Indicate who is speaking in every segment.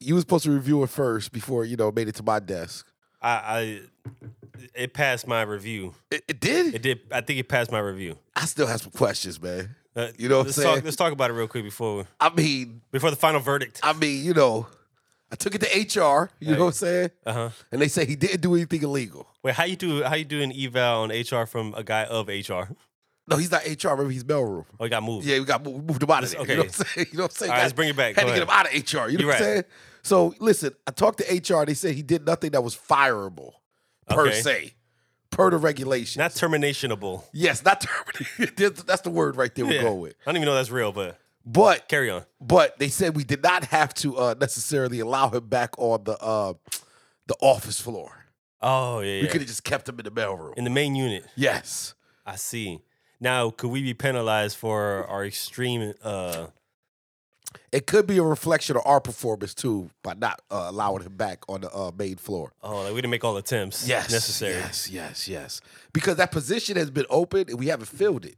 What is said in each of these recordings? Speaker 1: you were supposed to review it first before you know it made it to my desk.
Speaker 2: I, I it passed my review.
Speaker 1: It, it did.
Speaker 2: It did. I think it passed my review.
Speaker 1: I still have some questions, man.
Speaker 2: Uh,
Speaker 1: You know what I'm
Speaker 2: let's
Speaker 1: saying?
Speaker 2: Talk, let's talk about it real quick before
Speaker 1: I mean,
Speaker 2: before the final verdict.
Speaker 1: I mean, you know, I took it to HR. You know what I'm saying?
Speaker 2: Uh huh.
Speaker 1: And they say he didn't do anything illegal.
Speaker 2: Wait, how you do how you do an eval on HR from a guy of HR?
Speaker 1: No, he's not HR. Remember, he's mailroom.
Speaker 2: Oh, he got moved.
Speaker 1: Yeah, we got we moved him out of there. You know
Speaker 2: Okay.
Speaker 1: what I'm saying? You know what I'm saying?
Speaker 2: All right,
Speaker 1: Got-
Speaker 2: let's bring it back.
Speaker 1: Had
Speaker 2: Go
Speaker 1: to get him out of HR. You know what
Speaker 2: You're
Speaker 1: I'm
Speaker 2: right.
Speaker 1: saying? So listen, I talked to HR. They said he did nothing that was fireable per
Speaker 2: Okay.
Speaker 1: se, per the regulation.
Speaker 2: Not terminationable.
Speaker 1: yes, not terminated. That's the word right there. We're
Speaker 2: Yeah.
Speaker 1: going with.
Speaker 2: I don't even know that's real, but
Speaker 1: But
Speaker 2: carry on.
Speaker 1: But they said we did not have to uh, necessarily allow him back on the uh, the office floor.
Speaker 2: Oh yeah.
Speaker 1: We
Speaker 2: yeah.
Speaker 1: could have just kept him in the mailroom.
Speaker 2: In the main unit,
Speaker 1: yes.
Speaker 2: I see. Now, could we be penalized for our extreme? uh
Speaker 1: It could be a reflection of our performance too by not uh, allowing him back on the uh, main floor.
Speaker 2: Oh, like we didn't make all attempts.
Speaker 1: Yes.
Speaker 2: necessary.
Speaker 1: Yes, yes, yes. Because that position has been open and we haven't filled it.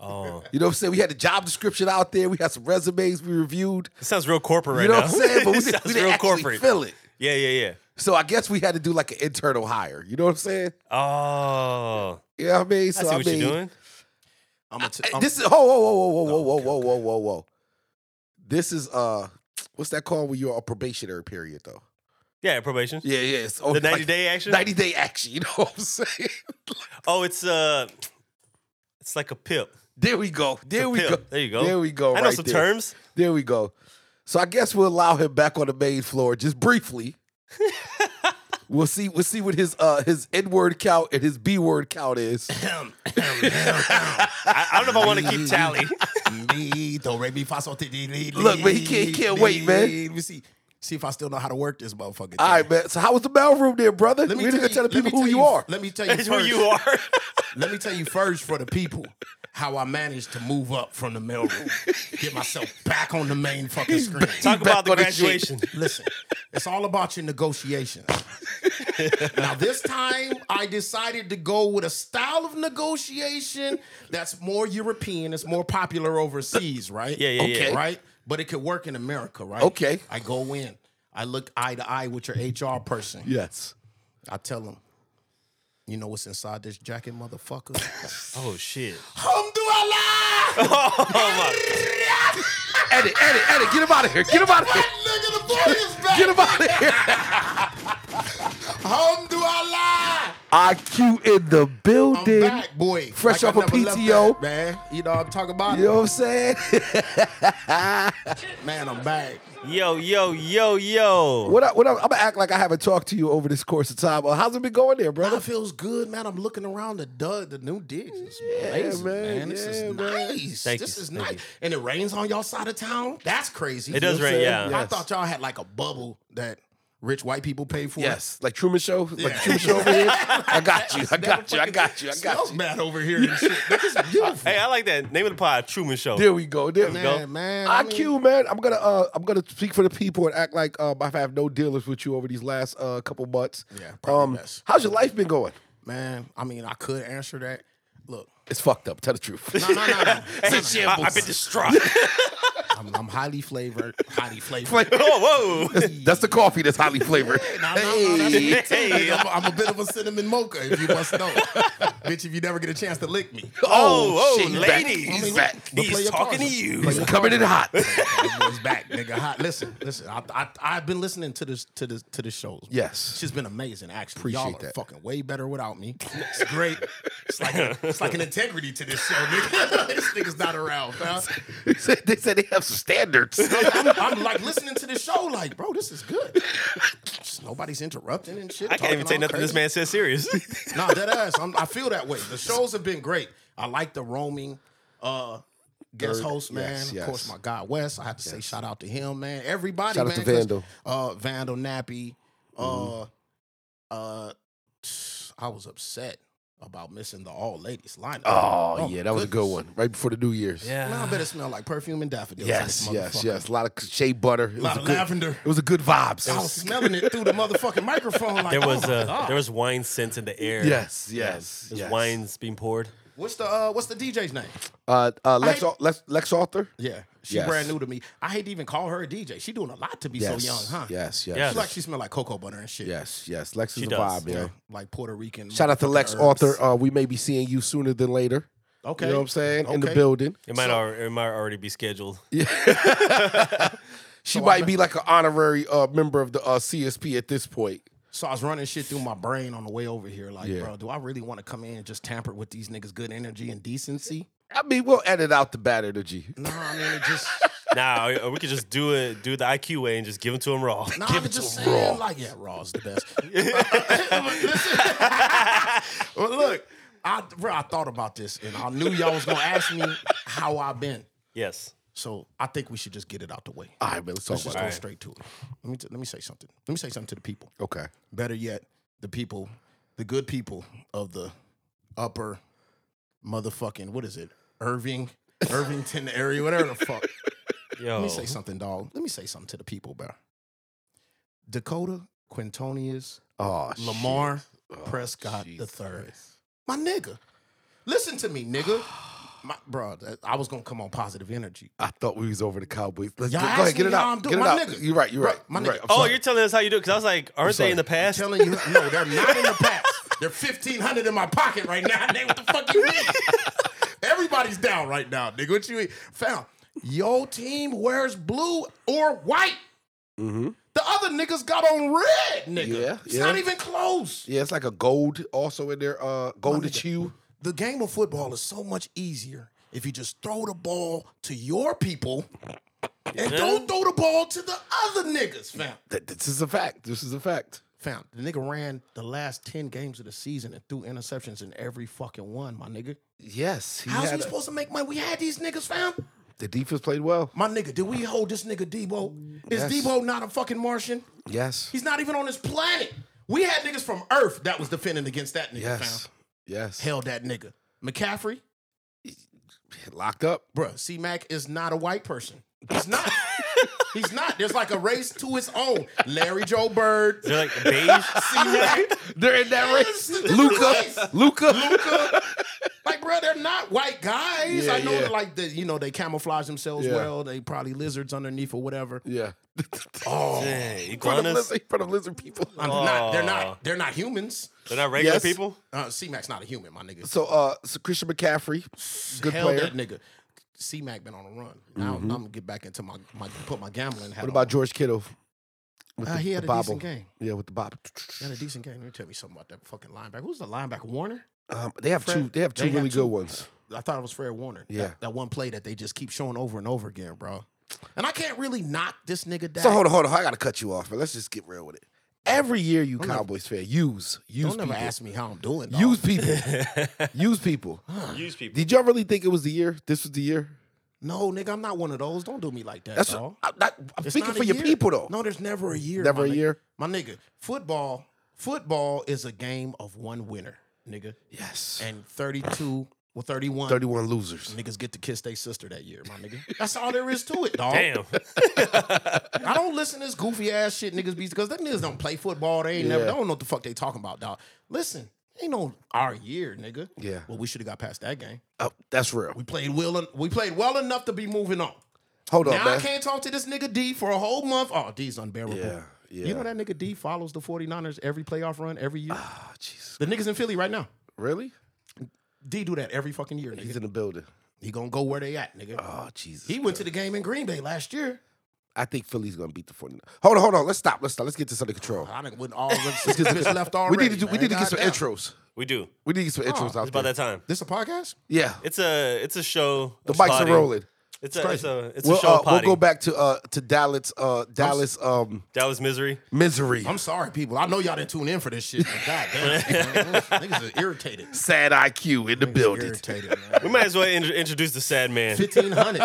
Speaker 2: Oh,
Speaker 1: You know what I'm saying? We had the job description out there. We had some resumes we reviewed.
Speaker 2: it sounds real corporate right
Speaker 1: you know
Speaker 2: now.
Speaker 1: what I'm saying? But we
Speaker 2: It
Speaker 1: didn't, we
Speaker 2: sounds
Speaker 1: didn't
Speaker 2: real
Speaker 1: actually
Speaker 2: corporate.
Speaker 1: fill it.
Speaker 2: Yeah, yeah, yeah.
Speaker 1: So I guess we had to do like an internal hire. You know what I'm saying?
Speaker 2: Oh,
Speaker 1: You know what I mean?
Speaker 2: I see what you're doing.
Speaker 3: I'm gonna. T-
Speaker 1: Hey,
Speaker 3: I'm,
Speaker 1: this is oh whoa whoa whoa whoa whoa
Speaker 3: Oh, um, okay,
Speaker 1: whoa
Speaker 3: okay.
Speaker 1: whoa whoa whoa. This is uh, what's that called when you're on probationary period though?
Speaker 2: Yeah, probation.
Speaker 1: Yeah, yeah. It's
Speaker 3: oh,
Speaker 2: The 90 day action.
Speaker 1: ninety day action. You know what I'm saying?
Speaker 2: Oh, it's uh, it's like a pip.
Speaker 1: there we go. There
Speaker 2: a
Speaker 1: we go.
Speaker 2: pill. There you go.
Speaker 1: There we go.
Speaker 2: I know
Speaker 1: right
Speaker 2: some
Speaker 1: there.
Speaker 2: terms.
Speaker 1: There we go. So I guess we'll allow him back on the main floor just briefly. we'll see. We'll see what his uh his N word count and his B word count is.
Speaker 2: I, I don't know if I want to keep tally.
Speaker 3: Me, do re mi fa sol ti di li.
Speaker 1: Look, man, he can't- he can't wait, man.
Speaker 3: Let me see. See if I still know how to work this motherfucker.
Speaker 1: All right, man. So how was the mailroom there, brother?
Speaker 3: Let me
Speaker 1: We're
Speaker 3: tell
Speaker 1: gonna
Speaker 3: you,
Speaker 1: tell the
Speaker 3: let me
Speaker 1: people who
Speaker 3: tell
Speaker 1: you are.
Speaker 3: Let me tell you
Speaker 2: That's
Speaker 3: first.
Speaker 2: who you are.
Speaker 3: Let me tell you first for the people how I managed to move up from the mailroom, get myself back on the main fucking screen.
Speaker 1: back
Speaker 2: Talk about the
Speaker 1: on his shit.
Speaker 2: graduation.
Speaker 3: Listen, it's all about your negotiations. now, this time I decided to go with a style of negotiation that's more European, it's more popular overseas, right?
Speaker 2: Yeah, yeah, yeah.
Speaker 3: okay, Right? But it could work in America, right?
Speaker 1: Okay.
Speaker 3: I go in, I look eye to eye with your HR person.
Speaker 1: Yes.
Speaker 3: I tell them, you know what's inside this jacket, motherfucker?
Speaker 2: Oh shit.
Speaker 3: Alhamdulillah!
Speaker 2: Oh my.
Speaker 1: Edit, edit, edit. Get him out of here. Get him out of here.
Speaker 3: Nigga, the boy is back!
Speaker 1: Get him out of here.
Speaker 3: Alhamdulillah!
Speaker 1: IQ in the
Speaker 3: I'm
Speaker 1: building.
Speaker 3: back, boy.
Speaker 1: Fresh
Speaker 3: Like
Speaker 1: off a
Speaker 3: I never left
Speaker 1: PTO.
Speaker 3: that, man. You know what I'm talking about?
Speaker 1: You know what I'm saying?
Speaker 3: Man, I'm back.
Speaker 2: Yo, yo, yo, yo.
Speaker 1: what I, what I, I'm gonna act like I haven't talked to you over this course of time. Uh, how's it been going there, brother?
Speaker 3: That feels good, man. I'm looking around the dud, the new digs. It's amazing,
Speaker 1: man.
Speaker 3: man. This
Speaker 1: Yeah,
Speaker 3: is
Speaker 1: man.
Speaker 3: nice.
Speaker 2: Thank
Speaker 3: this
Speaker 2: you.
Speaker 3: is
Speaker 2: Thank
Speaker 3: nice.
Speaker 2: you.
Speaker 3: And it rains on y'all side of town. That's crazy.
Speaker 2: It does
Speaker 1: what I'm
Speaker 2: rain.
Speaker 1: saying?
Speaker 2: Yeah.
Speaker 1: Yeah.
Speaker 3: I thought y'all had like a bubble that rich white people pay for.
Speaker 1: Yes, like Truman Show, like
Speaker 3: Yeah.
Speaker 1: Truman Show over here. I got you, I got you, I got you, I got
Speaker 3: Smells
Speaker 1: you.
Speaker 3: bad over here and shit. This is beautiful.
Speaker 2: Hey, I like that name of the pod, Truman Show.
Speaker 1: There we go, there we go.
Speaker 3: man, man. I mean-
Speaker 1: IQ, man, I'm gonna uh, I'm gonna speak for the people and act like um, I've had no dealings with you over these last uh, couple months.
Speaker 3: Yeah, probably
Speaker 1: Um,
Speaker 3: best.
Speaker 1: how's your life been going?
Speaker 3: man, I mean, I could answer that. Look.
Speaker 1: It's fucked up. Tell the truth.
Speaker 3: No, no, no, no.
Speaker 2: I, I've been distraught.
Speaker 3: I'm, I'm highly flavored. Highly flavored.
Speaker 2: oh, whoa.
Speaker 1: that's the coffee that's highly flavored.
Speaker 3: Nah, nah, nah, that's me too,
Speaker 2: Hey.
Speaker 3: nigga. I'm, I'm a bit of a cinnamon mocha, if you must know. Bitch, if you never get a chance to lick me.
Speaker 2: Oh, oh,
Speaker 1: shit, he's back.
Speaker 2: ladies.
Speaker 1: He's
Speaker 2: He's,
Speaker 1: back.
Speaker 3: But play your
Speaker 2: talking to
Speaker 3: cards.
Speaker 2: you.
Speaker 3: Play
Speaker 1: He's coming in hot.
Speaker 3: That boy's back, nigga. Hot. Listen, listen. I, I, I've been listening to this to this to the shows. man.
Speaker 1: Yes.
Speaker 3: she's been amazing. Actually, y'all
Speaker 1: Appreciate
Speaker 3: are
Speaker 1: that.
Speaker 3: fucking way better without me. It's great. It's like a- it's like an integrity to this show, nigga. this nigga's not around, fam.
Speaker 1: they said they said they have some standards.
Speaker 3: Oh, I'm, I'm like listening to the show, like, bro, this is good. Just nobody's interrupting and shit.
Speaker 2: I can't even take nothing this man says serious.
Speaker 3: Nah, that ass. I'm, I feel that way. The shows have been great. I like the roaming uh guest
Speaker 1: Third,
Speaker 3: host, man.
Speaker 1: yes, yes.
Speaker 3: Of course, my guy Wes. I have to say shout out to him, man. Everybody,
Speaker 1: Shout out
Speaker 3: man,
Speaker 1: to
Speaker 3: 'cause,
Speaker 1: Vandal. Mm-hmm.
Speaker 3: uh, Vandal Nappy. Uh, uh, I was upset about missing the all ladies lineup.
Speaker 1: Oh,
Speaker 3: my
Speaker 1: yeah, that was a good
Speaker 3: goodness.
Speaker 1: one. Right before the New Year's.
Speaker 3: Now I bet it smelled like perfume and daffodils. in
Speaker 1: Yes,
Speaker 3: this
Speaker 1: yes,
Speaker 3: motherfucker.
Speaker 1: yes. A lot of shea butter. It was
Speaker 3: lot
Speaker 1: a
Speaker 3: of
Speaker 1: good-
Speaker 3: lavender.
Speaker 1: It was a good vibes.
Speaker 3: I was smelling it through the motherfucking microphone. Like
Speaker 2: There was
Speaker 3: oh my
Speaker 2: uh,
Speaker 3: God.
Speaker 2: there was wine scent in the air.
Speaker 1: yes, yes.
Speaker 2: There's
Speaker 1: yes.
Speaker 2: wines being poured.
Speaker 3: what's the uh, what's the DJ's name?
Speaker 1: Uh, uh, Lex,
Speaker 3: I-
Speaker 1: Lex, Lex Arthur.
Speaker 3: Yeah, She
Speaker 1: Yes.
Speaker 3: brand new to me. I hate to even call her a DJ. She doing a lot to be
Speaker 1: Yes.
Speaker 3: so young, huh?
Speaker 1: Yes, yes,
Speaker 2: Yeah.
Speaker 1: yes,
Speaker 3: She like she smell like cocoa butter and shit.
Speaker 1: yes, yes. Lex is
Speaker 2: She
Speaker 1: a
Speaker 2: does,
Speaker 1: vibe, yo.
Speaker 3: Yeah. Like Puerto Rican.
Speaker 1: Shout out to Lex,
Speaker 3: motherfucking herbs.
Speaker 1: author. Uh, we may be seeing you sooner than later.
Speaker 3: Okay.
Speaker 1: You know what I'm saying? In the
Speaker 3: Okay.
Speaker 1: building,
Speaker 2: It might
Speaker 3: So-
Speaker 2: al- it might already be scheduled.
Speaker 1: she
Speaker 3: So
Speaker 1: might
Speaker 3: I'm-
Speaker 1: be like an honorary uh, member of the uh, CSP at this point.
Speaker 3: So I was running shit through my brain on the way over here. Like,
Speaker 1: Yeah.
Speaker 3: bro, do I really want to come in and just tamper with these niggas' good energy and decency?
Speaker 1: I mean, we'll edit out the bad energy.
Speaker 3: Nah, I mean, it just.
Speaker 2: Nah, or- or we could just do it, do it the IQ way, and just give them to him raw.
Speaker 3: Nah,
Speaker 1: Give
Speaker 3: I'm
Speaker 1: it to
Speaker 3: just
Speaker 1: him
Speaker 3: saying,
Speaker 1: raw.
Speaker 3: like, yeah, raw is the best. Listen. well, look, I, bro, I thought about this and I knew y'all was going to ask me how I've been.
Speaker 2: Yes.
Speaker 3: So I think we should just get it out the way.
Speaker 1: All right, man. Let's talk
Speaker 3: Let's
Speaker 1: about
Speaker 3: just go
Speaker 1: it.
Speaker 2: Alright.
Speaker 3: straight to it. Let me, t- let me say something. Let me say something to the people.
Speaker 1: Okay.
Speaker 3: Better yet, the people, the good people of the upper motherfucking, what is it? Irving, Irvington area, whatever the fuck.
Speaker 2: Yo.
Speaker 3: Let me
Speaker 1: Oh.
Speaker 3: say something, dog. Let me say something to the people, bro. Dakota Quintonius
Speaker 1: Oh,
Speaker 3: Lamar
Speaker 1: shit. Oh,
Speaker 3: Prescott the
Speaker 1: Jesus
Speaker 3: third.
Speaker 1: Christ.
Speaker 3: My nigga. Listen to me, nigga. My, bro, I was gonna come on positive energy.
Speaker 1: I thought we was over the Cowboys. Let's
Speaker 3: Y'all
Speaker 1: go, go ahead,
Speaker 3: asked
Speaker 1: get
Speaker 3: me
Speaker 1: it
Speaker 3: how
Speaker 1: out.
Speaker 3: I'm
Speaker 1: Get it
Speaker 3: doing. My
Speaker 1: out.
Speaker 3: nigga.
Speaker 1: You're right. You're
Speaker 3: Bro,
Speaker 1: right.
Speaker 3: my
Speaker 1: you're right.
Speaker 3: nigga.
Speaker 1: I'm
Speaker 2: Oh,
Speaker 1: sorry.
Speaker 2: you're telling us how you do it? Because I was like, aren't they in the
Speaker 3: I'm
Speaker 2: past?
Speaker 3: telling you, no, they're not in the past. They're fifteen hundred in my pocket right now. Nigga, what the fuck you mean? Everybody's down right now, nigga. What you mean? Found your team wears blue or white.
Speaker 2: Mm-hmm.
Speaker 3: The other niggas got on red, nigga.
Speaker 1: Yeah,
Speaker 3: it's
Speaker 1: yeah.
Speaker 3: not even close.
Speaker 1: Yeah, it's like a gold also in there. Uh, gold to
Speaker 3: nigga.
Speaker 1: chew.
Speaker 3: The game of football is so much easier if you just throw the ball to your people and don't throw the ball to the other niggas, fam.
Speaker 1: Th- This is a fact. This is a fact.
Speaker 3: Fam, the nigga ran the last 10 games of the season and threw interceptions in every fucking one, my nigga.
Speaker 1: Yes, he
Speaker 3: How's
Speaker 1: had
Speaker 3: we
Speaker 1: a-
Speaker 3: supposed to make money? We had these niggas, fam.
Speaker 1: the defense played well.
Speaker 3: My nigga, did we hold this nigga Debo? Is
Speaker 1: Yes.
Speaker 3: Debo not a fucking Martian?
Speaker 1: Yes,
Speaker 3: He's not even on this planet. We had niggas from Earth that was defending against that nigga,
Speaker 1: yes,
Speaker 3: fam.
Speaker 1: yes.
Speaker 3: Held that nigga. McCaffrey,
Speaker 1: Locked up.
Speaker 3: bruh, C Mac is not a white person. He's not. He's not. There's like a race to his own. Larry Joe Bird,
Speaker 2: They're like beige.
Speaker 3: C-Mac,
Speaker 1: They're in that
Speaker 3: Yes, this is nice.
Speaker 1: Luca, Luca.
Speaker 3: Luka. like, bro, they're not white guys.
Speaker 1: Yeah,
Speaker 3: I know
Speaker 1: yeah.
Speaker 3: that, like, the, you know, they camouflage themselves
Speaker 1: Yeah.
Speaker 3: well. They probably lizards underneath or whatever.
Speaker 1: Yeah,
Speaker 3: Oh,
Speaker 2: Dang,
Speaker 1: front of
Speaker 2: iguanas.
Speaker 1: lizard, front of lizard people.
Speaker 3: I'm not. They're
Speaker 2: Aw.
Speaker 3: not. They're not humans.
Speaker 2: They're not regular
Speaker 1: Yes.
Speaker 2: people.
Speaker 3: Uh, C-Mac's not a human, my nigga.
Speaker 1: So, uh, so Christian McCaffrey, good
Speaker 3: Hell,
Speaker 1: player. Mm-hmm.
Speaker 3: that nigga. C-Mac been on a run. Now I'm gonna get back into my, my put my gambling hat.
Speaker 1: What about George Kittle? With
Speaker 3: on. Uh, he had a
Speaker 1: bobble.
Speaker 3: decent game.
Speaker 1: Yeah, with the bob.
Speaker 3: He had a decent game. Let me tell me something about that fucking linebacker. Who's the linebacker? Warner.
Speaker 1: Um, they have
Speaker 3: Fred-
Speaker 1: two. They have two
Speaker 3: they have
Speaker 1: really
Speaker 3: two.
Speaker 1: good ones.
Speaker 3: I thought it was Fred Warner. That-
Speaker 1: Yeah.
Speaker 3: That, one play that they just keep showing over and over again, bro. And I can't really knock this nigga down.
Speaker 1: So hold on, hold on. I gotta cut you off, but let's just get real with it. Every year, you
Speaker 3: never-
Speaker 1: Cowboys fan, use use
Speaker 3: Don't
Speaker 1: people,
Speaker 3: never ask me how I'm doing. dog.
Speaker 1: use people, use people.
Speaker 2: Use people.
Speaker 1: Did y'all really think it was the year? This was the year.
Speaker 3: No, nigga, I'm not one of those. Don't do me like that,
Speaker 1: That's
Speaker 3: dog.
Speaker 1: I, am
Speaker 3: It's
Speaker 1: speaking
Speaker 3: not a
Speaker 1: for your
Speaker 3: year.
Speaker 1: people though.
Speaker 3: No, there's never a year.
Speaker 1: Never
Speaker 3: my
Speaker 1: a
Speaker 3: nigga.
Speaker 1: year?
Speaker 3: My nigga, football, football is a game of one winner, nigga.
Speaker 1: Yes.
Speaker 3: And 32, well, 31,
Speaker 1: 31 losers.
Speaker 3: niggas get to kiss their sister that year, my nigga. That's all there is to it, dog.
Speaker 2: Damn.
Speaker 3: I don't listen to this goofy ass shit niggas be because them niggas don't play football. They ain't never
Speaker 1: Yeah.
Speaker 3: they don't know what the fuck they talking about, dog. Listen, ain't no our year, nigga.
Speaker 1: Yeah.
Speaker 3: Well, we should have got past that game.
Speaker 1: Oh, that's real.
Speaker 3: We played well we played well enough to be moving on.
Speaker 1: Hold on,
Speaker 3: now I
Speaker 1: man.
Speaker 3: can't talk to this nigga D for a whole month. Oh, D's unbearable.
Speaker 1: Yeah, yeah.
Speaker 3: You know that nigga D follows the 49ers every playoff run every year?
Speaker 1: Oh, Jesus.
Speaker 3: the niggas in Philly right now.
Speaker 1: Really?
Speaker 3: D do that every fucking year, nigga.
Speaker 1: He's in the building.
Speaker 3: He gonna go where they at, nigga.
Speaker 1: Oh, Jesus.
Speaker 3: he went to the game in Green Bay last year.
Speaker 1: I think Philly's going to beat the 49ers. Hold on, hold on. Let's stop. Let's stop. Let's get this under control.
Speaker 3: I done went all this left already.
Speaker 1: we need to do, we
Speaker 3: man.
Speaker 1: need to get some
Speaker 3: Goddamn.
Speaker 1: intros.
Speaker 2: we do.
Speaker 1: We need to get some intros out
Speaker 2: It's about
Speaker 1: there.
Speaker 2: that time.
Speaker 3: This a podcast?
Speaker 1: Yeah.
Speaker 2: It's a it's a show.
Speaker 1: The bikes are rolling.
Speaker 2: It's a it's a it's
Speaker 1: We'll,
Speaker 2: a show.
Speaker 1: uh,
Speaker 2: of
Speaker 1: we'll
Speaker 2: potty.
Speaker 1: go back to uh, to Dallas uh, Dallas um,
Speaker 2: Dallas misery.
Speaker 1: misery.
Speaker 3: I'm sorry, people. I know y'all didn't tune in for this shit. But goddamn, man. niggas are irritated.
Speaker 1: Sad IQ in the building.
Speaker 3: Irritated, man.
Speaker 2: We might as well in- introduce the sad man,
Speaker 3: Fifteen hundred.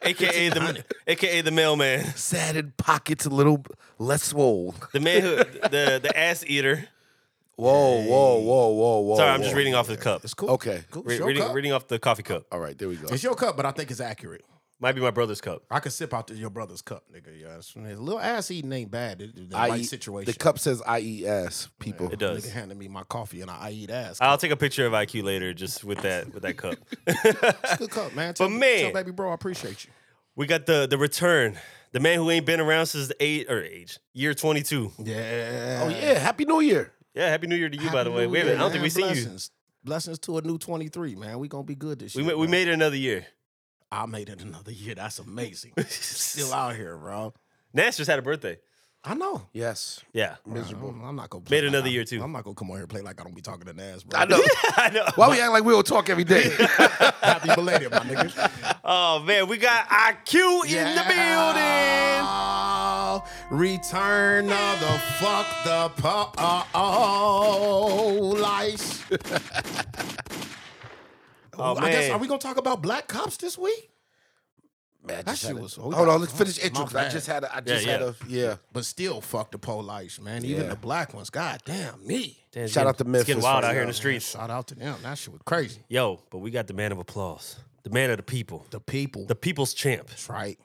Speaker 2: aka the aka the mailman,
Speaker 1: Sad in pockets, a little less swole.
Speaker 2: the man who the the ass eater.
Speaker 1: Whoa, whoa, whoa, whoa, whoa.
Speaker 2: Sorry, I'm just
Speaker 1: whoa.
Speaker 2: reading off the cup.
Speaker 3: It's cool.
Speaker 1: Okay.
Speaker 3: Cool. It's
Speaker 2: Re-
Speaker 3: your
Speaker 2: reading
Speaker 3: cup.
Speaker 2: reading off the coffee cup.
Speaker 1: All right, there we go.
Speaker 3: It's your cup, but I think it's accurate.
Speaker 2: Might be my brother's cup.
Speaker 3: I could sip out the, your brother's cup, nigga. Yeah, it's- a little ass eating ain't bad. It, it- the
Speaker 1: I
Speaker 3: right
Speaker 1: eat-
Speaker 3: situation.
Speaker 1: The cup says I E S people.
Speaker 2: It
Speaker 3: Nigga
Speaker 2: does.
Speaker 3: handed me my coffee and I, I eat ass.
Speaker 2: I'll take a picture of IQ later, just with that with that cup.
Speaker 3: It's a good cup, man. Tell,
Speaker 2: But man-
Speaker 3: tell baby bro, I appreciate you.
Speaker 2: We got the the return. The man who ain't been around since the eight or age year twenty two.
Speaker 3: Yeah.
Speaker 1: Oh yeah, happy New Year.
Speaker 2: Yeah, happy New Year to you, by the way. We
Speaker 3: Wait a
Speaker 2: haven't,
Speaker 3: minute.
Speaker 2: I don't think we seen you.
Speaker 3: blessings. Blessings to a new 23, man. We gonna be good this
Speaker 2: We
Speaker 3: year.
Speaker 2: ma- we
Speaker 3: bro.
Speaker 2: made it another year.
Speaker 3: I made it another year. That's amazing. Still out here, bro.
Speaker 2: Nas just had a birthday.
Speaker 3: I know.
Speaker 1: Yes.
Speaker 2: Yeah,
Speaker 3: Miserable. I'm not gonna
Speaker 2: Made
Speaker 3: like
Speaker 2: another
Speaker 3: I-
Speaker 2: year, too.
Speaker 3: I'm not gonna come on here and play like I don't be talking to Nas, bro.
Speaker 1: I know.
Speaker 2: I know.
Speaker 1: Why we act like we don't talk every day?
Speaker 3: Happy belated, my nigga.
Speaker 2: Oh man, we got IQ in the building.
Speaker 3: Yeah. Return of the fuck the oh, police.
Speaker 2: Oh
Speaker 3: I guess
Speaker 2: man.
Speaker 3: are we gonna talk about black cops this week?
Speaker 1: Man, I
Speaker 3: That
Speaker 1: just
Speaker 3: shit
Speaker 1: had a-
Speaker 3: was-
Speaker 1: Hold on, let's finish intro.
Speaker 3: My
Speaker 1: 'cause I
Speaker 3: bad.
Speaker 1: just had a. I just had
Speaker 2: yeah.
Speaker 1: a. Yeah.
Speaker 3: But still, fuck the police, man. Even
Speaker 1: Yeah.
Speaker 3: the black ones. God damn me.
Speaker 2: Damn, it's
Speaker 1: Shout out
Speaker 2: getting-
Speaker 1: to
Speaker 2: It's getting
Speaker 1: Memphis
Speaker 2: wild
Speaker 1: right
Speaker 2: out here
Speaker 1: now,
Speaker 2: in the
Speaker 1: man.
Speaker 2: streets.
Speaker 3: Shout out to them. That shit was crazy.
Speaker 2: Yo, but we got the man of applause, the man of the people,
Speaker 3: The people.
Speaker 2: the people's champ,
Speaker 3: That's right.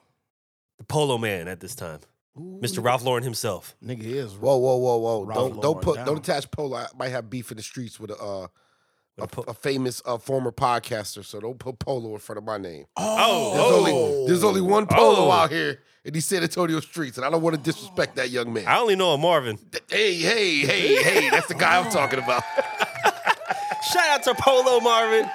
Speaker 2: the polo man at this time,
Speaker 3: Ooh,
Speaker 2: Mr. Ralph Lauren himself.
Speaker 3: Nigga is
Speaker 1: Whoa, whoa, whoa, whoa!
Speaker 3: Ralph
Speaker 1: don't don't
Speaker 3: Lauren
Speaker 1: put
Speaker 3: down.
Speaker 1: don't attach Polo. I might have beef in the streets with a uh,
Speaker 2: With
Speaker 1: a,
Speaker 2: a po-
Speaker 1: a famous uh, former podcaster. So don't put Polo in front of my name.
Speaker 2: Oh,
Speaker 1: There's only there's only one Polo
Speaker 2: Oh.
Speaker 1: out here in these San Antonio streets, and I don't want to disrespect that young man.
Speaker 2: I only know a Marvin.
Speaker 1: Hey, hey, hey, hey! That's the guy I'm talking about.
Speaker 2: Shout out to Polo Marvin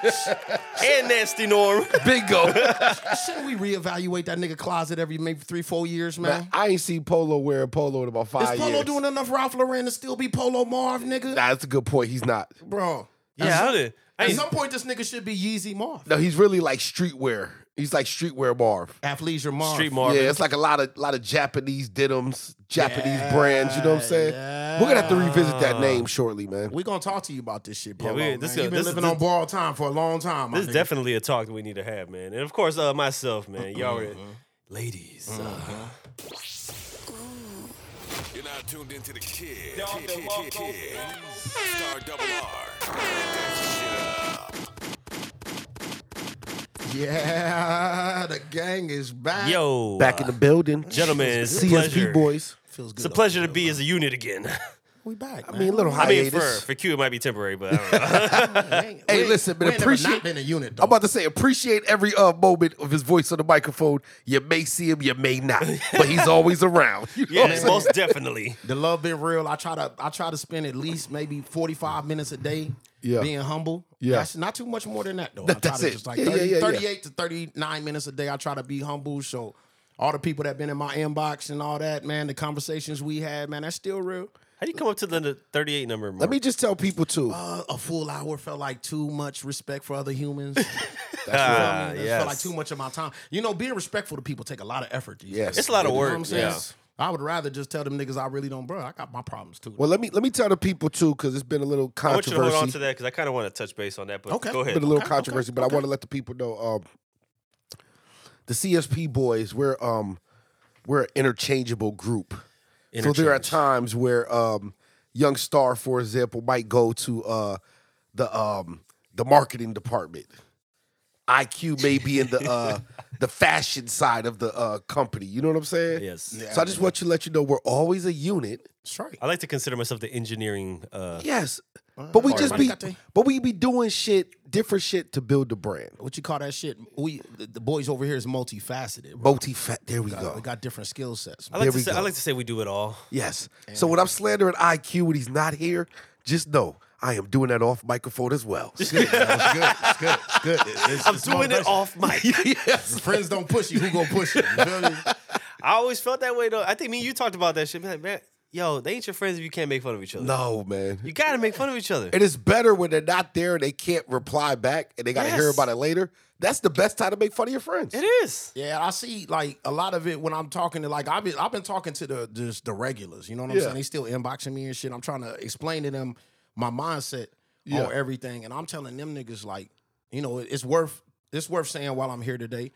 Speaker 2: and Nasty Norm.
Speaker 1: Bingo.
Speaker 3: Shouldn't we reevaluate that nigga closet every maybe three, four years, man?
Speaker 1: Man, I ain't seen Polo wearing Polo in about
Speaker 3: Is
Speaker 1: five
Speaker 3: Polo
Speaker 1: years.
Speaker 3: doing enough Ralph Lauren to still be Polo Marv, nigga?
Speaker 1: nah, that's a good point. He's not.
Speaker 3: Bro.
Speaker 2: Yeah, I did. I
Speaker 3: At
Speaker 2: ain't-
Speaker 3: some point, this nigga should be Yeezy Marv.
Speaker 1: No, he's really like streetwear. He's like streetwear Marv.
Speaker 3: Athleisure Marv.
Speaker 2: Street Marvin.
Speaker 1: Yeah, it's like a lot of lot of Japanese denims, Japanese brands. You know what I'm saying?
Speaker 3: Yeah.
Speaker 1: We're gonna have to revisit that name shortly, man.
Speaker 3: We gonna talk to you about this shit, Polo.
Speaker 2: we-
Speaker 3: man.
Speaker 2: this
Speaker 3: You've
Speaker 2: is-
Speaker 3: been
Speaker 2: this is-
Speaker 3: living
Speaker 2: this-
Speaker 3: on borrowed time for a long time. my
Speaker 2: This is
Speaker 3: nigga.
Speaker 2: definitely a talk that we need to have, man. And of course, uh, myself, man. Y'all already ladies. uh,
Speaker 4: Mm-hmm. You're now tuned into the kid. Kid, kid, kid, kid. Star double R.
Speaker 3: Yeah, the gang is back.
Speaker 2: yo,
Speaker 1: Back in the building,
Speaker 2: gentlemen, it's a pleasure.
Speaker 1: CSP boys.
Speaker 3: feels
Speaker 2: it's
Speaker 3: good.
Speaker 2: a pleasure to be as a unit again.
Speaker 3: We back.
Speaker 1: I mean, a little
Speaker 2: I mean,
Speaker 1: hiatus.
Speaker 2: for, for Q, it might be temporary, but I don't know.
Speaker 1: Hey, listen, man,
Speaker 3: Oh, we ain't never
Speaker 1: appreciate-
Speaker 3: not been a unit. Though.
Speaker 1: I'm about to say, appreciate every uh, moment of his voice on the microphone. You may see him, you may not, but he's always around. You know what I'm
Speaker 2: yeah,
Speaker 1: saying?
Speaker 2: most definitely.
Speaker 3: the love been real. I try to I try to spend at least maybe 45 minutes a day
Speaker 1: Yeah.
Speaker 3: being humble.
Speaker 1: Yeah.
Speaker 3: That's not too much more than that though. I try
Speaker 1: that's
Speaker 3: to
Speaker 1: it.
Speaker 3: just like
Speaker 1: Yeah,
Speaker 3: 30,
Speaker 1: yeah, yeah, yeah.
Speaker 3: 38 to 39 minutes a day. I try to be humble. So all the people that been in my inbox and all that, man, the conversations we had, man, that's still real.
Speaker 2: How do you come up to the 38 number? Mark?
Speaker 1: Let me just tell people too.
Speaker 3: Uh, a full hour felt like too much respect for other humans. That's
Speaker 2: Ah,
Speaker 3: felt like
Speaker 2: yes.
Speaker 3: too much of my time. You know, being respectful to people take a lot of effort. These
Speaker 1: Yes.
Speaker 3: days.
Speaker 2: It's a lot of
Speaker 3: You know
Speaker 2: work.
Speaker 3: what I'm saying?
Speaker 2: yeah.
Speaker 3: I would rather just tell them niggas I really don't, bro. I got my problems too.
Speaker 1: Well, let me let me tell the people too, because it's been a little
Speaker 2: I want you
Speaker 1: controversy.
Speaker 2: to hold on to that because I kind of want to touch base on that. But
Speaker 3: Okay.
Speaker 2: go ahead.
Speaker 1: been a little
Speaker 3: Okay, okay,
Speaker 1: controversy, but I want to let the people know um, the CSP boys we're um we're an interchangeable group. So there are
Speaker 2: Interchange.
Speaker 1: times where um young star, for example, might go to uh the um the marketing department. IQ may be in the uh the fashion side of the uh company. You know what I'm saying?
Speaker 2: Yes.
Speaker 1: So I just want you to let you know we're always a unit.
Speaker 3: That's right.
Speaker 2: I like to consider myself the engineering. Uh,
Speaker 1: Yes. But we just be
Speaker 3: Marketing.
Speaker 1: but we be doing shit, different shit to build the brand.
Speaker 3: What you call that shit? We the, the boys over here is multifaceted. Bro.
Speaker 1: Multi-fat. There we
Speaker 3: We
Speaker 1: go.
Speaker 3: got different skill sets.
Speaker 2: I
Speaker 3: man.
Speaker 2: like
Speaker 1: There
Speaker 2: to
Speaker 1: we
Speaker 2: say, I
Speaker 1: go.
Speaker 2: like to say we do it all.
Speaker 1: Yes. So when I'm slandering IQ when he's not here, just know I am doing that off microphone as well.
Speaker 3: It's good. It's good. It's good. It's, it's,
Speaker 2: I'm
Speaker 3: it's
Speaker 2: doing it
Speaker 3: motivation.
Speaker 2: off mic.
Speaker 1: yes.
Speaker 3: Friends don't push you. Who gonna push you? You feel me?
Speaker 2: I always felt that way though. I think me and you talked about that shit. Be Like, man, yo, they ain't your friends if you can't make fun of each other.
Speaker 1: No, man.
Speaker 2: You gotta make fun of each other.
Speaker 1: And it's better when they're not there and they can't reply back and they got to hear
Speaker 2: Yes.
Speaker 1: about it later. That's the best time to make fun of your friends.
Speaker 2: It is.
Speaker 3: Yeah, I see like a lot of it when I'm talking to like I've been I've been talking to the just the regulars. You know what I'm
Speaker 1: Yeah.
Speaker 3: saying? They still inboxing me and shit. I'm trying to explain to them my mindset
Speaker 1: Yeah.
Speaker 3: on everything, and I'm telling them niggas like, you know, it- it's worth it's worth saying while I'm here today.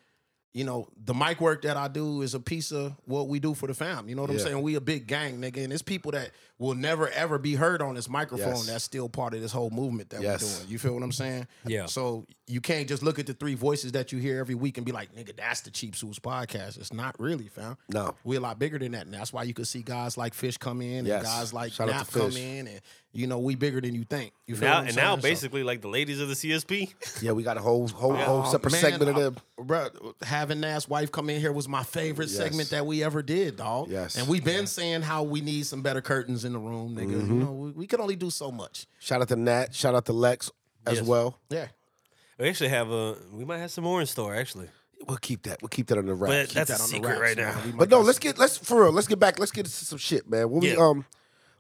Speaker 3: You know, the mic work that I do is a piece of what we do for the fam. You know what I'm
Speaker 1: Yeah.
Speaker 3: saying? We a big gang, nigga, and it's people that will never ever be heard on this microphone.
Speaker 1: Yes.
Speaker 3: That's still part of this whole movement that
Speaker 1: Yes.
Speaker 3: we're doing. You feel what I'm saying?
Speaker 2: Yeah.
Speaker 3: So you can't just look at the three voices that you hear every week and be like, nigga, that's the Cheap Suits podcast. It's not really, fam.
Speaker 1: No.
Speaker 3: We're a lot bigger than that. And that's why you could see guys like Fish come in
Speaker 1: Yes.
Speaker 3: and guys like
Speaker 1: Shout out
Speaker 3: Nap
Speaker 1: to
Speaker 3: come
Speaker 1: Fish.
Speaker 3: in. And, you know, we bigger than you think. You feel
Speaker 2: Now
Speaker 3: what I'm
Speaker 2: and now,
Speaker 3: saying? So-
Speaker 2: basically, like the ladies of the CSP.
Speaker 1: Yeah, we got a whole whole, whole
Speaker 3: Oh,
Speaker 1: separate
Speaker 3: man,
Speaker 1: segment of
Speaker 3: I-
Speaker 1: them.
Speaker 3: Bruh, having Nas wife come in here was my favorite
Speaker 1: Yes.
Speaker 3: segment that we ever did, dog.
Speaker 1: Yes.
Speaker 3: And we've been saying how we need some better curtains in the room, nigga.
Speaker 1: Mm-hmm.
Speaker 3: You know, we, we could only do so much.
Speaker 1: Shout out to Nat. Shout out to Lex as
Speaker 3: Yes.
Speaker 1: well.
Speaker 3: Yeah.
Speaker 2: We actually have a. We might have some more in store actually,
Speaker 1: We'll keep that. We'll keep that on the wraps.
Speaker 2: but that's
Speaker 3: that
Speaker 2: a
Speaker 3: on the
Speaker 2: secret
Speaker 3: wraps,
Speaker 2: right
Speaker 3: man.
Speaker 2: now.
Speaker 3: We might
Speaker 1: But no,
Speaker 3: got
Speaker 1: let's get let's for real. Let's get back. Let's get into some shit, man. What we
Speaker 2: Yeah.
Speaker 1: um,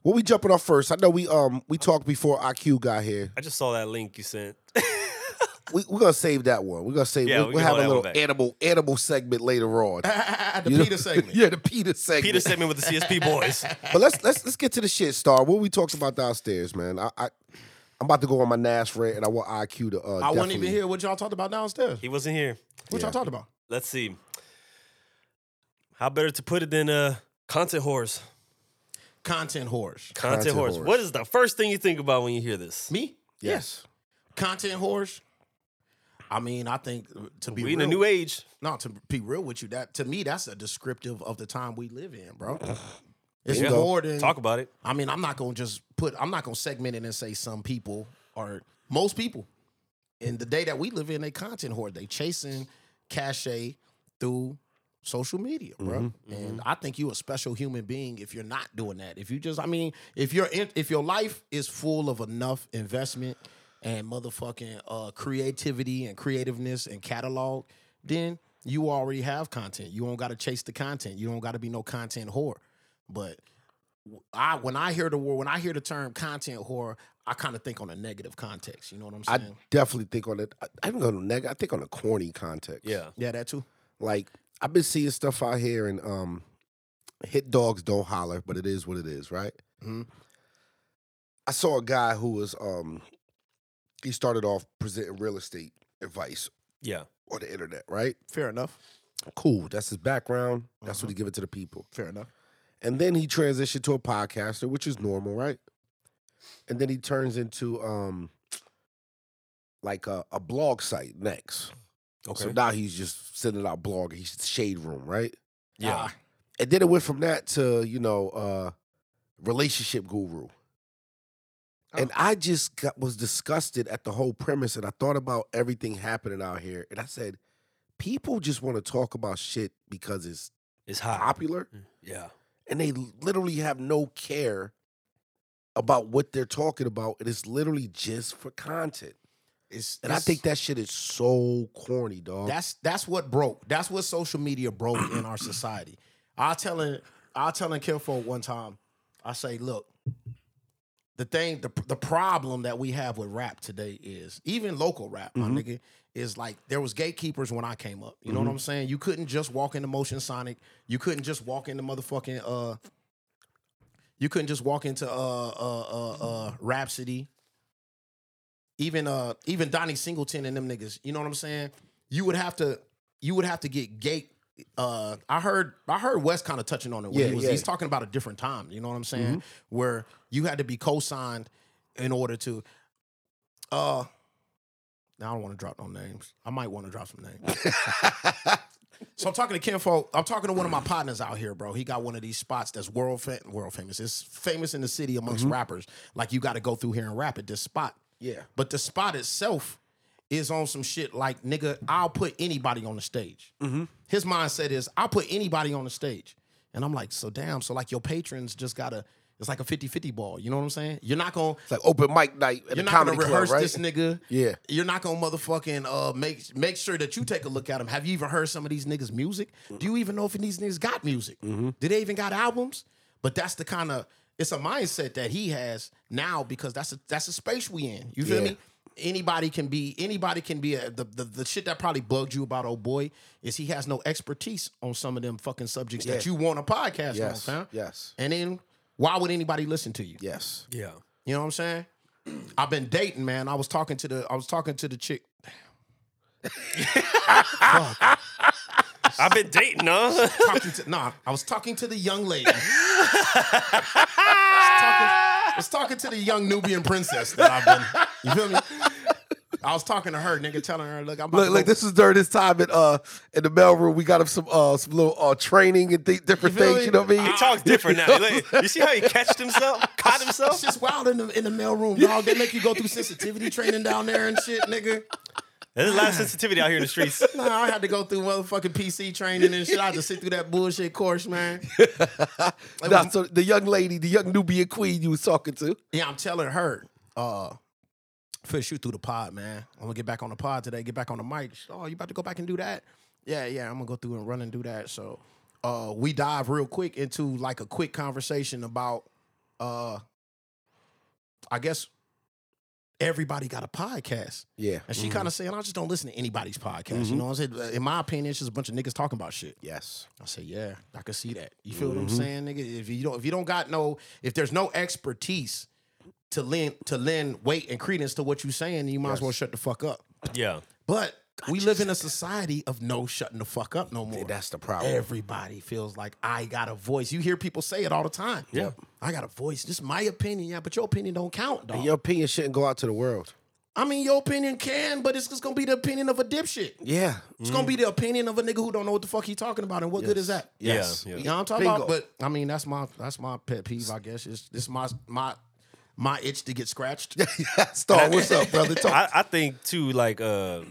Speaker 1: what we jumping off first? I know we um we talked before IQ got here.
Speaker 2: I just saw that link you sent.
Speaker 1: We are gonna save that one. We're gonna save.
Speaker 2: Yeah,
Speaker 1: we'll,
Speaker 2: we
Speaker 1: we'll have
Speaker 2: can hold
Speaker 1: a
Speaker 2: that
Speaker 1: little
Speaker 2: one back.
Speaker 1: animal animal segment later on.
Speaker 3: the
Speaker 1: You know?
Speaker 3: Peter segment.
Speaker 1: yeah, the Peter segment.
Speaker 2: Peter segment with the CSP boys.
Speaker 1: But let's let's let's get to the shit, Star. What we talked about downstairs, man. I, I I'm about to go on my Nas rant, and I want IQ to. Uh,
Speaker 3: I wasn't even
Speaker 1: definitely-
Speaker 3: hear what y'all talked about downstairs.
Speaker 2: He wasn't here.
Speaker 3: What y'all talked about?
Speaker 2: Let's see. How better to put it than uh content whores?
Speaker 3: Content whores.
Speaker 2: Content,
Speaker 1: Content
Speaker 2: whores.
Speaker 1: whores.
Speaker 2: What is the first thing you think about when you hear this?
Speaker 3: Me?
Speaker 1: Yes.
Speaker 3: Content whores. I mean, I think uh, to be
Speaker 2: We in
Speaker 3: real,
Speaker 2: a new age.
Speaker 3: no, to be real with you, that to me, that's a descriptive of the time we live in, bro. It's
Speaker 1: Yeah.
Speaker 3: more than
Speaker 2: Talk about it.
Speaker 3: I mean, I'm not gonna just put. I'm not gonna segment it and say some people or most people. In the day that we live in, they content hoard. They chasing cachet through social media, bro. And I think you a special human being if you're not doing that. If you just, I mean, if your in- if your life is full of enough investment and motherfucking uh, creativity and creativeness and catalog, then you already have content. You don't got to chase the content. You don't got to be no content whore. But I when I hear the word when I hear the term content horror, I kind of think on a negative context. You know what I'm
Speaker 1: I
Speaker 3: saying?
Speaker 1: definitely think on it. I, I don't go to neg. I think on a corny context.
Speaker 2: Yeah.
Speaker 3: yeah, that too.
Speaker 1: Like I've been seeing stuff out here, and um, hit dogs don't holler, but it is what it is, right?
Speaker 3: Mhm.
Speaker 1: I saw a guy who was um, he started off presenting real estate advice
Speaker 2: Yeah.
Speaker 1: on the internet, right?
Speaker 3: Fair enough.
Speaker 1: Cool. That's his background. That's what he give it to the people.
Speaker 3: Fair enough.
Speaker 1: And then he transitioned to a podcaster, which is normal, right? And then he turns into um like a, a blog site next. So now he's just sending out blog. He's shade room, right?
Speaker 2: Yeah.
Speaker 3: Ah,
Speaker 1: And then it went from that to, you know, uh relationship guru. And
Speaker 3: Oh.
Speaker 1: I just got, was disgusted at the whole premise and I thought about everything happening out here and I said, people just want to talk about shit because it's
Speaker 2: It's hot.
Speaker 1: popular
Speaker 2: Yeah.
Speaker 1: and they literally have no care about what they're talking about. It is literally just for content.
Speaker 3: it's,
Speaker 1: And I
Speaker 3: it's-
Speaker 1: think that shit is so corny, dog.
Speaker 3: that's that's what broke. That's what social media broke in our society. I telling I telling Kinfolk one time. I say, look, the thing, the the problem that we have with rap today is even local rap, my nigga, is like there was gatekeepers when I came up. You know what I'm saying? You couldn't just walk into Motion Sonic. You couldn't just walk into motherfucking uh. You couldn't just walk into uh uh uh, uh Rhapsody. Even uh even Donnie Singleton and them niggas. You know what I'm saying? You would have to you would have to get gate. Uh, I heard I heard Wes kind of touching on it. When
Speaker 1: Yeah,
Speaker 3: he was,
Speaker 1: yeah. Mm-hmm.
Speaker 3: He's talking about a different time. You know what I'm saying? Where you had to be co-signed in order to. Uh, now I don't want to drop no names. I might want to drop some names. So I'm talking to Ken Folk. I'm talking to one of my partners out here, bro. He got one of these spots that's world fa- world famous. It's famous in the city amongst rappers. Like you got to go through here and rap at this spot.
Speaker 1: Yeah.
Speaker 3: But the spot itself is on some shit like nigga. I'll put anybody on the stage. His mindset is I'll put anybody on the stage, and I'm like, so damn. So like your patrons just gotta. It's like a 50-50 ball. You know what I'm saying? You're not gonna
Speaker 1: It's like open mic night at
Speaker 3: you're
Speaker 1: the
Speaker 3: not
Speaker 1: comedy
Speaker 3: gonna
Speaker 1: club,
Speaker 3: rehearse
Speaker 1: right?
Speaker 3: this nigga.
Speaker 1: Yeah.
Speaker 3: You're not gonna motherfucking uh make make sure that you take a look at him. Have you even heard some of these niggas' music? Do you even know if these niggas got music?
Speaker 1: Mm-hmm.
Speaker 3: Do they even got albums? But that's the kind of it's a mindset that he has now because that's a that's a space we in. You feel
Speaker 1: Yeah.
Speaker 3: me? Anybody can be anybody can be a, the, the the shit that probably bugged you about old boy is he has no expertise on some of them fucking subjects that
Speaker 1: Yeah.
Speaker 3: you want a podcast
Speaker 1: Yes,
Speaker 3: on, fam.
Speaker 1: yes.
Speaker 3: And then why would anybody listen to you?
Speaker 1: Yes.
Speaker 2: Yeah.
Speaker 3: You know what I'm saying? I've been dating, man. I was talking to the I was talking to the chick.
Speaker 2: I've been dating, huh?
Speaker 3: Talking to, nah, I was talking to the young lady. I, was talking, I was talking to the young Nubian princess that I've been. You feel me? I was talking to her, nigga, telling her, look, I'm about
Speaker 1: Look,
Speaker 3: to
Speaker 1: look,
Speaker 3: go-
Speaker 1: this is during this time in uh in the mailroom. We got him some uh some little uh training and th- different
Speaker 3: feel
Speaker 1: things.
Speaker 3: me?
Speaker 1: You know what I mean?
Speaker 2: He talks different now. Like, you see how he catched himself, caught
Speaker 3: It's
Speaker 2: himself.
Speaker 3: just wild in the in the mailroom, dog. They make you go through sensitivity training down there and shit, nigga.
Speaker 2: There's a lot of sensitivity out here in the streets.
Speaker 3: Nah, I had to go through motherfucking PC training and shit. I had to sit through that bullshit course, man.
Speaker 1: Nah, so the young lady, the young Nubian queen you was talking to.
Speaker 3: Yeah, I'm telling her, uh, for shoot through the pod, man. I'm gonna get back on the pod today, get back on the mic. She, oh, you about to go back and do that? Yeah, yeah, I'm gonna go through and run and do that. So uh we dive real quick into like a quick conversation about uh I guess everybody got a podcast.
Speaker 1: Yeah. Mm-hmm.
Speaker 3: And she kind of saying, I just don't listen to anybody's podcast. You know what I'm saying? In my opinion, it's just a bunch of niggas talking about shit.
Speaker 1: Yes.
Speaker 3: I say, yeah, I can see that. You feel what I'm saying, nigga? If you don't, if you don't got no, if there's no expertise to lend to lend weight and credence to what you're saying, then you might as well shut the fuck up.
Speaker 2: Yeah.
Speaker 3: But we live in a society of no shutting the fuck up no more.
Speaker 1: that's the problem.
Speaker 3: Everybody feels like I got a voice. You hear people say it all the time. Yeah, I got a voice. This is my opinion. Yeah, but your opinion don't count, dog.
Speaker 1: Your opinion shouldn't go out to the world.
Speaker 3: I mean, your opinion can, but it's just gonna be the opinion of a dipshit.
Speaker 1: Yeah.
Speaker 3: It's gonna be the opinion of a nigga who don't know what the fuck he talking about, and what good is that?
Speaker 2: Yes. Yeah, yeah.
Speaker 3: you know what I'm talking
Speaker 1: Bingo.
Speaker 3: about. But I mean, that's my that's my pet peeve. I guess it's this my my my itch to get scratched.
Speaker 1: Star, what's up, brother? Talk.
Speaker 2: I, I think too, like uh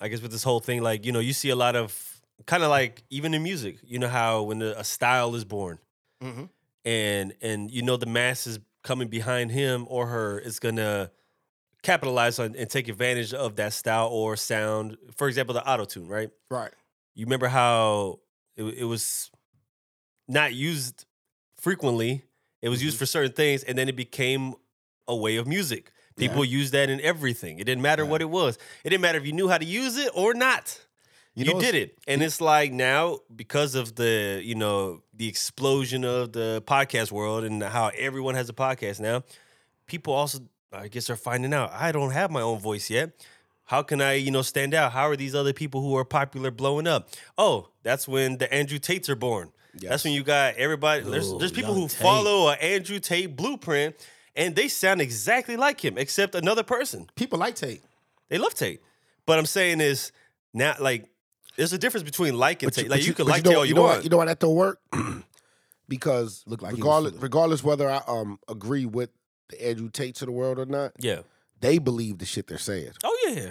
Speaker 2: I guess with this whole thing, like, you know, you see a lot of kind of like even in music, you know how when the, a style is born and and you know the masses coming behind him or her is gonna capitalize on and take advantage of that style or sound. For example, the auto tune, right?
Speaker 3: right.
Speaker 2: You remember how it, it was not used frequently. It was used for certain things, and then it became a way of music. People used that in everything. It didn't matter what it was. It didn't matter if you knew how to use it or not. You,
Speaker 3: know,
Speaker 2: did it, and it's like now because of the you know the explosion of the podcast world and how everyone has a podcast now. People also, I guess, are finding out I don't have my own voice yet. How can I, you know, stand out? How are these other people who are popular blowing up? Oh, that's when the Andrew Tates are born. That's when you got everybody. there's there's people who follow a Andrew Tate blueprint, and they sound exactly like him, except another person.
Speaker 3: People like tape.
Speaker 2: They love Tate. But I'm saying is now, like, there's a difference between like and Tate. Like, you, can
Speaker 1: but
Speaker 2: like
Speaker 1: know-
Speaker 2: Tate all you,
Speaker 1: know
Speaker 2: want.
Speaker 1: What, you know why that don't work? because
Speaker 3: Look like he was
Speaker 1: regardless,
Speaker 3: feeling it.
Speaker 1: regardless whether I um agree with the Andrew Tate to the world or not,
Speaker 2: yeah.
Speaker 1: they believe the shit they're saying,
Speaker 2: Oh yeah.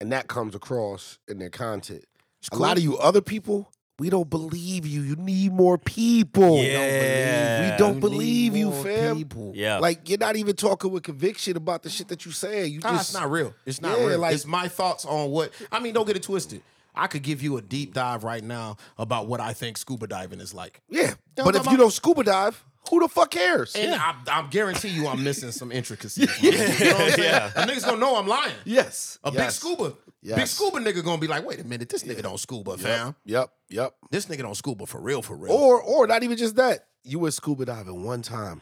Speaker 1: and that comes across in their content.
Speaker 3: cool.
Speaker 1: A lot of you other people, we don't believe you. You need more people.
Speaker 2: Yeah.
Speaker 1: we don't believe you, fam.
Speaker 3: People.
Speaker 2: Yeah.
Speaker 1: Like you're not even talking with conviction about the shit that you saying. You
Speaker 3: Nah,
Speaker 1: just
Speaker 3: it's not real. It's not
Speaker 1: Yeah,
Speaker 3: real.
Speaker 1: like-
Speaker 3: it's my thoughts on what. I mean, don't get it twisted. I could give you a deep dive right now about what I think scuba diving is like.
Speaker 1: yeah.
Speaker 3: know
Speaker 1: But
Speaker 3: what
Speaker 1: if you
Speaker 3: I'm talking
Speaker 1: don't scuba dive, who the fuck cares?
Speaker 3: And I, I guarantee you, I'm missing some intricacies. You know what I'm saying?
Speaker 2: Yeah.
Speaker 3: A nigga's gonna know I'm lying.
Speaker 1: Yes,
Speaker 3: A big
Speaker 1: Yes.
Speaker 3: scuba, big
Speaker 1: Yes.
Speaker 3: scuba nigga gonna be like, wait a minute, this nigga don't scuba, fam.
Speaker 1: Yep, yep.
Speaker 3: This nigga don't scuba for real, for real.
Speaker 1: Or or not even just that. You went scuba diving one time.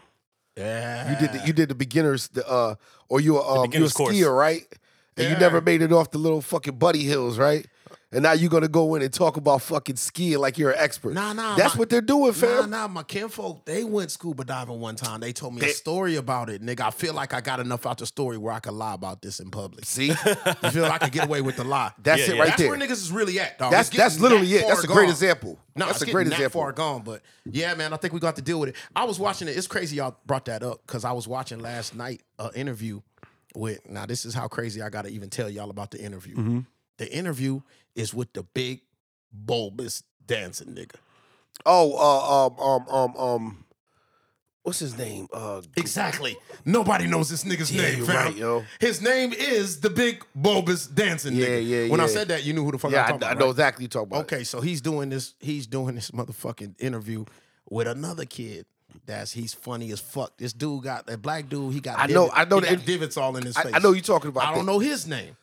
Speaker 3: yeah.
Speaker 1: You did the, you did the beginners the uh or you were, um, you a
Speaker 2: beginner's course.
Speaker 1: skier, right? And you
Speaker 3: Yeah.
Speaker 1: never made it off the little fucking buddy hills, right? And now you're gonna go in and talk about fucking skiing like you're an expert.
Speaker 3: Nah, nah,
Speaker 1: That's
Speaker 3: my-
Speaker 1: what they're doing,
Speaker 3: Nah,
Speaker 1: fam.
Speaker 3: nah, my kinfolk, they went scuba diving one time. They told me a story about it, nigga. I feel like I got enough out the story where I could lie about this in public.
Speaker 1: See,
Speaker 3: You feel like I could get away with the lie.
Speaker 1: that's
Speaker 2: Yeah,
Speaker 1: it
Speaker 2: yeah.
Speaker 1: right
Speaker 3: That's
Speaker 1: there.
Speaker 3: where niggas is really at, dog.
Speaker 1: that's
Speaker 3: It's getting
Speaker 1: that's literally
Speaker 3: that
Speaker 1: it.
Speaker 3: far
Speaker 1: That's a great
Speaker 3: gone.
Speaker 1: example.
Speaker 3: No,
Speaker 1: that's
Speaker 3: it's
Speaker 1: a great
Speaker 3: getting that
Speaker 1: example.
Speaker 3: far gone, but yeah, man, I think we're gonna have to deal with it. I was watching it. It's crazy y'all brought that up because I was watching last night an interview with now this is how crazy I gotta even tell y'all about the interview.
Speaker 1: Mm-hmm.
Speaker 3: The interview is with the big bulbous dancing nigga.
Speaker 1: Oh, uh, um, um, um, um, what's his name? Uh,
Speaker 3: Exactly. Nobody knows this nigga's name,
Speaker 1: you're
Speaker 3: fam.
Speaker 1: right, yo.
Speaker 3: His name is the big bulbous dancing
Speaker 1: Yeah,
Speaker 3: nigga.
Speaker 1: yeah,
Speaker 3: when I
Speaker 1: yeah.
Speaker 3: said that, you knew who the fuck
Speaker 1: yeah,
Speaker 3: I'm
Speaker 1: I,
Speaker 3: talking
Speaker 1: I
Speaker 3: about.
Speaker 1: know
Speaker 3: right?
Speaker 1: exactly what you're talking about.
Speaker 3: Okay, so he's doing this. He's doing this motherfucking interview with another kid. That's he's funny as fuck. This dude got that black dude. He got.
Speaker 1: I know-
Speaker 3: divot-
Speaker 1: I know
Speaker 3: He
Speaker 1: the-
Speaker 3: got divots all in his
Speaker 1: I-
Speaker 3: face.
Speaker 1: I know you're talking about
Speaker 3: I don't
Speaker 1: that.
Speaker 3: know his name,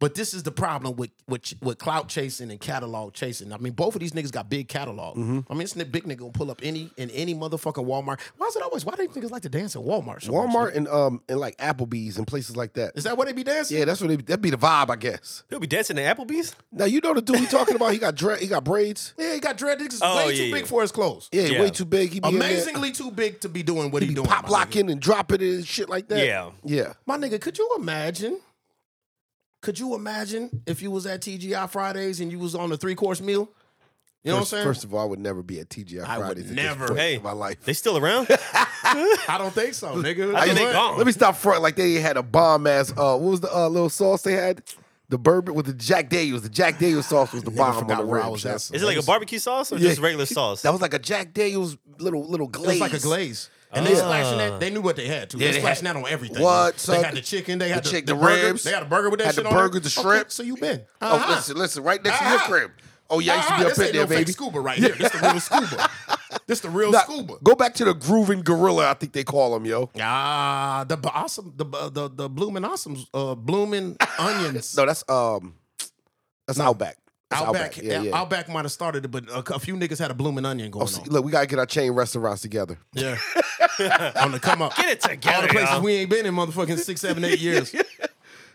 Speaker 3: but this is the problem with with with clout chasing and catalog chasing. I mean, both of these niggas got big catalog.
Speaker 1: Mm-hmm.
Speaker 3: I mean, this ni- big nigga gonna pull up any in any motherfucking Walmart. Why is it always? Why do niggas like to dance at Walmart? so much,
Speaker 1: Walmart
Speaker 3: nigga?
Speaker 1: and um and like Applebee's and places like that.
Speaker 3: Is that where they be dancing?
Speaker 1: Yeah, that's what it, that'd be the vibe, I guess.
Speaker 2: He'll be dancing at Applebee's.
Speaker 1: Now you know the dude we talking about. He got dre- he got braids.
Speaker 3: Yeah, he got dread. Niggas
Speaker 2: Oh,
Speaker 3: way
Speaker 2: yeah,
Speaker 3: too
Speaker 2: yeah.
Speaker 3: big for his clothes.
Speaker 1: Yeah,
Speaker 2: Yeah.
Speaker 1: way too big. He be in there
Speaker 3: Amazingly too big to be doing what he, doing.
Speaker 1: pop
Speaker 3: my nigga.
Speaker 1: locking and dropping it and shit like that.
Speaker 2: Yeah.
Speaker 1: yeah.
Speaker 3: My nigga, could you imagine Could you imagine if you was at TGI Fridays and you was on a three course meal? You
Speaker 1: first,
Speaker 3: know what I'm saying?
Speaker 1: first of all, I would never be at TGI
Speaker 3: I would
Speaker 1: Fridays. at this
Speaker 3: never.
Speaker 1: point
Speaker 2: Hey.
Speaker 1: in my life.
Speaker 2: They still around?
Speaker 3: I don't think so, nigga.
Speaker 2: I think they
Speaker 3: What?
Speaker 2: gone.
Speaker 1: Let me stop front like they had a bomb ass. Uh, what was the uh, little sauce they had? The bourbon with the Jack Daniels. The Jack Daniels sauce was the
Speaker 3: Nigga
Speaker 1: bomb
Speaker 3: forgot
Speaker 1: on the
Speaker 3: where I
Speaker 1: ribs,
Speaker 3: was
Speaker 1: yo.
Speaker 3: at.
Speaker 2: Is it like a barbecue sauce or
Speaker 1: Yeah.
Speaker 2: just regular sauce?
Speaker 1: That was like a Jack Daniels little little
Speaker 3: It was
Speaker 1: glaze.
Speaker 3: like a glaze. And
Speaker 2: Ah.
Speaker 3: they splashing that. They knew what they had to.
Speaker 1: Yeah,
Speaker 3: they
Speaker 1: they
Speaker 3: splashing
Speaker 1: had-
Speaker 3: that on everything.
Speaker 1: What,
Speaker 3: They
Speaker 1: son?
Speaker 3: had the chicken. They had
Speaker 1: The
Speaker 3: the,
Speaker 1: chick-
Speaker 3: the
Speaker 1: the
Speaker 3: burger.
Speaker 1: ribs.
Speaker 3: They had a burger with that
Speaker 1: Had the
Speaker 3: shit on it.
Speaker 1: burger, the
Speaker 3: Okay,
Speaker 1: shrimp.
Speaker 3: so you been?
Speaker 1: Oh,
Speaker 3: Uh-huh.
Speaker 1: listen, listen, right next to your
Speaker 3: Uh-huh.
Speaker 1: crib. Oh yeah, I used to be
Speaker 3: Uh-huh.
Speaker 1: up
Speaker 3: This
Speaker 1: in
Speaker 3: ain't
Speaker 1: there,
Speaker 3: no fake
Speaker 1: baby.
Speaker 3: scuba right here. This the real scuba. This the real
Speaker 1: Nah,
Speaker 3: scuba.
Speaker 1: Go back to the grooving gorilla. I think they call him yo.
Speaker 3: Ah, the b- awesome, the b- the the blooming awesome, uh, blooming onions.
Speaker 1: No, that's um, that's Outback. That's
Speaker 3: Outback,
Speaker 1: yeah, yeah.
Speaker 3: Outback might have started it, but a, a few niggas had a blooming onion going
Speaker 1: Oh, see,
Speaker 3: on.
Speaker 1: look, we gotta get our chain restaurants together.
Speaker 3: Yeah, on the come up.
Speaker 2: Get it
Speaker 3: All
Speaker 2: together,
Speaker 3: the places
Speaker 2: y'all.
Speaker 3: we ain't been in, motherfucking six, seven, eight years.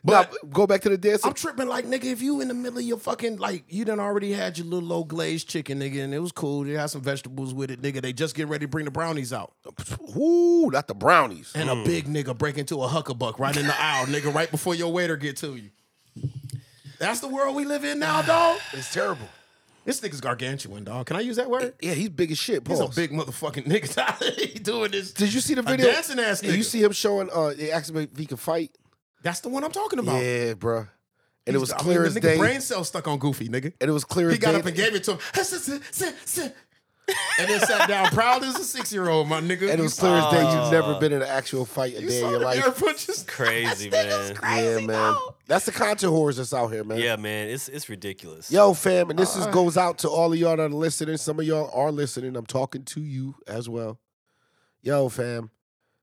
Speaker 1: But go back to the dance.
Speaker 3: I'm tripping like nigga, if you in the middle of your fucking like you done already had your little low glazed chicken, nigga, and it was cool. They had some vegetables with it, nigga. They just get ready to bring the brownies out. Mm.
Speaker 1: Ooh, not the brownies.
Speaker 3: And a big nigga break into a huckabuck right in the aisle, nigga, right before your waiter get to you. That's the world we live in now, dog.
Speaker 1: It's terrible.
Speaker 3: This nigga's gargantuan, dog. Can I use that word?
Speaker 1: Yeah, he's big as shit.
Speaker 3: He's
Speaker 1: Pause.
Speaker 3: a big motherfucking nigga. he doing this.
Speaker 1: Did you see the
Speaker 3: A
Speaker 1: video?
Speaker 3: dancing ass
Speaker 1: Did You
Speaker 3: nigga.
Speaker 1: see him showing? Uh, they asked him if he could fight.
Speaker 3: That's the one I'm talking about.
Speaker 1: Yeah, bruh. And it was
Speaker 3: I mean,
Speaker 1: clear
Speaker 3: the
Speaker 1: as
Speaker 3: nigga
Speaker 1: day.
Speaker 3: Brain cell stuck on Goofy, nigga.
Speaker 1: And it was clear
Speaker 3: He
Speaker 1: as
Speaker 3: got
Speaker 1: day.
Speaker 3: up and gave it to him. and then sat down proud as a six year old, my nigga.
Speaker 1: and it was clear as day you've never been in an actual fight a
Speaker 3: Ah. You
Speaker 1: day
Speaker 3: saw
Speaker 1: in your
Speaker 3: the
Speaker 1: life.
Speaker 3: air punches.
Speaker 2: Crazy,
Speaker 3: This nigga's
Speaker 2: man.
Speaker 1: Yeah,
Speaker 3: crazy,
Speaker 1: man.
Speaker 3: dog.
Speaker 1: That's the content horrors that's out here, man.
Speaker 2: Yeah, man. It's it's ridiculous.
Speaker 1: Yo, fam, and this is, goes out to all of y'all that are listening. Some of y'all are listening. I'm talking to you as well. Yo, fam,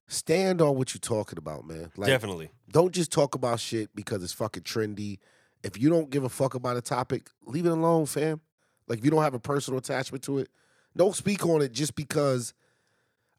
Speaker 1: stand on what you're talking about, man. Like,
Speaker 2: Definitely.
Speaker 1: Don't just talk about shit because it's fucking trendy. If you don't give a fuck about a topic, leave it alone, fam. Like if you don't have a personal attachment to it, don't speak on it just because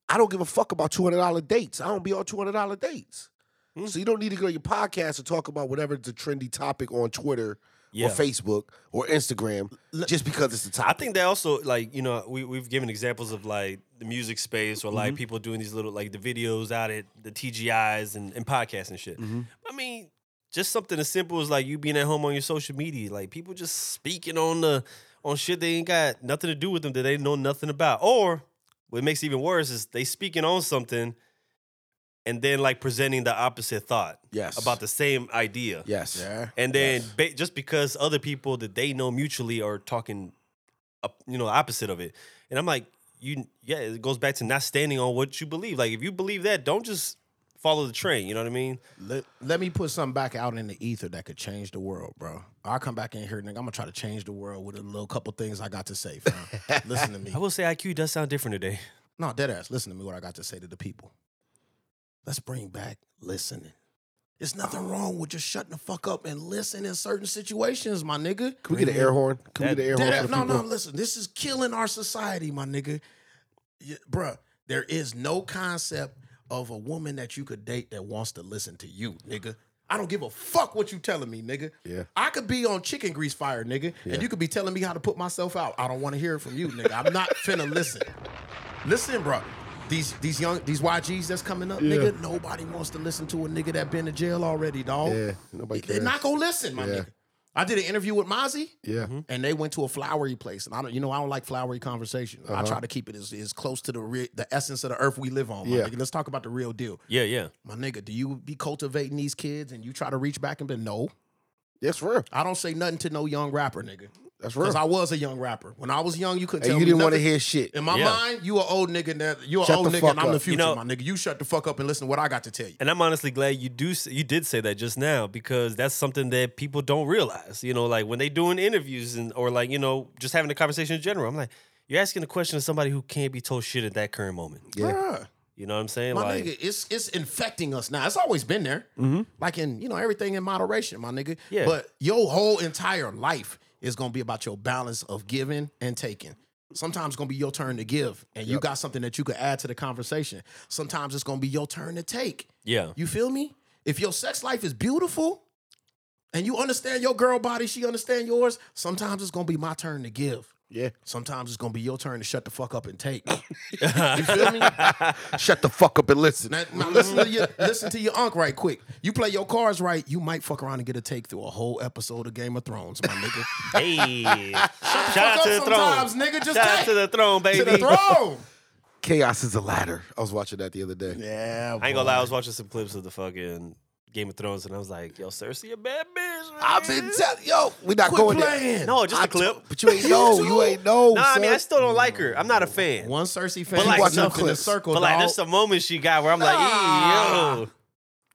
Speaker 1: I don't give a fuck about two hundred dollar dates. I don't be on two hundred dollar dates.
Speaker 3: Hmm.
Speaker 1: So you don't need to go to your podcast and talk about whatever the trendy topic on Twitter
Speaker 2: Yeah.
Speaker 1: or Facebook or Instagram just because it's the
Speaker 2: I
Speaker 1: topic.
Speaker 2: think that also like you know we we've given examples of like the music space or like people doing these little like the videos out at the TGIs and, and podcasts and shit. I mean, just something as simple as like you being at home on your social media, like people just speaking on the on shit they ain't got nothing to do with them that they know nothing about. Or what makes it even worse is they speaking on something and then like presenting the opposite thought
Speaker 1: Yes.
Speaker 2: about the same idea.
Speaker 1: yes.
Speaker 3: Yeah.
Speaker 2: And then ba- just because other people that they know mutually are talking, up, you know, opposite of it, and I'm like, you, yeah, it goes back to not standing on what you believe. Like if you believe that, don't just follow the train. You know what I mean?
Speaker 3: Let, let me put something back out in the ether that could change the world, bro. I'll come back in here, nigga. I'm gonna try to change the world with a little couple things I got to say, fam. listen to me.
Speaker 2: I will say IQ does sound different today.
Speaker 3: No, dead ass. Listen to me what I got to say to the people. Let's bring back listening. There's nothing wrong with just shutting the fuck up and listening in certain situations, my nigga.
Speaker 1: Can we get an air horn? Can we
Speaker 2: That-
Speaker 1: get an air
Speaker 3: Dead
Speaker 1: horn?
Speaker 3: ass-
Speaker 1: for the
Speaker 3: no,
Speaker 1: people?
Speaker 3: no, listen. This is killing our society, my nigga. Yeah, bruh, there is no concept of a woman that you could date that wants to listen to you, nigga. I don't give a fuck what you telling me, nigga.
Speaker 1: Yeah.
Speaker 3: I could be on chicken grease fire, nigga, and you could be telling me how to put myself out. I don't want to hear it from you, nigga. I'm not finna listen. Listen, bro. These these young these YGs that's coming up, nigga. Nobody wants to listen to a nigga that been to jail already, dog.
Speaker 1: Yeah, nobody
Speaker 3: They're
Speaker 1: cares.
Speaker 3: not gonna listen, my nigga. I did an interview with Mozzie
Speaker 1: Yeah.
Speaker 3: and they went to a flowery place. And I don't, you know, I don't like flowery conversation.
Speaker 1: Uh-huh.
Speaker 3: I try to keep it as, as close to the re- the essence of the earth we live on. my
Speaker 1: Yeah.
Speaker 3: nigga. let's talk about the real deal,
Speaker 2: Yeah, yeah.
Speaker 3: my nigga. Do you be cultivating these kids and you try to reach back and be no?
Speaker 1: That's real.
Speaker 3: I don't say nothing to no young rapper, nigga.
Speaker 1: That's real.
Speaker 3: Because I was a young rapper when I was young. You couldn't
Speaker 1: and
Speaker 3: tell
Speaker 1: you
Speaker 3: me
Speaker 1: didn't want to
Speaker 3: nothing.
Speaker 1: hear shit.
Speaker 3: In my
Speaker 2: Yeah.
Speaker 3: mind, you an old nigga. and that- You an
Speaker 1: Shut
Speaker 3: old
Speaker 1: the
Speaker 3: nigga, and
Speaker 1: fuck
Speaker 3: I'm the
Speaker 1: up.
Speaker 3: future,
Speaker 1: You
Speaker 2: know-
Speaker 3: my nigga. You shut the fuck up and listen to what I got to tell you.
Speaker 2: And I'm honestly glad you do s- you did say that just now because that's something that people don't realize. You know, like when they doing interviews and or like you know just having a conversation in general. I'm like, you're asking a question to somebody who can't be told shit at that current moment.
Speaker 3: Bruh.
Speaker 2: You know what I'm saying?
Speaker 3: My
Speaker 2: like, Mm-hmm.
Speaker 3: nigga, it's it's infecting us now. It's always been there. Like in, you know, everything in moderation, my nigga.
Speaker 2: Yeah.
Speaker 3: But your whole entire life is gonna be about your balance of giving and taking. Sometimes it's gonna be your turn to give, and you got something that you could add to the conversation. Sometimes it's gonna be your turn to take.
Speaker 2: yeah,
Speaker 3: You feel me? If your sex life is beautiful and you understand your girl body, she understand yours, sometimes it's gonna be my turn to give.
Speaker 1: Yeah.
Speaker 3: Sometimes it's gonna be your turn to shut the fuck up and take. you feel me?
Speaker 1: Shut the fuck up and listen.
Speaker 3: Now, now listen to your listen to your unk right quick. You play your cards right, you might fuck around and get a take through a whole episode of Game of Thrones, my nigga.
Speaker 2: Hey, shout out
Speaker 3: fuck
Speaker 2: to the
Speaker 3: up
Speaker 2: throne.
Speaker 3: sometimes, nigga. Just
Speaker 2: Shout out
Speaker 3: take.
Speaker 2: to the throne, baby.
Speaker 3: to the throne.
Speaker 1: Chaos is a ladder. I was watching that the other day.
Speaker 3: Yeah,
Speaker 2: I ain't gonna lie, I was watching some clips of the fucking Game of Thrones, and I was like, "Yo, Cersei a bad bitch." Man.
Speaker 1: I've been telling yo, we not
Speaker 3: Quit
Speaker 1: going
Speaker 3: playing.
Speaker 1: there.
Speaker 2: no, just
Speaker 1: I
Speaker 2: a clip.
Speaker 1: t- but you ain't know. you ain't know.
Speaker 2: nah, I
Speaker 1: son.
Speaker 2: mean, I still don't like her. I'm not a fan.
Speaker 3: One Cersei fan
Speaker 2: like,
Speaker 3: was
Speaker 2: some
Speaker 3: up in the
Speaker 1: clips.
Speaker 3: circle,
Speaker 2: but like,
Speaker 3: dog.
Speaker 2: there's some moments she got where I'm like,
Speaker 3: Nah.
Speaker 2: "Ew,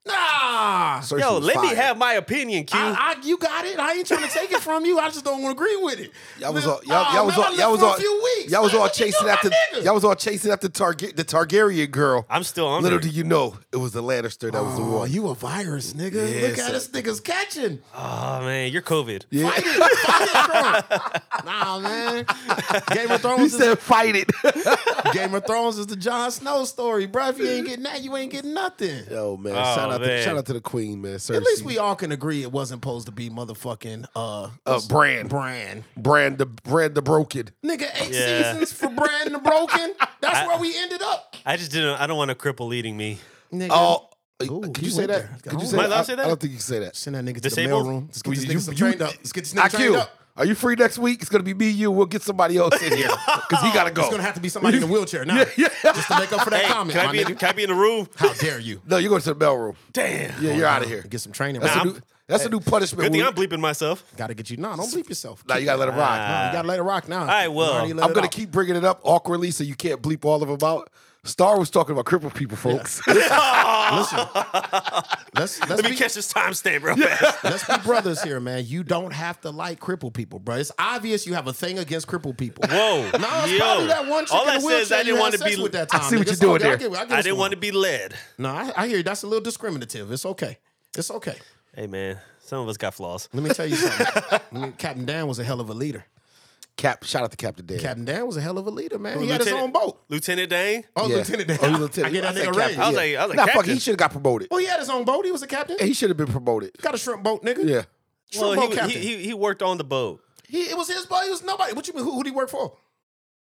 Speaker 3: nah.
Speaker 1: Cersei
Speaker 2: yo, yo,
Speaker 1: was
Speaker 2: let me
Speaker 1: fire.
Speaker 2: have my opinion, Q.
Speaker 3: I, I, you got it. I ain't trying to take it from you. I just don't want to agree with it.
Speaker 1: Y'all was
Speaker 3: Li-
Speaker 1: all y'all, y'all
Speaker 3: Oh,
Speaker 1: was
Speaker 3: man, I
Speaker 1: all
Speaker 3: lived
Speaker 1: y'all was
Speaker 3: for a
Speaker 1: all
Speaker 3: few weeks.
Speaker 1: y'all was
Speaker 3: Man,
Speaker 1: all
Speaker 3: what you
Speaker 1: chasing
Speaker 3: do, my
Speaker 1: after
Speaker 3: nigga?
Speaker 1: y'all was all chasing after Targa- the Targaryen girl.
Speaker 2: I'm still on
Speaker 1: Little
Speaker 2: her.
Speaker 1: do you know, it was the Lannister that was the
Speaker 3: Oh,
Speaker 1: one.
Speaker 3: you a virus, nigga.
Speaker 1: Yeah,
Speaker 3: Look at
Speaker 1: son.
Speaker 3: this nigga's catching.
Speaker 2: Oh man, you're COVID.
Speaker 1: Yeah.
Speaker 3: Fight it. Fight it, Trump. Nah, man. Game of
Speaker 1: he
Speaker 3: Thrones is
Speaker 1: said, "Fight it."
Speaker 3: Game of Thrones is the Jon Snow story, bro. If you ain't getting that, you ain't getting nothing.
Speaker 1: Yo, man,
Speaker 2: Oh,
Speaker 1: shout out to
Speaker 2: man.
Speaker 1: shout out to the Queen, man. Cersei.
Speaker 3: At least we all can agree it wasn't supposed to be motherfucking uh
Speaker 1: uh, Brand,
Speaker 3: brand.
Speaker 1: Brand the Brand the Broken.
Speaker 3: Nigga, eight
Speaker 2: Yeah.
Speaker 3: seasons for Brand the Broken. That's
Speaker 2: I-
Speaker 3: where we ended up.
Speaker 2: I just didn't. I don't want to cripple leading me.
Speaker 3: Nigga.
Speaker 1: Oh,
Speaker 3: Ooh,
Speaker 1: could
Speaker 3: he
Speaker 1: you say
Speaker 3: went
Speaker 1: that?
Speaker 3: there. Oh,
Speaker 1: Could you
Speaker 3: Am
Speaker 1: say,
Speaker 2: I
Speaker 1: that?
Speaker 2: allowed to say that?
Speaker 1: I don't think you can say that.
Speaker 3: Send that nigga to
Speaker 2: Disabled?
Speaker 3: the mailroom. Let's get this
Speaker 1: You-
Speaker 3: nigga
Speaker 1: you-
Speaker 3: some
Speaker 1: you-
Speaker 3: trained up. Let's get this nigga trained
Speaker 1: IQ,
Speaker 3: up.
Speaker 1: are you free next week? It's gonna be me, you. We'll get somebody else in here because he gotta
Speaker 3: It's
Speaker 1: go.
Speaker 3: gonna have to be somebody in a wheelchair now. Just to make up for that
Speaker 2: Oh. Hey,
Speaker 3: comment,
Speaker 2: can I
Speaker 3: my
Speaker 2: be? In,
Speaker 3: nigga.
Speaker 2: can I be in the room?
Speaker 3: How dare you?
Speaker 1: No, you're going to the bell room.
Speaker 2: Damn.
Speaker 1: Yeah, you're out of here.
Speaker 3: Get some training.
Speaker 1: That's,
Speaker 3: bro.
Speaker 1: a, new, that's a new punishment.
Speaker 2: Good thing
Speaker 1: We-
Speaker 2: I'm bleeping myself.
Speaker 3: Gotta get you. Nah, don't bleep yourself.
Speaker 1: Nah, you gotta let it rock.
Speaker 3: Nah, you gotta let it rock now. All
Speaker 2: right, well,
Speaker 1: I'm gonna keep bringing it up awkwardly so you can't bleep all of them out. Star was talking about crippled people, folks.
Speaker 3: Listen, let's let's
Speaker 2: Let
Speaker 3: be,
Speaker 2: me catch this timestamp real fast.
Speaker 3: let's be brothers here, man. You don't have to like crippled people, bro. It's obvious you have a thing against crippled people.
Speaker 2: Whoa.
Speaker 3: No, it's
Speaker 2: Yo.
Speaker 3: probably that one chick
Speaker 2: All
Speaker 3: in
Speaker 2: I
Speaker 3: the
Speaker 2: said
Speaker 3: wheelchair
Speaker 2: is I didn't
Speaker 3: want to
Speaker 2: be.
Speaker 3: with that
Speaker 1: I
Speaker 3: time.
Speaker 1: see what
Speaker 3: nigga.
Speaker 1: you're
Speaker 3: It's all
Speaker 1: doing
Speaker 3: good.
Speaker 1: there.
Speaker 3: I, get- I,
Speaker 2: I didn't want to be led.
Speaker 3: No, I, I hear you. That's a little discriminative. It's okay. It's okay.
Speaker 2: Hey man, some of us got flaws.
Speaker 3: Let me tell you something. I mean, Captain Dan was a hell of a leader.
Speaker 1: Cap, shout out to Captain Dan.
Speaker 3: Captain Dan was a hell of a leader, man. He had his own
Speaker 2: Lieutenant-
Speaker 3: boat.
Speaker 2: Lieutenant Dane.
Speaker 3: Oh,
Speaker 1: Yeah.
Speaker 3: Lieutenant Dan.
Speaker 1: Oh, he's lieutenant.
Speaker 3: I get
Speaker 1: I
Speaker 3: that
Speaker 1: said
Speaker 3: nigga
Speaker 1: Captain.
Speaker 2: I
Speaker 3: raised.
Speaker 2: was like- I was like,
Speaker 1: nah, fuck,
Speaker 2: Captain.
Speaker 1: he should have got promoted.
Speaker 3: Well, he had his own boat. He was a captain.
Speaker 1: He should have been promoted.
Speaker 3: Got a shrimp boat, nigga.
Speaker 1: Yeah.
Speaker 3: Shrimp
Speaker 2: Well,
Speaker 3: boat
Speaker 2: he,
Speaker 3: captain.
Speaker 2: he, he he worked on the boat.
Speaker 3: He, it was his boat. It was nobody. What you mean? Who who did he work for?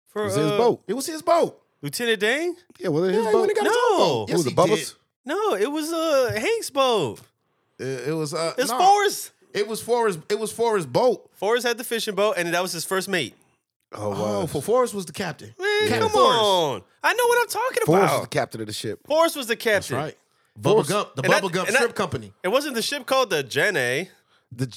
Speaker 2: For,
Speaker 1: It was his
Speaker 2: uh,
Speaker 1: boat.
Speaker 3: It was his boat.
Speaker 2: Lieutenant Dane?
Speaker 1: Yeah, was it his
Speaker 3: Yeah, he
Speaker 1: boat?
Speaker 3: went and got his
Speaker 2: No.
Speaker 3: own boat.
Speaker 1: Who,
Speaker 3: Yes,
Speaker 1: the
Speaker 3: he
Speaker 1: Bubba's?
Speaker 2: No, it was uh Hank's boat.
Speaker 3: did. It, it was. Uh,
Speaker 2: It's
Speaker 3: nah.
Speaker 2: Forrest.
Speaker 3: It was Forrest. It was Forrest's boat.
Speaker 2: Forrest had the fishing boat, and that was his first mate.
Speaker 1: Oh, wow.
Speaker 3: Oh, for Forrest was the captain.
Speaker 2: Man,
Speaker 3: Captain
Speaker 2: come
Speaker 3: Forrest.
Speaker 2: on. I know what I'm talking
Speaker 1: Forrest was
Speaker 2: about.
Speaker 1: the captain of the ship.
Speaker 2: Forrest was the
Speaker 3: That's
Speaker 2: captain.
Speaker 3: right. Bubba
Speaker 1: Forrest.
Speaker 3: Gump, the
Speaker 2: And I-
Speaker 3: Bubba Gump
Speaker 2: and I-
Speaker 3: Shrimp Company.
Speaker 2: It wasn't the ship called the Jenny.
Speaker 1: The,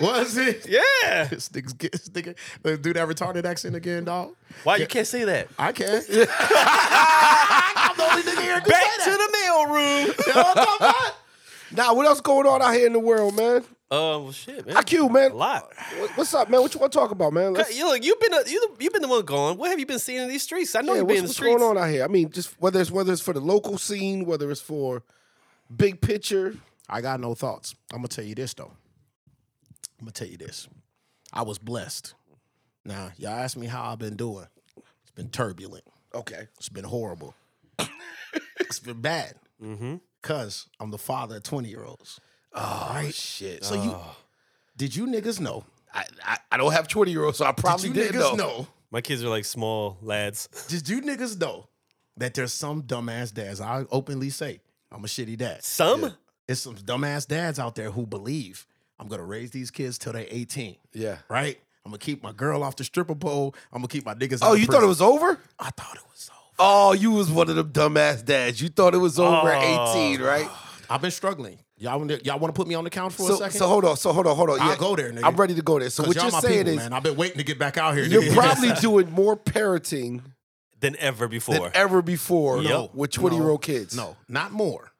Speaker 3: Was it?
Speaker 2: Yeah.
Speaker 3: This nigga's get- this nigga uh, do that retarded accent again, dog.
Speaker 2: Why you can't say that?
Speaker 3: I can. I'm the only nigga here who can
Speaker 2: Back
Speaker 3: say
Speaker 2: to
Speaker 3: that.
Speaker 2: the mailroom. Uh,
Speaker 3: You know what I'm talking about?
Speaker 1: nah, what else going on out here in the world, man?
Speaker 2: Oh well, shit, man.
Speaker 1: IQ, man.
Speaker 2: a lot.
Speaker 1: What- What's up, man? What you want to talk about, man? Let's-
Speaker 2: You look, you've been a, you, you've been the one gone. What have you been seeing in these streets? I know
Speaker 1: Yeah,
Speaker 2: you've
Speaker 1: what's,
Speaker 2: been in the
Speaker 1: what's
Speaker 2: streets.
Speaker 1: going on out here? I mean, just whether it's whether it's for the local scene, whether it's for big picture.
Speaker 3: I got no thoughts. I'm gonna tell you this though. I'm gonna tell you this. I was blessed. Now, y'all asked me how I've been doing. It's been turbulent.
Speaker 1: Okay.
Speaker 3: It's been horrible. it's been bad. Cause I'm the father of 20 year olds.
Speaker 1: Mm-hmm. Oh shit. Oh. So
Speaker 3: So you did you niggas know?
Speaker 1: I, I I don't have twenty year olds, so I probably
Speaker 3: Did you
Speaker 1: didn't
Speaker 3: niggas know.
Speaker 1: know.
Speaker 2: My kids are like small lads.
Speaker 3: Did you niggas know that there's some dumbass dads? I openly say I'm a shitty dad.
Speaker 2: Some.
Speaker 3: There's some dumbass dads out there who believe I'm gonna raise these kids till they're 18.
Speaker 1: Yeah.
Speaker 3: right? I'm gonna keep my girl off the stripper pole. I'm gonna keep my niggas.
Speaker 1: Oh,
Speaker 3: out of
Speaker 1: you thought it
Speaker 3: prison.
Speaker 1: was over?
Speaker 3: I thought it was over.
Speaker 1: Oh, you was one of them dumbass dads. You thought it was over
Speaker 2: Oh.
Speaker 1: at eighteen, right?
Speaker 3: I've been struggling. Y'all, wanna- y'all want to put me on the couch for a
Speaker 1: So,
Speaker 3: second?
Speaker 1: so hold on. So hold on. Hold on.
Speaker 3: I'll
Speaker 1: Yeah,
Speaker 3: go there, nigga.
Speaker 1: I'm ready to go there. So
Speaker 3: 'Cause
Speaker 1: what
Speaker 3: y'all
Speaker 1: you're
Speaker 3: my
Speaker 1: saying
Speaker 3: people,
Speaker 1: is
Speaker 3: man. I've been waiting to get back out here.
Speaker 1: you're
Speaker 3: nigga.
Speaker 1: probably doing more parenting
Speaker 2: than ever before.
Speaker 1: than ever before
Speaker 2: Yup.
Speaker 1: with twenty year old kids.
Speaker 3: no, not more,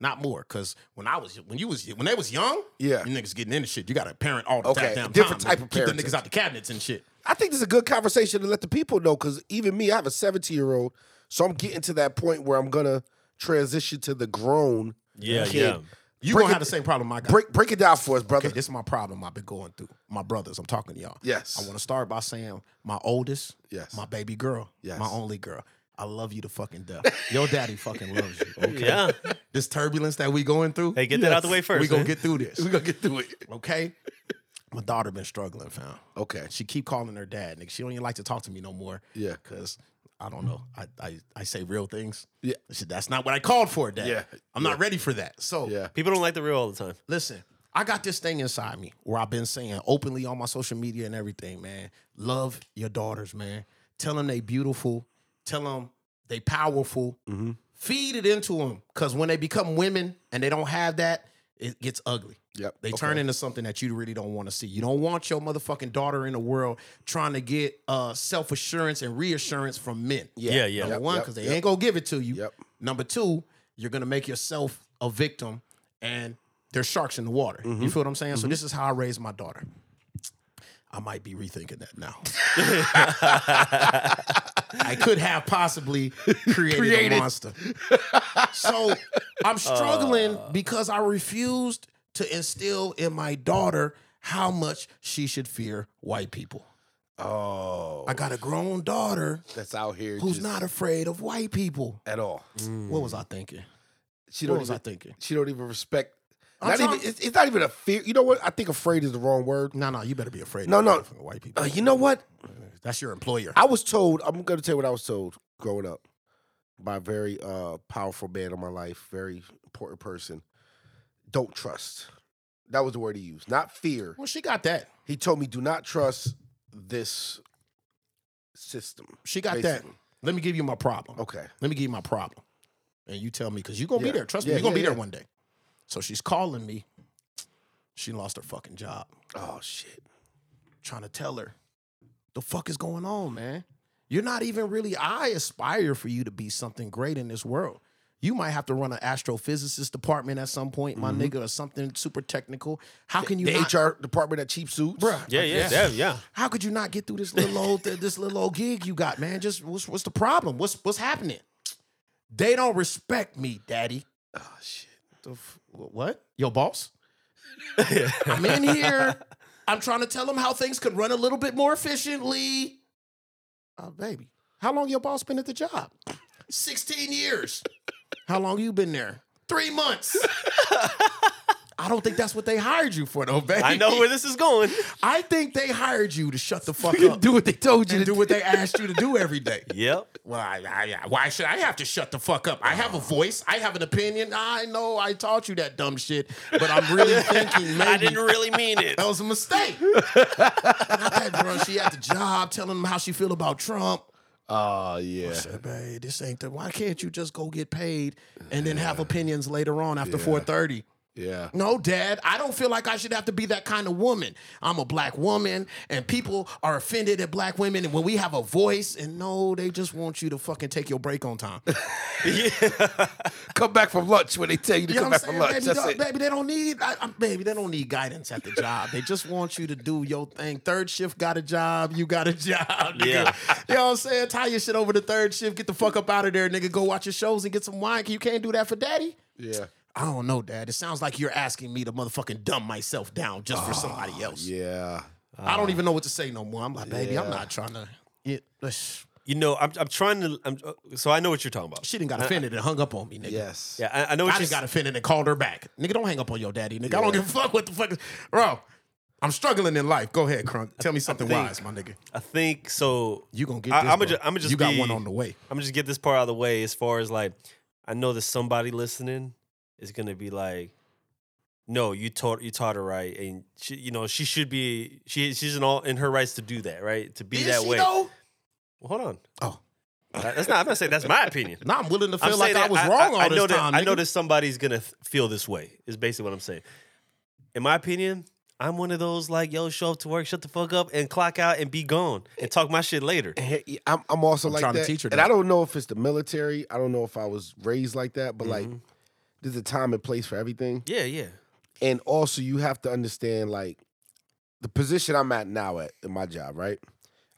Speaker 3: not more. Because when I was, when you was, when they was young,
Speaker 1: Yeah.
Speaker 3: you niggas getting into shit. You got to parent all the
Speaker 1: Okay,
Speaker 3: goddamn
Speaker 1: different
Speaker 3: time.
Speaker 1: type of
Speaker 3: keep the
Speaker 1: parenting.
Speaker 3: niggas out the cabinets and shit.
Speaker 1: I think this is a good conversation to let the people know because even me, I have a 17 year old, so I'm getting to that point where I'm gonna transition to the grown.
Speaker 2: Yeah,
Speaker 1: kid.
Speaker 2: yeah.
Speaker 3: You
Speaker 1: Break
Speaker 3: gonna
Speaker 1: it-
Speaker 3: have the same problem I got.
Speaker 1: Break break it down for us, brother.
Speaker 3: Okay, this is my problem I've been going through. My brothers, I'm talking to y'all.
Speaker 1: Yes.
Speaker 3: I want to start by saying my oldest,
Speaker 1: Yes.
Speaker 3: my baby girl,
Speaker 1: Yes.
Speaker 3: my only girl. I love you to fucking death. Your daddy fucking loves you. Okay.
Speaker 2: Yeah.
Speaker 3: This turbulence that we going through.
Speaker 2: Hey, get that out the way first.
Speaker 3: we gonna
Speaker 2: man.
Speaker 3: get through this.
Speaker 1: we gonna get through it.
Speaker 3: Okay. My daughter been struggling, fam.
Speaker 1: Okay.
Speaker 3: She keep calling her dad, nigga. She don't even like to talk to me no more.
Speaker 1: Yeah.
Speaker 3: Cause I don't know. I I, I say real things.
Speaker 1: Yeah.
Speaker 3: I said, That's not what I called for, Dad.
Speaker 1: Yeah.
Speaker 3: I'm not ready for that. So
Speaker 1: Yeah.
Speaker 2: People don't like the real all the time.
Speaker 3: listen, I got this thing inside me where I've been saying openly on my social media and everything, man. Love your daughters, man. Tell them they beautiful. Tell them they powerful. Feed it into them, cause when they become women and they don't have that, it gets ugly.
Speaker 1: Yep.
Speaker 3: They
Speaker 1: Okay.
Speaker 3: turn into something that you really don't want to see. You don't want your motherfucking daughter in the world trying to get uh, self assurance and reassurance from men.
Speaker 2: Yeah, yeah.
Speaker 3: Number
Speaker 1: Yep,
Speaker 3: one,
Speaker 1: yep,
Speaker 3: because they
Speaker 1: yep.
Speaker 3: ain't gonna give it to you.
Speaker 1: Yep.
Speaker 3: Number two, you're gonna make yourself a victim, and there's sharks in the water.
Speaker 1: Mm-hmm.
Speaker 3: You feel what I'm saying? So this is how I raised my daughter. I might be rethinking that now. I could have possibly created, a monster. So I'm struggling
Speaker 1: Uh.
Speaker 3: because I refused to instill in my daughter how much she should fear white people.
Speaker 1: Oh,
Speaker 3: I got a grown daughter
Speaker 1: that's out here.
Speaker 3: who's
Speaker 1: just
Speaker 3: not afraid of white people.
Speaker 1: at all?
Speaker 3: What was I thinking?
Speaker 1: She
Speaker 3: What
Speaker 1: don't
Speaker 3: was
Speaker 1: even,
Speaker 3: I thinking?
Speaker 1: She don't even respect.
Speaker 3: I'm
Speaker 1: Not even,
Speaker 3: trying-
Speaker 1: it's, it's not even a fear. You know what? I think afraid is the wrong word.
Speaker 3: No, no, you better be afraid.
Speaker 1: No,
Speaker 3: of
Speaker 1: no.
Speaker 3: motherfucking white people.
Speaker 1: Uh, you know what?
Speaker 3: That's your employer.
Speaker 1: I was told, I'm going to tell you what I was told growing up by a very uh, powerful man in my life, very important person. Don't trust. That was the word he used, not fear.
Speaker 3: well, she got that.
Speaker 1: He told me, do not trust this system.
Speaker 3: She got
Speaker 1: Basically.
Speaker 3: that. Let me give you my problem.
Speaker 1: Okay.
Speaker 3: Let me give you my problem. And you tell me, because you're going to
Speaker 1: Yeah.
Speaker 3: be there. Trust
Speaker 1: Yeah,
Speaker 3: me, you're going to
Speaker 1: yeah,
Speaker 3: be there
Speaker 1: yeah.
Speaker 3: one day. So she's calling me. She lost her fucking job.
Speaker 1: Oh, shit.
Speaker 3: Trying to tell her, the fuck is going on, man? You're not even really, I aspire for you to be something great in this world. You might have to run an astrophysicist department at some point, my nigga, or something super technical. How can you
Speaker 1: Mm-hmm. The HR
Speaker 3: not,
Speaker 1: department at Cheap Suits.
Speaker 3: Bruh,
Speaker 2: Yeah,
Speaker 3: like,
Speaker 2: yeah, yeah, yeah.
Speaker 3: How could you not get through this little old this little old gig you got, man? Just what's what's the problem? What's what's happening? They don't respect me, daddy.
Speaker 1: Oh, shit.
Speaker 3: The f- wh- what? Your boss? I'm in here. I'm trying to tell them how things could run a little bit more efficiently. Oh, baby, how long your boss been at the job? 16 years. How long you been there? Three months. I don't think that's what they hired you for, though, baby.
Speaker 2: I know where this is going.
Speaker 3: I think they hired you to shut the fuck up.
Speaker 1: Do what they told you
Speaker 3: and
Speaker 1: to
Speaker 3: do what they asked you to do every day.
Speaker 2: Yep.
Speaker 3: Well, I, I, I- why should I have to shut the fuck up? I have a voice. I have an opinion. I know I taught you that dumb shit, but I'm really thinking
Speaker 2: I
Speaker 3: maybe
Speaker 2: didn't really mean it.
Speaker 3: that was a mistake. Not that, bro. She at the job telling them how she feel about Trump.
Speaker 1: Oh, yeah.
Speaker 3: Said, babe, this ain't the. Why can't you just go get paid and then have opinions later on after 4:30?
Speaker 1: Yeah.
Speaker 3: No, Dad, I don't feel like I should have to be that kind of woman. I'm a black woman, and people are offended at black women. And when we have a voice, and no, they just want you to fucking take your break on time. You
Speaker 1: Come back from lunch when they tell you to
Speaker 3: know
Speaker 1: come
Speaker 3: what I'm
Speaker 1: back from lunch.
Speaker 3: saying? Baby,
Speaker 1: That's
Speaker 3: dog-
Speaker 1: it.
Speaker 3: baby, they don't need, I, I, baby, they don't need guidance at the job. They just want you to do your thing. Third shift got a job, you got a job. Nigga.
Speaker 2: Yeah.
Speaker 3: you know what I'm saying? Tie your shit over to third shift. Get the fuck up out of there, nigga. Go watch your shows and get some wine. You can't do that for daddy.
Speaker 1: Yeah.
Speaker 3: I don't know, Dad. It sounds like you're asking me to motherfucking dumb myself down just for
Speaker 1: Ah,
Speaker 3: somebody else.
Speaker 1: Yeah.
Speaker 3: I don't even know what to say no more. I'm like, baby, I'm
Speaker 1: Yeah.
Speaker 3: not trying to. Yeah, ugh, sh-
Speaker 2: You know, I'm, I'm trying to. I'm, uh, so I know what you're talking about.
Speaker 3: she didn't got offended and hung up on me, nigga.
Speaker 1: Yes.
Speaker 2: Yeah, I, I know
Speaker 3: I
Speaker 2: what
Speaker 3: just
Speaker 2: you're.
Speaker 3: got offended and called her back. Nigga, don't hang up on your daddy, nigga. I don't give a fuck what the fuck. Is, bro, I'm struggling in life. Go ahead, Crunk. Tell me something
Speaker 2: think-
Speaker 3: wise, my nigga.
Speaker 2: I think so.
Speaker 3: You gonna get
Speaker 2: I-
Speaker 3: this?
Speaker 2: I'ma
Speaker 3: bro.
Speaker 2: ju- I'ma just
Speaker 3: You got
Speaker 2: be-
Speaker 3: one on the way.
Speaker 2: I'm just get this part out of the way. As far as like, I know that somebody listening is gonna be like, "No, you taught you taught her right, and she, you know she should be she she's in all in her rights to do that, right? To be
Speaker 3: Is
Speaker 2: that
Speaker 3: she
Speaker 2: way."
Speaker 3: though?
Speaker 2: Well, hold on.
Speaker 3: Oh,
Speaker 2: That- That's not. I'm not saying that's my opinion.
Speaker 3: now I'm willing to
Speaker 2: I'm
Speaker 3: feel like
Speaker 2: saying
Speaker 3: I
Speaker 2: that
Speaker 3: was wrong all
Speaker 2: I
Speaker 3: this
Speaker 2: know
Speaker 3: time.
Speaker 2: That, I
Speaker 3: nigga.
Speaker 2: know that somebody's gonna th- feel this way. Is basically what I'm saying. In my opinion, I'm one of those like, yo, show up to work, shut the fuck up, and clock out and be gone, and talk my shit later.
Speaker 1: And he- I'm, I'm also like
Speaker 3: trying to
Speaker 1: that.
Speaker 3: teach her
Speaker 1: and
Speaker 3: that.
Speaker 1: I don't know if it's the military. I don't know if I was raised like that, but
Speaker 3: Mm-hmm.
Speaker 1: like there's a time and place for everything.
Speaker 2: Yeah, yeah,
Speaker 1: And also you have to understand like the position I'm at now at in my job, right?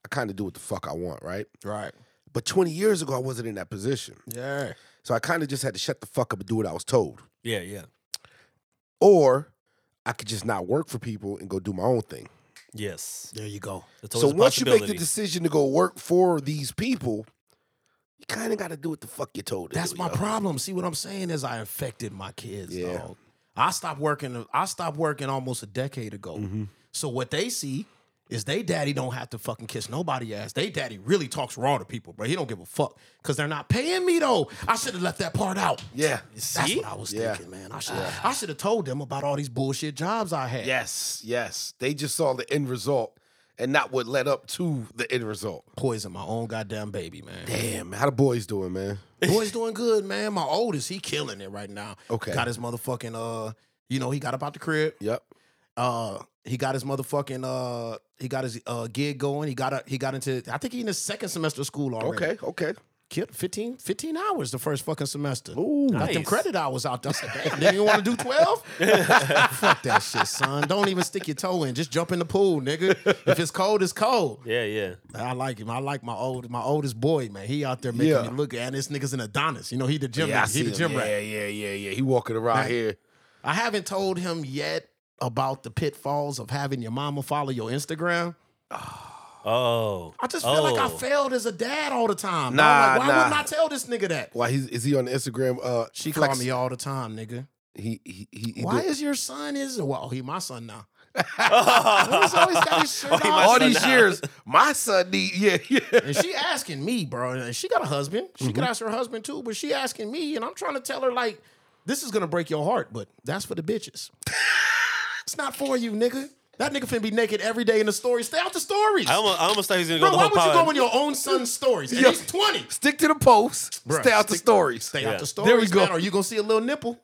Speaker 1: I kind of do what the fuck I want, right?
Speaker 3: Right.
Speaker 1: But 20 years ago I wasn't in that position.
Speaker 3: Yeah.
Speaker 1: So I kind of just had to shut the fuck up and do what I was told.
Speaker 2: yeah, yeah,
Speaker 1: Or I could just not work for people and go do my own thing.
Speaker 2: yes.
Speaker 3: There you go.
Speaker 2: That's
Speaker 1: so
Speaker 2: always a
Speaker 1: once you make the
Speaker 2: possibility.
Speaker 1: decision to go work for these people, you kind of got to do what the fuck you're told. to
Speaker 3: That's
Speaker 1: do,
Speaker 3: my
Speaker 1: yo.
Speaker 3: problem. See what I'm saying is I infected my kids.
Speaker 1: Yeah. Mm-hmm.
Speaker 3: Dog. I stopped working. I stopped working almost a decade ago. So what they see is they daddy don't have to fucking kiss nobody ass. They daddy really talks raw to people, bro. He don't give a fuck because they're not paying me though. I should have left that part out.
Speaker 1: Yeah.
Speaker 3: That's
Speaker 2: See?
Speaker 3: what I was
Speaker 1: Yeah.
Speaker 3: thinking, man. I should I should have told them about all these bullshit jobs I had.
Speaker 1: Yes, yes. They just saw the end result and not what led up to the end result.
Speaker 3: Poison my own goddamn baby, man.
Speaker 1: Damn, how the boys doing, man?
Speaker 3: Boy's doing good, man. My oldest, he killing it right now.
Speaker 1: Okay.
Speaker 3: Got his motherfucking uh, you know, he got about the crib.
Speaker 1: Yep.
Speaker 3: Uh he got his motherfucking uh he got his uh gig going. He got a, he got into I think he in his second semester of school already.
Speaker 1: Okay, okay.
Speaker 3: Kid, 15, 15 hours the first fucking semester.
Speaker 1: Ooh.
Speaker 3: Got them
Speaker 2: Nice.
Speaker 3: credit hours out there. I said, damn, nigga, you want to do 12? Fuck that shit, son. Don't even stick your toe in. Just jump in the pool, nigga. If it's cold, it's cold.
Speaker 2: Yeah, yeah.
Speaker 3: I like him. I like my old my oldest boy, man. He out there making
Speaker 1: Yeah.
Speaker 3: me look at and this nigga's an Adonis. You know, he the gym
Speaker 1: Yeah, I
Speaker 3: rat. He
Speaker 1: see
Speaker 3: the
Speaker 1: him.
Speaker 3: gym
Speaker 1: yeah,
Speaker 3: rat.
Speaker 1: yeah, yeah, yeah. He walking around
Speaker 3: Nah.
Speaker 1: here.
Speaker 3: I haven't told him yet about the pitfalls of having your mama follow your Instagram.
Speaker 2: Oh,
Speaker 3: I just feel like I
Speaker 2: Oh.
Speaker 3: failed as a dad all the time. dog.
Speaker 1: Nah,
Speaker 3: like, why
Speaker 1: nah.
Speaker 3: wouldn't I tell this nigga that?
Speaker 1: Why he's is he on Instagram? Uh
Speaker 3: She
Speaker 1: flex-
Speaker 3: called me all the time, nigga.
Speaker 1: He he he, he
Speaker 3: Why
Speaker 1: do-
Speaker 3: is your son is well, he my son now.
Speaker 2: Oh.
Speaker 3: He's always got his shirt
Speaker 2: Oh, he
Speaker 3: off.
Speaker 2: my
Speaker 1: all
Speaker 2: son
Speaker 1: these
Speaker 2: now.
Speaker 1: years my son need yeah, yeah.
Speaker 3: And she asking me, bro. and She got a husband. She
Speaker 2: Mm-hmm.
Speaker 3: could ask her husband too, but she asking me, and I'm trying to tell her like, this is gonna break your heart, but that's for the bitches. it's not for you, nigga. That nigga finna be naked every day in the story. Stay out the stories.
Speaker 2: I almost, I almost thought he was gonna
Speaker 3: bro,
Speaker 2: go
Speaker 3: why
Speaker 2: the
Speaker 3: would
Speaker 2: whole
Speaker 3: you
Speaker 2: pod.
Speaker 3: go in your own son's stories? And
Speaker 1: Yeah.
Speaker 3: he's 20.
Speaker 1: Stick to the post.
Speaker 3: Bruh,
Speaker 1: stay out the
Speaker 3: stick-
Speaker 1: stories.
Speaker 3: Stay
Speaker 2: Yeah.
Speaker 3: out the stories,
Speaker 1: There we go.
Speaker 3: man, or you gonna see a little nipple.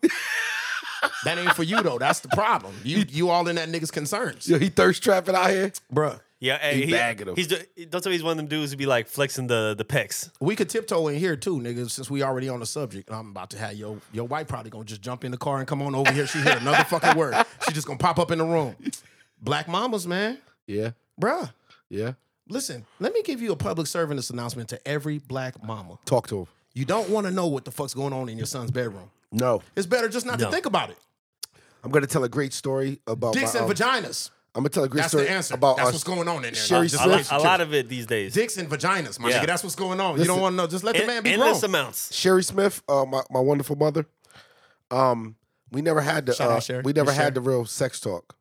Speaker 3: that ain't for you though. That's the problem. You you all in that nigga's concerns.
Speaker 1: Yo, he thirst trapping out here.
Speaker 3: Bruh.
Speaker 2: yeah, hey,
Speaker 1: He bagging him.
Speaker 2: He's the- don't tell me he's one of them dudes who be like flexing the the pecs.
Speaker 3: We could tiptoe in here too, nigga, since we already on the subject. I'm about to have your your wife probably gonna just jump in the car and come on over here. She hear another fucking word. She just gonna pop up in the room. Black mamas, man.
Speaker 1: Yeah,
Speaker 3: Bruh.
Speaker 1: yeah.
Speaker 3: Listen, let me give you a public service announcement to every black mama.
Speaker 1: Talk to him.
Speaker 3: You don't want to know what the fuck's going on in your son's bedroom.
Speaker 1: No,
Speaker 3: It's better just not
Speaker 2: No.
Speaker 3: to think about it.
Speaker 1: I'm gonna tell a great story about.
Speaker 3: Dicks
Speaker 1: my,
Speaker 3: and
Speaker 1: um,
Speaker 3: vaginas.
Speaker 1: I'm gonna tell a great
Speaker 3: That's
Speaker 1: story
Speaker 3: the answer.
Speaker 1: about
Speaker 3: That's
Speaker 1: us.
Speaker 3: what's going on in there.
Speaker 1: Sherry
Speaker 3: Like, just
Speaker 2: A,
Speaker 3: let
Speaker 2: lot,
Speaker 3: you
Speaker 2: a
Speaker 3: chill.
Speaker 2: lot of it these days.
Speaker 3: dicks and vaginas, my
Speaker 2: Yeah.
Speaker 3: nigga. That's what's going on. you
Speaker 1: Listen.
Speaker 3: don't want to know. Just let the
Speaker 2: En-
Speaker 3: man be grown.
Speaker 2: endless amounts.
Speaker 1: Sherry Smith, uh, my my wonderful mother. Um, we never had the
Speaker 3: Shout
Speaker 1: uh,
Speaker 3: out, Sherry.
Speaker 1: we never
Speaker 3: Miss
Speaker 1: had
Speaker 3: Sherry.
Speaker 1: the real sex talk.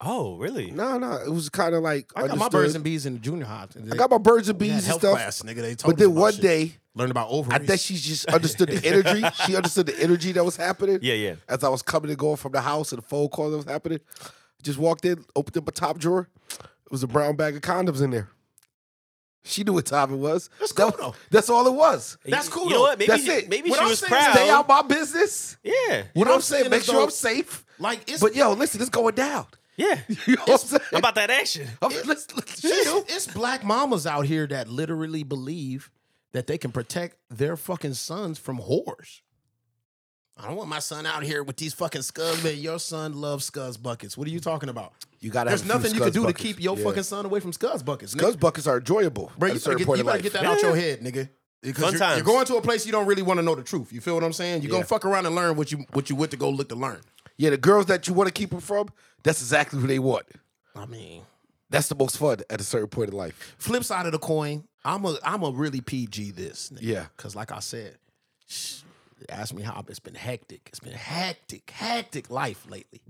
Speaker 2: Oh, really?
Speaker 1: No, no, it was kind of like
Speaker 3: I got my birds and bees in junior high.
Speaker 1: I got my birds and
Speaker 3: We had
Speaker 1: bees and
Speaker 3: health
Speaker 1: stuff.
Speaker 3: class, nigga. They
Speaker 1: But
Speaker 3: told us
Speaker 1: then
Speaker 3: about
Speaker 1: one
Speaker 3: shit.
Speaker 1: day,
Speaker 3: learned about
Speaker 1: I
Speaker 3: ovaries.
Speaker 1: think she just understood the energy. she understood the energy that was happening.
Speaker 2: Yeah, yeah.
Speaker 1: As I was coming and going from the house and the phone call that was happening, just walked in, opened up a top drawer. It was a brown bag of condoms in there. She knew what time it was.
Speaker 3: That's
Speaker 1: That-
Speaker 3: cool, though.
Speaker 1: That's all it was.
Speaker 3: That's cool
Speaker 2: You know
Speaker 3: though.
Speaker 2: what? Maybe
Speaker 1: That's
Speaker 2: she,
Speaker 1: it.
Speaker 2: Maybe
Speaker 3: What
Speaker 2: she
Speaker 3: I'm
Speaker 2: was
Speaker 3: saying is
Speaker 2: proud.
Speaker 1: Stay out my business.
Speaker 2: yeah,
Speaker 1: You know what I'm
Speaker 3: I'm
Speaker 1: saying?
Speaker 3: saying
Speaker 1: Make
Speaker 3: is,
Speaker 1: sure
Speaker 3: though-
Speaker 1: I'm safe.
Speaker 3: like it's
Speaker 1: But yo, listen, it's going down.
Speaker 2: yeah.
Speaker 1: You know what I'm saying?
Speaker 2: I'm about that action.
Speaker 1: I'm- let's- let's-
Speaker 3: it's, it's black mamas out here that literally believe that they can protect their fucking sons from whores. I don't want my son out here with these fucking scuds, man. Your son loves scuds buckets. What are you talking about?
Speaker 1: You gotta
Speaker 3: There's
Speaker 1: have a few
Speaker 3: nothing you can
Speaker 1: Scuzz
Speaker 3: do
Speaker 1: buckets.
Speaker 3: to keep your
Speaker 1: Yeah.
Speaker 3: fucking son away from scuds buckets. nigga.
Speaker 1: Those buckets are enjoyable.
Speaker 3: Bro,
Speaker 1: at
Speaker 3: you
Speaker 1: a
Speaker 3: better,
Speaker 1: certain
Speaker 3: get,
Speaker 1: point
Speaker 3: you
Speaker 1: in
Speaker 3: better
Speaker 1: life.
Speaker 3: get that out your head, nigga.
Speaker 2: Fun
Speaker 3: Because you're,
Speaker 2: times.
Speaker 3: you're going to a place you don't really want to know the truth. You feel what I'm saying? You're
Speaker 1: Yeah.
Speaker 3: gonna fuck around and learn what you what you went to go look to learn.
Speaker 1: Yeah, the girls that you want to keep them from, that's exactly who they want.
Speaker 3: I mean,
Speaker 1: That's the most fun at a certain point in life.
Speaker 3: flip side of the coin, I'm a I'm a really PG this. Nigga.
Speaker 1: Yeah.
Speaker 3: Cause like I said, shh, ask me how it's been hectic. It's been hectic, hectic life lately.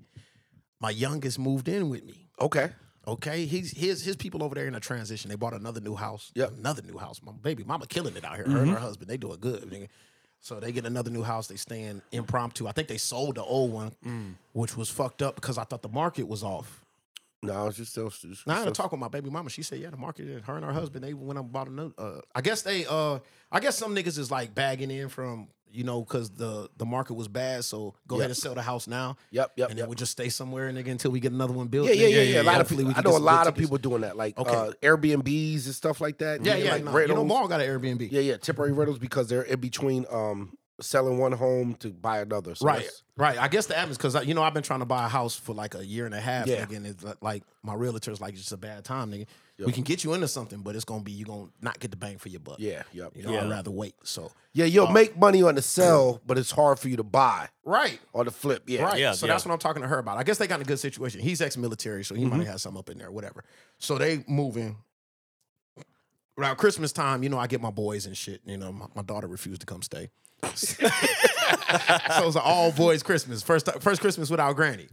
Speaker 3: My youngest moved in with me.
Speaker 1: Okay.
Speaker 3: Okay, he's his his people over there in a transition. They bought another new house.
Speaker 1: Yep. Mm-hmm.
Speaker 3: another new house. My baby mama killing it out here. Her and her husband, they doing good. nigga. So they get another new house. They staying impromptu. I think they sold the old one,
Speaker 1: Mm.
Speaker 3: which was fucked up because I thought the market was off.
Speaker 1: No, it's just so. Just,
Speaker 3: Now I had to talk with my baby mama. She said, "Yeah, the market and her and her husband they went up and bought a new. Uh, I guess they. Uh, I guess some niggas is like bagging in from you know because the the market was bad. So go
Speaker 1: Yep.
Speaker 3: ahead and sell the house now.
Speaker 1: Yep, yep,
Speaker 3: And
Speaker 1: yep.
Speaker 3: then we just stay somewhere, nigga, until we get another one built.
Speaker 1: yeah, yeah,
Speaker 3: nigga.
Speaker 1: yeah, yeah. A lot of
Speaker 3: Hopefully
Speaker 1: people.
Speaker 3: we
Speaker 1: I
Speaker 3: can
Speaker 1: know
Speaker 3: get
Speaker 1: a
Speaker 3: some
Speaker 1: lot
Speaker 3: good
Speaker 1: of
Speaker 3: tickets.
Speaker 1: people doing that, like
Speaker 3: Okay.
Speaker 1: uh, Airbnbs and stuff like that.
Speaker 3: Yeah,
Speaker 1: You
Speaker 3: yeah.
Speaker 1: get, like
Speaker 3: no, you
Speaker 1: rentals.
Speaker 3: know, Maul got an Airbnb.
Speaker 1: Yeah, yeah. Temporary rentals because they're in between um, selling one home to buy another. So
Speaker 3: Right,
Speaker 1: that's-
Speaker 3: right. I guess the happens because you know I've been trying to buy a house for like a year and a half.
Speaker 1: Yeah.
Speaker 3: nigga, and it's li- like my realtor's like, it's just a bad time, nigga. We can get you into something, but it's gonna be you gonna not get the bang for your buck.
Speaker 1: Yeah, yep.
Speaker 3: You know,
Speaker 2: Yeah.
Speaker 3: I'd rather wait. So
Speaker 1: Yeah, you'll make money on the sell, but it's hard for you to buy
Speaker 3: right,
Speaker 1: on the flip. Yeah.
Speaker 3: Right.
Speaker 2: Yeah,
Speaker 3: so
Speaker 2: yeah.
Speaker 3: that's what I'm talking to her about. I guess they got in a good situation. He's ex-military, so he might
Speaker 2: Mm-hmm.
Speaker 3: have some up in there, whatever. So they moving. Around Christmas time, you know, I get my boys and shit. You know, my, my daughter refused to come stay. so it was an all boys Christmas. First first Christmas without granny.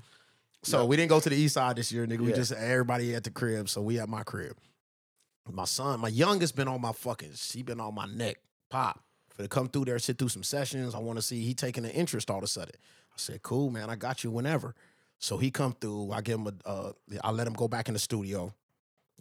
Speaker 3: So we didn't go to the east side this year, nigga. We
Speaker 1: Yeah.
Speaker 3: just everybody at the crib. So we at my crib. My son, my youngest, been on my fucking. She been on my neck. Pop for to come through there, sit through some sessions. I want to see he taking an interest all of a sudden. I said, cool, man. I got you whenever. So he come through. I give him a. Uh, I let him go back in the studio.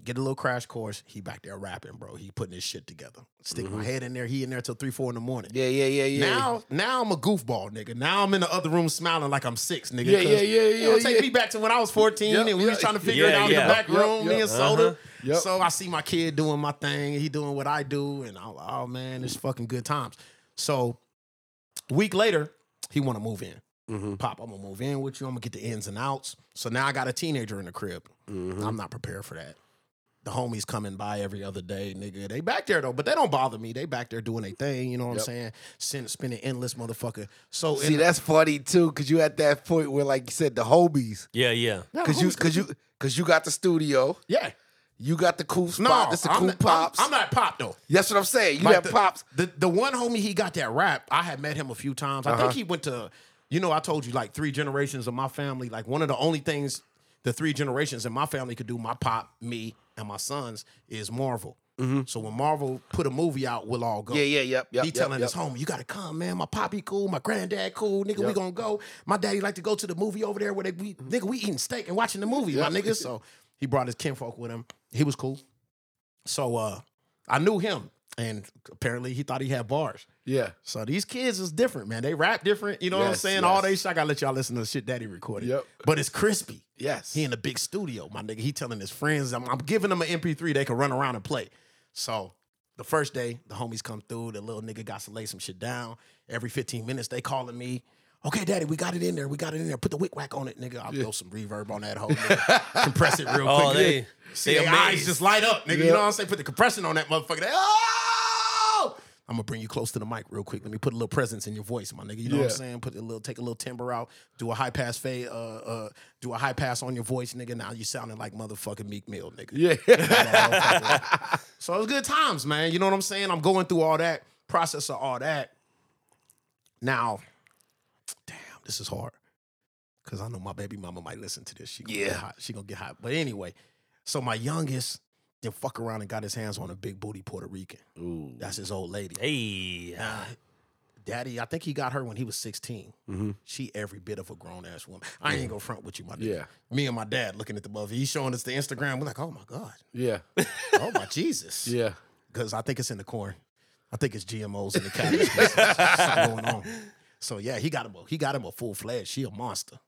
Speaker 3: Get a little crash course. He back there rapping, bro. He putting his shit together. Stick my head in there. He in there till three, four in the morning.
Speaker 1: Mm-hmm. Yeah, yeah, yeah, yeah.
Speaker 3: Now, now I'm a goofball, nigga. Now I'm in the other room smiling like I'm six, nigga.
Speaker 1: Yeah,
Speaker 3: 'cause
Speaker 1: yeah, yeah,
Speaker 3: It'll
Speaker 1: yeah,
Speaker 3: take
Speaker 1: yeah.
Speaker 3: me back to when I was 14
Speaker 1: Yep,
Speaker 3: and we was
Speaker 1: yeah,
Speaker 3: trying to figure it
Speaker 2: yeah,
Speaker 3: out in
Speaker 2: yeah.
Speaker 3: the back
Speaker 1: Yep,
Speaker 3: room,
Speaker 1: yep.
Speaker 3: me and Soda.
Speaker 2: Uh-huh.
Speaker 1: Yep.
Speaker 3: So I see my kid doing my thing, and he doing what I do, and I'm like, oh man, it's fucking good times. So week later, he want to move in.
Speaker 1: Mm-hmm.
Speaker 3: Pop, I'm gonna move in with you. I'm gonna get the ins and outs. So now I got a teenager in the crib.
Speaker 1: Mm-hmm.
Speaker 3: I'm not prepared for that. The homies coming by every other day, nigga. They back there though, but they don't bother me. They back there doing their thing. You know what
Speaker 1: Yep.
Speaker 3: I'm saying? Sin, spinning endless, motherfucker. So
Speaker 1: See,
Speaker 3: in-
Speaker 1: that's funny too, cause you at that point where, like you said, the hobies,
Speaker 2: Yeah, yeah.
Speaker 3: Yeah,
Speaker 1: cause you,
Speaker 3: homies-
Speaker 1: cause you, cause you got the studio,
Speaker 3: yeah.
Speaker 1: you got the cool
Speaker 3: No,
Speaker 1: spot, that's the
Speaker 3: I'm
Speaker 1: cool
Speaker 3: not- I'm-
Speaker 1: pops.
Speaker 3: I'm not pop though.
Speaker 1: That's what I'm saying. You
Speaker 3: Like
Speaker 1: have
Speaker 3: the,
Speaker 1: pops.
Speaker 3: The the one homie he got that rap. I had met him a few times. I
Speaker 1: Uh-huh.
Speaker 3: think he went to. You know, I told you like three generations of my family. Like one of the only things the three generations in my family could do, my pop, me, and my sons, is Marvel. So when Marvel put a movie out, we'll all go.
Speaker 1: Mm-hmm. Yeah, yeah, yep, yep.
Speaker 3: he
Speaker 1: yep,
Speaker 3: telling
Speaker 1: yep.
Speaker 3: his homie, "You gotta come, man. My poppy cool, my granddad cool, nigga. We
Speaker 1: Yep. Mm-hmm.
Speaker 3: gonna go. My daddy like to go to the movie over there where they we nigga we eating steak and watching the movie, my nigga." So he brought his kinfolk with him. He was cool. So uh, I knew him, and apparently he thought he had bars.
Speaker 1: Yeah.
Speaker 3: So these kids is different, man. They rap different. You know what I'm
Speaker 1: Yes,
Speaker 3: saying? All
Speaker 1: yes.
Speaker 3: they shit. I gotta let y'all listen to the shit Daddy recorded.
Speaker 1: Yep.
Speaker 3: But it's crispy.
Speaker 1: Yes.
Speaker 3: He in a big studio, my nigga. He telling his friends, I'm, I'm giving them an MP3 they can run around and play. So the first day, the homies come through. The little nigga got to lay some shit down. Every 15 minutes, they calling me. Okay, daddy, we got it in there. We got it in there. Put the wick whack on it, nigga. I'll throw some reverb on that whole nigga. Compress it real
Speaker 2: Oh,
Speaker 3: quick.
Speaker 2: they-
Speaker 3: nigga.
Speaker 2: they
Speaker 3: See, their eyes
Speaker 2: amazed.
Speaker 3: just light up, nigga. You
Speaker 1: Yeah.
Speaker 3: know what I'm saying? Put the compression on that motherfucker. They, oh! I'm gonna bring you close to the mic real quick. Let me put a little presence in your voice, my nigga. You know what
Speaker 1: Yeah.
Speaker 3: I'm saying? Put a little, take a little timbre out. Do a high pass fade. Uh, uh, do a high pass on your voice, nigga. Now you sounding like motherfucking Meek Mill, nigga.
Speaker 1: Yeah.
Speaker 3: So it was good times, man. You know what I'm saying? I'm going through all that process of all that. Now, damn, this is hard because I know my baby mama might listen to this. She gonna get
Speaker 1: Yeah.
Speaker 3: hot. she gonna get hot. But anyway, so my youngest then fuck around and got his hands on a big booty Puerto Rican. That's his old lady.
Speaker 2: Hey.
Speaker 3: Uh, Daddy, I think he got her when he was 16. She every bit of a grown ass woman. I ain't gonna front with you, my nigga. Me and my dad looking at the mother. He's showing us the Instagram. We're like, oh my God.
Speaker 1: Yeah.
Speaker 3: Oh my Jesus.
Speaker 1: Yeah.
Speaker 3: because I think it's in the corn. I think it's GMOs in the cabbage. Something going on. So yeah, he got him. A, he got him a full fledged. She a monster.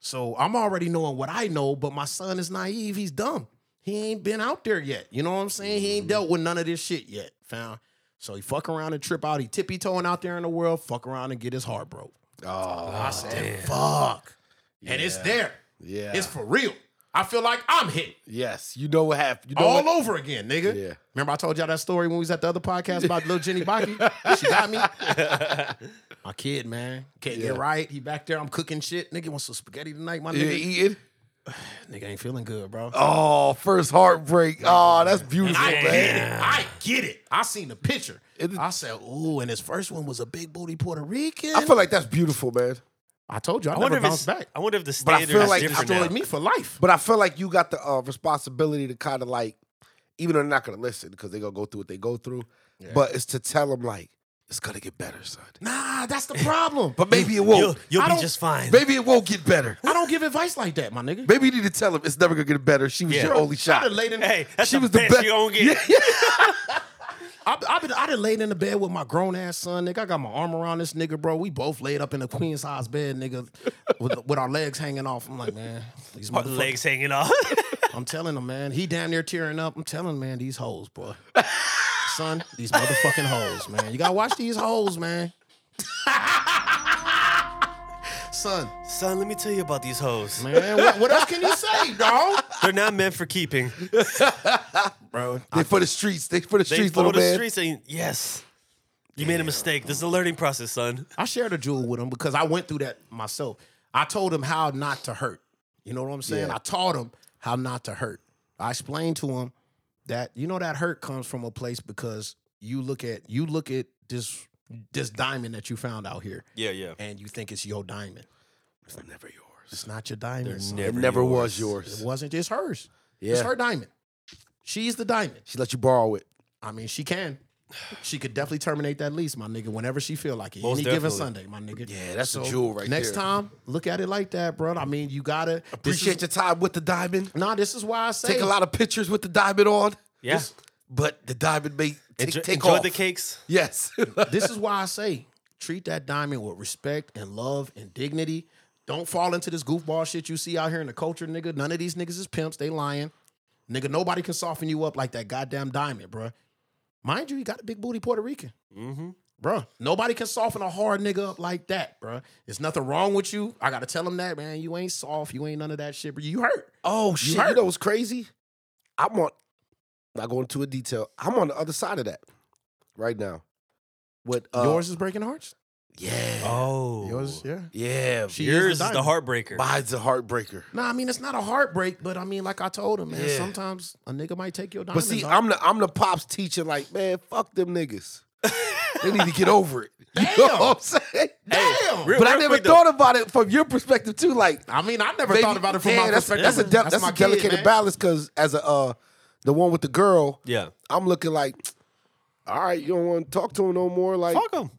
Speaker 3: So I'm already knowing what I know, but my son is naive. He's dumb. He ain't been out there yet. You know what I'm saying?
Speaker 1: Mm-hmm.
Speaker 3: He ain't dealt with none of this shit yet. Found. So he fuck around and trip out. He tippy toeing out there in the world. Fuck around and get his heart broke.
Speaker 1: Oh.
Speaker 3: I said, fuck. And it's there.
Speaker 1: Yeah.
Speaker 3: It's for real. I feel like I'm hit
Speaker 1: yes. You know what happened. You know
Speaker 3: all
Speaker 1: what,
Speaker 3: over again, nigga.
Speaker 1: Yeah.
Speaker 3: Remember I told y'all that story when we was at the other podcast about little Jenny Baki? she got me. my kid, man. Can't
Speaker 1: Yeah.
Speaker 3: get right. He back there. I'm cooking shit. Nigga wants some spaghetti tonight, my
Speaker 1: Yeah,
Speaker 3: nigga.
Speaker 1: Ian.
Speaker 3: Nigga ain't feeling good, bro.
Speaker 1: Oh, first heartbreak. Oh, that's beautiful,
Speaker 3: I get
Speaker 1: man.
Speaker 3: it. I get it. I seen the picture.
Speaker 1: It-
Speaker 3: I said, ooh, and his first one was a big booty Puerto Rican.
Speaker 1: I feel like that's beautiful, man.
Speaker 3: I told you, I,
Speaker 2: I
Speaker 3: never
Speaker 2: wonder if it's,
Speaker 3: bounced back.
Speaker 2: I wonder if the
Speaker 1: But I
Speaker 2: standard
Speaker 1: feel
Speaker 2: is
Speaker 1: like
Speaker 2: different now.
Speaker 3: Destroyed me for life.
Speaker 1: But I feel like you got the uh, responsibility to kind of like, even though they're not gonna listen because they're gonna go through what they go through, but it's to tell them like it's gonna get better, son.
Speaker 3: Nah, that's the problem.
Speaker 1: But maybe it
Speaker 2: You'll,
Speaker 1: won't.
Speaker 2: you'll
Speaker 3: I
Speaker 2: be
Speaker 3: don't-
Speaker 2: just fine.
Speaker 1: Maybe it won't get better.
Speaker 3: I don't give advice like that, my nigga.
Speaker 1: Maybe you need to tell them it's never gonna get better. She was
Speaker 2: Yeah.
Speaker 1: your only
Speaker 3: I
Speaker 1: shot.
Speaker 3: done laid in,
Speaker 2: Hey, that's
Speaker 1: She
Speaker 2: the
Speaker 1: was the
Speaker 2: best
Speaker 1: best-
Speaker 2: you're gonna get.
Speaker 3: I've I been I done laid in the bed with my grown ass son, nigga. I got my arm around this nigga, bro. We both laid up in a queen size bed, nigga, with, with our legs hanging off. I'm like, man, these
Speaker 2: Our
Speaker 3: motherfuckers-
Speaker 2: legs hanging off.
Speaker 3: I'm telling him, man. He damn near tearing up. I'm telling him, man, these hoes, boy. Son, these motherfucking hoes, man. You gotta watch these hoes, man. Son,
Speaker 2: Son, let me tell you about these hoes.
Speaker 3: man, what, what else can you say, dog?
Speaker 2: They're not meant for keeping.
Speaker 3: Bro,
Speaker 1: They for the streets. They for the
Speaker 2: They
Speaker 1: streets,
Speaker 2: for
Speaker 1: little
Speaker 2: the
Speaker 1: man.
Speaker 2: streets saying, yes, you made a mistake. This is a learning process, son.
Speaker 3: I shared a jewel with him because I went through that myself. I told him how not to hurt. You know what I'm saying?
Speaker 1: Yeah.
Speaker 3: I taught him how not to hurt. I explained to him that you know that hurt comes from a place because you look at you look at this this diamond that you found out here
Speaker 2: Yeah, yeah.
Speaker 3: and you think it's your diamond.
Speaker 1: It's never yours.
Speaker 3: It's not your diamond. son.
Speaker 1: It
Speaker 2: never
Speaker 1: never was
Speaker 3: It
Speaker 1: yours.
Speaker 3: wasn't. It's hers. It's
Speaker 1: Yeah.
Speaker 3: her diamond. She's the diamond.
Speaker 1: She let you borrow it.
Speaker 3: I mean, she can. She could definitely terminate that lease, my nigga, whenever she feel like it.
Speaker 2: Most
Speaker 3: Any given
Speaker 2: definitely.
Speaker 3: Sunday, my nigga.
Speaker 1: Yeah, that's a jewel right
Speaker 3: next
Speaker 1: there.
Speaker 3: time, look at it like that, bro. I mean, you gotta
Speaker 1: Appreciate
Speaker 3: This
Speaker 1: your time with the diamond.
Speaker 3: is, nah, this is why I say
Speaker 1: Take a lot of pictures with the diamond on.
Speaker 2: Yeah.
Speaker 1: But the diamond may take,
Speaker 2: Enjoy,
Speaker 1: take
Speaker 2: enjoy
Speaker 1: off.
Speaker 2: the cakes.
Speaker 1: Yes.
Speaker 3: this is why I say treat that diamond with respect and love and dignity. Don't fall into this goofball shit you see out here in the culture, nigga. None of these niggas is pimps. They lying. Nigga, nobody can soften you up like that goddamn diamond, bruh. Mind you, he got a big booty Puerto Rican.
Speaker 2: Mm-hmm.
Speaker 3: Bruh, nobody can soften a hard nigga up like that, bruh. There's nothing wrong with you. I gotta tell him that, man. You ain't soft. You ain't none of that shit, bro. You hurt.
Speaker 1: oh shit. You
Speaker 3: heard.
Speaker 1: know what's crazy? I'm on not going into a detail. I'm on the other side of that right now. With uh,
Speaker 3: Yours is breaking hearts.
Speaker 1: Yeah.
Speaker 2: Oh,
Speaker 3: Yours, yeah.
Speaker 1: Yeah.
Speaker 3: She is the
Speaker 2: yours is the
Speaker 3: diamond.
Speaker 2: heartbreaker.
Speaker 1: Mine's a heartbreaker.
Speaker 3: No, I mean it's not a heartbreak, but I mean, like I told him, man,
Speaker 1: Yeah.
Speaker 3: sometimes a nigga might take your
Speaker 1: But
Speaker 3: diamonds.
Speaker 1: see,
Speaker 3: off.
Speaker 1: I'm the I'm the pops teaching like, man, fuck them niggas. they need to get over it. You know
Speaker 3: Damn.
Speaker 1: what I'm saying?
Speaker 3: Damn.
Speaker 2: Real-
Speaker 1: But I
Speaker 2: real
Speaker 1: never
Speaker 2: quick, though.
Speaker 1: thought about it from your perspective too. Like
Speaker 3: I mean, I never
Speaker 1: maybe-
Speaker 3: thought about it from
Speaker 1: yeah,
Speaker 3: my
Speaker 1: that's,
Speaker 3: perspective.
Speaker 1: That's a de- that's,
Speaker 3: my
Speaker 1: a delicate
Speaker 3: kid, man.
Speaker 1: balance because as a uh, the one with the girl,
Speaker 2: Yeah.
Speaker 1: I'm looking like, all right, you don't want to talk to him no more. Like
Speaker 2: Fuck them.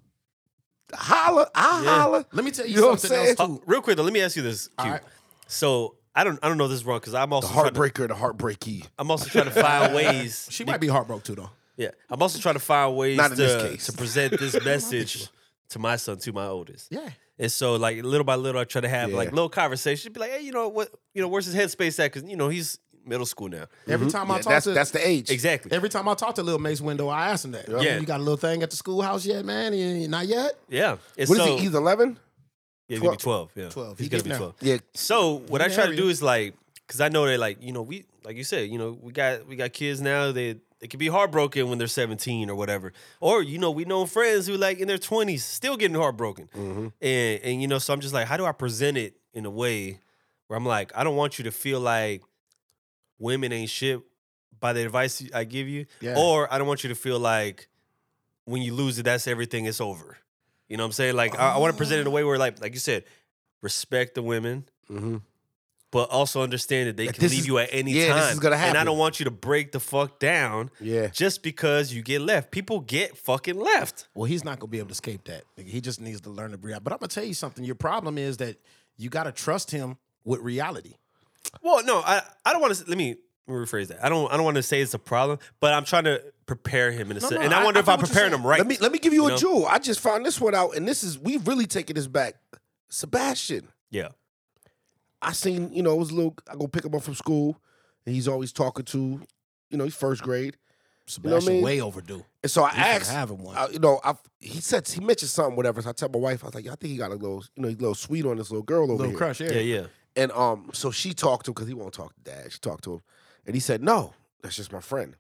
Speaker 1: holla, I
Speaker 2: Yeah.
Speaker 1: holla.
Speaker 3: Let me tell you,
Speaker 1: You know what I'm
Speaker 3: something else
Speaker 1: saying?
Speaker 3: too.
Speaker 2: real quick though, let me ask you this. Q.
Speaker 3: All right.
Speaker 2: So I don't I don't know if this is wrong because I'm also
Speaker 1: The
Speaker 2: trying to,
Speaker 1: heartbreaker, the heartbreaky.
Speaker 2: I'm also trying to find ways.
Speaker 3: She might be heartbroken too, though.
Speaker 2: Yeah, I'm also trying to find ways
Speaker 1: Not in
Speaker 2: to,
Speaker 1: this case.
Speaker 2: to present this message to my son, to my oldest.
Speaker 3: Yeah.
Speaker 2: And so, like little by little, I try to have like
Speaker 1: Yeah.
Speaker 2: little conversations. Be like, hey, you know what? You know, where's his headspace at? Because you know he's middle school now.
Speaker 3: Every time I
Speaker 1: Yeah,
Speaker 3: talk
Speaker 1: that's
Speaker 3: to
Speaker 1: that's the age.
Speaker 2: Exactly.
Speaker 3: every time I talk to Lil Mace Window, I ask him that. I mean,
Speaker 2: Yeah.
Speaker 3: you got a little thing at the schoolhouse yet, man? You- Not yet.
Speaker 2: yeah. And
Speaker 1: What is
Speaker 2: so,
Speaker 1: he? He's eleven.
Speaker 2: Yeah, he's gonna be
Speaker 1: 12?
Speaker 2: twelve. Yeah,
Speaker 3: 12.
Speaker 2: He's
Speaker 3: He
Speaker 2: gonna
Speaker 3: getting
Speaker 2: be
Speaker 3: there.
Speaker 2: twelve.
Speaker 1: Yeah.
Speaker 2: So what I
Speaker 3: Yeah,
Speaker 2: try to
Speaker 3: yeah.
Speaker 2: do is like, because I know that like you know we like you said you know we got we got kids now they they can be heartbroken when they're seventeen or whatever or you know we know friends who like in their twenties still getting heartbroken
Speaker 1: Mm-hmm.
Speaker 2: and and you know so I'm just like how do I present it in a way where I'm like I don't want you to feel like women ain't shit by the advice I give you
Speaker 3: Yeah.
Speaker 2: or I don't want you to feel like when you lose it that's everything it's over you know what I'm saying like I, I want to present it in a way where like like you said respect the women
Speaker 1: Mm-hmm.
Speaker 2: but also understand that they
Speaker 1: That
Speaker 2: can
Speaker 1: this
Speaker 2: leave
Speaker 1: is-
Speaker 2: you at any
Speaker 1: yeah,
Speaker 2: time.
Speaker 1: this is gonna
Speaker 2: And I
Speaker 1: happen.
Speaker 2: don't want you to break the fuck down
Speaker 1: Yeah.
Speaker 2: just because you get left. People get fucking left.
Speaker 3: Well, he's not gonna be able to escape that. Like, He just needs to learn to react. But I'm gonna tell you something. Your problem is that you gotta trust him with reality.
Speaker 2: Well, no, I, I don't want to. Let me rephrase that. I don't I don't want to say it's a problem, but I'm trying to prepare him in a sense.
Speaker 3: no,
Speaker 2: and I,
Speaker 3: I-
Speaker 2: wonder
Speaker 3: I
Speaker 2: if
Speaker 3: get
Speaker 2: I'm
Speaker 3: what you're
Speaker 2: preparing
Speaker 3: saying.
Speaker 2: him right.
Speaker 1: Let me let me give you,
Speaker 2: You
Speaker 1: a
Speaker 2: know?
Speaker 1: jewel. I just found this one out, and this is we've really taken this back. Sebastian,
Speaker 2: yeah,
Speaker 1: I seen you know it was a little. I go pick him up from school, and he's always talking to, you know, he's first grade,
Speaker 3: Sebastian
Speaker 1: know what I mean?
Speaker 3: way overdue.
Speaker 1: and so I
Speaker 3: You should
Speaker 1: asked,
Speaker 3: have him one.
Speaker 1: I- you know, I he said he mentioned something whatever. So I tell my wife, I was like, "Yeah, I think he got a little, you know, he's a little sweet on this little girl over
Speaker 3: little
Speaker 1: here.
Speaker 3: crush, yeah.
Speaker 2: yeah, yeah.
Speaker 1: And um, so she talked to him because he won't talk to dad. She talked to him, and he said, "No, that's just my friend."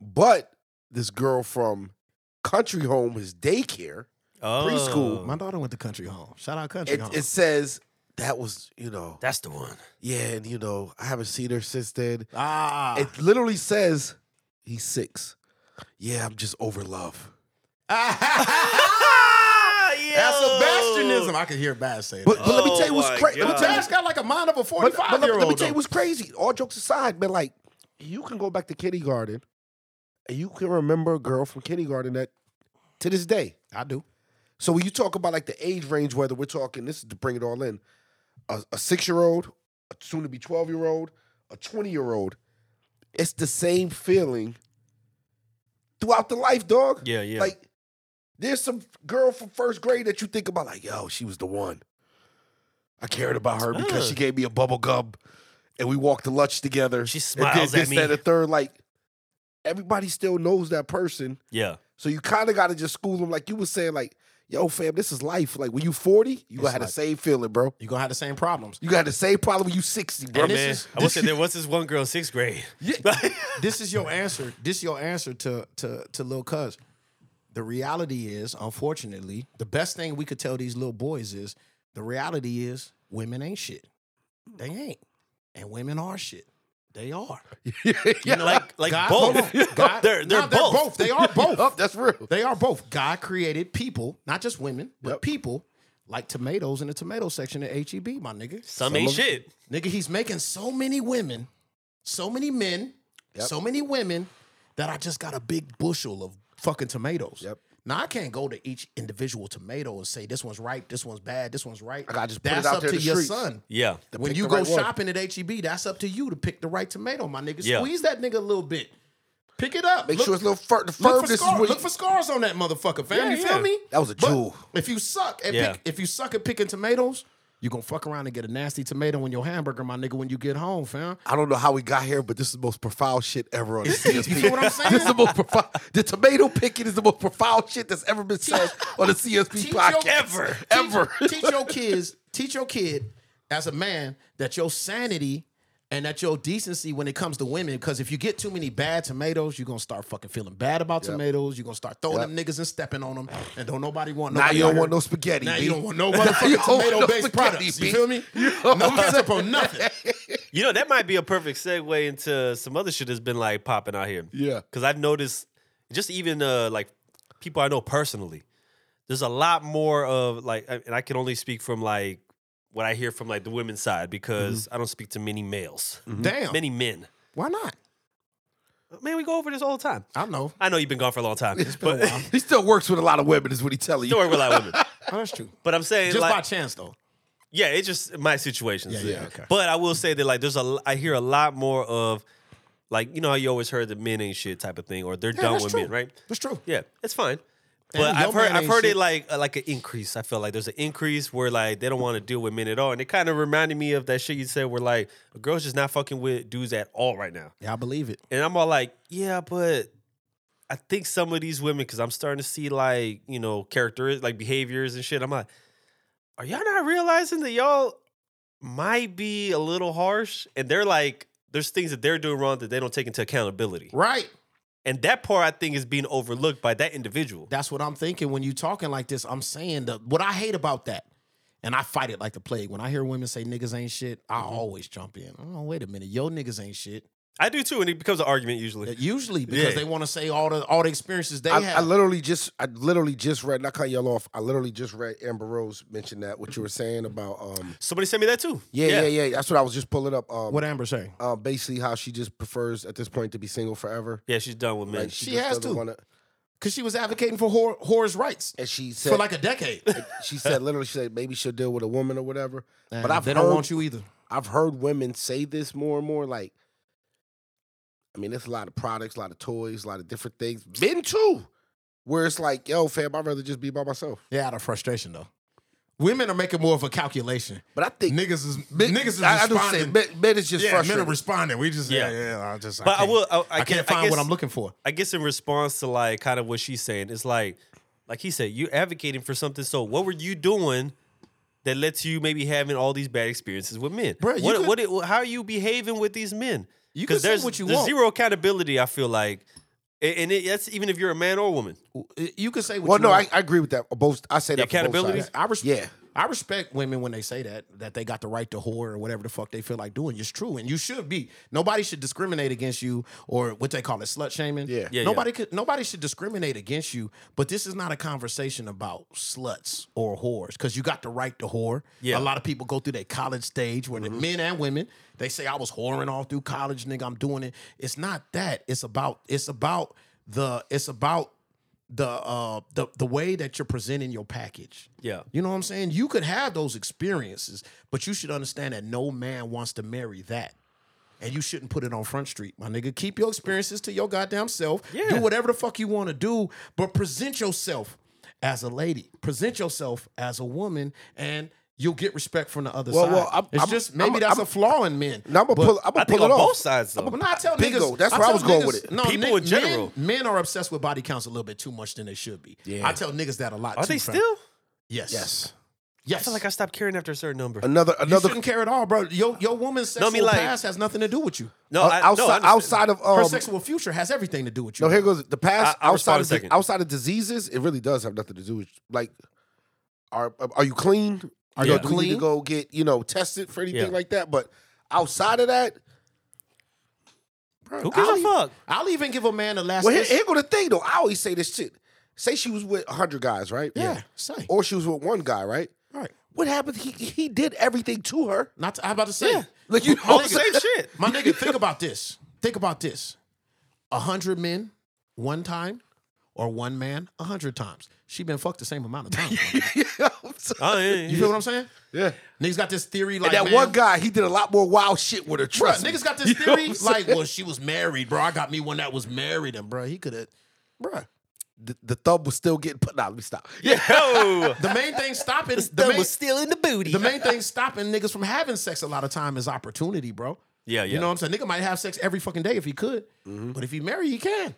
Speaker 1: But this girl from country home, his daycare,
Speaker 2: Oh,
Speaker 1: Preschool,
Speaker 3: My daughter went to country home. Shout out country
Speaker 1: it,
Speaker 3: home.
Speaker 1: it says that was you know
Speaker 2: That's the one.
Speaker 1: yeah, and you know I haven't seen her since then.
Speaker 3: ah,
Speaker 1: It literally says he's six. Yeah, I'm just over love.
Speaker 3: That's Sebastianism. I could hear Bass say
Speaker 1: But,
Speaker 3: that.
Speaker 1: but let me
Speaker 2: Oh
Speaker 1: tell you what's
Speaker 2: my
Speaker 1: crazy. Let me
Speaker 2: God.
Speaker 1: tell you,
Speaker 3: Bass got like a mind of a
Speaker 1: but, but let, me-
Speaker 3: forty-five-year-old.
Speaker 1: let me tell you what's crazy. All jokes aside, man, like you can go back to kindergarten and you can remember a girl from kindergarten that to this day.
Speaker 3: I do.
Speaker 1: So when you talk about like the age range, whether we're talking this is to bring it all in, a, a six year old, a soon to be twelve year old, a twenty year old, it's the same feeling throughout the life, dog.
Speaker 2: Yeah, yeah.
Speaker 1: Like there's some girl from first grade that you think about, like yo, she was the one. I cared about her because
Speaker 2: Ah.
Speaker 1: she gave me a bubble gum, and we walked to lunch together.
Speaker 2: She
Speaker 1: and did
Speaker 2: smiles at
Speaker 1: this,
Speaker 2: me.
Speaker 1: that, and the third. Like everybody still knows that person.
Speaker 2: yeah,
Speaker 1: So you kind of got to just school them, like you was saying, like, yo, fam, this is life. Like when you forty, you gonna
Speaker 3: It's
Speaker 1: have the
Speaker 3: like-
Speaker 1: same feeling, bro.
Speaker 3: You're gonna have the same problems.
Speaker 1: You got the same problem when you sixty, bro.
Speaker 3: And this
Speaker 2: man.
Speaker 3: is-
Speaker 2: I will say there was this one girl in sixth grade.
Speaker 3: This is your answer. This is your answer to to to Lil Cuz. The reality is, unfortunately, the best thing we could tell these little boys is the reality is women ain't shit. They ain't. And women are shit. They are.
Speaker 1: yeah,
Speaker 2: like like
Speaker 3: God-
Speaker 2: both.
Speaker 3: hold on. God-
Speaker 2: they're they're,
Speaker 3: Nah,
Speaker 2: both.
Speaker 3: They are
Speaker 1: Yup,
Speaker 3: both.
Speaker 1: Oh, that's real.
Speaker 3: They are both. God created people, not just women, but people like tomatoes in the tomato section at HEB, my nigga.
Speaker 2: Some, ain't
Speaker 1: of-
Speaker 2: shit.
Speaker 3: Nigga, he's making so many women, so many men, so many women that I just got a big bushel of fucking tomatoes.
Speaker 1: Yep.
Speaker 3: Now I can't go to each individual tomato and say this one's ripe, this one's bad, this one's right.
Speaker 1: I gotta just put it
Speaker 3: that's
Speaker 1: out
Speaker 3: up
Speaker 1: there
Speaker 3: to
Speaker 1: in the
Speaker 3: your
Speaker 1: streets.
Speaker 3: son.
Speaker 2: Yeah.
Speaker 3: When
Speaker 1: pick
Speaker 3: you
Speaker 1: the
Speaker 3: go
Speaker 1: right one.
Speaker 3: shopping at HEB, that's up to you to pick the right tomato, my nigga.
Speaker 2: Yeah.
Speaker 3: Squeeze that nigga a little bit. Pick it up.
Speaker 1: Make sure it's a little fur. The
Speaker 3: Look for,
Speaker 1: firmness is
Speaker 3: scar-
Speaker 1: what
Speaker 3: look for scars on that motherfucker, fam.
Speaker 2: Yeah,
Speaker 3: you feel
Speaker 2: yeah.
Speaker 3: me?
Speaker 1: That was a
Speaker 3: But
Speaker 1: jewel.
Speaker 3: if you suck at
Speaker 2: Yeah.
Speaker 3: pick, if you suck at picking tomatoes, you gonna fuck around and get a nasty tomato in your hamburger, my nigga, when you get home, fam.
Speaker 1: I don't know how we got here, but this is the most profound shit ever on this
Speaker 3: deep, you feel what I'm saying?
Speaker 1: This is the most profound. The tomato picking is the most profound shit that's ever been said on the CSP
Speaker 3: Teach
Speaker 1: podcast
Speaker 3: your-
Speaker 1: ever,
Speaker 3: Teach-
Speaker 1: ever.
Speaker 3: Teach your kids, teach your kid as a man that your sanity and that your decency when it comes to women, because if you get too many bad tomatoes, you're gonna start fucking feeling bad about tomatoes. You're gonna start throwing
Speaker 1: Yep.
Speaker 3: them niggas and stepping on them. And don't nobody want
Speaker 1: Now
Speaker 3: nobody
Speaker 1: you don't
Speaker 3: out
Speaker 1: want
Speaker 3: here-
Speaker 1: no spaghetti.
Speaker 3: Now
Speaker 1: B.
Speaker 3: you don't want no
Speaker 1: you don't want
Speaker 3: motherfucking
Speaker 1: no
Speaker 3: tomato based
Speaker 1: spaghetti,
Speaker 3: products.
Speaker 1: B.
Speaker 3: You feel me? No ketchup on nothing.
Speaker 2: You know, that might be a perfect segue into some other shit that's been like popping out here.
Speaker 1: Yeah.
Speaker 2: Cause I've noticed just even uh like people I know personally, there's a lot more of like and I can only speak from like what I hear from like the women's side because
Speaker 3: Mm-hmm.
Speaker 2: I don't speak to many males.
Speaker 1: Mm.
Speaker 3: Damn.
Speaker 2: Many men.
Speaker 3: Why not?
Speaker 2: Man, we go over this all the time.
Speaker 3: I know.
Speaker 2: I know you've been gone for a long time. But
Speaker 1: He still works with a lot of women, is what he telling
Speaker 2: don't
Speaker 1: you.
Speaker 2: worry about women.
Speaker 3: Oh, that's true.
Speaker 2: But I'm saying
Speaker 3: Just
Speaker 2: like,
Speaker 3: by chance though.
Speaker 2: Yeah, it's just my situations.
Speaker 3: Yeah, yeah, okay.
Speaker 2: But I will say that like there's a l- I hear a lot more of like you know how you always heard the men ain't shit type of thing or they're
Speaker 3: Yeah,
Speaker 2: done
Speaker 3: that's
Speaker 2: with
Speaker 3: true.
Speaker 2: men, right?
Speaker 3: That's true.
Speaker 2: Yeah, it's fine.
Speaker 3: And
Speaker 2: But
Speaker 3: your
Speaker 2: I've heard
Speaker 3: man
Speaker 2: I've
Speaker 3: ain't
Speaker 2: heard
Speaker 3: shit.
Speaker 2: it like uh, like an increase. I feel like there's an increase where like they don't want to deal with men at all, and it kind of reminded me of that shit you said where like a girl's just not fucking with dudes at all right now.
Speaker 3: Yeah, I believe it.
Speaker 2: And I'm all like, yeah, but I think some of these women, because I'm starting to see like, you know, characteristics, like behaviors and shit. I'm like, are y'all not realizing that y'all might be a little harsh? And they're like, there's things that they're doing wrong that they don't take into accountability.
Speaker 3: Right.
Speaker 2: And that part I think is being overlooked by that individual.
Speaker 3: That's what I'm thinking when you talking like this. I'm saying the what I hate about that, and I fight it like the plague. When I hear women say niggas ain't shit, I always jump in. Oh, wait a minute, yo niggas ain't shit. Uh,
Speaker 2: I do too, and it becomes an argument usually.
Speaker 3: Usually because
Speaker 2: Yeah.
Speaker 3: they want to say all the all the experiences they
Speaker 1: I,
Speaker 3: have.
Speaker 1: I literally just, I literally just read. Not cut y'all off. I literally just read Amber Rose mention that what you were saying about. um
Speaker 2: Somebody sent me that too.
Speaker 1: Yeah, yeah, yeah. That's what I was just pulling up. Um,
Speaker 3: what Amber say?
Speaker 1: uh, basically, how she just prefers at this point to be single forever.
Speaker 2: Yeah, she's done with men.
Speaker 1: Like,
Speaker 3: She
Speaker 1: just
Speaker 3: has
Speaker 1: doesn't
Speaker 3: to.
Speaker 1: wanna-
Speaker 3: Because she was advocating for whore, whores' rights
Speaker 1: and she said,
Speaker 3: for like a decade.
Speaker 1: she said literally, she said maybe she'll deal with a woman or whatever. but I've
Speaker 3: they
Speaker 1: heard,
Speaker 3: don't want you either.
Speaker 1: I've heard women say this more and more. Like, I mean, there's a lot of products, a lot of toys, a lot of different things. Men too, where it's like, yo, fam, I'd rather just be by myself.
Speaker 3: Yeah, out of frustration though. Women are making more of a calculation.
Speaker 1: But I think
Speaker 3: Niggas is
Speaker 1: men-
Speaker 3: niggas is
Speaker 1: I, I do
Speaker 3: responding.
Speaker 1: say men, men is just
Speaker 3: yeah, men are
Speaker 1: frustrated.
Speaker 3: responding. We just yeah,
Speaker 2: Yeah.
Speaker 3: yeah. I just
Speaker 2: But I
Speaker 3: can't-
Speaker 2: will- I- I
Speaker 3: I
Speaker 2: can- I
Speaker 3: can't find what
Speaker 2: guess-
Speaker 3: I'm looking for.
Speaker 2: I guess in response to like kind of what she's saying, it's like, like he said, you're advocating for something. So what were you doing that lets you maybe having all these bad experiences with men?
Speaker 3: Bruh, you
Speaker 2: what,
Speaker 3: could-
Speaker 2: what it- how are you behaving with these men?
Speaker 3: You can
Speaker 2: Because
Speaker 3: say
Speaker 2: there's
Speaker 3: what you
Speaker 2: there's
Speaker 3: want.
Speaker 2: zero accountability. I feel like, A- and it, that's even if you're a man or a woman.
Speaker 3: You can say what
Speaker 1: Well,
Speaker 3: you
Speaker 1: no, I,
Speaker 3: want.
Speaker 1: I agree with that. Both I say that for both
Speaker 2: accountability?
Speaker 1: sides.
Speaker 3: I respect.
Speaker 1: Yeah.
Speaker 3: I respect women when they say that that they got the right to whore or whatever the fuck they feel like doing. It's true, and you should be. Nobody should discriminate against you or what they call it slut shaming.
Speaker 1: Yeah.
Speaker 2: Yeah,
Speaker 3: nobody could. Nobody should discriminate against you. But this is not a conversation about sluts or whores because you got the right to whore.
Speaker 2: Yeah.
Speaker 3: a lot of people go through their college stage where the men and women they say I was whoring all through college, nigga. I'm doing it. It's not that. It's about. It's about the. It's about the uh the the way that you're presenting your package.
Speaker 2: Yeah.
Speaker 3: You know what I'm saying? You could have those experiences, but you should understand that no man wants to marry that. And you shouldn't put it on front street, my nigga. Keep your experiences to your goddamn self.
Speaker 2: Yeah.
Speaker 3: Do whatever the fuck you want to do, but present yourself as a lady. Present yourself as a woman and You'll get respect from the other
Speaker 1: Well,
Speaker 3: side.
Speaker 1: well, I'm-
Speaker 3: it's
Speaker 1: I'm-
Speaker 3: just maybe
Speaker 1: I'm-
Speaker 3: that's
Speaker 1: I'm-
Speaker 3: a flaw in men.
Speaker 1: Now I'm gonna pull. I'm
Speaker 2: I
Speaker 1: gonna
Speaker 2: think
Speaker 1: pull
Speaker 2: on
Speaker 1: it off.
Speaker 2: both sides though.
Speaker 3: But no, I tell
Speaker 1: Bingo.
Speaker 3: niggas.
Speaker 1: That's
Speaker 3: I
Speaker 1: where I
Speaker 3: tell
Speaker 1: was going
Speaker 3: niggas-
Speaker 1: with it.
Speaker 3: No,
Speaker 2: People
Speaker 3: ni-
Speaker 2: in general.
Speaker 3: Men, men are obsessed with body counts a little bit too much than they should be.
Speaker 1: Yeah.
Speaker 3: I tell niggas that a lot.
Speaker 2: are
Speaker 3: too,
Speaker 2: they
Speaker 3: fam.
Speaker 2: still?
Speaker 3: Yes.
Speaker 1: Yes.
Speaker 3: Yes.
Speaker 2: I feel like I stopped caring after a certain number.
Speaker 1: Another
Speaker 3: you
Speaker 1: another
Speaker 3: shouldn't care at all, bro. Your your woman's
Speaker 2: No, I
Speaker 3: sexual
Speaker 2: mean, like-
Speaker 3: past has nothing to do with you.
Speaker 2: No,
Speaker 1: uh,
Speaker 2: I, no, I
Speaker 1: outside
Speaker 2: understand.
Speaker 1: outside of
Speaker 3: Her
Speaker 1: um,
Speaker 3: sexual future has everything to do with you.
Speaker 1: No, here goes the past
Speaker 2: I- I'll
Speaker 1: outside of
Speaker 2: respond in a
Speaker 1: di-
Speaker 2: second.
Speaker 1: outside of diseases. It really does have nothing to do with like are uh, are you clean? Are
Speaker 2: Yeah.
Speaker 1: you clean? to go get you know tested for anything
Speaker 2: Yeah.
Speaker 1: like that. But outside of that,
Speaker 2: Who gives a
Speaker 1: I'll-
Speaker 2: fuck?
Speaker 3: I'll even give a man a last.
Speaker 1: well, here,
Speaker 3: kiss.
Speaker 1: here go the thing though. I always say this shit. Say she was with hundred guys, right?
Speaker 3: Yeah, say.
Speaker 1: Or she was with one guy, right?
Speaker 3: Right.
Speaker 1: What happened? He he did everything to her.
Speaker 3: Not to, I'm about to say.
Speaker 1: Like you know
Speaker 3: My
Speaker 1: what I'm
Speaker 3: nigga,
Speaker 1: saying?
Speaker 2: shit.
Speaker 3: My nigga, think about this. Think about this. A hundred men, one time, or one man, a hundred times. She been fucked the same amount of times.
Speaker 2: Oh, yeah, yeah.
Speaker 3: You feel what I'm saying?
Speaker 1: Yeah.
Speaker 3: Niggas got this theory like
Speaker 1: And that
Speaker 3: man,
Speaker 1: one guy, he did a lot more wild shit with her.
Speaker 3: Bruh,
Speaker 1: Trust me.
Speaker 3: niggas got this
Speaker 1: You know
Speaker 3: theory
Speaker 1: what I'm
Speaker 3: like,
Speaker 1: saying?
Speaker 3: well, she was married, bro. I got me one that was married, and bro, he could have, bro.
Speaker 1: the, the thumb was still getting put. Nah, let me stop. Yeah,
Speaker 2: Yo,
Speaker 3: The main thing stopping the
Speaker 2: that
Speaker 3: main,
Speaker 2: was still in the booty.
Speaker 3: the main thing stopping niggas from having sex a lot of time is opportunity, bro.
Speaker 2: yeah, yeah.
Speaker 3: You know what I'm saying? Nigga might have sex every fucking day if he could,
Speaker 1: Mm-hmm.
Speaker 3: but if he married, he can.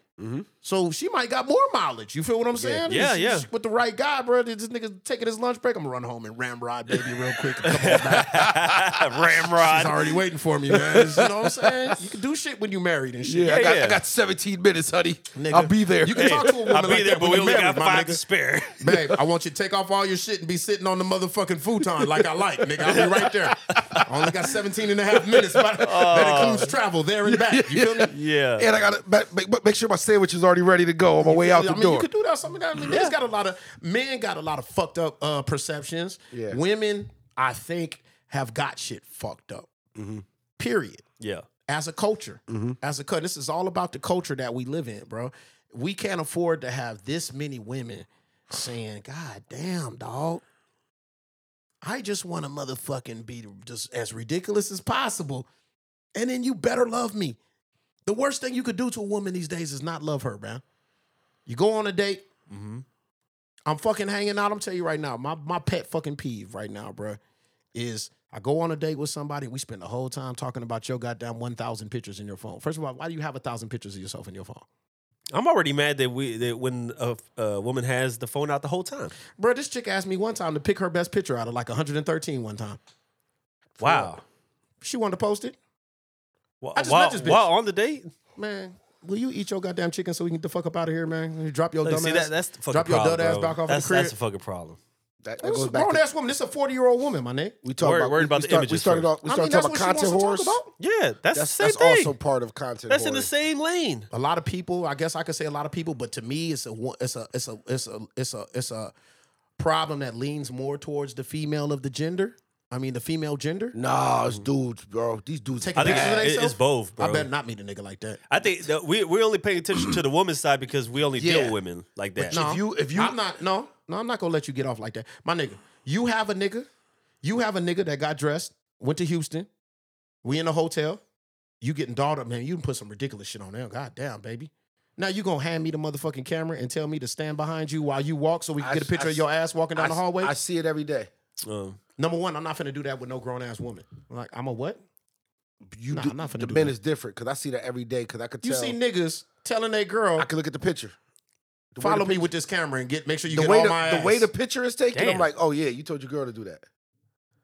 Speaker 3: So she might got more mileage. You feel what I'm saying?
Speaker 2: Yeah,
Speaker 3: She-
Speaker 2: yeah.
Speaker 3: she with the right guy, bro. This nigga taking his lunch break. I'm gonna run home and ramrod baby real quick. And come on back. She's
Speaker 2: Ramrod.
Speaker 3: already waiting for me, man. You know what I'm saying? You can do shit when you married and shit.
Speaker 1: yeah, I, got,
Speaker 2: yeah.
Speaker 1: I got 17 minutes, honey.
Speaker 3: Nigga.
Speaker 1: I'll be there.
Speaker 3: You can talk to a woman
Speaker 2: I'll be
Speaker 3: like
Speaker 2: there,
Speaker 3: that
Speaker 2: but
Speaker 3: when
Speaker 2: we
Speaker 3: you're
Speaker 2: only got
Speaker 3: married, my
Speaker 2: five to
Speaker 3: nigga.
Speaker 2: spare.
Speaker 3: Babe, I want you to take off all your shit and be sitting on the motherfucking futon like I like, nigga. I'll be right there. I only got 17 and a half minutes. But that
Speaker 2: Oh.
Speaker 3: includes travel there and back. You feel me?
Speaker 2: Yeah.
Speaker 1: And I gotta ma- make, make sure my sandwich is already ready to go on my way out the
Speaker 3: I mean,
Speaker 1: door.
Speaker 3: you could do that. Something that I mean, niggas got a lot of men got a lot of fucked up uh, perceptions.
Speaker 1: Yeah.
Speaker 3: Women, I think, have got shit fucked up.
Speaker 2: Mm-hmm.
Speaker 3: Period.
Speaker 2: Yeah.
Speaker 3: As a culture, as a cut, this is all about the culture that we live in, bro. We can't afford to have this many women saying, "God damn, dog." I just want to motherfucking be just as ridiculous as possible. And then you better love me. The worst thing you could do to a woman these days is not love her, man. You go on a date. I'm fucking hanging out. I'm telling you right now, my, my pet fucking peeve right now, bro, is I go on a date with somebody and we spend the whole time talking about your goddamn 1,000 pictures in your phone. First of all, why do you have a 1,000 pictures of yourself in your phone?
Speaker 2: I'm already mad that we that when a, a woman has the phone out the whole time.
Speaker 3: Bro, this chick asked me one time to pick her best picture out of like 113 one time.
Speaker 2: Wow.
Speaker 3: She wanted to post it.
Speaker 2: Wh-
Speaker 3: I just
Speaker 2: while,
Speaker 3: met this bitch.
Speaker 2: while on the date,
Speaker 3: Man, will you eat your goddamn chicken so we can get the fuck up out of here, man? You drop your
Speaker 2: Look,
Speaker 3: dumb
Speaker 2: see
Speaker 3: ass.
Speaker 2: that, that's the fucking
Speaker 3: drop your
Speaker 2: problem.
Speaker 3: dud ass
Speaker 2: bro.
Speaker 3: back off
Speaker 2: that's,
Speaker 3: the crib.
Speaker 2: that's a fucking problem.
Speaker 1: that, that
Speaker 3: This is
Speaker 1: goes
Speaker 3: a
Speaker 1: back
Speaker 3: grown
Speaker 1: to-
Speaker 3: ass woman. This is a 40 year old woman, my nigga.
Speaker 1: we talked
Speaker 2: Worry-
Speaker 1: about,
Speaker 2: worried
Speaker 1: we,
Speaker 2: about
Speaker 1: we
Speaker 2: the
Speaker 1: start-
Speaker 2: images
Speaker 1: we started
Speaker 2: first.
Speaker 1: off we started talking about content
Speaker 3: wants to
Speaker 1: horse.
Speaker 3: talk about.
Speaker 2: Yeah, that's,
Speaker 1: That's,
Speaker 2: the same
Speaker 1: that's
Speaker 2: thing.
Speaker 1: also part of content
Speaker 2: that's in the
Speaker 1: whores.
Speaker 2: same lane.
Speaker 3: A lot of people, I guess I could say a lot of people, but to me, it's a one- it's a it's a it's a it's a it's a problem that leans more towards the female of the gender. I mean, the female gender.
Speaker 1: Nah, it's dudes, bro. These dudes.
Speaker 3: Take
Speaker 2: I think
Speaker 3: pictures of
Speaker 2: it's- it-
Speaker 3: themselves?
Speaker 2: it's both, bro.
Speaker 3: I better not meet a nigga like that.
Speaker 2: I think that we we're only paying attention to the woman's side because we only deal
Speaker 3: Yeah.
Speaker 2: with women like that.
Speaker 3: No,
Speaker 1: If you- if you-
Speaker 3: I'm not no no, I'm not gonna let you get off like that, my nigga. You have a nigga, you have a nigga that got dressed, went to Houston. We in a hotel. You getting dolled up, man. You can put some ridiculous shit on there. God damn, baby. Now you gonna hand me the motherfucking camera and tell me to stand behind you while you walk so we can
Speaker 1: I
Speaker 3: get a
Speaker 1: s-
Speaker 3: picture
Speaker 1: I
Speaker 3: of your ass walking down
Speaker 1: I,
Speaker 3: the hallway.
Speaker 1: I see it every day.
Speaker 2: Um,
Speaker 3: Number one, I'm not finna do that with no grown ass woman. Like I'm a what?
Speaker 1: You
Speaker 3: Nah,
Speaker 1: do,
Speaker 3: I'm not finna
Speaker 1: the
Speaker 3: do
Speaker 1: men
Speaker 3: that.
Speaker 1: is different because I see that every day because I could
Speaker 3: You
Speaker 1: tell.
Speaker 3: see niggas telling their girl,
Speaker 1: I could look at the picture. The way
Speaker 3: follow
Speaker 1: the
Speaker 3: me with this camera and get make sure you
Speaker 1: the
Speaker 3: get
Speaker 1: way
Speaker 3: all
Speaker 1: the,
Speaker 3: my
Speaker 1: the
Speaker 3: ass.
Speaker 1: way the picture is taken, I'm
Speaker 2: Damn.
Speaker 1: like, oh yeah, you told your girl to do that.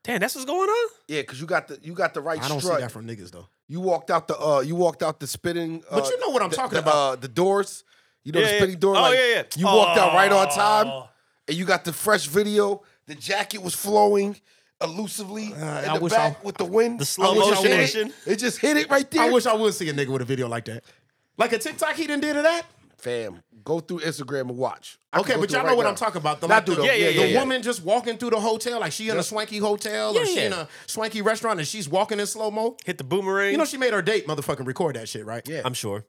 Speaker 2: damn, that's what's going on.
Speaker 1: Yeah, because you got the you got the right
Speaker 3: I don't see
Speaker 1: strut.
Speaker 3: that from niggas though.
Speaker 1: you walked out the uh you walked out the spitting. Uh,
Speaker 3: But you know what I'm
Speaker 1: the-
Speaker 3: talking
Speaker 1: the,
Speaker 3: about.
Speaker 1: Uh, the doors, you know
Speaker 2: Yeah,
Speaker 1: the
Speaker 2: yeah.
Speaker 1: spitting door.
Speaker 2: Oh,
Speaker 1: like,
Speaker 2: yeah, yeah.
Speaker 1: You walked out right on time,
Speaker 2: Oh.
Speaker 1: and you got the fresh video. The jacket was flowing elusively in
Speaker 3: Uh, I
Speaker 1: the
Speaker 3: wish
Speaker 1: back
Speaker 3: I-
Speaker 1: with the wind.
Speaker 2: The slow
Speaker 1: I wish I
Speaker 2: motion
Speaker 1: would-
Speaker 2: action.
Speaker 1: It just hit it right there.
Speaker 3: I wish I would see a nigga with a video like that. Like a TikTok he didn't did of that.
Speaker 1: Fam, go through Instagram and watch. I
Speaker 3: Okay,
Speaker 1: can go
Speaker 3: but
Speaker 1: through
Speaker 3: y'all
Speaker 1: it
Speaker 3: know
Speaker 1: right
Speaker 3: what
Speaker 1: now.
Speaker 3: I'm talking about. The,
Speaker 1: Not
Speaker 3: the,
Speaker 1: through
Speaker 3: the,
Speaker 1: the- yeah, yeah,
Speaker 3: the
Speaker 1: yeah.
Speaker 3: woman just walking through the hotel, like she in a swanky hotel or
Speaker 2: Yeah,
Speaker 3: she
Speaker 2: yeah.
Speaker 3: in a swanky restaurant and she's walking in slow mo.
Speaker 2: Hit the boomerang.
Speaker 3: You know she made her date motherfucking record that shit, right?
Speaker 1: Yeah.
Speaker 2: I'm sure.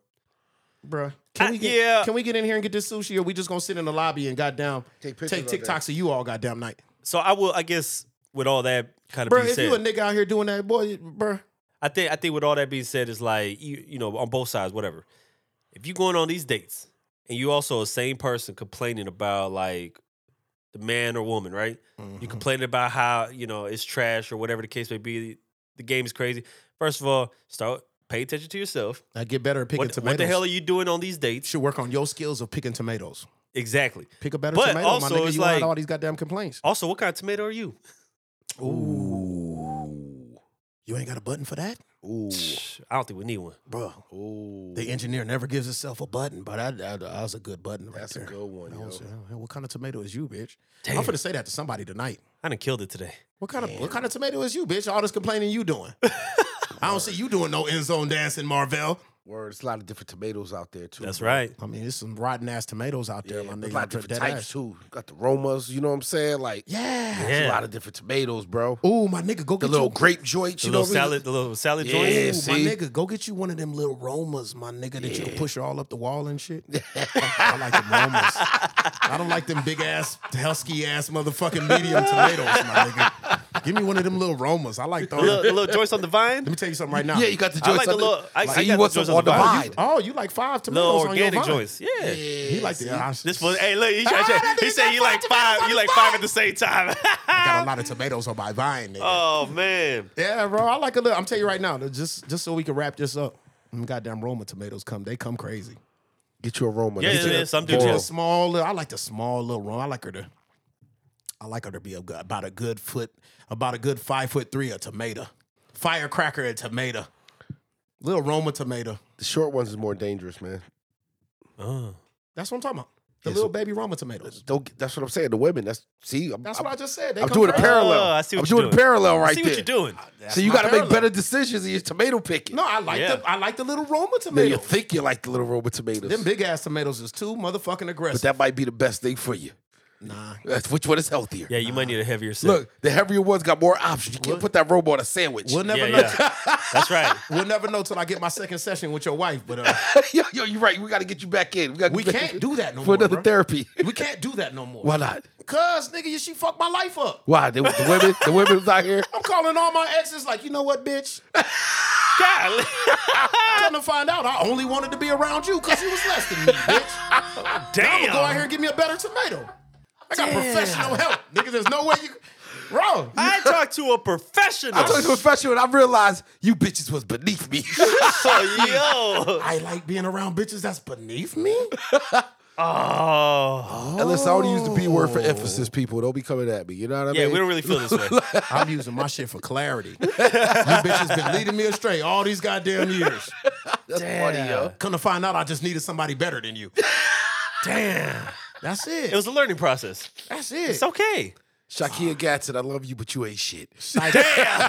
Speaker 3: Bruh. Can
Speaker 2: I-
Speaker 3: we get
Speaker 2: yeah.
Speaker 3: can we get in here and get this sushi or we just gonna sit in the lobby and goddamn
Speaker 1: Take
Speaker 3: take,
Speaker 1: pictures
Speaker 3: take
Speaker 1: of that.
Speaker 3: TikToks of you all goddamn night?
Speaker 2: So I will. I guess with all that kind of
Speaker 3: Bruh,
Speaker 2: being
Speaker 3: if
Speaker 2: said,
Speaker 3: you a nigga out here doing that, boy, bruh.
Speaker 2: I think I think with all that being said is like you you know on both sides whatever. If you going on these dates and you also a same person complaining about like the man or woman, right?
Speaker 3: Mm-hmm.
Speaker 2: You complaining about how you know it's trash or whatever the case may be. The game is crazy. First of all, start pay attention to yourself.
Speaker 3: I get better at picking
Speaker 2: What,
Speaker 3: tomatoes.
Speaker 2: what the hell are you doing on these dates?
Speaker 3: should work on your skills of picking tomatoes.
Speaker 2: Exactly.
Speaker 3: Pick a better
Speaker 2: But
Speaker 3: tomato,
Speaker 2: also,
Speaker 3: my nigga.
Speaker 2: it's
Speaker 3: You
Speaker 2: like-
Speaker 3: had all these goddamn complaints.
Speaker 2: Also, what kind of tomato are you? Oh.
Speaker 3: Ooh. You ain't got a button for that?
Speaker 1: Ooh,
Speaker 2: I don't think we need one.
Speaker 3: Bro,
Speaker 1: ooh,
Speaker 3: the engineer never gives himself a button, but I, I, that was a good button right
Speaker 1: that's a
Speaker 3: there.
Speaker 1: good one,
Speaker 3: That
Speaker 1: yo.
Speaker 3: was- uh, what kind of tomato is you, bitch?
Speaker 2: Damn.
Speaker 3: I'm finna say that to somebody tonight.
Speaker 2: I done killed it today.
Speaker 3: What kind of what kind of tomato is you, bitch? All this complaining you doing. I don't see you doing no end zone dancing, Marvell.
Speaker 1: Word, it's a lot of different tomatoes out there too.
Speaker 2: That's
Speaker 1: bro.
Speaker 2: right.
Speaker 3: I mean, there's some rotten ass tomatoes out there,
Speaker 1: Yeah,
Speaker 3: my
Speaker 1: there's a
Speaker 3: nigga.
Speaker 1: lot
Speaker 3: I
Speaker 1: of
Speaker 3: drip
Speaker 1: different
Speaker 3: that
Speaker 1: types
Speaker 3: ass.
Speaker 1: too. Got the Romas, you know what I'm saying? Like,
Speaker 3: Yeah.
Speaker 1: there's
Speaker 2: Yeah.
Speaker 1: a lot of different tomatoes, bro.
Speaker 3: Ooh, my nigga, go
Speaker 1: The
Speaker 3: get
Speaker 1: little
Speaker 3: your
Speaker 1: grape joints,
Speaker 2: The
Speaker 1: you know,
Speaker 2: little
Speaker 1: what I mean?
Speaker 2: salad, the little salad
Speaker 1: Yeah.
Speaker 3: Ooh,
Speaker 2: joints.
Speaker 3: my
Speaker 1: see?
Speaker 3: nigga, go get you one of them little Romas, my nigga, that you can push all up the wall and shit. I like them Romas. I don't like them big ass, husky ass motherfucking medium tomatoes, my nigga. Give me one of them little Romas. I like
Speaker 2: The
Speaker 3: those.
Speaker 2: little,
Speaker 3: Let
Speaker 2: the little joints on the vine.
Speaker 3: me tell you something right now.
Speaker 1: Yeah, you got the
Speaker 2: I
Speaker 1: joints.
Speaker 2: like the
Speaker 1: on
Speaker 2: little. I,
Speaker 1: so
Speaker 2: I
Speaker 1: you
Speaker 2: got
Speaker 1: want
Speaker 2: the joints
Speaker 1: some
Speaker 2: on the
Speaker 1: on the
Speaker 2: vine.
Speaker 1: vine.
Speaker 3: Oh, you like five tomatoes
Speaker 2: Little
Speaker 3: on
Speaker 2: organic
Speaker 3: your vine.
Speaker 2: joints. Yeah.
Speaker 3: He like the. uh, I,
Speaker 2: This was hey look he, tried-
Speaker 3: Ah, that
Speaker 2: he
Speaker 3: nigga
Speaker 2: said
Speaker 3: got
Speaker 2: you
Speaker 3: five
Speaker 2: like
Speaker 3: tomatoes
Speaker 2: five
Speaker 3: on
Speaker 2: you
Speaker 3: the
Speaker 2: like five at the same time.
Speaker 3: got a lot of tomatoes on my vine, nigga.
Speaker 2: oh man.
Speaker 3: Yeah, bro. I like a little. I'm telling you right now, just just so we can wrap this up. Them goddamn Roma tomatoes come. They come crazy.
Speaker 1: Get your aroma.
Speaker 2: Yeah,
Speaker 1: That's
Speaker 2: yeah,
Speaker 1: it.
Speaker 2: yeah, some do
Speaker 1: Boil.
Speaker 2: too.
Speaker 3: Just small. Little, I like the small little Roma. I like her to. I like her to be a, good- about a good foot, about a good five foot three a tomato, firecracker a tomato, little Roma tomato.
Speaker 1: The short ones is more dangerous, man.
Speaker 2: Oh.
Speaker 3: That's what I'm talking about. The
Speaker 1: Yeah,
Speaker 3: little
Speaker 1: so-
Speaker 3: baby Roma tomatoes.
Speaker 1: Don't. get- That's what I'm saying. The women. That's see. I'm,
Speaker 3: That's
Speaker 1: I'm,
Speaker 3: what I just said. They
Speaker 1: I'm
Speaker 3: come
Speaker 1: doing a
Speaker 3: crazy.
Speaker 1: parallel.
Speaker 2: Oh, I see
Speaker 1: I'm
Speaker 2: what you're
Speaker 1: doing a
Speaker 2: doing.
Speaker 1: parallel right
Speaker 2: See
Speaker 1: there.
Speaker 2: what you're doing.
Speaker 1: So you
Speaker 3: my
Speaker 1: got to make
Speaker 3: parallel.
Speaker 1: better decisions in your tomato picking.
Speaker 3: No, I like
Speaker 2: Yeah.
Speaker 3: the I like the little Roma
Speaker 1: Now, you
Speaker 3: tomatoes.
Speaker 1: think you like the little Roma tomatoes,
Speaker 3: Them big ass tomatoes is too motherfucking
Speaker 1: but
Speaker 3: aggressive.
Speaker 1: that might be the best thing for you.
Speaker 3: nah.
Speaker 1: That's which one is healthier.
Speaker 2: Yeah, you might need a heavier set.
Speaker 1: Look, the heavier ones got more options. You can't put that Roma on a sandwich.
Speaker 3: We'll never
Speaker 2: yeah,
Speaker 3: know.
Speaker 2: yeah. That's right.
Speaker 3: We'll never know till I get my second session with your wife. But uh,
Speaker 1: yo, yo, you're right. We got to get you back in. We, gotta
Speaker 3: we
Speaker 1: get you back
Speaker 3: can't
Speaker 1: in
Speaker 3: do that no
Speaker 1: for
Speaker 3: more.
Speaker 1: another
Speaker 3: bruh.
Speaker 1: therapy.
Speaker 3: We can't do that no more.
Speaker 1: Why not?
Speaker 3: Cause nigga, you she fucked my life up.
Speaker 1: Why the, the women? The women was out here.
Speaker 3: I'm calling all my exes like, you know what, bitch?
Speaker 2: God,
Speaker 3: Come to find out, I only wanted to be around you because you was less than me, bitch.
Speaker 2: damn.
Speaker 3: Go out here and give me a better tomato. I got professional help, nigga. There's no way you, bro.
Speaker 2: I talked to a professional.
Speaker 1: I talked to a professional and I realized you bitches was beneath me.
Speaker 2: yo.
Speaker 3: I like being around bitches that's beneath me.
Speaker 2: Oh.
Speaker 1: Unless I only use the B word for emphasis, people. Don't be coming at me. You know what I
Speaker 2: Yeah,
Speaker 1: mean?
Speaker 2: we don't really feel this way.
Speaker 3: I'm using my shit for clarity. you bitches been leading me astray all these goddamn years.
Speaker 1: That's funny, yo.
Speaker 3: Come to find out, I just needed somebody better than you. Damn. That's it.
Speaker 2: It was a learning process.
Speaker 3: That's it.
Speaker 2: It's okay.
Speaker 1: Shakia Gatson, I love you, but you ain't shit.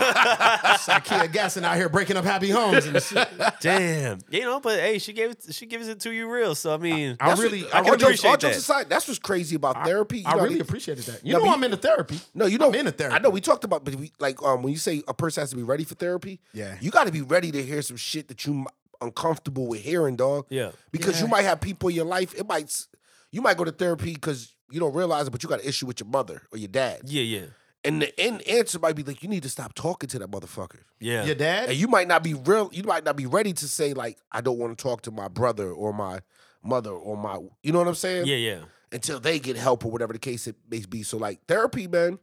Speaker 3: Sakia Gasson out here breaking up happy homes and shit.
Speaker 2: Damn. You know, but hey, she gave it she gives it to you real. So I mean
Speaker 3: I really, I,
Speaker 2: I
Speaker 1: All jokes-
Speaker 2: can
Speaker 1: all
Speaker 2: appreciate
Speaker 1: jokes
Speaker 2: that.
Speaker 1: aside, that's what's crazy about therapy. You
Speaker 3: I
Speaker 1: know,
Speaker 3: really
Speaker 1: they-
Speaker 3: appreciated that. You
Speaker 1: No,
Speaker 3: know,
Speaker 1: but-
Speaker 3: I'm into therapy.
Speaker 1: No, you know,
Speaker 3: I'm into therapy.
Speaker 1: I know we talked about, but we, like um, when you say a person has to be ready for therapy,
Speaker 3: Yeah.
Speaker 1: you got to be ready to hear some shit that you m- uncomfortable with hearing, dog.
Speaker 2: Yeah.
Speaker 1: because you might have people in your life. It might s- you might go to therapy because you don't realize it, but you got an issue with your mother or your dad,
Speaker 2: yeah, yeah.
Speaker 1: and the end answer might be like you need to stop talking to that motherfucker.
Speaker 2: Yeah.
Speaker 3: Your dad?
Speaker 1: And you might not be real. You might not be ready to say like I don't want to talk to my brother or my mother or my. You know what I'm saying?
Speaker 2: Yeah, yeah.
Speaker 1: Until they get help or whatever the case it may be. So like therapy, man,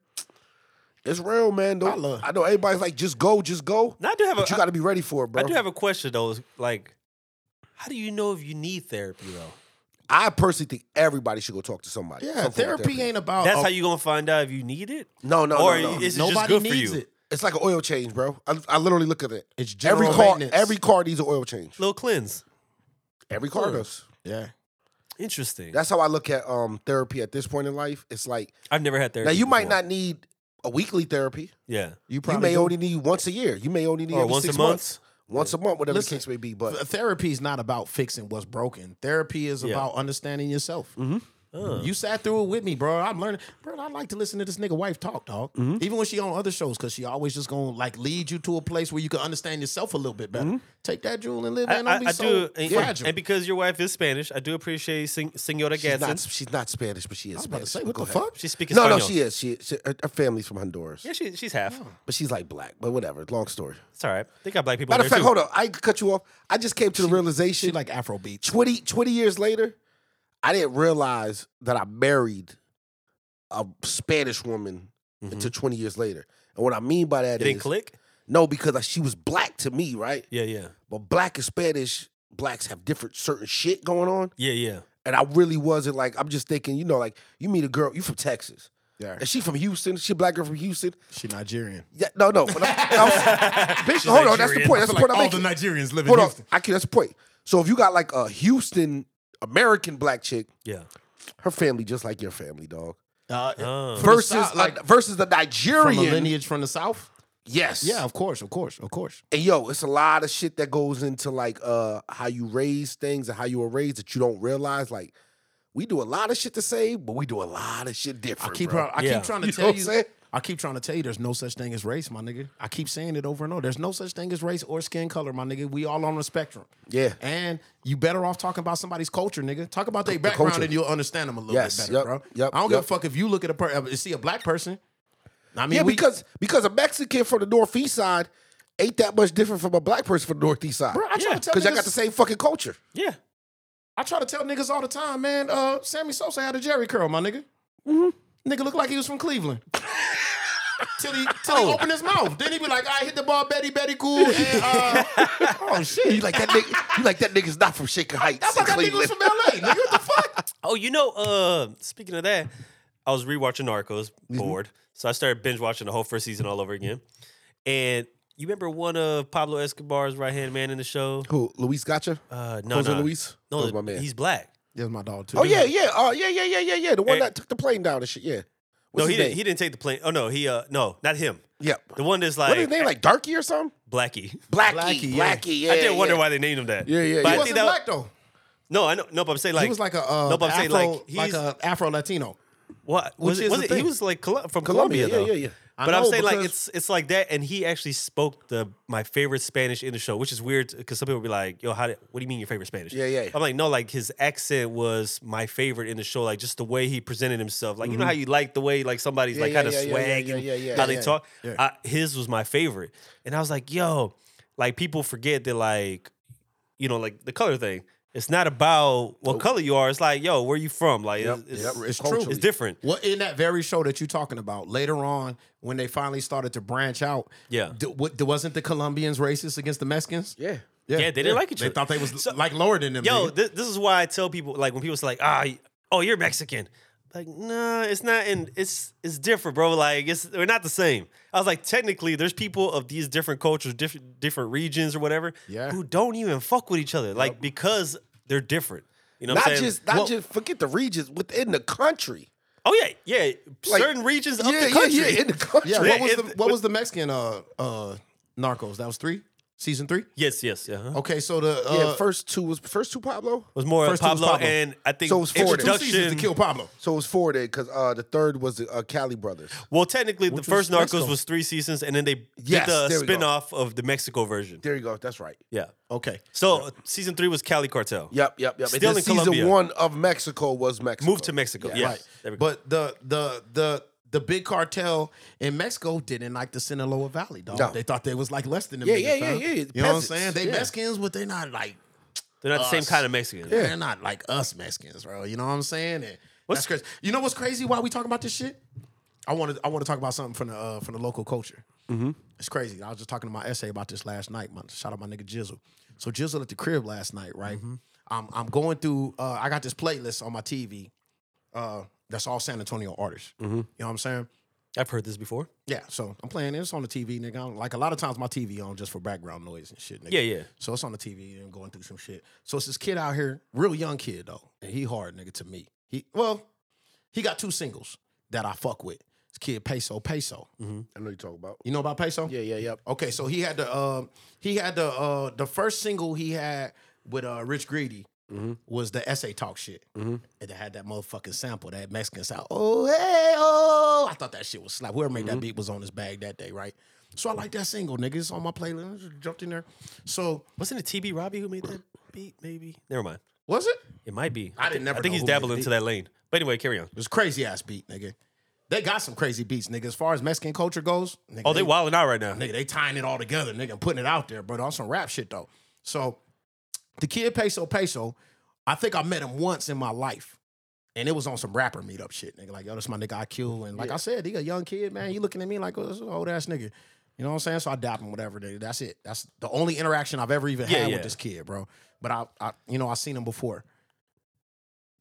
Speaker 1: it's real, man. Don't, I,
Speaker 3: I love-
Speaker 1: know everybody's like just go, just go,
Speaker 2: Now I do have
Speaker 1: but
Speaker 2: a
Speaker 1: you got to be ready for it, bro.
Speaker 2: I do have a question though. is, Like, how do you know if you need therapy though?
Speaker 1: I personally think everybody should go talk to somebody.
Speaker 3: yeah,
Speaker 1: some form of
Speaker 3: therapy, ain't
Speaker 1: Uh,
Speaker 3: about.
Speaker 2: That's
Speaker 3: oh,
Speaker 2: how you gonna find out if you need it.
Speaker 1: No, no,
Speaker 2: or
Speaker 1: no, no.
Speaker 2: is it
Speaker 3: nobody
Speaker 2: just good for
Speaker 3: needs
Speaker 2: you?
Speaker 3: it.
Speaker 1: It's like an oil change, bro. I, I literally look at it.
Speaker 3: It's
Speaker 1: Every
Speaker 3: general
Speaker 1: car,
Speaker 3: maintenance.
Speaker 1: every car needs an oil change.
Speaker 2: Little cleanse.
Speaker 1: Every car does.
Speaker 3: yeah.
Speaker 2: Interesting.
Speaker 1: That's how I look at um therapy at this point in life. It's like
Speaker 2: I've never had therapy.
Speaker 1: now you might
Speaker 2: before.
Speaker 1: not need a weekly therapy.
Speaker 2: Yeah.
Speaker 3: You
Speaker 1: You
Speaker 3: probably
Speaker 1: may
Speaker 3: do.
Speaker 1: only need once a year. You may only need
Speaker 2: Or
Speaker 1: every
Speaker 2: once
Speaker 1: six
Speaker 2: a month.
Speaker 1: months, once a month, whatever
Speaker 3: Listen,
Speaker 1: the case may be.
Speaker 3: Th-
Speaker 1: But
Speaker 3: Therapy is not about fixing what's broken. Therapy is
Speaker 2: Yeah.
Speaker 3: about understanding yourself.
Speaker 2: Oh.
Speaker 3: You sat through it with me, bro. I'm learning, bro. I like to listen to this nigga wife talk, dog.
Speaker 2: Mm-hmm.
Speaker 3: Even when she on other shows, cause she always just gonna like lead you to a place where you can understand yourself a little bit better. Take that jewel and live,
Speaker 2: Mm-hmm. I,
Speaker 3: and don't
Speaker 2: I,
Speaker 3: be
Speaker 2: I
Speaker 3: so
Speaker 2: do, and,
Speaker 3: fragile.
Speaker 2: and because your wife is Spanish, I do appreciate Sen- Senora
Speaker 1: she's not,
Speaker 2: Gadsden.
Speaker 1: she's not Spanish, but she is
Speaker 3: I was about to
Speaker 1: Spanish.
Speaker 3: say,
Speaker 1: but
Speaker 3: what
Speaker 1: go
Speaker 3: the
Speaker 1: ahead.
Speaker 3: fuck?
Speaker 2: She speaks
Speaker 1: No, no,
Speaker 2: Espanol.
Speaker 1: she is. Oh. She, is. she her, her family's from Honduras,
Speaker 2: Yeah, she, she's half.
Speaker 1: but she's like black. But whatever, long story.
Speaker 2: It's all right. They got black people.
Speaker 1: Matter
Speaker 2: in
Speaker 1: of
Speaker 2: there
Speaker 1: fact,
Speaker 2: too.
Speaker 1: hold on. I could cut you off. I just came to the realization
Speaker 3: She like Afro beats.
Speaker 1: 20, 20 years later, I didn't realize that I married a Spanish woman until 20 years later. And what I mean by that
Speaker 2: It
Speaker 1: is
Speaker 2: didn't click.
Speaker 1: no, because like, she was black to me, right?
Speaker 2: Yeah, yeah,
Speaker 1: But black and Spanish, blacks have different certain shit going on.
Speaker 2: yeah, yeah.
Speaker 1: And I really wasn't like, I'm just thinking, you know, like you meet a girl, you from Texas.
Speaker 3: Yeah,
Speaker 1: And she from Houston. She a black girl from Houston.
Speaker 3: she Nigerian.
Speaker 1: Yeah, no, no. But I'm- I'm- bitch, hold on. That's the
Speaker 2: Nigerian.
Speaker 1: point. That's the point I'm
Speaker 3: all
Speaker 1: making.
Speaker 3: the Nigerians live in
Speaker 1: Hold on.
Speaker 3: Houston.
Speaker 1: I can, that's the point. So if you got like a Houston American black chick,
Speaker 2: Yeah.
Speaker 1: her family just like your family, dog.
Speaker 3: Uh,
Speaker 2: Oh.
Speaker 3: From the
Speaker 1: Versus
Speaker 3: South, like-
Speaker 1: a, versus the
Speaker 3: from a
Speaker 1: Nigerian.
Speaker 3: lineage from the South.
Speaker 1: Yes.
Speaker 3: Yeah, of course, of course, of course.
Speaker 1: And yo, it's a lot of shit that goes into like uh how you raise things and how you were raised that you don't realize. Like we do a lot of shit the same, but we do a lot of shit
Speaker 3: I
Speaker 1: different.
Speaker 3: keep
Speaker 1: bro.
Speaker 3: I
Speaker 2: Yeah.
Speaker 3: keep trying to
Speaker 1: You know
Speaker 3: tell
Speaker 1: what I'm
Speaker 3: you.
Speaker 1: saying?
Speaker 3: I keep trying to tell you there's no such thing as race, my nigga. I keep saying it over and over. There's no such thing as race or skin color, my nigga. We all on the spectrum.
Speaker 1: Yeah.
Speaker 3: And you better off talking about somebody's culture, nigga. Talk about their background
Speaker 1: culture.
Speaker 3: and you'll understand them a little
Speaker 1: Yes,
Speaker 3: bit better,
Speaker 1: yep,
Speaker 3: bro.
Speaker 1: yep,
Speaker 3: I don't
Speaker 1: yep.
Speaker 3: give a fuck if you look at a person, see a black person. I mean,
Speaker 1: Yeah,
Speaker 3: we-
Speaker 1: because because a Mexican from the northeast side ain't that much different from a black person from the northeast side.
Speaker 3: bro, I try
Speaker 2: Yeah,
Speaker 3: to tell
Speaker 1: Because
Speaker 3: niggas,
Speaker 1: y'all got the same fucking culture.
Speaker 2: Yeah.
Speaker 3: I try to tell niggas all the time, man. Uh, Sammy Sosa had a Jerry curl, my nigga.
Speaker 2: Mm-hmm.
Speaker 3: Nigga looked like he was from Cleveland. till he, till
Speaker 2: Oh.
Speaker 3: he opened his mouth, then he be like, "I hit the ball, Betty, Betty, cool." And, uh, oh shit,
Speaker 1: You like that nigga, you like that nigga's not from Shaker Heights.
Speaker 3: I
Speaker 1: in
Speaker 3: thought that nigga was
Speaker 1: Cleveland.
Speaker 3: from LA. Nigga, what the fuck?
Speaker 2: Oh, you know, uh, speaking of that, I was rewatching Narcos,
Speaker 1: Mm-hmm.
Speaker 2: bored. So I started binge watching the whole first season all over again. And you remember one of Pablo Escobar's right hand man in the show?
Speaker 1: Who, Luis Gotcha?
Speaker 2: Uh, no,
Speaker 1: Oh, Jose
Speaker 2: no.
Speaker 1: Luis?
Speaker 2: No,
Speaker 1: That was my man.
Speaker 2: he's black.
Speaker 3: That's my dog too.
Speaker 1: oh yeah, yeah, oh yeah, yeah, yeah, yeah, yeah. The one
Speaker 2: Hey.
Speaker 1: that took the plane down and shit. Yeah. What's
Speaker 2: no, he
Speaker 1: his
Speaker 2: didn't.
Speaker 1: name?
Speaker 2: He didn't take the plane. Oh no, he uh, no, not him.
Speaker 1: Yep.
Speaker 2: The one that's
Speaker 1: What
Speaker 2: like
Speaker 1: is his name? Like Darky or something?
Speaker 2: Blackie.
Speaker 1: Blackie,
Speaker 3: Blackie,
Speaker 1: Blackie,
Speaker 3: yeah.
Speaker 1: yeah.
Speaker 2: I did not wonder
Speaker 1: yeah.
Speaker 2: why they named him that.
Speaker 1: Yeah, yeah, yeah.
Speaker 2: But
Speaker 3: he
Speaker 2: I think
Speaker 3: wasn't
Speaker 2: that
Speaker 3: black though.
Speaker 2: no, I know. No, but I'm saying like
Speaker 3: he was like a uh,
Speaker 2: no, but I'm
Speaker 3: Afro,
Speaker 2: saying
Speaker 3: like,
Speaker 2: like he's
Speaker 3: a Afro Latino.
Speaker 2: what was it?
Speaker 3: which is
Speaker 2: Was
Speaker 3: the
Speaker 2: it he
Speaker 3: thing.
Speaker 2: was like Col- from
Speaker 1: Colombia,
Speaker 2: Colombia,
Speaker 1: yeah,
Speaker 2: though.
Speaker 1: yeah, yeah.
Speaker 3: I
Speaker 2: But I'm
Speaker 3: know,
Speaker 2: saying like
Speaker 3: because-
Speaker 2: it's it's like that, and he actually spoke the my favorite Spanish in the show, which is weird because some people be like, "Yo, how? Did, what do you mean your favorite Spanish?"
Speaker 1: Yeah, yeah.
Speaker 2: I'm like, no, like his accent was my favorite in the show, like just the way he presented himself. Like you know how you like the way like somebody's like
Speaker 1: Mm-hmm. yeah,
Speaker 2: kind of
Speaker 1: yeah, yeah,
Speaker 2: swag
Speaker 1: yeah,
Speaker 2: and
Speaker 1: yeah, yeah,
Speaker 2: how
Speaker 1: yeah.
Speaker 2: they talk. I, his was my favorite, and I was like, yo, like people forget that like you know like the color thing. It's not about what color you are. It's like, yo, where you from? Like,
Speaker 1: Oh. Yep,
Speaker 2: it's,
Speaker 1: yep,
Speaker 2: it's,
Speaker 1: it's true.
Speaker 2: It's different.
Speaker 3: Well, in that very show that you're talking about, later on, when they finally started to branch out,
Speaker 2: Yeah.
Speaker 3: d- what, d- wasn't the Colombians racist against the Mexicans?
Speaker 1: Yeah.
Speaker 2: Yeah, they didn't like each
Speaker 3: They
Speaker 2: other.
Speaker 3: thought they was like lower than them.
Speaker 2: Yo,
Speaker 3: nigga.
Speaker 2: this, this is why I tell people like when people say like, ah, y- oh, you're Mexican. Like, nah, it's not, and it's it's different, bro. Like, it's we're not the same. I was like, technically, there's people of these different cultures, different different regions or whatever,
Speaker 3: Yeah.
Speaker 2: who don't even fuck with each other, like because they're different. You know, what
Speaker 1: Not
Speaker 2: I'm saying?
Speaker 1: just not
Speaker 2: Well-
Speaker 1: just forget the regions within the country.
Speaker 2: Oh yeah, yeah.
Speaker 1: Like-
Speaker 2: certain regions of
Speaker 1: yeah,
Speaker 2: the country.
Speaker 1: Yeah, yeah, in the country.
Speaker 3: yeah.
Speaker 2: Yeah,
Speaker 3: What was
Speaker 2: it-
Speaker 3: the what was the Mexican uh uh Narcos? That was three season three.
Speaker 2: Yes, yes, yeah.
Speaker 1: Oh,
Speaker 2: huh?
Speaker 3: Okay, so the uh,
Speaker 1: Yeah, first two was first two Pablo.
Speaker 2: It was more
Speaker 3: First two was
Speaker 2: Pablo,
Speaker 3: Pablo.
Speaker 2: and I think
Speaker 1: So it was four then.
Speaker 3: two seasons to
Speaker 2: introduction.
Speaker 3: kill Pablo.
Speaker 1: So it was four then, because uh, the third was the uh, Cali brothers.
Speaker 2: Well, technically, the
Speaker 3: Which
Speaker 2: first
Speaker 3: was
Speaker 2: Narcos
Speaker 3: Mexico.
Speaker 2: was three seasons, and then they
Speaker 1: Yes,
Speaker 2: did the
Speaker 1: there we go.
Speaker 2: spin-off of the Mexico version.
Speaker 1: There you go. That's right.
Speaker 2: Yeah.
Speaker 3: Okay,
Speaker 2: So season three was Cali Cartel.
Speaker 1: Yep, yep, yep.
Speaker 2: Still
Speaker 1: and then
Speaker 2: in
Speaker 1: season
Speaker 2: Colombia.
Speaker 1: one of Mexico was Mexico.
Speaker 2: Moved to Mexico. Yes.
Speaker 3: right.
Speaker 2: There we go.
Speaker 3: But the the the the big cartel in Mexico didn't like the Sinaloa Valley, dog.
Speaker 1: No.
Speaker 3: They thought they was like less than them.
Speaker 1: Yeah,
Speaker 3: niggas,
Speaker 1: yeah, yeah,
Speaker 3: fam.
Speaker 1: yeah.
Speaker 3: You know what I'm
Speaker 1: Peasants.
Speaker 3: saying? They
Speaker 1: Yeah.
Speaker 3: Mexicans, but they not like
Speaker 2: They're not the same kind of Mexican.
Speaker 3: they're not like us Mexicans, bro. You know what I'm saying? And that's crazy. You know what's crazy? Why we talking about this shit? I want to I want to talk about something from the uh, from the local culture. It's crazy. I was just talking to my essay about this last night. My, shout out my nigga Jizzle. So Jizzle at the crib last night, right? I'm I'm going through. Uh, I got this playlist on my TV. Uh, that's all San Antonio artists. You know what I'm saying?
Speaker 2: I've heard this before.
Speaker 3: Yeah. So I'm playing. it. It's on the TV, nigga. I'm, like a lot of times my TV on just for background noise and shit. Nigga.
Speaker 2: Yeah, yeah.
Speaker 3: So it's on the TV and I'm going through some shit. So it's this kid out here, real young kid though, and he hard nigga to me. He well, he got two singles that I fuck with. This kid Peso Peso.
Speaker 1: I know you talk about.
Speaker 3: You know about Peso?
Speaker 1: Yeah, yeah, yep.
Speaker 3: Okay, so he had the um he had the uh the first single he had with uh Rich Greedy was the essay talk shit, and they had that motherfucking sample that Mexican sound. Oh hey oh, I thought that shit was slap. Whoever made that beat was on his bag that day, right? So I like that single, nigga. It's on my playlist. I just jumped in there. So
Speaker 2: Wasn't it TB Robbie who made that beat? Maybe. Never mind.
Speaker 3: was it?
Speaker 2: It might be.
Speaker 3: I didn't
Speaker 2: thi-
Speaker 3: never
Speaker 2: I think
Speaker 3: know
Speaker 2: he's
Speaker 3: who made
Speaker 2: dabbled
Speaker 3: the
Speaker 2: into
Speaker 3: beat.
Speaker 2: that lane. But anyway, carry on.
Speaker 3: It was crazy ass beat, nigga. They got some crazy beats, nigga. As far as Mexican culture goes, nigga,
Speaker 2: Oh, they wilding out right now.
Speaker 3: Nigga, they tying it all together, nigga, and putting it out there, but on some rap shit though. So the kid Peso Peso, I think I met him once in my life. And it was on some rapper meetup shit, nigga. Like, yo, this my nigga IQ. And like I said, he a young kid, man. He looking at me like, oh, this is an old ass nigga. You know what I'm saying? So I dap him, whatever, nigga. That's it. That's the only interaction I've ever even
Speaker 2: Yeah,
Speaker 3: had
Speaker 2: yeah.
Speaker 3: with this kid, bro. But I, I you know, I seen him before.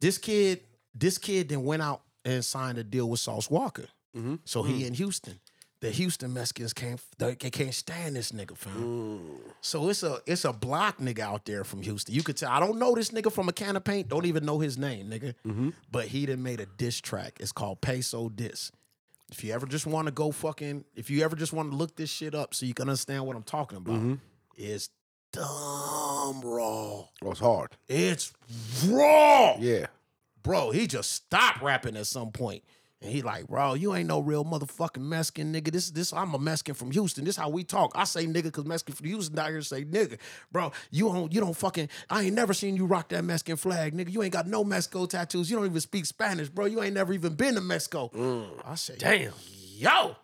Speaker 3: This kid, this kid then went out and signed a deal with Sauce Walker.
Speaker 2: Mm-hmm.
Speaker 3: So he in Houston. The Houston Mexicans can't they, they can't stand this nigga, fam. So it's a it's a block nigga out there from Houston. You could tell I don't know this nigga from a can of paint. Don't even know his name, nigga. But he done made a diss track. It's called Peso Diss. If you ever just want to go fucking, if you ever just want to look this shit up so you can understand what I'm talking about, it's dumb raw.
Speaker 1: It was Oh, hard.
Speaker 3: It's raw.
Speaker 1: Yeah.
Speaker 3: Bro, he just stopped rapping at some point. And he like, bro, you ain't no real motherfucking Mexican nigga. This this I'm a Mexican from Houston. This how we talk. I say nigga because Mexican from Houston out here say nigga. Bro, you don't you don't fucking I ain't never seen you rock that Mexican flag, nigga. You ain't got no Mexico tattoos. You don't even speak Spanish, bro. You ain't never even been to Mexico. I say,
Speaker 2: Damn.
Speaker 3: yo.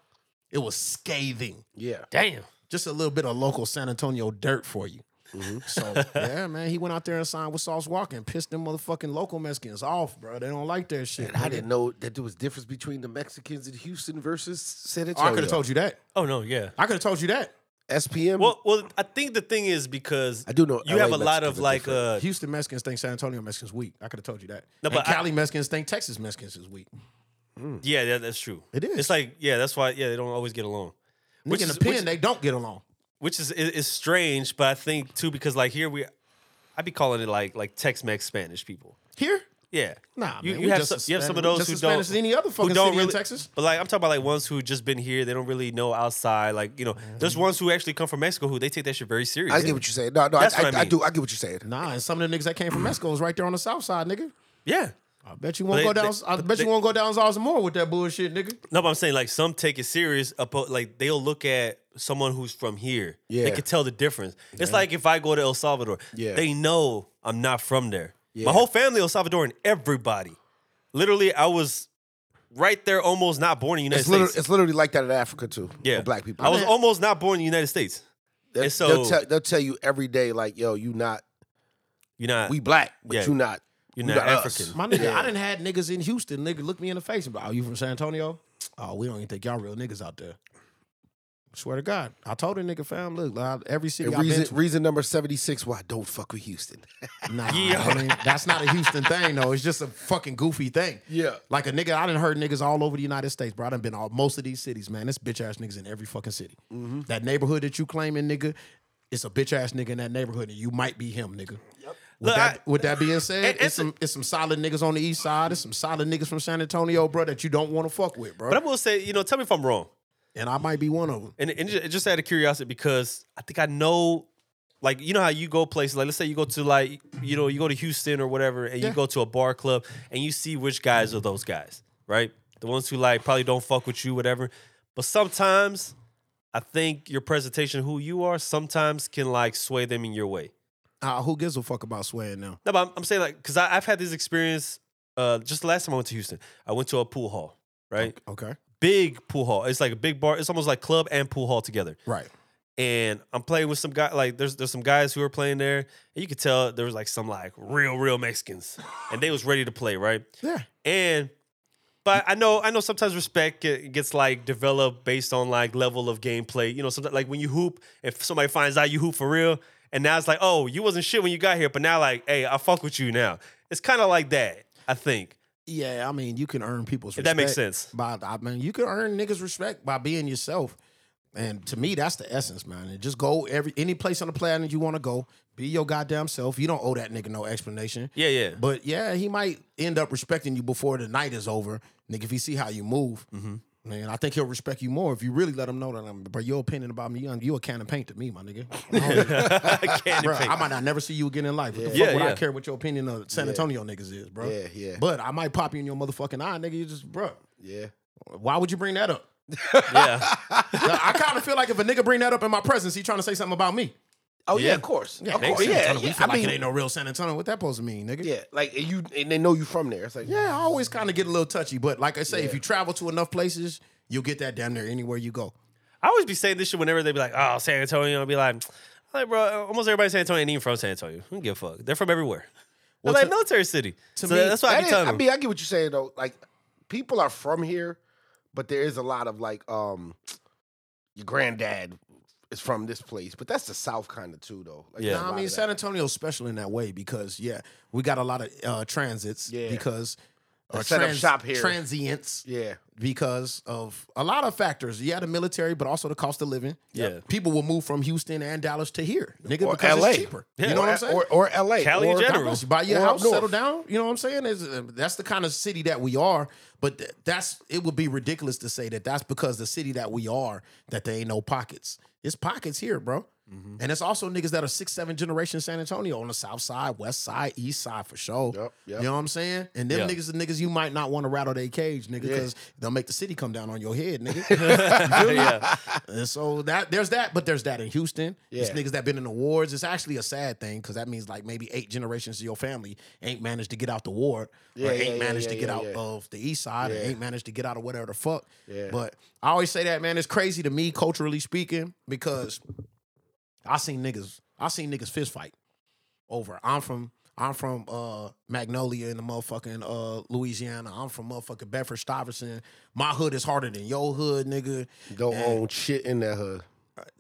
Speaker 3: It was scathing
Speaker 1: Yeah.
Speaker 2: Damn.
Speaker 3: just a little bit of local San Antonio dirt for you.
Speaker 2: Mm-hmm.
Speaker 3: So yeah, man, he went out there and signed with Sauce Walker and pissed them motherfucking local Mexicans off, bro. They don't like that shit.
Speaker 1: And I didn't know that there was difference between the Mexicans in Houston versus San
Speaker 3: Oh, I
Speaker 1: Antonio.
Speaker 3: could have told you that.
Speaker 2: Oh no, yeah.
Speaker 3: I could have told you that.
Speaker 1: SPM.
Speaker 2: Well, well, I think the thing is because
Speaker 1: I do know
Speaker 2: you
Speaker 1: LA
Speaker 2: have a lot
Speaker 1: Mexicans
Speaker 2: of
Speaker 1: are
Speaker 2: like
Speaker 1: different.
Speaker 2: uh
Speaker 3: Houston Mexicans think San Antonio Mexicans weak. I could have told you that.
Speaker 2: No,
Speaker 3: No,
Speaker 2: but
Speaker 3: but
Speaker 2: I-
Speaker 3: Cali Mexicans think Texas Mexicans is weak.
Speaker 2: uh, yeah, that, that's true.
Speaker 3: It is.
Speaker 2: It's like yeah, that's why yeah, they don't always get along.
Speaker 3: Which in
Speaker 2: is-
Speaker 3: the pen,
Speaker 2: which-
Speaker 3: they don't get along.
Speaker 2: which is is, is strange, but I think too because like here we, I be calling it like like Tex Mex Spanish people.
Speaker 3: Here,
Speaker 2: Yeah,
Speaker 3: Nah,
Speaker 2: you,
Speaker 3: man,
Speaker 2: you
Speaker 3: we
Speaker 2: have
Speaker 3: just
Speaker 2: some,
Speaker 3: as
Speaker 2: you have some of those
Speaker 3: Spanish- just
Speaker 2: who
Speaker 3: as
Speaker 2: don't
Speaker 3: Spanish as any other fucking
Speaker 2: who don't
Speaker 3: city in
Speaker 2: really,
Speaker 3: Texas.
Speaker 2: But like I'm talking about like ones who just been here, they don't really know outside. Like you know, there's
Speaker 3: Mm-hmm.
Speaker 2: ones who actually come from Mexico who they take that shit very serious.
Speaker 1: I get what you're saying. No, no, I,
Speaker 2: That's
Speaker 1: I,
Speaker 2: what I
Speaker 1: I
Speaker 2: mean.
Speaker 1: do. I get what you're saying.
Speaker 3: nah, and some of the niggas that came from Mexico is right there on the south side, nigga.
Speaker 2: yeah.
Speaker 3: I bet you won't
Speaker 2: But
Speaker 3: go
Speaker 2: they-
Speaker 3: down.
Speaker 2: they-
Speaker 3: I
Speaker 2: but
Speaker 3: bet you
Speaker 2: they-
Speaker 3: won't go down Zaws more with that bullshit, nigga.
Speaker 2: No, but I'm saying like some take it serious. Upon, like they'll look at someone who's from here.
Speaker 1: Yeah.
Speaker 2: they could tell the difference. It's like if I go to El Salvador,
Speaker 1: Yeah.
Speaker 2: they know I'm not from there.
Speaker 1: Yeah.
Speaker 2: My whole family El Salvadoran. Everybody, literally, I was right there, almost not born in the United
Speaker 1: It's literally,
Speaker 2: States.
Speaker 1: it's literally like that in Africa too.
Speaker 2: yeah,
Speaker 1: with black people.
Speaker 2: I was almost not born in the United States.
Speaker 1: They'll-
Speaker 2: and so-
Speaker 1: they'll, tell, they'll tell you every day, like, "Yo, you not
Speaker 2: You're not.
Speaker 1: we black, but
Speaker 2: Yeah.
Speaker 1: you not
Speaker 2: You're
Speaker 1: you
Speaker 2: not
Speaker 1: us."
Speaker 2: African.
Speaker 3: My nigga, I didn't had niggas in Houston. Nigga, look me in the face and be like, "Oh, you from San Antonio? Oh, we don't even think y'all real niggas out there." Swear to God, I told a nigga, fam, look, like, every city
Speaker 1: And
Speaker 3: I've been
Speaker 1: reason,
Speaker 3: to,
Speaker 1: reason number seventy six why I don't fuck with Houston.
Speaker 3: nah,
Speaker 2: Yeah.
Speaker 3: I mean, that's not a Houston thing though. It's just a fucking goofy thing.
Speaker 1: Yeah.
Speaker 3: like a nigga, I done heard niggas all over the United States, bro. I done been all most of these cities, man. This bitch ass niggas in every fucking city.
Speaker 2: Mm-hmm.
Speaker 3: That neighborhood that you claiming, nigga, it's a bitch ass nigga in that neighborhood, and you might be him, nigga. Yep. With,
Speaker 2: Look,
Speaker 3: that,
Speaker 2: I-
Speaker 3: with that being said,
Speaker 2: And- and
Speaker 3: it's some it's some solid niggas on the east side. It's some solid niggas from San Antonio, bro, that you don't want to fuck with, bro.
Speaker 2: But I will say, you know, tell me if I'm wrong.
Speaker 3: and I might be one of them.
Speaker 2: And, and ju- just out of curiosity, because I think I know, like, you know how you go places, like, let's say you go to, like, you know, you go to Houston or whatever, and
Speaker 3: Yeah.
Speaker 2: you go to a bar club and you see which guys are those guys, right? The ones who, like, probably don't fuck with you, whatever. But sometimes I think your presentation, who you are, sometimes can, like, sway them in your way.
Speaker 3: Uh, who gives a fuck about swaying now?
Speaker 2: No, but I'm, I'm saying, like, because I've had this experience uh, just the last time I went to Houston. I went to a pool hall, right?
Speaker 3: Okay,
Speaker 2: Big pool hall. It's like a big bar. It's almost like club and pool hall together
Speaker 3: right.
Speaker 2: and I'm playing with some guy. Like there's there's some guys who are playing there, and you could tell there was like some like real real Mexicans, and they was ready to play, right?
Speaker 3: Yeah,
Speaker 2: And but I know I know sometimes respect get- gets like developed based on like level of gameplay. You know, sometimes like when you hoop, if somebody finds out you hoop for real, and now it's like, oh, you wasn't shit when you got here, but now like, hey, I fuck with you now. It's kind of like that, I think.
Speaker 3: yeah. I mean, you can earn people's
Speaker 2: If
Speaker 3: respect.
Speaker 2: that makes sense.
Speaker 3: By I mean, you can earn niggas respect by being yourself. And to me, that's the essence, man. And just go every any place on the planet you want to go. Be your goddamn self. You don't owe that nigga no explanation.
Speaker 2: Yeah, yeah.
Speaker 3: But yeah, he might end up respecting you before the night is over, nigga. If he see how you move,
Speaker 2: Mm-hmm.
Speaker 3: man, I think he'll respect you more if you really let him know that I'm. But your opinion about me, you, you a can of paint to me, my nigga. I don't
Speaker 2: I can't
Speaker 3: Bruh,
Speaker 2: debate.
Speaker 3: I might not never see you again in life. What the fuck
Speaker 2: Yeah.
Speaker 3: would
Speaker 2: Yeah,
Speaker 3: I
Speaker 2: yeah.
Speaker 3: care what your opinion of San Antonio niggas is, bro?
Speaker 1: Yeah, yeah.
Speaker 3: But I might pop you in your motherfucking eye, nigga. You just, bro.
Speaker 1: Yeah,
Speaker 3: Why would you bring that up?
Speaker 2: yeah.
Speaker 3: I kind of feel like if a nigga bring that up in my presence, he trying to say something about me.
Speaker 1: oh yeah,
Speaker 2: Yeah.
Speaker 1: of course,
Speaker 3: Yeah,
Speaker 1: of course,
Speaker 3: San
Speaker 1: yeah,
Speaker 3: Antonio,
Speaker 1: yeah.
Speaker 3: We feel
Speaker 1: I
Speaker 3: like
Speaker 1: mean,
Speaker 3: it ain't no real San Antonio. What that supposed to mean, nigga?
Speaker 1: yeah, like and you and they know you from there. It's like,
Speaker 3: Yeah, I always kind of get a little touchy, but like I say, if you travel to enough places, you'll get that damn near anywhere you go.
Speaker 2: I always be saying this shit whenever they be like, "Oh, San Antonio," I'll be like, "I'm "Like, bro, almost everybody in San Antonio ain't even from San Antonio. Who give a fuck? They're from everywhere. Well, like
Speaker 3: to-
Speaker 2: military city. so
Speaker 3: me,
Speaker 2: that's why I
Speaker 1: That
Speaker 2: be
Speaker 1: is-
Speaker 2: telling
Speaker 1: I
Speaker 2: them.
Speaker 1: mean, I get what you're saying though. Like, people are from here, but there is a lot of like, um, your granddad is from this place, but that's the South kind of too, though. Like,
Speaker 2: Yeah.
Speaker 1: there's a
Speaker 3: Nah,
Speaker 1: lot
Speaker 3: I
Speaker 1: of
Speaker 3: mean,
Speaker 1: that.
Speaker 3: San Antonio's special in that way because yeah, we got a lot of uh, transits
Speaker 1: Yeah.
Speaker 3: because
Speaker 1: Or set up shop here.
Speaker 3: Transients.
Speaker 1: Yeah.
Speaker 3: because of a lot of factors. Yeah, the military, but also the cost of living.
Speaker 2: Yeah.
Speaker 3: people will move from Houston and Dallas to here, nigga,
Speaker 1: Or
Speaker 3: because
Speaker 1: LA.
Speaker 3: it's cheaper.
Speaker 2: Yeah.
Speaker 3: You know
Speaker 1: or,
Speaker 3: what I'm saying?
Speaker 1: Or, or LA.
Speaker 2: Cali
Speaker 1: or
Speaker 2: in
Speaker 3: God
Speaker 2: general.
Speaker 3: bless you. Buy your
Speaker 1: Or up
Speaker 3: house, settle
Speaker 1: north.
Speaker 3: down. You know what I'm saying? Is that's the kind of city that we are. But th- that's it would be ridiculous to say that that's because the city that we are that there ain't no pockets. It's pockets here, bro.
Speaker 1: Mm-hmm.
Speaker 3: And it's also niggas that are six, seven generation San Antonio on the south side, west side, east side for sure.
Speaker 1: Yep, yep.
Speaker 3: You know what I'm saying? And them
Speaker 2: Yeah.
Speaker 3: niggas are niggas you might not want to rattle their cage, nigga, because they'll make the city come down on your head, nigga. You feel me?
Speaker 2: Yeah.
Speaker 3: And so that there's that, but there's that in Houston. These
Speaker 1: Yeah.
Speaker 3: niggas that been in the wars. It's actually a sad thing because that means like maybe eight generations of your family ain't managed to get out the ward,
Speaker 1: Yeah,
Speaker 3: or
Speaker 1: yeah,
Speaker 3: ain't
Speaker 1: yeah,
Speaker 3: managed
Speaker 1: yeah,
Speaker 3: to get
Speaker 1: yeah,
Speaker 3: out
Speaker 1: yeah.
Speaker 3: of the east side,
Speaker 1: Yeah.
Speaker 3: or ain't managed to get out of whatever the fuck.
Speaker 1: Yeah.
Speaker 3: But I always say that, man, it's crazy to me culturally speaking because I seen niggas, I seen niggas fist fight over. I'm from I'm from uh Magnolia in the motherfucking uh Louisiana. I'm from motherfucking Bedford Stuyvesant. My hood is harder than your hood, nigga
Speaker 1: Don't own shit in that hood.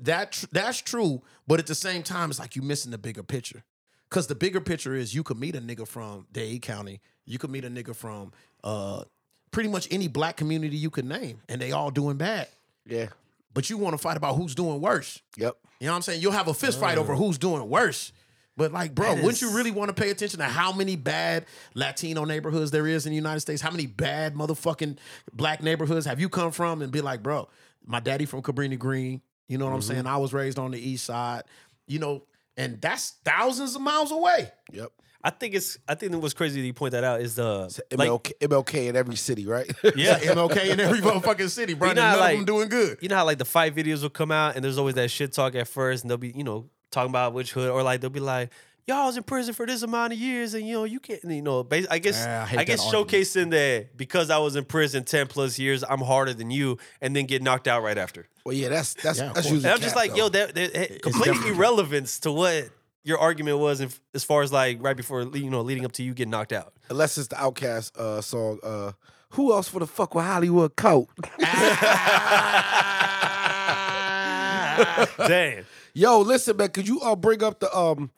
Speaker 3: that tr- that's true, but at the same time, it's like you missing the bigger picture. Cause the bigger picture is you could meet a nigga from Dade County, you could meet a nigga from uh, pretty much any black community you could name, and they all doing bad.
Speaker 1: Yeah.
Speaker 3: But you want to fight about who's doing worse.
Speaker 1: Yep.
Speaker 3: You know what I'm saying? You'll have a fist fight over who's doing worse. But like, bro, wouldn't you really want to pay attention to how many bad Latino neighborhoods there is in the United States? How many bad motherfucking black neighborhoods have you come from? And be like, bro, my daddy from Cabrini Green. You know what I'm
Speaker 1: Mm-hmm.
Speaker 3: saying? I was raised on the east side. You know, and that's thousands of miles away.
Speaker 1: Yep.
Speaker 2: I think it's. I think what's crazy that you point that out is the like,
Speaker 1: MLK, MLK in every city, right?
Speaker 2: yeah.
Speaker 3: MLK in every motherfucking city, bro.
Speaker 2: You
Speaker 3: and
Speaker 2: know how,
Speaker 3: None
Speaker 2: like-
Speaker 3: of them doing good.
Speaker 2: you know how like the fight videos will come out and there's always that shit talk at first and they'll be you know talking about which hood or like they'll be like y'all was in prison for this amount of years and you know you can't you know bas- I guess
Speaker 3: Yeah, Ah, I hate
Speaker 2: I, guess
Speaker 3: that argument.
Speaker 2: showcasing that because I was in prison ten plus years I'm harder than you and then get knocked out right after
Speaker 1: Well, yeah, that's that's
Speaker 3: Yeah, of
Speaker 1: that's
Speaker 3: course.
Speaker 1: usually.
Speaker 2: and I'm just
Speaker 1: cap,
Speaker 2: like
Speaker 1: though.
Speaker 2: yo that, that, that complete
Speaker 3: definitely-
Speaker 2: irrelevance to what your argument was if, as far as like right before you know leading up to you getting knocked out
Speaker 1: unless it's the Outcast uh, song. Uh, who else for the fuck with Hollywood coat?
Speaker 2: damn
Speaker 1: Yo, listen, man, could you uh, bring up the um?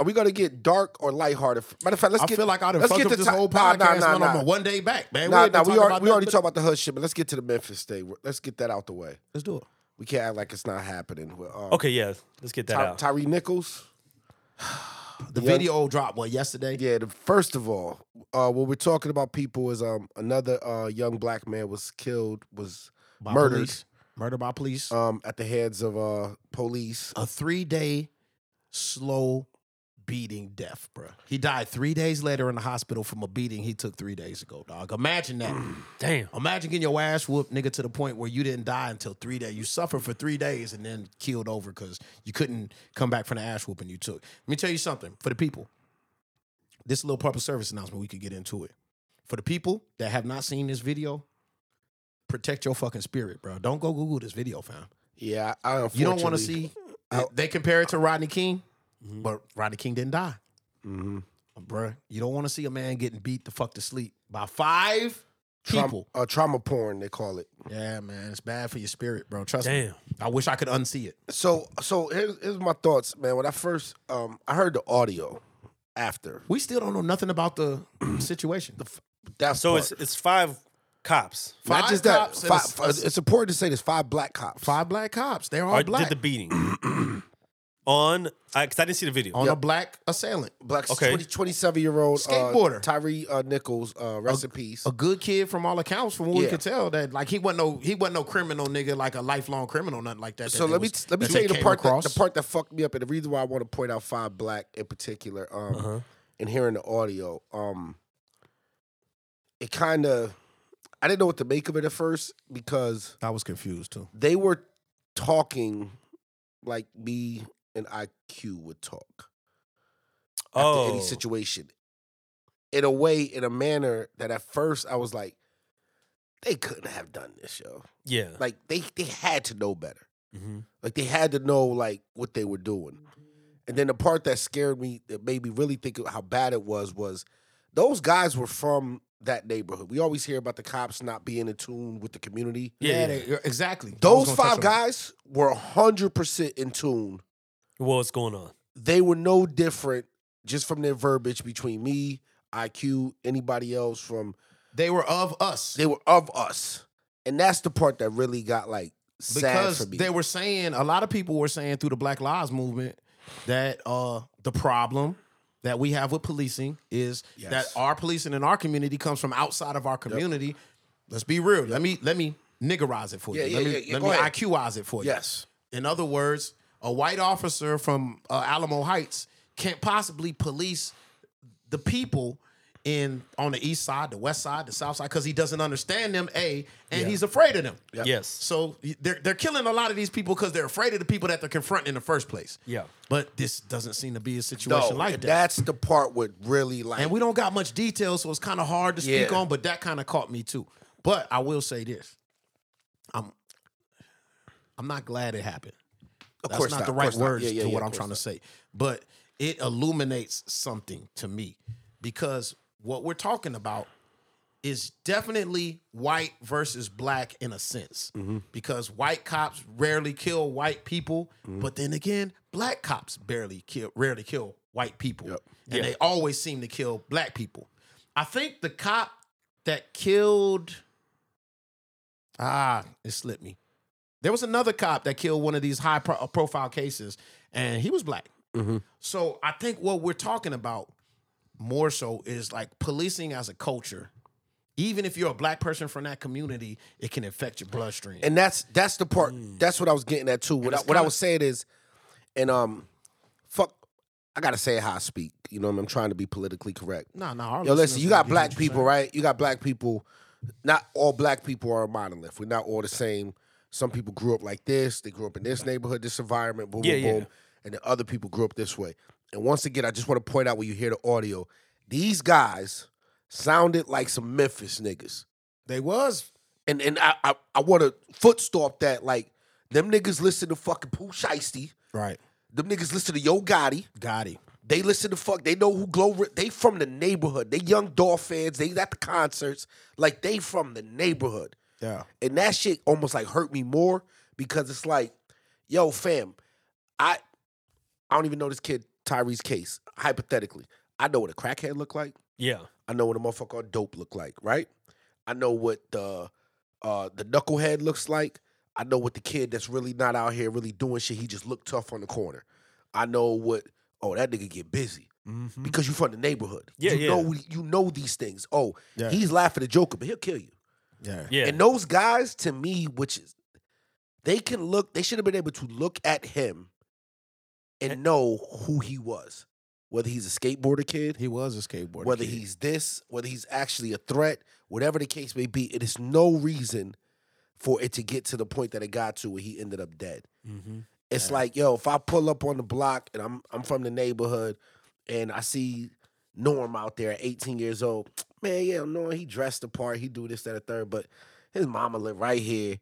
Speaker 1: Are we gonna get dark or lighthearted? Matter of fact, let's
Speaker 3: I
Speaker 1: get.
Speaker 3: feel like I done
Speaker 1: let's
Speaker 3: fucked
Speaker 1: get
Speaker 3: up
Speaker 1: to
Speaker 3: this
Speaker 1: ti-
Speaker 3: whole
Speaker 1: Nah,
Speaker 3: podcast.
Speaker 1: nah, nah,
Speaker 3: man, I'm
Speaker 1: nah.
Speaker 3: a one day back, man.
Speaker 1: Nah,
Speaker 3: ain't been
Speaker 1: nah, we
Speaker 3: talking
Speaker 1: already
Speaker 3: about
Speaker 1: we already
Speaker 3: nothing
Speaker 1: talked about the hood shit, but let's get to the Memphis thing. Let's get that out the way.
Speaker 3: but- Let's do it.
Speaker 1: We can't act like it's not happening. Well, Um,
Speaker 2: okay yeah let's Oh, get that
Speaker 1: Ty-
Speaker 2: out
Speaker 1: Tyree Nichols.
Speaker 3: The
Speaker 1: Yeah.
Speaker 3: video dropped what yesterday.
Speaker 1: Yeah, the, first of all, uh, what we're talking about people is um another uh, young black man was killed was
Speaker 3: by
Speaker 1: murdered
Speaker 3: police. Murder by police.
Speaker 1: um at the hands of uh police.
Speaker 3: a three day slow beating death, bro. He died three days later in the hospital from a beating he took three days ago, dog. Imagine that.
Speaker 2: damn
Speaker 3: Imagine getting your ass whooped, nigga, to the point where you didn't die until three days. You suffered for three days and then keeled over because you couldn't come back from the ass whooping you took. Let me tell you something for the people. This little public service announcement, we could get into it. For the people that have not seen this video, protect your fucking spirit, bro. Don't go Google this video, fam.
Speaker 1: Yeah, I, I
Speaker 3: You don't want
Speaker 1: unfortunately-
Speaker 3: to see. They compare it to Rodney King,
Speaker 1: Mm-hmm.
Speaker 3: but Rodney King didn't die,
Speaker 1: Mhm.
Speaker 3: bruh. You don't want to see a man getting beat the fuck to sleep by five
Speaker 1: Traum-
Speaker 3: people.
Speaker 1: uh, trauma porn they call it.
Speaker 3: Yeah, man, it's bad for your spirit, bro. Trust me.
Speaker 2: Damn.
Speaker 3: I wish I could unsee it.
Speaker 1: So so here's, here's my thoughts, man. When I first um I heard the audio after
Speaker 3: We still don't know nothing about the situation.
Speaker 1: that's
Speaker 2: so
Speaker 1: part.
Speaker 2: it's it's five cops
Speaker 1: not
Speaker 3: five
Speaker 1: just that.
Speaker 3: cops and
Speaker 1: Five,
Speaker 3: a-
Speaker 1: fi- it's important to say there's five black cops.
Speaker 3: five black cops. They're all
Speaker 2: Or
Speaker 3: black
Speaker 2: did the beating on because I, didn't see the video.
Speaker 3: on a black assailant.
Speaker 1: black
Speaker 2: Okay.
Speaker 1: 20, 27 year old uh,
Speaker 3: Skateboarder.
Speaker 1: Tyree uh, Nichols uh, recipes.
Speaker 3: A good kid from all accounts, from what we
Speaker 1: Yeah.
Speaker 3: could tell, that like he wasn't no he wasn't no criminal nigga, like a lifelong criminal, nothing like that. that
Speaker 1: so
Speaker 3: they
Speaker 1: let me
Speaker 3: was-
Speaker 1: let me
Speaker 3: that
Speaker 1: tell
Speaker 3: they
Speaker 1: you the
Speaker 3: came
Speaker 1: part that,
Speaker 3: across.
Speaker 1: the part that fucked me up and the reason why I want to point out five black in particular um
Speaker 3: Uh-huh.
Speaker 1: and hearing the audio um it kind of I didn't know what to make of it at first because
Speaker 3: I was confused too.
Speaker 1: they were talking like me and IQ would talk after
Speaker 2: oh,
Speaker 1: any situation in a way, in a manner that at first I was like, they couldn't have done this, yo.
Speaker 2: yeah.
Speaker 1: Like they they had to know better.
Speaker 2: Mhm.
Speaker 1: Like they had to know like what they were doing.
Speaker 3: Mm-hmm.
Speaker 1: And then the part that scared me, that made me really think of how bad it was, was those guys were from that neighborhood. We always hear about the cops not being in tune with the community.
Speaker 2: Yeah, yeah.
Speaker 3: they- exactly. I was
Speaker 1: Those
Speaker 3: gonna touch
Speaker 1: five
Speaker 3: on that.
Speaker 1: guys were hundred percent in tune.
Speaker 2: Well, what's going on?
Speaker 1: They were no different just from their verbiage between me, IQ, anybody else from
Speaker 3: They were of us
Speaker 1: they were of us, and that's the part that really got like sad
Speaker 3: because
Speaker 1: for me.
Speaker 3: they were saying a lot of people were saying through the Black Lives Movement that uh, the problem that we have with policing is that
Speaker 1: Yes.
Speaker 3: our policing in our community comes from outside of our community. Let's be real. Let me let me niggerize it for
Speaker 1: Yeah,
Speaker 3: you.
Speaker 1: yeah,
Speaker 3: let me,
Speaker 1: yeah, yeah.
Speaker 3: let
Speaker 1: Go
Speaker 3: me
Speaker 1: ahead.
Speaker 3: IQize it for you.
Speaker 1: yes,
Speaker 3: In other words, a white officer from uh, Alamo Heights can't possibly police the people in on the east side, the west side, the south side because he doesn't understand them. A and he's afraid of them.
Speaker 2: Yes.
Speaker 3: So y- they're they're killing a lot of these people because they're afraid of the people that they're confronting in the first place.
Speaker 2: Yeah.
Speaker 3: But this doesn't seem to be a
Speaker 1: no,
Speaker 3: situation like
Speaker 1: and
Speaker 3: that.
Speaker 1: that's the part what really like.
Speaker 3: And we don't got much detail, so it's kind of hard to speak
Speaker 1: Yeah.
Speaker 3: on. But that kind of caught me too. But I will say this: I'm I'm not glad it happened.
Speaker 1: of
Speaker 3: That's
Speaker 1: course
Speaker 3: not, the
Speaker 1: of
Speaker 3: right
Speaker 1: course not.
Speaker 3: words
Speaker 1: Yeah, yeah,
Speaker 3: to
Speaker 1: yeah,
Speaker 3: what
Speaker 1: of
Speaker 3: I'm
Speaker 1: course
Speaker 3: trying
Speaker 1: not.
Speaker 3: to say, but it illuminates something to me because what we're talking about is definitely white versus black in a sense
Speaker 1: Mm-hmm.
Speaker 3: because white cops rarely kill white people,
Speaker 1: Mm-hmm.
Speaker 3: but then again, black cops barely kill rarely kill white people, and they always seem to kill black people. I think the cop that killed ah, it slipped me. There was another cop that killed one of these high pro- uh, profile cases, and he was black.
Speaker 1: Mm-hmm.
Speaker 3: So I think what we're talking about more so is like policing as a culture. Even if you're a black person from that community, it can affect your bloodstream.
Speaker 1: and that's that's the part. That's what I was getting at too. What I,
Speaker 3: it's
Speaker 1: what I
Speaker 3: kinda-
Speaker 1: was saying is, and um, fuck, I gotta say it how I speak. You know, what I mean? I'm trying to be politically correct.
Speaker 3: nah, nah. our
Speaker 1: Yo, listen,
Speaker 3: listeners
Speaker 1: you
Speaker 3: gonna
Speaker 1: got
Speaker 3: get
Speaker 1: black
Speaker 3: what you're
Speaker 1: people, right? You got black people. Not all black people are a monolith. We're not all the same. Some people grew up like this. They grew up in this neighborhood, this environment, boom,
Speaker 2: Yeah,
Speaker 1: boom,
Speaker 2: yeah.
Speaker 1: boom. And then other people grew up this way. And once again, I just want to point out when you hear the audio, these guys sounded like some Memphis niggas.
Speaker 3: saying. They was.
Speaker 1: And and I I, I want to foot stomp that. Like, them niggas listen to fucking Pooh Shiesty.
Speaker 3: Right.
Speaker 1: Them niggas listen to Yo Gotti.
Speaker 3: Gotti.
Speaker 1: They listen to fuck. They know who Glow. They from the neighborhood. They young Dolph fans. They at the concerts. Like they from the neighborhood.
Speaker 3: Yeah.
Speaker 1: And that shit almost like hurt me more because it's like, yo, fam, I I don't even know this kid Tyrese Case. Hypothetically, I know what a crackhead look like.
Speaker 2: Yeah.
Speaker 1: I know what a motherfucker on dope look like, right? I know what the uh, the knucklehead looks like. I know what the kid that's really not out here really doing shit. He just look tough on the corner. I know what. Oh, that nigga get busy because you from the neighborhood.
Speaker 2: Mm-hmm. Yeah,
Speaker 1: you
Speaker 2: yeah.
Speaker 1: know you know these things. Oh,
Speaker 3: Yeah.
Speaker 1: he's laughing at Joker, but he'll kill you.
Speaker 3: Yeah.
Speaker 2: Yeah.
Speaker 1: And those guys, to me, which is they can look, they should have been able to look at him
Speaker 2: Eh
Speaker 1: and know who he was. Whether he's a skateboarder kid,
Speaker 3: He was a skateboarder.
Speaker 1: whether
Speaker 3: kid.
Speaker 1: he's this, whether he's actually a threat, whatever the case may be, it is no reason for it to get to the point that it got to where he ended up dead.
Speaker 2: Mm-hmm.
Speaker 1: It's like, yo, if I pull up on the block and I'm I'm from the neighborhood and I see Norm out there at 18 years old, man, yeah, Norm, he dressed the part, he do this, that, and third, but his mama live right here.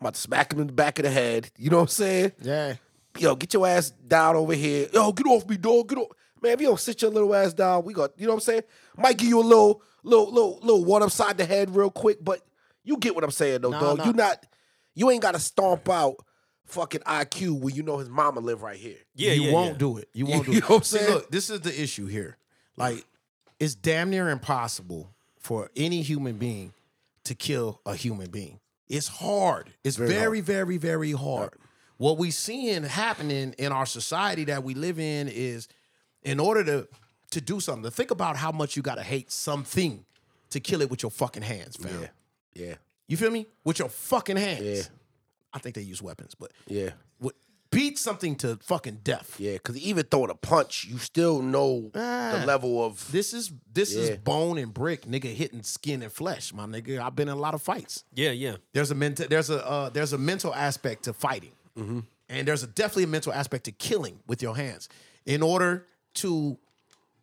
Speaker 1: I'm about to smack him in the back of the head. You know what I'm saying?
Speaker 3: Yeah.
Speaker 1: yo, get your ass down over here. Yo, get off me, dog. Get off. Man, if you don't sit your little ass down, we got, you know what I'm saying? Might give you a little, little, little, little one upside the head real quick, but you get what I'm saying though,
Speaker 3: Nah,
Speaker 1: dog.
Speaker 3: nah.
Speaker 1: You not, you ain't gotta stomp out fucking IQ when you know his mama live right here.
Speaker 2: Yeah.
Speaker 3: you
Speaker 2: yeah,
Speaker 3: won't
Speaker 2: yeah.
Speaker 3: do it. You won't do
Speaker 1: You
Speaker 3: it.
Speaker 1: know what I'm
Speaker 3: See,
Speaker 1: saying?
Speaker 3: look, this is the issue here. Like, it's damn near impossible for any human being to kill a human being. It's hard. It's very, very, very, hard. What we seeing happening in our society that we live in is, in order to to do something, to think about how much you gotta hate something to kill it with your fucking hands, fam.
Speaker 1: Yeah.
Speaker 3: You feel me? With your fucking hands.
Speaker 1: Yeah.
Speaker 3: I think they use weapons, but
Speaker 1: Yeah.
Speaker 3: With- beat something to fucking death.
Speaker 1: Yeah. Cause even throwing a punch, you still know the
Speaker 3: Ah.
Speaker 1: level of
Speaker 3: This is this
Speaker 1: Yeah.
Speaker 3: is bone and brick, nigga, hitting skin and flesh, my nigga. I've been in a lot of fights.
Speaker 2: Yeah. Yeah.
Speaker 3: There's a mental there's a uh, there's a mental aspect to fighting, and there's a definitely a mental aspect to killing with your hands. In order to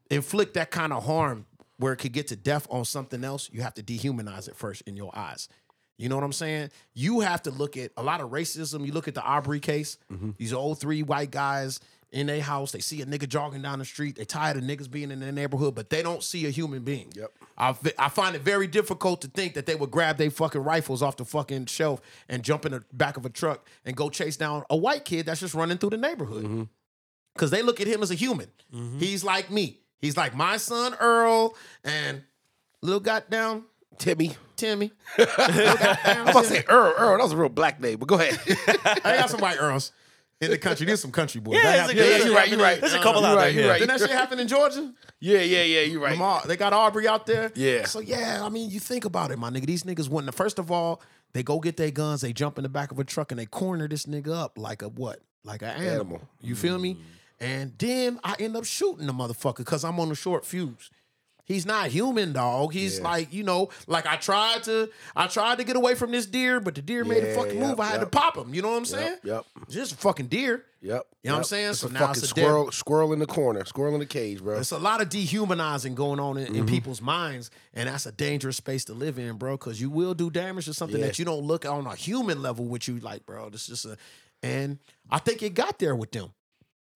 Speaker 3: inflict that kind of harm where it could get to death on something else, you have to dehumanize it first in your eyes. You know what I'm saying? You have to look at a lot of racism. You look at the Aubrey case. These old three white guys in their house. They see a nigga jogging down the street. They tired of niggas being in their neighborhood, but they don't see a human being. Yep. I, fi- I find it very difficult to think that they would grab their fucking rifles off the fucking shelf and jump in the back of a truck and go chase down a white kid that's just running through the neighborhood because they look at him as a human. He's like me. He's like my son Earl and little goddamn
Speaker 1: Timmy.
Speaker 3: Timmy.
Speaker 1: I was about to say Earl. Earl, that was a real black name, but go ahead.
Speaker 3: I got some white Earls in the country. There's some country boys.
Speaker 2: Yeah,
Speaker 3: That
Speaker 2: it's a-
Speaker 3: happened-
Speaker 2: yeah,
Speaker 3: that
Speaker 2: yeah,
Speaker 3: shit
Speaker 2: you're right, you're
Speaker 3: happened in-
Speaker 2: right. There's a couple
Speaker 3: uh,
Speaker 2: out
Speaker 1: you're
Speaker 2: there.
Speaker 1: right, you're right.
Speaker 3: Didn't that shit happen in Georgia?
Speaker 1: yeah, yeah, yeah. You're right.
Speaker 3: Lamar, they got Aubrey out there.
Speaker 1: Yeah.
Speaker 3: So yeah, I mean, you think about it, my nigga. These niggas wouldn't. First of all, they go get their guns. They jump in the back of a truck and they corner this nigga up like a what? Like an animal.
Speaker 1: Animal. Mm-hmm.
Speaker 3: You feel me? And then I end up shooting the motherfucker because I'm on a short fuse. He's not human, dog. He's like, you know, like I tried to, I tried to get away from this deer, but the deer made a
Speaker 1: Yeah,
Speaker 3: fucking
Speaker 1: yep,
Speaker 3: move. I had to
Speaker 1: yep.
Speaker 3: pop him. You know what I'm saying?
Speaker 1: yep.
Speaker 3: Just a fucking deer.
Speaker 1: Yep.
Speaker 3: You know what I'm
Speaker 1: yep.
Speaker 3: saying?
Speaker 1: It's
Speaker 3: So
Speaker 1: a
Speaker 3: now
Speaker 1: fucking
Speaker 3: it's a dead-
Speaker 1: squirrel, squirrel in the corner, squirrel in the cage, bro.
Speaker 3: It's a lot of dehumanizing going on in, in people's minds, and that's a dangerous space to live in, bro. Because you will do damage to something
Speaker 1: Yeah.
Speaker 3: that you don't look on a human level with you, like, bro. This is just a, and I think it got there with them.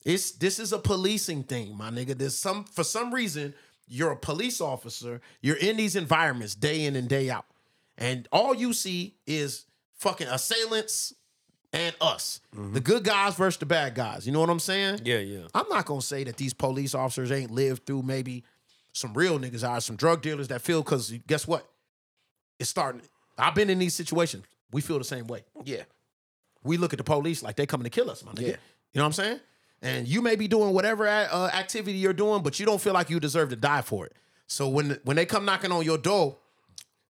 Speaker 3: It's this is a policing thing, my nigga. There's some for some reason you're a police officer. You're in these environments day in and day out, and all you see is fucking assailants and us, the good guys versus the bad guys. You know what I'm saying?
Speaker 2: Yeah, yeah.
Speaker 3: I'm not gonna say that these police officers ain't lived through maybe some real niggas out, some drug dealers that feel because guess what? It's starting. I've been in these situations. We feel the same way.
Speaker 1: yeah.
Speaker 3: We look at the police like they coming to kill us, my nigga.
Speaker 1: Yeah.
Speaker 3: You know what I'm saying? And you may be doing whatever a- uh, activity you're doing, but you don't feel like you deserve to die for it. So when when they come knocking on your door,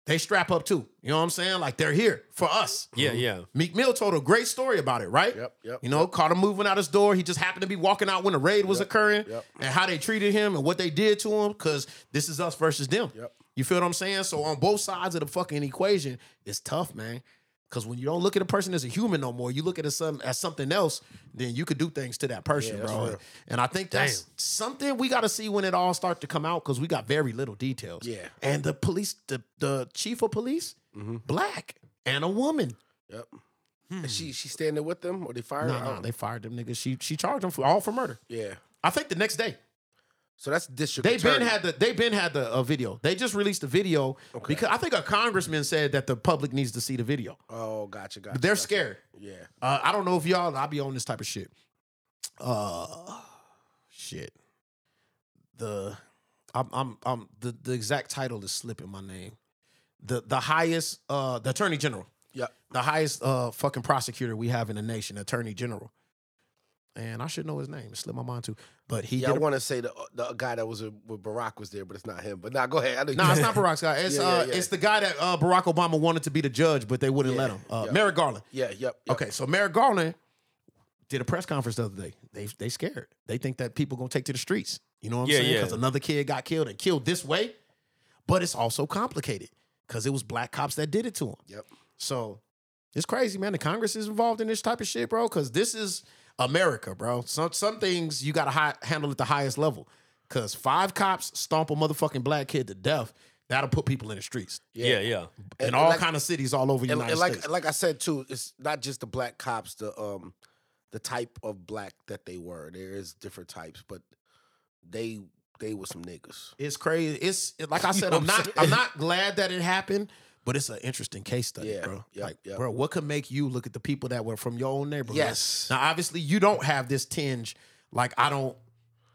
Speaker 3: they strap up too. You know what I'm saying? Like they're here for us.
Speaker 2: Yeah, yeah.
Speaker 3: Meek Mill told a great story about it, right?
Speaker 1: Yep, yep,
Speaker 3: You know, caught him moving out his door. He just happened to be walking out when the raid was occurring
Speaker 1: yep.
Speaker 3: and how they treated him and what they did to him because this is us versus them.
Speaker 1: Yep.
Speaker 3: You feel what I'm saying? So on both sides of the fucking equation, it's tough, man. Because when you don't look at a person as a human no more, you look at it some, as something else, then you could do things to that person,
Speaker 1: that's
Speaker 3: bro.
Speaker 1: real.
Speaker 3: And I think that's something we got to see when it all start to come out because we got very little details.
Speaker 1: Yeah. Mm-hmm.
Speaker 3: And the police, the, the chief of police, black and a woman.
Speaker 1: Yep. Is she she standing with them or um, they fired
Speaker 3: Hmm. No,
Speaker 1: her? I
Speaker 3: no,
Speaker 1: don't-
Speaker 3: they fired them niggas. She she charged them for all for murder.
Speaker 1: Yeah.
Speaker 3: I think the next day
Speaker 1: So that's district.
Speaker 3: they been
Speaker 1: attorney.
Speaker 3: had the they been had the uh, video. They just released the video because I think a congressman said that the public needs to see the video.
Speaker 1: Oh, gotcha, gotcha.
Speaker 3: They're
Speaker 1: gotcha.
Speaker 3: scared.
Speaker 1: Yeah.
Speaker 3: Uh, I don't know if y'all. I be on this type of shit. Uh, shit. The I'm I'm I'm the the exact title is slipping my name. The the highest uh the attorney general.
Speaker 1: Yep.
Speaker 3: the highest uh fucking prosecutor we have in the nation, Attorney General. And I should know his name. It slipped my mind too. But he
Speaker 1: Yeah, I
Speaker 3: did. A,
Speaker 1: want to say the the guy that was with Barack was there, but it's not him. But now nah, go ahead. I know you-
Speaker 3: nah, it's not Barack's guy. It's
Speaker 1: Yeah,
Speaker 3: uh,
Speaker 1: yeah, yeah.
Speaker 3: it's the guy that uh, Barack Obama wanted to be the judge, but they wouldn't
Speaker 1: Yeah,
Speaker 3: let him. Uh,
Speaker 1: yeah.
Speaker 3: Merrick Garland.
Speaker 1: Yeah. Yep. yep.
Speaker 3: Okay, so Merrick Garland did a press conference the other day. They they scared. They think that people gonna take to the streets. You know what I'm
Speaker 2: Yeah,
Speaker 3: saying?
Speaker 2: yeah.
Speaker 3: Because another kid got killed and killed this way. But it's also complicated because it was black cops that did it to him.
Speaker 1: Yep.
Speaker 3: So it's crazy, man. The Congress is involved in this type of shit, bro, because this is America, bro. Some some things you gotta hi- handle at the highest level. Cause five cops stomp a motherfucking black kid to death. That'll put people in the streets
Speaker 2: Yeah, yeah.
Speaker 3: in
Speaker 1: And-
Speaker 3: all
Speaker 1: and like-
Speaker 3: kind of cities all over the
Speaker 1: And,
Speaker 3: United
Speaker 1: and like
Speaker 3: States.
Speaker 1: like I said too, it's not just the black cops. The um the type of black that they were. There is different types, but they they were some niggas.
Speaker 3: It's crazy. It's it- like I said,
Speaker 2: know
Speaker 3: I'm
Speaker 2: what I'm
Speaker 3: not I'm not glad that it happened, but it's an interesting case study,
Speaker 1: Yeah,
Speaker 3: bro.
Speaker 1: yep,
Speaker 3: like,
Speaker 1: yep.
Speaker 3: bro, what could make you look at the people that were from your own neighborhood?
Speaker 1: Yes.
Speaker 3: Now, obviously, you don't have this tinge. Like, I don't,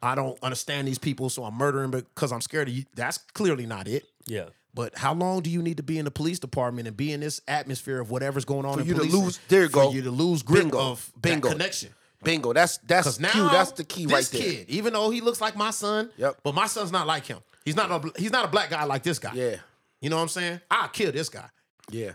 Speaker 3: I don't understand these people, so I'm murdering because I'm scared of you. That's clearly not it.
Speaker 2: Yeah.
Speaker 3: But how long do you need to be in the police department and be in this atmosphere of whatever's going on?
Speaker 1: For
Speaker 3: in
Speaker 1: you to
Speaker 3: policing
Speaker 1: lose- there you
Speaker 3: for
Speaker 1: go.
Speaker 3: you to lose grip
Speaker 1: Bingo,
Speaker 3: of that
Speaker 1: bingo.
Speaker 3: connection.
Speaker 1: Bingo. That's that's
Speaker 3: Because now
Speaker 1: cue, That's the key right
Speaker 3: this
Speaker 1: there.
Speaker 3: kid, even though he looks like my son,
Speaker 1: Yep.
Speaker 3: but my son's not like him. He's not a bl- he's not a black guy like this guy.
Speaker 1: Yeah.
Speaker 3: You know what I'm saying? I'll kill this guy.
Speaker 1: Yeah.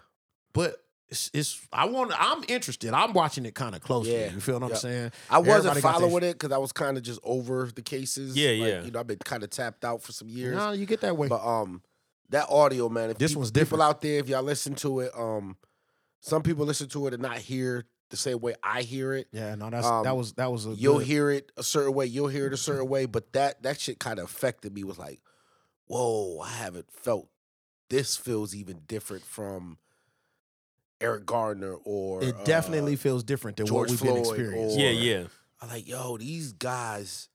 Speaker 3: But it's, it's I want I'm interested. I'm watching it kind of closely.
Speaker 1: Yeah.
Speaker 3: You feel what I'm
Speaker 1: Yep.
Speaker 3: saying?
Speaker 1: I wasn't
Speaker 3: Everybody got
Speaker 1: following
Speaker 3: their-
Speaker 1: it because I was kind of just over the cases.
Speaker 2: Yeah,
Speaker 1: Like,
Speaker 2: yeah.
Speaker 1: You know, I've been kind of tapped out for some years.
Speaker 3: No, you get that way.
Speaker 1: But um, that audio, man. If
Speaker 3: This
Speaker 1: peop-
Speaker 3: one's
Speaker 1: People
Speaker 3: different.
Speaker 1: out there, if y'all listen to it, um, some people listen to it and not hear the same way I hear it.
Speaker 3: yeah, no, that's
Speaker 1: um,
Speaker 3: that was that was a
Speaker 1: You'll
Speaker 3: good-
Speaker 1: hear it a certain way. You'll hear it a certain way. But that that shit kind of affected me. Was like, whoa, I haven't felt. This feels even different from Eric Gardner or
Speaker 3: it
Speaker 1: uh,
Speaker 3: definitely feels different than
Speaker 1: George
Speaker 3: what we've been
Speaker 1: Floyd
Speaker 3: experiencing.
Speaker 1: or-
Speaker 2: Yeah, yeah.
Speaker 1: I'm like, yo, these guys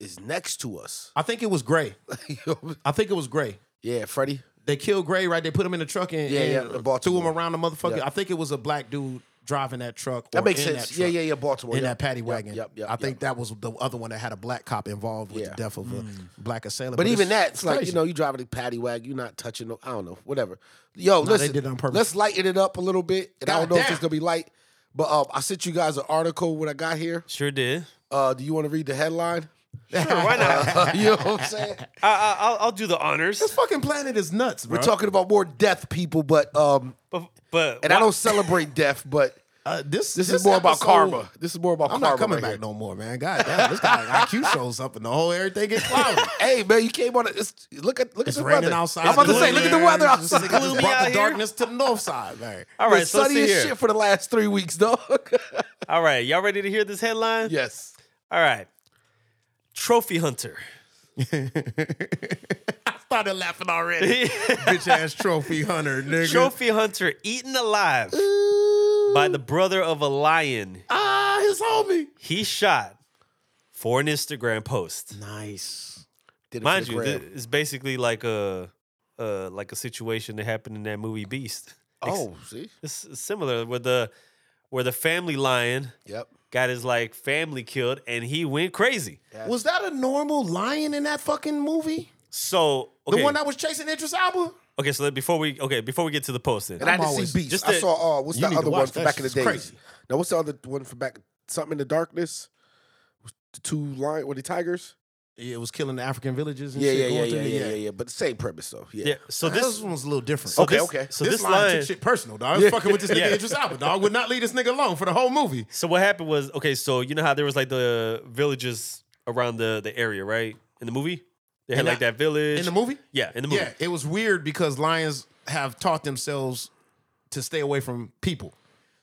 Speaker 1: is next to us.
Speaker 3: I think it was Gray.
Speaker 1: You know what I'm
Speaker 3: I think it was Gray.
Speaker 1: Yeah, Freddie.
Speaker 3: They killed Gray, right? They put him in the truck and,
Speaker 1: Yeah, yeah,
Speaker 3: and
Speaker 1: in
Speaker 3: threw him
Speaker 1: Baltimore.
Speaker 3: around the motherfucker.
Speaker 1: Yeah.
Speaker 3: I think it was a black dude driving that truck.
Speaker 1: That
Speaker 3: or
Speaker 1: makes
Speaker 3: in
Speaker 1: sense.
Speaker 3: That
Speaker 1: yeah,
Speaker 3: truck,
Speaker 1: yeah, yeah. Baltimore.
Speaker 3: In
Speaker 1: Yep,
Speaker 3: that paddy
Speaker 1: yep,
Speaker 3: wagon.
Speaker 1: Yep, yep.
Speaker 3: I think that was the other one that had a black cop involved with
Speaker 1: Yeah.
Speaker 3: the death of a black assailant.
Speaker 1: But even
Speaker 3: it's
Speaker 1: that, it's like you
Speaker 3: crazy.
Speaker 1: know, you driving a paddy wagon, you're not touching. No, I don't know, whatever. Yo,
Speaker 3: they
Speaker 1: listen,
Speaker 3: did it on purpose.
Speaker 1: let's lighten it up a little bit. And I don't know if it's
Speaker 3: Goddamn.
Speaker 1: gonna be light, but um, I sent you guys an article when I got here.
Speaker 2: Sure did.
Speaker 1: Uh, do you want to read the headline?
Speaker 2: Sure, why not?
Speaker 1: you know what I'm saying?
Speaker 2: I, I, I'll, I'll do the honors.
Speaker 3: this fucking planet is nuts, bro.
Speaker 1: We're talking about more death, people, but um,
Speaker 2: But, but
Speaker 1: and I don't celebrate death, but
Speaker 3: Uh, this,
Speaker 1: this, is more about
Speaker 3: episode-
Speaker 1: karma. This is more about
Speaker 3: I'm
Speaker 1: karma.
Speaker 3: not coming
Speaker 1: right
Speaker 3: back
Speaker 1: here.
Speaker 3: no more, man. God damn, this guy IQ shows up and the whole everything gets cloudy.
Speaker 1: Hey man, you came on. a- It's, look at look
Speaker 3: It's
Speaker 1: at the
Speaker 3: raining
Speaker 1: weather.
Speaker 3: outside.
Speaker 1: I'm about to say, look at the weather
Speaker 3: It's
Speaker 1: outside.
Speaker 3: gloomy
Speaker 2: Gloomy
Speaker 3: just brought
Speaker 2: out
Speaker 3: the
Speaker 2: here.
Speaker 3: darkness to the north side, man.
Speaker 2: All right,
Speaker 1: the
Speaker 2: so let's see
Speaker 1: sunniest
Speaker 2: here.
Speaker 1: shit for the last three weeks, dog.
Speaker 2: All right, y'all ready to hear this headline?
Speaker 1: yes.
Speaker 2: All right. Trophy hunter.
Speaker 3: I started laughing already. Bitch ass trophy hunter, nigga.
Speaker 2: Trophy hunter eaten alive by the brother of a lion.
Speaker 3: Ah, his homie.
Speaker 2: He shot for an Instagram post.
Speaker 3: Nice.
Speaker 1: Did it for
Speaker 2: Mind
Speaker 1: the
Speaker 2: you,
Speaker 1: gram.
Speaker 2: thi- it's basically like a uh, like a situation that happened in that movie Beast. Ex-
Speaker 1: oh, see,
Speaker 2: it's it's similar where the where the family lion
Speaker 1: yep.
Speaker 2: got his like family killed and he went crazy.
Speaker 3: Was that a normal lion in that fucking movie?
Speaker 2: So okay,
Speaker 3: The one that was chasing Idris Elba?
Speaker 2: okay, so let- before we okay before we get to the post, then
Speaker 1: And i
Speaker 3: I'm
Speaker 1: didn't
Speaker 3: always-
Speaker 1: see Beast.
Speaker 2: just
Speaker 1: I
Speaker 2: that-
Speaker 1: saw uh, what's
Speaker 3: You
Speaker 1: the
Speaker 3: need to
Speaker 1: other one
Speaker 3: watch
Speaker 1: from
Speaker 3: that
Speaker 1: back in the
Speaker 3: shit's
Speaker 1: day?
Speaker 3: crazy.
Speaker 1: Now what's the other one from back? Something in the darkness. The two lion, were the tigers?
Speaker 3: Yeah, it was killing the African villages and
Speaker 1: Yeah,
Speaker 3: shit.
Speaker 1: yeah, yeah,
Speaker 3: going
Speaker 1: yeah,
Speaker 3: through the-
Speaker 1: yeah, yeah, yeah. But the same premise though. Yeah.
Speaker 2: yeah. So
Speaker 3: this,
Speaker 2: this
Speaker 3: one was a little different.
Speaker 2: so
Speaker 1: Okay,
Speaker 2: this-
Speaker 1: okay.
Speaker 2: So
Speaker 3: this,
Speaker 2: this,
Speaker 3: line
Speaker 2: lion
Speaker 3: took shit personal, dog. I was
Speaker 1: Yeah.
Speaker 3: fucking with this nigga
Speaker 2: Yeah.
Speaker 3: Idris Elba, dog. Would not leave this nigga alone for the whole movie.
Speaker 2: So what happened was okay. So you know how there was like the villages around the the area, right? In the movie, they had
Speaker 3: In
Speaker 2: like
Speaker 3: the-
Speaker 2: that village
Speaker 3: In the movie?
Speaker 2: Yeah, in the movie.
Speaker 3: Yeah, it was weird because lions have taught themselves to stay away from people.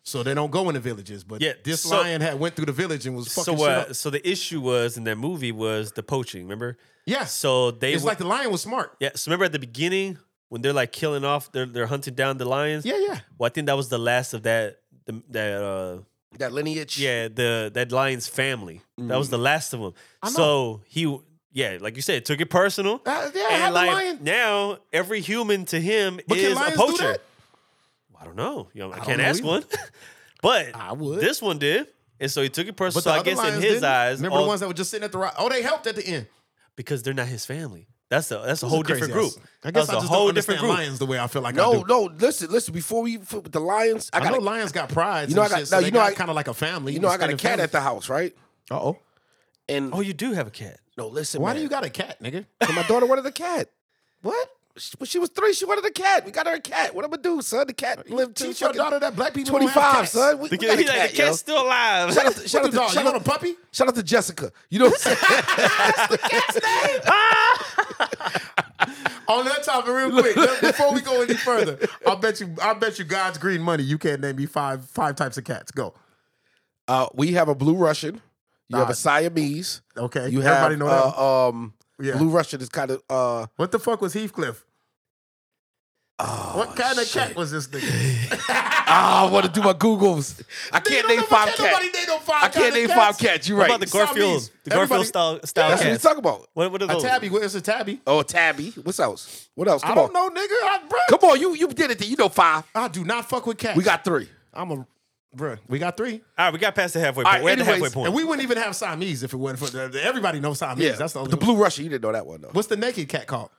Speaker 3: So they don't go into villages. But
Speaker 2: Yeah,
Speaker 3: this
Speaker 2: so-
Speaker 3: lion had went through the village and was
Speaker 2: So
Speaker 3: fucking shit
Speaker 2: uh,
Speaker 3: up.
Speaker 2: so the issue was in that movie was the poaching. Remember?
Speaker 3: Yeah.
Speaker 2: So they
Speaker 3: it's
Speaker 2: were-
Speaker 3: like the lion was smart.
Speaker 2: yeah. So remember at the beginning when they're like killing off, they're they're hunting down the lions.
Speaker 3: Yeah, yeah.
Speaker 2: Well, I think that was the last of that the, that uh
Speaker 1: That lineage.
Speaker 2: yeah the that lion's family. That
Speaker 3: Mm.
Speaker 2: was the last of them.
Speaker 3: I know.
Speaker 2: So he yeah, like you said, took it personal.
Speaker 3: Uh, yeah,
Speaker 2: and
Speaker 3: how the
Speaker 2: like
Speaker 3: lion-
Speaker 2: now every human to him
Speaker 3: But can
Speaker 2: is a
Speaker 3: lions do
Speaker 2: poacher.
Speaker 3: that?
Speaker 2: I don't know. You know, I,
Speaker 3: don't
Speaker 2: can't
Speaker 3: know
Speaker 2: ask
Speaker 3: either.
Speaker 2: one. but
Speaker 3: I would.
Speaker 2: This one did. And so he took it personal.
Speaker 3: But
Speaker 2: So
Speaker 3: the
Speaker 2: I
Speaker 3: other
Speaker 2: guess in
Speaker 3: lions
Speaker 2: his
Speaker 3: didn't.
Speaker 2: eyes,
Speaker 3: remember
Speaker 2: all-
Speaker 3: the ones that were just sitting at the rock? Oh, they helped at the end.
Speaker 2: because they're not his family. That's a that's a
Speaker 3: Those
Speaker 2: whole
Speaker 3: are crazy
Speaker 2: different group.
Speaker 3: ass. I guess
Speaker 2: that's
Speaker 3: I
Speaker 2: a
Speaker 3: just
Speaker 2: whole
Speaker 3: don't
Speaker 2: different
Speaker 3: understand
Speaker 2: group.
Speaker 3: lions the way I feel like I
Speaker 1: No,
Speaker 3: do.
Speaker 1: no. Listen, listen. Before we f- with the lions, I
Speaker 3: I
Speaker 1: got
Speaker 3: know
Speaker 1: a,
Speaker 3: lions got pride.
Speaker 1: You know,
Speaker 3: and
Speaker 1: I got-
Speaker 3: shit,
Speaker 1: no,
Speaker 3: so
Speaker 1: you
Speaker 3: they
Speaker 1: know,
Speaker 3: got
Speaker 1: I-
Speaker 3: kind of like a family.
Speaker 1: you know I got a cat at the house, right?
Speaker 3: Uh oh.
Speaker 1: And
Speaker 2: Oh, you do have a cat.
Speaker 1: no, listen.
Speaker 3: Why
Speaker 1: man.
Speaker 3: do you got a cat, nigga?
Speaker 1: And my daughter wanted a cat. What? She, when she was three, she wanted a cat. We got her a cat. What I'm gonna do, son? The cat lived till
Speaker 3: Teach your
Speaker 1: fucking
Speaker 3: daughter that black people don't have
Speaker 1: 25,
Speaker 3: cats.
Speaker 1: son. We, we
Speaker 2: The,
Speaker 1: got a
Speaker 2: like,
Speaker 1: cat,
Speaker 2: the
Speaker 1: yo.
Speaker 2: cat's still alive.
Speaker 1: Shout out to, shout
Speaker 3: What
Speaker 1: out
Speaker 3: the
Speaker 1: to,
Speaker 3: dog? You
Speaker 1: shout
Speaker 3: want a
Speaker 1: out,
Speaker 3: puppy?
Speaker 1: shout out to Jessica. You know what I'm saying?
Speaker 3: On that topic, real quick, just before we go any further, I bet you, I bet you, God's green money, you can't name me five five types of cats. Go.
Speaker 1: Uh, we have a blue Russian. You have
Speaker 3: Nah.
Speaker 1: a Siamese.
Speaker 3: Okay,
Speaker 1: You have
Speaker 3: everybody know that. one.
Speaker 1: uh, um
Speaker 3: Yeah.
Speaker 1: blue Russian is kind of uh
Speaker 3: what the fuck was Heathcliff?
Speaker 1: oh,
Speaker 3: What kind of
Speaker 1: shit.
Speaker 3: cat was this nigga?
Speaker 1: Ah, I want to do my Googles. I can't
Speaker 3: Nigga, don't
Speaker 1: name
Speaker 3: nobody-
Speaker 1: five
Speaker 3: can't
Speaker 1: cats.
Speaker 3: Nobody name no five
Speaker 1: I can't
Speaker 3: kinda
Speaker 1: name
Speaker 3: cats.
Speaker 1: five cats. You're
Speaker 2: What
Speaker 1: right.
Speaker 2: about the Garfield,
Speaker 3: Siamese.
Speaker 2: the Garfield
Speaker 3: Everybody-
Speaker 2: style
Speaker 1: That's
Speaker 2: style
Speaker 1: what we
Speaker 2: cats.
Speaker 1: talking about.
Speaker 2: What, what are
Speaker 3: A
Speaker 2: those?
Speaker 3: Oh, tabby. What is a tabby?
Speaker 1: Oh, Tabby. What's else? What else? Come
Speaker 3: I don't
Speaker 1: on.
Speaker 3: know, nigga. I, bro,
Speaker 1: Come on, you you did it. You know five.
Speaker 3: I do not fuck with cats.
Speaker 1: We got three.
Speaker 3: I'm a. Bro, we got three,
Speaker 2: All right, we got past the halfway
Speaker 1: All
Speaker 2: point.
Speaker 1: right,
Speaker 2: We're at the halfway
Speaker 1: anyways,
Speaker 2: point.
Speaker 3: and we wouldn't even have Siamese if it wasn't for the, everybody knows Siamese.
Speaker 1: Yeah,
Speaker 3: That's the only.
Speaker 1: the blue Russian. You didn't know that one though.
Speaker 3: What's the naked cat called?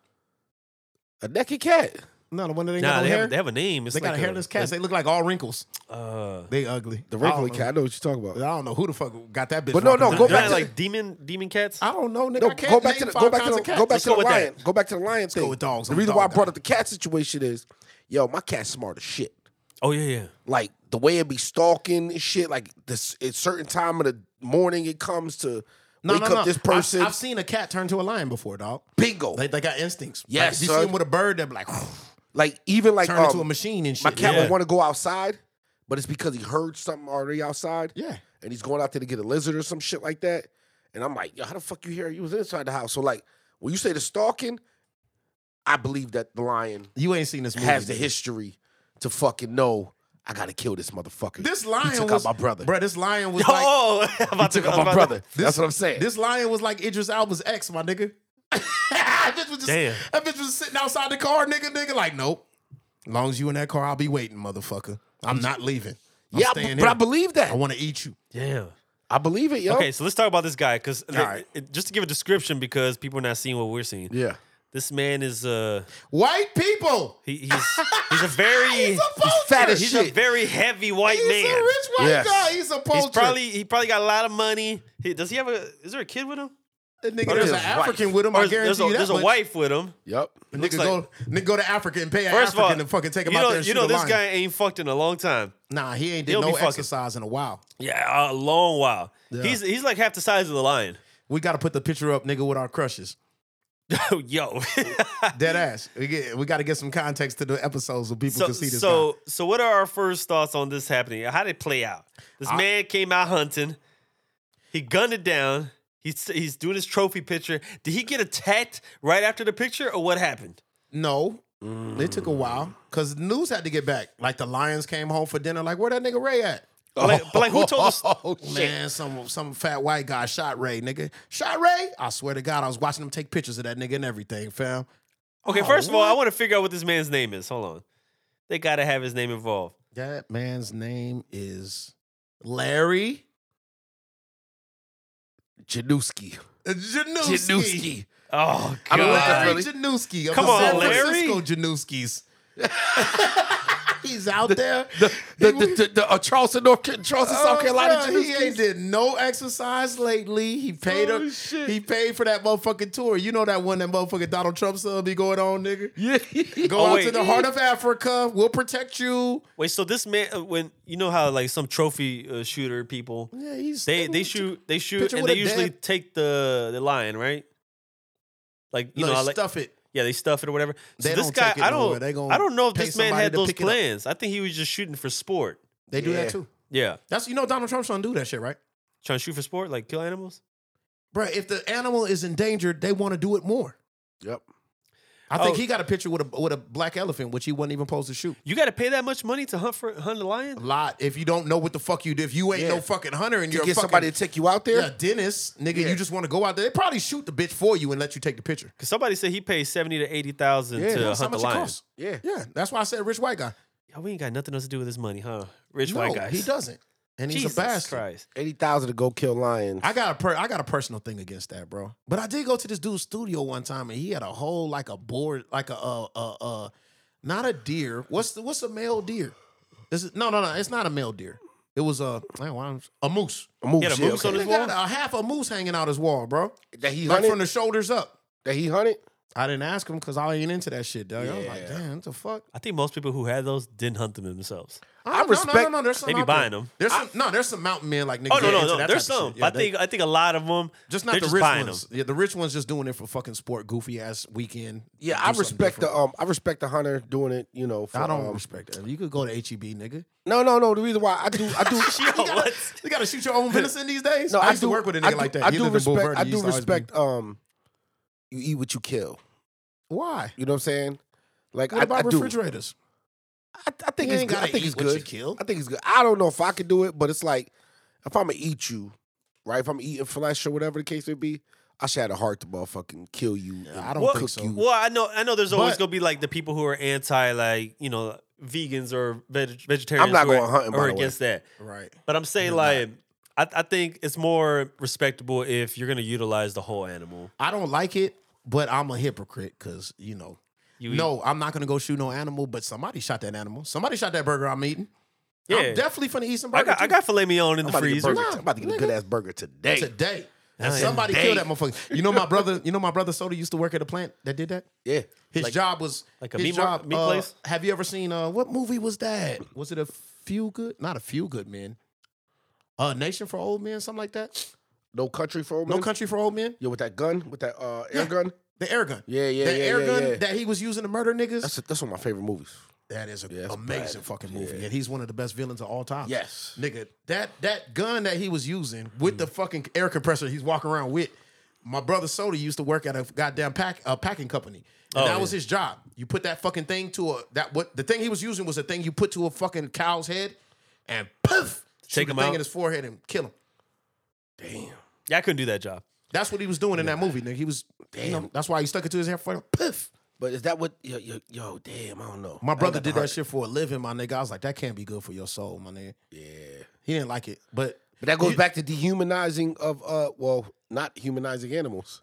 Speaker 1: A naked cat.
Speaker 3: No, the one that ain't
Speaker 2: nah,
Speaker 3: got no
Speaker 2: they
Speaker 3: hair.
Speaker 2: have, they have a name. It's
Speaker 3: They got
Speaker 2: like
Speaker 3: a hairless cats. They look like all wrinkles.
Speaker 2: Uh,
Speaker 3: They ugly.
Speaker 1: The
Speaker 3: I
Speaker 1: regular
Speaker 3: don't know-
Speaker 1: cat. I know what you're talking
Speaker 3: I
Speaker 1: about.
Speaker 3: don't know who the fuck got that bitch.
Speaker 1: But no,
Speaker 3: from,
Speaker 1: no,
Speaker 3: 'cause
Speaker 1: go
Speaker 2: go
Speaker 1: back
Speaker 3: I-
Speaker 2: back
Speaker 1: to
Speaker 2: like demon demon cats.
Speaker 3: I don't know, nigga.
Speaker 1: No,
Speaker 3: I can't
Speaker 1: go back
Speaker 3: name
Speaker 1: to the
Speaker 3: five
Speaker 1: go back to
Speaker 3: kinds
Speaker 1: the
Speaker 3: of cats.
Speaker 1: go back
Speaker 2: Let's
Speaker 1: to the
Speaker 2: go with that.
Speaker 1: lion. Go back to the lion thing.
Speaker 3: with dogs.
Speaker 1: The
Speaker 3: I'm a
Speaker 1: reason why I
Speaker 3: dog
Speaker 1: brought
Speaker 3: guy.
Speaker 1: up the cat situation is, yo, my cat's smart as shit.
Speaker 2: Oh yeah, yeah.
Speaker 1: Like the way it be stalking and shit. Like this, at certain time of the morning, it comes to
Speaker 3: No,
Speaker 1: wake
Speaker 3: no,
Speaker 1: up
Speaker 3: no.
Speaker 1: this person.
Speaker 3: I've, I've seen a cat turn to a lion before, dog.
Speaker 1: bingo.
Speaker 3: They,
Speaker 1: Like,
Speaker 3: they got instincts.
Speaker 1: Yes,
Speaker 3: like, you
Speaker 1: son.
Speaker 3: see them with a bird, they're like
Speaker 1: even like
Speaker 3: turn
Speaker 1: um,
Speaker 3: into a machine and shit.
Speaker 1: my cat
Speaker 2: Yeah.
Speaker 1: would want to go outside, but it's because he heard something already outside.
Speaker 3: yeah.
Speaker 1: and he's going out there to get a lizard or some shit like that. And I'm like, yo, how the fuck you here? You was inside the house. So like, when you say the stalking, I believe that the lion
Speaker 3: You ain't seen this movie.
Speaker 1: has the
Speaker 3: dude.
Speaker 1: history to fucking know I gotta kill this motherfucker.
Speaker 3: This
Speaker 1: he
Speaker 3: lion
Speaker 1: took
Speaker 3: was
Speaker 1: out my brother.
Speaker 3: Bro, this lion was like
Speaker 2: oh, I'm about
Speaker 1: he took
Speaker 2: I was
Speaker 1: out my
Speaker 2: about
Speaker 1: brother.
Speaker 2: to-
Speaker 1: That's what I'm saying.
Speaker 3: this lion was like Idris Alba's ex, my nigga. that bitch was just
Speaker 2: Damn.
Speaker 3: that bitch was sitting outside the car, nigga, nigga. Like, nope. As long as you in that car, I'll be waiting, motherfucker. I'm not leaving.
Speaker 1: yeah, but,
Speaker 3: staying
Speaker 1: but I
Speaker 3: here.
Speaker 1: believe that.
Speaker 3: I want to eat you.
Speaker 2: Damn.
Speaker 1: I believe it, yo.
Speaker 2: Okay, so let's talk about this guy because
Speaker 1: Alright.
Speaker 2: just to give a description because people are not seeing what we're seeing.
Speaker 1: Yeah.
Speaker 2: This man is uh
Speaker 3: White people.
Speaker 2: he, he's he's a very
Speaker 3: He's
Speaker 2: he's,
Speaker 3: Oh, a poacher.
Speaker 1: fat as
Speaker 2: a
Speaker 1: shit.
Speaker 2: very heavy white
Speaker 3: He's
Speaker 2: man.
Speaker 3: a rich white
Speaker 1: Yes.
Speaker 3: guy. He's a poacher.
Speaker 2: He's probably he probably got a lot of money. He, does he have a is there a kid with him?
Speaker 3: That nigga,
Speaker 1: Or
Speaker 3: there's
Speaker 1: his
Speaker 3: an
Speaker 1: wife.
Speaker 3: African with him.
Speaker 2: Or
Speaker 3: I
Speaker 2: is-
Speaker 3: guarantee
Speaker 2: there's a,
Speaker 3: you that
Speaker 2: there's
Speaker 3: much.
Speaker 2: a wife with him.
Speaker 1: Yep.
Speaker 2: looks
Speaker 3: Nigga,
Speaker 2: like-
Speaker 3: go, nigga go to Africa and pay an
Speaker 2: First of
Speaker 3: African
Speaker 2: all,
Speaker 3: to fucking take him
Speaker 2: you
Speaker 3: out
Speaker 2: know,
Speaker 3: there and
Speaker 2: you
Speaker 3: shoot
Speaker 2: know
Speaker 3: a
Speaker 2: this
Speaker 3: lion.
Speaker 2: guy ain't fucked in a long time.
Speaker 3: Nah, he ain't did
Speaker 2: He'll
Speaker 3: no
Speaker 2: be fucking-
Speaker 3: exercise in a while.
Speaker 2: Yeah, a long while. He's he's like half the size of the lion.
Speaker 3: We got to put the picture up, nigga, with our crushes.
Speaker 2: Yo.
Speaker 3: Dead ass. Oh, We get, we got to get some context to the episodes so people
Speaker 2: so
Speaker 3: can see this
Speaker 2: so so what are our first thoughts on this happening? How did it play out? This man came out hunting. He gunned it down. He's he's doing his trophy picture. Did he get attacked right after the picture or what happened?
Speaker 3: guy. No, it took a
Speaker 2: Mm.
Speaker 3: while because news had to get back. Like the Lions came home for dinner. Like where that nigga Ray at?
Speaker 2: But like, but like who told us
Speaker 1: Oh, shit.
Speaker 3: Man, some some fat white guy shot Ray, nigga. Shot Ray? I swear to God, I was watching him take pictures of that nigga and everything, fam.
Speaker 2: Okay,
Speaker 3: Oh,
Speaker 2: first of all, I
Speaker 3: what?
Speaker 2: want to figure out what this man's name is. Hold on. They gotta have his name involved.
Speaker 3: That man's name is Larry
Speaker 1: Janewski.
Speaker 3: Janewski.
Speaker 1: Janewski.
Speaker 2: Oh
Speaker 1: I
Speaker 2: god.
Speaker 1: mean, what the
Speaker 3: Larry
Speaker 1: Really?
Speaker 3: Janewski of
Speaker 2: Come
Speaker 3: the
Speaker 2: on,
Speaker 3: San
Speaker 2: Larry.
Speaker 3: Francisco Janewskis. He's out there.
Speaker 1: The, the, the, the, the, uh, Charleston, North Ca- Charleston, South
Speaker 3: Oh,
Speaker 1: Carolina.
Speaker 3: bruh, he ain't
Speaker 1: Janewski.
Speaker 3: did no exercise lately. He paid
Speaker 1: Oh,
Speaker 3: him.
Speaker 1: shit.
Speaker 3: He paid for that motherfucking tour. You know that one that motherfucking Donald Trump sub be going on, nigga.
Speaker 1: Yeah.
Speaker 3: Go
Speaker 2: Oh,
Speaker 3: out to
Speaker 2: wait.
Speaker 3: the heart of Africa. We'll protect you.
Speaker 2: Wait, so this man uh, when you know how like some trophy uh, shooter people
Speaker 3: Yeah, he's
Speaker 2: they they shoot they shoot
Speaker 3: picture
Speaker 2: and
Speaker 3: with
Speaker 2: they
Speaker 3: a
Speaker 2: usually
Speaker 3: dead-
Speaker 2: take the the lion, right? Like you
Speaker 3: No,
Speaker 2: know,
Speaker 3: they
Speaker 2: I like,
Speaker 3: stuff it.
Speaker 2: yeah, they stuff it or whatever. So
Speaker 3: They
Speaker 2: this
Speaker 3: don't
Speaker 2: guy,
Speaker 3: take it
Speaker 2: I
Speaker 3: nowhere.
Speaker 2: don't,
Speaker 3: They gonna
Speaker 2: I don't know if
Speaker 3: pay
Speaker 2: this man
Speaker 3: somebody
Speaker 2: had
Speaker 3: to
Speaker 2: those
Speaker 3: pick it up.
Speaker 2: plans. I think he was just shooting for sport.
Speaker 3: They do
Speaker 1: Yeah.
Speaker 3: that too.
Speaker 2: Yeah,
Speaker 3: That's you know Donald Trump's trying to do that shit, right?
Speaker 2: trying to shoot for sport, like kill animals.
Speaker 3: Bruh, if the animal is endangered, they want to do it more.
Speaker 1: Yep.
Speaker 3: I think
Speaker 2: Oh.
Speaker 3: he got a picture with a with a black elephant, which he wasn't even supposed to shoot.
Speaker 2: You got to pay that much money to hunt for hunt a lion?
Speaker 3: A lot. If you don't know what the fuck you do, if you ain't
Speaker 1: Yeah.
Speaker 3: no fucking hunter and
Speaker 1: You
Speaker 3: you're a
Speaker 1: get
Speaker 3: fucking
Speaker 1: somebody to take you out there?
Speaker 3: yeah, dentist, nigga,
Speaker 1: Yeah.
Speaker 3: you just want to go out there. They probably shoot the bitch for you and let you take the picture.
Speaker 2: Because somebody said he paid seventy to eighty thousand
Speaker 1: Yeah,
Speaker 2: to
Speaker 3: That's how
Speaker 2: hunt the
Speaker 3: much it
Speaker 2: lion.
Speaker 3: costs.
Speaker 1: Yeah.
Speaker 3: Yeah, that's why I said rich white guy.
Speaker 2: Yo, we ain't got nothing else to do with this money, huh? Rich
Speaker 3: no,
Speaker 2: white guys.
Speaker 3: he doesn't, and he's
Speaker 2: Jesus
Speaker 3: a bastard.
Speaker 2: Christ.
Speaker 1: 80,000 to go kill lions.
Speaker 3: I got a per- I got a personal thing against that, bro. But I did go to this dude's studio one time, and he had a whole like a board, like a uh uh, uh not a deer. What's the, what's a male deer? Is it, no no no? It's not a male deer. It was a man, why I'm- a moose.
Speaker 1: a moose,
Speaker 2: He had a
Speaker 1: yeah,
Speaker 2: moose
Speaker 1: okay.
Speaker 2: on his
Speaker 3: They
Speaker 2: wall.
Speaker 3: got a half a moose hanging out his wall, bro.
Speaker 1: that he
Speaker 3: Like
Speaker 1: hunted.
Speaker 3: from the shoulders up.
Speaker 1: that he hunted.
Speaker 3: I didn't ask him because I ain't into that shit, dog. I was like,
Speaker 1: Yeah.
Speaker 3: damn, what the fuck?
Speaker 2: I think most people who had those didn't hunt them themselves.
Speaker 1: I
Speaker 3: don't- No,
Speaker 1: respect-
Speaker 3: no, no, there's some
Speaker 2: They be
Speaker 3: out there.
Speaker 2: buying 'em.
Speaker 3: There's some, no, there's some mountain men like niggas.
Speaker 2: Oh no,
Speaker 3: that
Speaker 2: no,
Speaker 3: into
Speaker 2: no.
Speaker 3: that
Speaker 2: There's
Speaker 3: type of
Speaker 2: some.
Speaker 3: shit. Yeah,
Speaker 2: I
Speaker 3: they-
Speaker 2: think I think a lot of them.
Speaker 3: Just not
Speaker 2: they're
Speaker 3: the
Speaker 2: just
Speaker 3: rich
Speaker 2: buying
Speaker 3: ones.
Speaker 2: them.
Speaker 3: Yeah, the rich ones just doing it for fucking sport, goofy ass weekend.
Speaker 1: Yeah,
Speaker 3: Do
Speaker 1: I
Speaker 3: something
Speaker 1: respect the
Speaker 3: different.
Speaker 1: um, I respect the hunter doing it. You know, for,
Speaker 3: I don't
Speaker 1: um,
Speaker 3: respect that. You could go to HEB, nigga.
Speaker 1: no, no, no. The reason why I do, I do.
Speaker 2: Yo, what?
Speaker 3: You gotta shoot your own venison these days.
Speaker 1: No,
Speaker 3: I
Speaker 1: I,
Speaker 3: used
Speaker 1: do
Speaker 3: to work with a
Speaker 1: I
Speaker 3: nigga
Speaker 1: do-
Speaker 3: like that.
Speaker 1: I
Speaker 3: He
Speaker 1: do
Speaker 3: lived in Boulevardy.
Speaker 1: respect. I do
Speaker 3: He used to always be-
Speaker 1: respect. Um, you eat what you kill.
Speaker 3: Why?
Speaker 1: You know what I'm saying? Like
Speaker 3: What
Speaker 1: I,
Speaker 3: about
Speaker 1: I do.
Speaker 3: refrigerators?
Speaker 1: I, I think
Speaker 3: You
Speaker 1: it's
Speaker 3: ain't
Speaker 1: good. I
Speaker 3: gotta
Speaker 1: think
Speaker 3: eat
Speaker 1: it's
Speaker 3: what you
Speaker 1: good.
Speaker 3: kill.
Speaker 1: I think it's good. I don't know if I could do it, but it's like if I'm gonna eat you, right? If I'm eating flesh or whatever the case may be, I should have a heart to motherfucking kill you. and
Speaker 3: I don't
Speaker 1: cook
Speaker 3: think so.
Speaker 1: You.
Speaker 2: Well, I know, I know. There's always
Speaker 3: But-
Speaker 2: gonna be like the people who are anti, like you know, vegans or veg- vegetarians.
Speaker 1: I'm not
Speaker 2: who are-
Speaker 1: going hunting, by
Speaker 2: Or
Speaker 1: the way.
Speaker 2: against that.
Speaker 3: Right.
Speaker 2: But I'm saying like, I, I think it's more respectable if you're gonna utilize the whole animal.
Speaker 3: I don't like it, but I'm a hypocrite because you know.
Speaker 2: You eat-
Speaker 3: no, I'm not gonna go shoot no animal, but somebody shot that animal. Somebody shot that burger I'm eating.
Speaker 2: Yeah.
Speaker 3: I'm definitely finna eat some burger.
Speaker 2: I got, I
Speaker 3: too.
Speaker 2: got filet mignon in
Speaker 1: I'm
Speaker 2: the
Speaker 1: about, to get
Speaker 2: freezer.
Speaker 1: burger. I'm about to get a good ass burger today.
Speaker 3: today.
Speaker 2: Yeah.
Speaker 3: somebody killed that motherfucker. You know my brother. You know my brother Soda used to work at a plant that did that.
Speaker 1: Yeah.
Speaker 3: His job was
Speaker 2: like a
Speaker 3: his
Speaker 2: meat mar-
Speaker 3: job,
Speaker 2: meat
Speaker 3: uh,
Speaker 2: place?
Speaker 3: Have you ever seen uh what movie was that? Was it a few good? Not a few good men. Uh, Nation for Old Men, something like that.
Speaker 1: No country for old
Speaker 3: No
Speaker 1: men?
Speaker 3: Country for Old Men.
Speaker 1: Yeah, with that gun, with that uh, air
Speaker 3: Yeah.
Speaker 1: gun.
Speaker 3: The air gun.
Speaker 1: Yeah, yeah,
Speaker 3: The
Speaker 1: yeah,
Speaker 3: air
Speaker 1: yeah,
Speaker 3: gun
Speaker 1: yeah.
Speaker 3: that he was using to murder niggas.
Speaker 1: That's that's one of my favorite movies.
Speaker 3: That is an
Speaker 1: that's
Speaker 3: amazing
Speaker 1: bad.
Speaker 3: fucking movie. And he's one of the best villains of all time.
Speaker 1: Yes.
Speaker 3: Nigga, that that gun that he was using with the fucking air compressor he's walking around with. My brother Soda used to work at a goddamn pack a packing company. And that was his job. You put that fucking thing to a that what the thing he was using was a thing you put to a fucking cow's head and poof shoot
Speaker 2: Take
Speaker 3: the
Speaker 2: him
Speaker 3: thing
Speaker 2: out?
Speaker 3: in his forehead and kill him.
Speaker 2: Yeah, I couldn't do that job.
Speaker 3: That's what he was doing in that movie, nigga. He was damn. that's why he stuck it to his head for poof.
Speaker 1: But is that what yo yo, yo damn? I don't know. I
Speaker 3: My
Speaker 1: ain't
Speaker 3: brother
Speaker 1: got the
Speaker 3: did that
Speaker 1: heart.
Speaker 3: shit for a living, my nigga. I was like, that can't be good for your soul, my nigga.
Speaker 1: Yeah,
Speaker 3: He didn't like it, but
Speaker 1: but that goes back to dehumanizing of uh, well, not humanizing animals.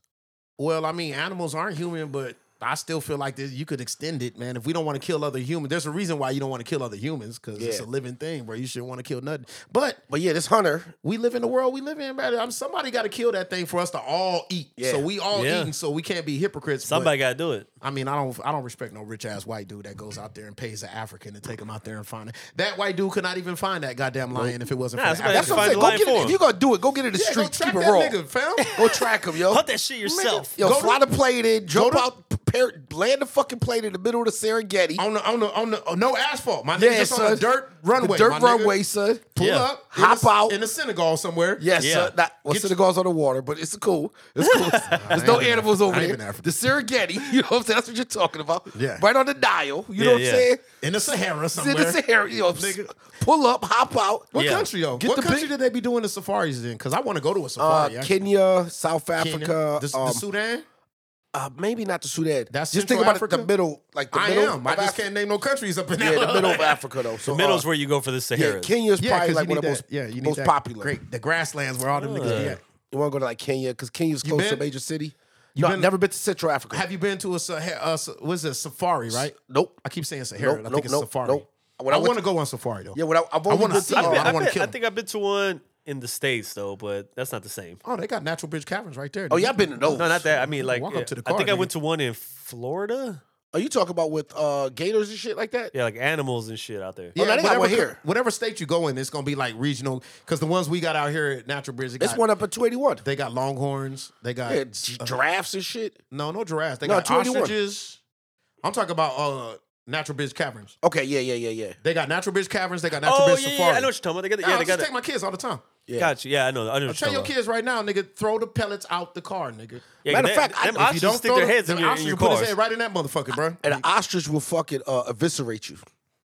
Speaker 3: Well, I mean, animals aren't human, but I still feel like this. You could extend it, man. If we don't want to kill other humans, there's a reason why you don't want to kill other humans because it's a
Speaker 1: Yeah.
Speaker 3: living thing, bro. You shouldn't want to kill nothing. But
Speaker 1: But yeah, this hunter,
Speaker 3: we live in the world we live in, man. I'm, somebody got to kill that thing for us to all eat.
Speaker 1: Yeah.
Speaker 3: So we all
Speaker 2: Yeah.
Speaker 3: eating, so we can't be hypocrites. but-
Speaker 2: Somebody got to do it.
Speaker 3: I mean, I don't, I don't respect no rich ass white dude that goes out there and pays an African to take him out there and find it. That white dude could not even find that goddamn lion if it wasn't
Speaker 2: Nah,
Speaker 3: for the
Speaker 2: somebody
Speaker 3: African.
Speaker 1: That's what I'm
Speaker 2: Find
Speaker 1: saying.
Speaker 2: the
Speaker 1: Go
Speaker 2: lion
Speaker 1: get
Speaker 2: for
Speaker 1: it.
Speaker 2: him.
Speaker 1: If you gonna do it, go get it in the
Speaker 3: Yeah, go
Speaker 1: streets.
Speaker 3: track
Speaker 1: Keep it
Speaker 3: that
Speaker 1: raw.
Speaker 3: nigga, fam.
Speaker 1: Go track him, yo.
Speaker 2: Hunt that shit yourself.
Speaker 1: Yo,
Speaker 3: Go to-
Speaker 1: fly the plane in, jump
Speaker 3: to-
Speaker 1: out, prepare, land the fucking plane in the middle of the Serengeti.
Speaker 3: on the on the on the oh, no asphalt, my nigga.
Speaker 1: Yeah,
Speaker 3: just
Speaker 1: son.
Speaker 3: on the dirt runway,
Speaker 1: The
Speaker 3: my
Speaker 1: dirt
Speaker 3: nigga.
Speaker 1: runway, son.
Speaker 3: Pull
Speaker 2: Yeah.
Speaker 3: up, in
Speaker 1: Hop
Speaker 3: a-
Speaker 1: out.
Speaker 3: in the synagogue somewhere.
Speaker 1: Yes,
Speaker 2: Yeah.
Speaker 1: sir. Not, well,
Speaker 2: Get
Speaker 1: Senegal's on the water, but it's cool. It's cool. There's no
Speaker 3: ain't been
Speaker 1: animals
Speaker 3: Af-
Speaker 1: over
Speaker 3: I ain't
Speaker 1: there.
Speaker 3: been Africa.
Speaker 1: The Serengeti, you know what I'm saying? That's what you're talking about.
Speaker 3: Yeah.
Speaker 1: Right on the dial. You know
Speaker 2: Yeah,
Speaker 1: what I'm
Speaker 2: yeah.
Speaker 1: saying?
Speaker 3: in the Sahara
Speaker 1: It's in
Speaker 3: somewhere.
Speaker 1: the Sahara. You know, s- pull up, hop out.
Speaker 3: What
Speaker 2: Yeah.
Speaker 3: country, yo?
Speaker 1: Get
Speaker 3: what
Speaker 1: the
Speaker 3: country
Speaker 1: big-
Speaker 3: did they be doing the safaris in? Because I want to go to a
Speaker 1: Uh,
Speaker 3: safari. actually.
Speaker 1: Kenya, South
Speaker 3: Kenya,
Speaker 1: Africa,
Speaker 3: the, the
Speaker 1: um,
Speaker 3: Sudan.
Speaker 1: uh, maybe not the Sudan.
Speaker 3: That's
Speaker 1: just
Speaker 3: Central
Speaker 1: think about it.
Speaker 3: Africa?
Speaker 1: The middle, like the
Speaker 3: I
Speaker 1: middle.
Speaker 3: am. I
Speaker 1: of
Speaker 3: just
Speaker 1: Af-
Speaker 3: can't name no countries up in
Speaker 1: Yeah,
Speaker 3: there.
Speaker 1: the middle of Africa though. So uh,
Speaker 2: Middle's where you go for the
Speaker 1: Yeah,
Speaker 2: Sahara.
Speaker 1: Kenya's
Speaker 3: Yeah,
Speaker 1: probably
Speaker 3: 'cause
Speaker 1: like
Speaker 3: you
Speaker 1: one of
Speaker 3: need
Speaker 1: the
Speaker 3: that-
Speaker 1: most,
Speaker 3: yeah, you need
Speaker 1: most
Speaker 3: that
Speaker 1: popular.
Speaker 3: Great, the grasslands where all them niggas be at.
Speaker 1: You want to go to like Kenya because Kenya's close to
Speaker 3: been?
Speaker 1: a major city. no, I've
Speaker 3: been?
Speaker 1: never been to Central Africa.
Speaker 3: Have you been to a Sahara? Uh, Sa- what is it? Safari, right?
Speaker 1: nope.
Speaker 3: I keep saying Sahara.
Speaker 1: Nope,
Speaker 3: I think
Speaker 1: nope,
Speaker 3: it's
Speaker 1: nope,
Speaker 3: safari.
Speaker 1: nope. When
Speaker 3: I,
Speaker 1: I went
Speaker 3: want to go on safari though.
Speaker 1: Yeah, what I, I've
Speaker 3: I
Speaker 1: only
Speaker 3: wanna
Speaker 1: been
Speaker 3: see
Speaker 1: to.
Speaker 3: it.
Speaker 2: I've been-
Speaker 3: Oh, I
Speaker 1: uh,
Speaker 2: I've
Speaker 3: wanna
Speaker 2: been-
Speaker 3: kill
Speaker 2: I
Speaker 3: him.
Speaker 2: think I've been to one in the States though, but that's not the same.
Speaker 3: Oh, they got natural bridge caverns right there.
Speaker 1: oh,
Speaker 3: nigga.
Speaker 1: yeah, I've been to those.
Speaker 2: No, not that. I mean, like,
Speaker 3: Walk up to the
Speaker 2: I
Speaker 3: car,
Speaker 2: think I
Speaker 3: nigga.
Speaker 2: went to one in Florida.
Speaker 1: Are Oh, you talking about with uh, gators and shit like that?
Speaker 2: Yeah, like animals and shit out there.
Speaker 1: Oh, no, they got one
Speaker 3: co-
Speaker 1: here.
Speaker 3: whatever state you go in, it's gonna be like regional. Because the ones we got out here at Natural Bridge, they
Speaker 1: It's
Speaker 3: got,
Speaker 1: one up at 281.
Speaker 3: they got longhorns. They got
Speaker 1: Yeah, gi- giraffes and shit.
Speaker 3: no, no giraffes. They
Speaker 1: No,
Speaker 3: got
Speaker 1: 281.
Speaker 3: ostriches. I'm talking about uh, Natural Bridge Caverns.
Speaker 1: Okay, yeah, yeah, yeah, yeah.
Speaker 3: They got Natural Bridge Caverns. They got Natural
Speaker 2: Oh
Speaker 3: Bridge
Speaker 2: yeah, yeah,
Speaker 3: Safari.
Speaker 2: I know what you're talking about. They got, the-
Speaker 3: Nah,
Speaker 2: yeah,
Speaker 3: I
Speaker 2: they
Speaker 3: just
Speaker 2: got.
Speaker 3: take my kids all the time.
Speaker 1: Yeah.
Speaker 2: Gotcha. Yeah, I know. I know.
Speaker 3: Tell your kids right now, nigga, throw the pellets out the car, nigga.
Speaker 1: Matter of fact, I-
Speaker 2: them
Speaker 1: if you
Speaker 2: ostriches
Speaker 3: Don't
Speaker 2: stick
Speaker 3: throw
Speaker 2: their
Speaker 3: the-
Speaker 2: heads in
Speaker 3: them
Speaker 2: your, in
Speaker 3: ostrich
Speaker 2: your
Speaker 3: put his
Speaker 2: cars.
Speaker 3: head right in that motherfucker, bro.
Speaker 1: And an ostrich will fucking uh, eviscerate you.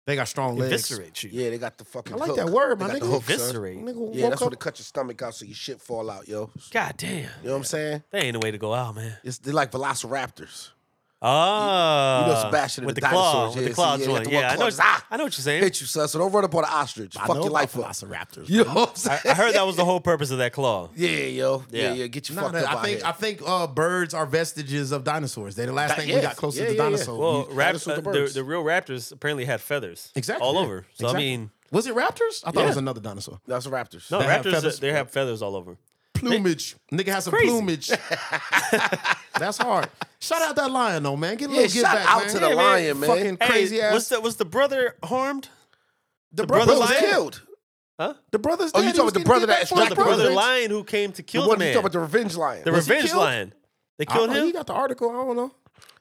Speaker 3: They got strong legs.
Speaker 2: Eviscerate you.
Speaker 1: Yeah, they got the fucking.
Speaker 3: I like
Speaker 1: hook.
Speaker 3: that word, my
Speaker 1: They got
Speaker 3: nigga.
Speaker 1: the hook, son.
Speaker 2: Eviscerate.
Speaker 3: Nigga,
Speaker 1: Yeah,
Speaker 3: woke
Speaker 1: that's
Speaker 3: up-
Speaker 1: where they cut your stomach out so your shit fall out, yo.
Speaker 2: God damn,
Speaker 1: You know what I'm saying?
Speaker 2: that ain't the way to go out, man.
Speaker 1: It's they're like velociraptors.
Speaker 2: Ah,
Speaker 1: you know Sebastian and
Speaker 2: with
Speaker 1: the
Speaker 2: the, claw,
Speaker 1: dinosaurs,
Speaker 2: with
Speaker 1: yeah,
Speaker 2: the claw
Speaker 1: see, yeah,
Speaker 2: joint.
Speaker 1: the
Speaker 2: Yeah,
Speaker 1: one
Speaker 2: I
Speaker 1: claw
Speaker 2: know.
Speaker 1: just, ah!
Speaker 2: I know what you're saying.
Speaker 1: Hit you, son. So don't run up on an ostrich.
Speaker 3: I
Speaker 1: Fuck
Speaker 3: know
Speaker 1: your
Speaker 3: about
Speaker 1: life up.
Speaker 3: Velociraptors.
Speaker 1: You know what I'm saying?
Speaker 2: I heard that was the whole purpose of that claw.
Speaker 1: Yeah, yo. Yeah, yeah.
Speaker 2: Yeah.
Speaker 1: Get you
Speaker 3: No,
Speaker 1: fucked
Speaker 3: no,
Speaker 1: up.
Speaker 3: I
Speaker 1: out
Speaker 3: think
Speaker 1: here.
Speaker 3: I think uh, birds are vestiges of dinosaurs. They're the last
Speaker 1: That-
Speaker 3: thing we
Speaker 1: yes.
Speaker 3: got closer
Speaker 1: Yeah,
Speaker 3: to
Speaker 1: yeah, yeah.
Speaker 3: dinosaur.
Speaker 2: Well,
Speaker 3: You-
Speaker 2: rap,
Speaker 1: dinosaurs
Speaker 2: uh,
Speaker 1: are
Speaker 2: the,
Speaker 1: birds.
Speaker 2: the real raptors apparently had feathers
Speaker 3: exactly
Speaker 2: all
Speaker 3: yeah.
Speaker 2: over. So
Speaker 3: Exactly.
Speaker 2: I mean,
Speaker 3: was it raptors? I thought it was
Speaker 1: Yeah.
Speaker 3: another dinosaur.
Speaker 1: That's raptors.
Speaker 2: no
Speaker 3: They have
Speaker 2: raptors
Speaker 3: feathers?
Speaker 2: they have feathers all over.
Speaker 3: Plumage, nigga has some
Speaker 2: Crazy.
Speaker 3: plumage. That's hard. Shout out that lion though, man. Get a
Speaker 1: Yeah,
Speaker 3: little get
Speaker 1: shout
Speaker 3: back,
Speaker 1: out
Speaker 3: man.
Speaker 1: to the
Speaker 3: Yeah,
Speaker 1: lion, man.
Speaker 3: Fucking
Speaker 2: Hey,
Speaker 3: crazy ass.
Speaker 2: Was the was the brother harmed?
Speaker 3: the,
Speaker 2: brother
Speaker 1: Brother was
Speaker 2: lion?
Speaker 1: killed.
Speaker 2: Huh?
Speaker 3: The brother's
Speaker 1: Oh, you
Speaker 3: dead. He
Speaker 1: talking about
Speaker 3: was
Speaker 1: the
Speaker 3: getting
Speaker 1: brother
Speaker 3: get back
Speaker 1: that
Speaker 3: for
Speaker 2: No,
Speaker 3: his
Speaker 2: the
Speaker 1: struck
Speaker 2: brother
Speaker 1: brother.
Speaker 2: lion who came to kill
Speaker 1: The
Speaker 2: the,
Speaker 1: one you
Speaker 2: man.
Speaker 1: talking about the revenge lion.
Speaker 2: the
Speaker 3: Was he
Speaker 2: revenge
Speaker 3: killed?
Speaker 2: lion. They
Speaker 3: I don't
Speaker 2: killed
Speaker 3: know, He
Speaker 2: him.
Speaker 3: got the article. I don't know.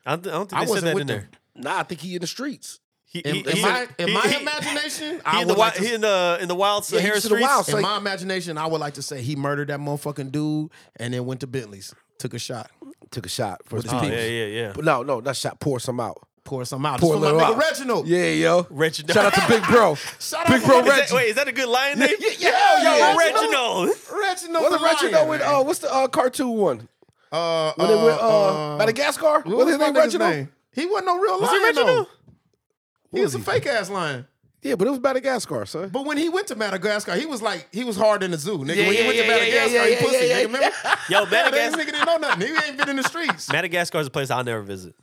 Speaker 2: I don't, I don't
Speaker 3: I
Speaker 2: think they
Speaker 3: wasn't
Speaker 2: said that
Speaker 3: with
Speaker 2: in
Speaker 3: them.
Speaker 2: there.
Speaker 1: nah, I think he in the streets.
Speaker 2: He,
Speaker 3: In,
Speaker 2: he-
Speaker 3: in
Speaker 2: he-
Speaker 3: my, in
Speaker 2: he-
Speaker 3: my
Speaker 2: he-
Speaker 3: imagination,
Speaker 2: he
Speaker 3: I
Speaker 2: in the
Speaker 3: would
Speaker 2: wild,
Speaker 3: like to
Speaker 2: he in the in the wild
Speaker 1: Yeah,
Speaker 2: Sahara
Speaker 1: he's in the
Speaker 2: streets.
Speaker 1: wild.
Speaker 3: In
Speaker 1: It's like-
Speaker 3: my imagination, I would like to say he murdered that motherfucking dude and then went to Bentley's, took a shot,
Speaker 1: Took a shot for his
Speaker 3: his
Speaker 1: people.
Speaker 2: Oh, Yeah, yeah, yeah.
Speaker 1: But no, no, not shot. Pour some out.
Speaker 3: poured some out.
Speaker 1: Pour a
Speaker 3: This for
Speaker 1: little
Speaker 3: my nigga
Speaker 1: out.
Speaker 3: Reginald.
Speaker 1: Yeah, yo.
Speaker 2: Reginald.
Speaker 1: Shout out to Big Bro.
Speaker 3: Shout out
Speaker 1: Big
Speaker 3: to
Speaker 1: Bro
Speaker 2: Is that-
Speaker 1: Reginald.
Speaker 2: wait, is that a good lion name?
Speaker 1: Yeah, yeah,
Speaker 3: Yo,
Speaker 1: yeah.
Speaker 3: Reginald.
Speaker 2: Reginald.
Speaker 3: Reginald
Speaker 1: Wasn't
Speaker 3: the lion,
Speaker 1: Reginald with
Speaker 3: man.
Speaker 1: uh, what's the uh, cartoon one?
Speaker 3: uh,
Speaker 1: When they went uh,
Speaker 3: uh,
Speaker 1: Madagascar?
Speaker 3: what
Speaker 1: Wasn't
Speaker 3: was
Speaker 1: his
Speaker 3: my
Speaker 1: name
Speaker 3: nigga's
Speaker 1: Reginald?
Speaker 3: name? He wasn't no real
Speaker 2: he
Speaker 3: lion.
Speaker 2: Reginald?
Speaker 3: Though. He was a fake ass lion.
Speaker 1: Yeah, but it was Madagascar, son.
Speaker 3: But when he went to Madagascar, he was like he was hard in the zoo, nigga.
Speaker 1: Yeah,
Speaker 3: when he
Speaker 1: yeah,
Speaker 3: went
Speaker 1: yeah,
Speaker 3: to
Speaker 1: yeah, yeah,
Speaker 3: Madagascar,
Speaker 1: yeah,
Speaker 3: he pussy,
Speaker 1: yeah, yeah.
Speaker 3: nigga. Remember?
Speaker 2: Yo,
Speaker 3: Yeah, this
Speaker 2: Madagascar.
Speaker 3: nigga didn't know nothing. He ain't been in the streets.
Speaker 2: Madagascar is a place I'll never visit.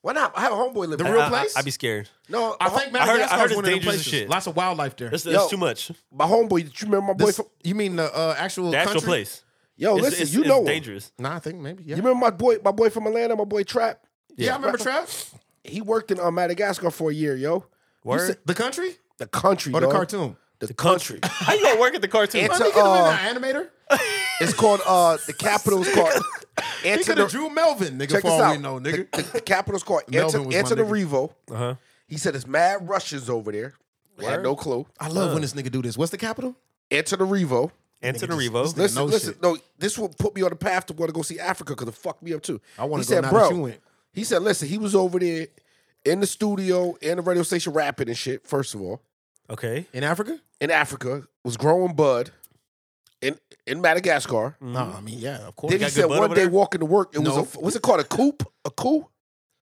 Speaker 1: Why not? I have a homeboy living.
Speaker 3: The real
Speaker 2: I- I-
Speaker 3: place?
Speaker 2: I'd be scared.
Speaker 1: No,
Speaker 3: I think
Speaker 2: I heard- I
Speaker 3: Madagascar's
Speaker 2: heard it's
Speaker 3: one of the
Speaker 2: dangerous as
Speaker 3: places.
Speaker 2: shit.
Speaker 3: Lots of wildlife there.
Speaker 2: That's,
Speaker 1: Yo.
Speaker 2: that's too much.
Speaker 1: my homeboy. Did you remember my boy?
Speaker 3: This-
Speaker 1: from,
Speaker 3: you mean the uh, actual
Speaker 2: The actual
Speaker 3: country?
Speaker 2: place.
Speaker 1: yo,
Speaker 2: It's-
Speaker 1: listen,
Speaker 2: it's-
Speaker 1: you
Speaker 2: it's
Speaker 1: know him.
Speaker 2: dangerous.
Speaker 3: Nah, I think maybe. Yeah,
Speaker 1: You remember my boy? My boy from Atlanta. My boy Trap.
Speaker 3: yeah, I remember Trap.
Speaker 1: He worked in uh, Madagascar for a year, yo.
Speaker 2: Word?
Speaker 3: The country
Speaker 1: The country,
Speaker 3: or Oh, the
Speaker 1: dog.
Speaker 3: cartoon?
Speaker 1: The, country.
Speaker 2: How you gonna work at the cartoon?
Speaker 1: It's
Speaker 3: It's
Speaker 1: a, uh,
Speaker 3: an animator.
Speaker 1: it's called uh the capital is called
Speaker 3: He could have
Speaker 1: Antonio.
Speaker 3: Drew Melvin, nigga.
Speaker 1: Check
Speaker 3: for
Speaker 1: this
Speaker 3: all we
Speaker 1: out.
Speaker 3: know, nigga.
Speaker 1: The, the capital's called
Speaker 3: Melvin was my
Speaker 1: Antonio
Speaker 3: nigga.
Speaker 1: Revo. Uh-huh. He said it's mad Russians over there. I Had no clue.
Speaker 3: I love when this nigga do this. What's the capital?
Speaker 1: Antonio Revo.
Speaker 2: Antonio Revo.
Speaker 1: Listen,
Speaker 3: no
Speaker 1: listen,
Speaker 3: shit.
Speaker 1: no, this will put me on the path to want to go see Africa because it fucked me up too.
Speaker 3: I wanna
Speaker 1: He
Speaker 3: go
Speaker 1: said,
Speaker 3: now
Speaker 1: bro.
Speaker 3: that you went.
Speaker 1: He said, listen, he was over there in the studio and the radio station rapping and shit, first of all.
Speaker 2: Okay.
Speaker 3: In Africa?
Speaker 1: In Africa, was growing bud in in Madagascar.
Speaker 3: No, I mean, yeah, of course.
Speaker 1: Then he
Speaker 2: got good
Speaker 1: said
Speaker 2: bud
Speaker 1: one
Speaker 2: over
Speaker 1: day
Speaker 2: there?
Speaker 1: walking to work, it was
Speaker 3: No.
Speaker 1: a what's it called? A coop? A coup?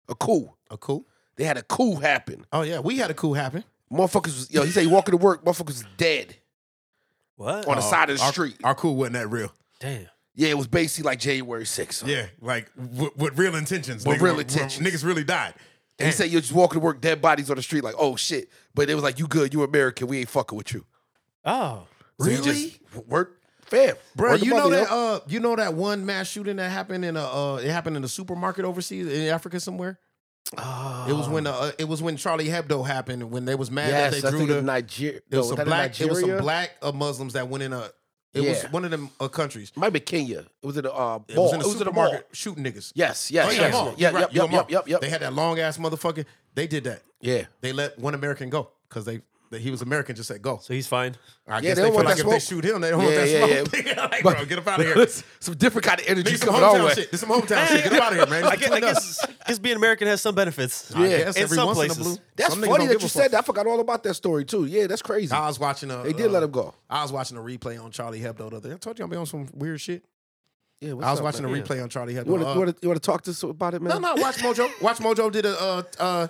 Speaker 1: A coup.
Speaker 3: A coup?
Speaker 1: They had a coup happen.
Speaker 3: Oh yeah, we had a coup happen.
Speaker 1: Motherfuckers was yo. He said he walking to work. Motherfuckers was dead
Speaker 2: What? Oh,
Speaker 1: on the side of the
Speaker 3: Oh, Our-
Speaker 1: street.
Speaker 3: Our coup wasn't that real.
Speaker 2: Damn.
Speaker 1: yeah, it was basically like January 6th.
Speaker 3: Yeah, like with, with real intentions.
Speaker 1: With
Speaker 3: nigga,
Speaker 1: real
Speaker 3: where- where
Speaker 1: intentions.
Speaker 3: Niggas really died.
Speaker 1: And he said you're just walking to work, dead bodies on the street. Like oh shit. But it was like you good, you American. We ain't fucking with you.
Speaker 2: Oh.
Speaker 1: So you just w- work, fam,
Speaker 3: Bro,
Speaker 1: Work the
Speaker 3: you know
Speaker 1: money,
Speaker 3: that
Speaker 1: yo.
Speaker 3: uh, you know that one mass shooting that happened in a uh, it happened in a supermarket overseas in Africa somewhere. It was when uh, it was when Charlie Hebdo happened when they was mad
Speaker 1: yes,
Speaker 3: that they
Speaker 1: I
Speaker 3: drew
Speaker 1: think
Speaker 3: the
Speaker 1: it's Nigeria.
Speaker 3: it was, some
Speaker 1: that in
Speaker 3: black it was some
Speaker 1: Nigeria?
Speaker 3: black uh, Muslims that went in a it was
Speaker 1: Yeah.
Speaker 3: one of them uh, countries.
Speaker 1: Might be Kenya. It was in the uh, mall.
Speaker 3: Oh, It was in a supermarket shooting niggas.
Speaker 1: Yes, yes,
Speaker 3: Oh, yeah,
Speaker 1: yes.
Speaker 3: mall.
Speaker 1: Yeah,
Speaker 3: You're right.
Speaker 1: yep,
Speaker 3: You're
Speaker 1: yep,
Speaker 3: a mall.
Speaker 1: yep, yep, yep.
Speaker 3: They had that long ass motherfucker. They did that.
Speaker 1: yeah.
Speaker 3: They let one American go because they that he was American. Just said go.
Speaker 2: So he's fine.
Speaker 3: I
Speaker 1: Yeah,
Speaker 3: guess
Speaker 1: they
Speaker 3: they,
Speaker 1: don't
Speaker 3: feel
Speaker 1: want
Speaker 3: like
Speaker 1: that
Speaker 3: if they
Speaker 1: smoke.
Speaker 3: shoot him, they don't want
Speaker 1: Yeah, yeah,
Speaker 3: that smoke. like, bro, get up out of here.
Speaker 1: It's some different kind of energy
Speaker 3: Nigga, some
Speaker 1: coming our
Speaker 3: hometown
Speaker 1: way.
Speaker 3: shit. This some hometown shit. Get up out of here, man.
Speaker 2: I guess, I guess, I guess being American has some benefits.
Speaker 1: Yeah.
Speaker 3: Yes,
Speaker 2: in
Speaker 3: every
Speaker 2: some
Speaker 3: once in a
Speaker 2: places.
Speaker 3: blue.
Speaker 1: That's
Speaker 3: Some niggas
Speaker 1: funny
Speaker 3: don't
Speaker 1: that
Speaker 3: give
Speaker 1: you
Speaker 3: a
Speaker 1: said
Speaker 3: fuck.
Speaker 1: that. I forgot all about that story too. Yeah, that's crazy.
Speaker 3: I was watching a.
Speaker 1: They did
Speaker 3: uh,
Speaker 1: let him go.
Speaker 3: I was watching a replay on Charlie Hebdo the other day. I told you I'm on some weird shit.
Speaker 1: Yeah,
Speaker 3: I was watching a replay on Charlie Hebdo.
Speaker 1: You want
Speaker 3: Uh,
Speaker 1: to you want to talk to us about it, man?
Speaker 3: no, no, watch Mojo. Watch Mojo did a uh, uh,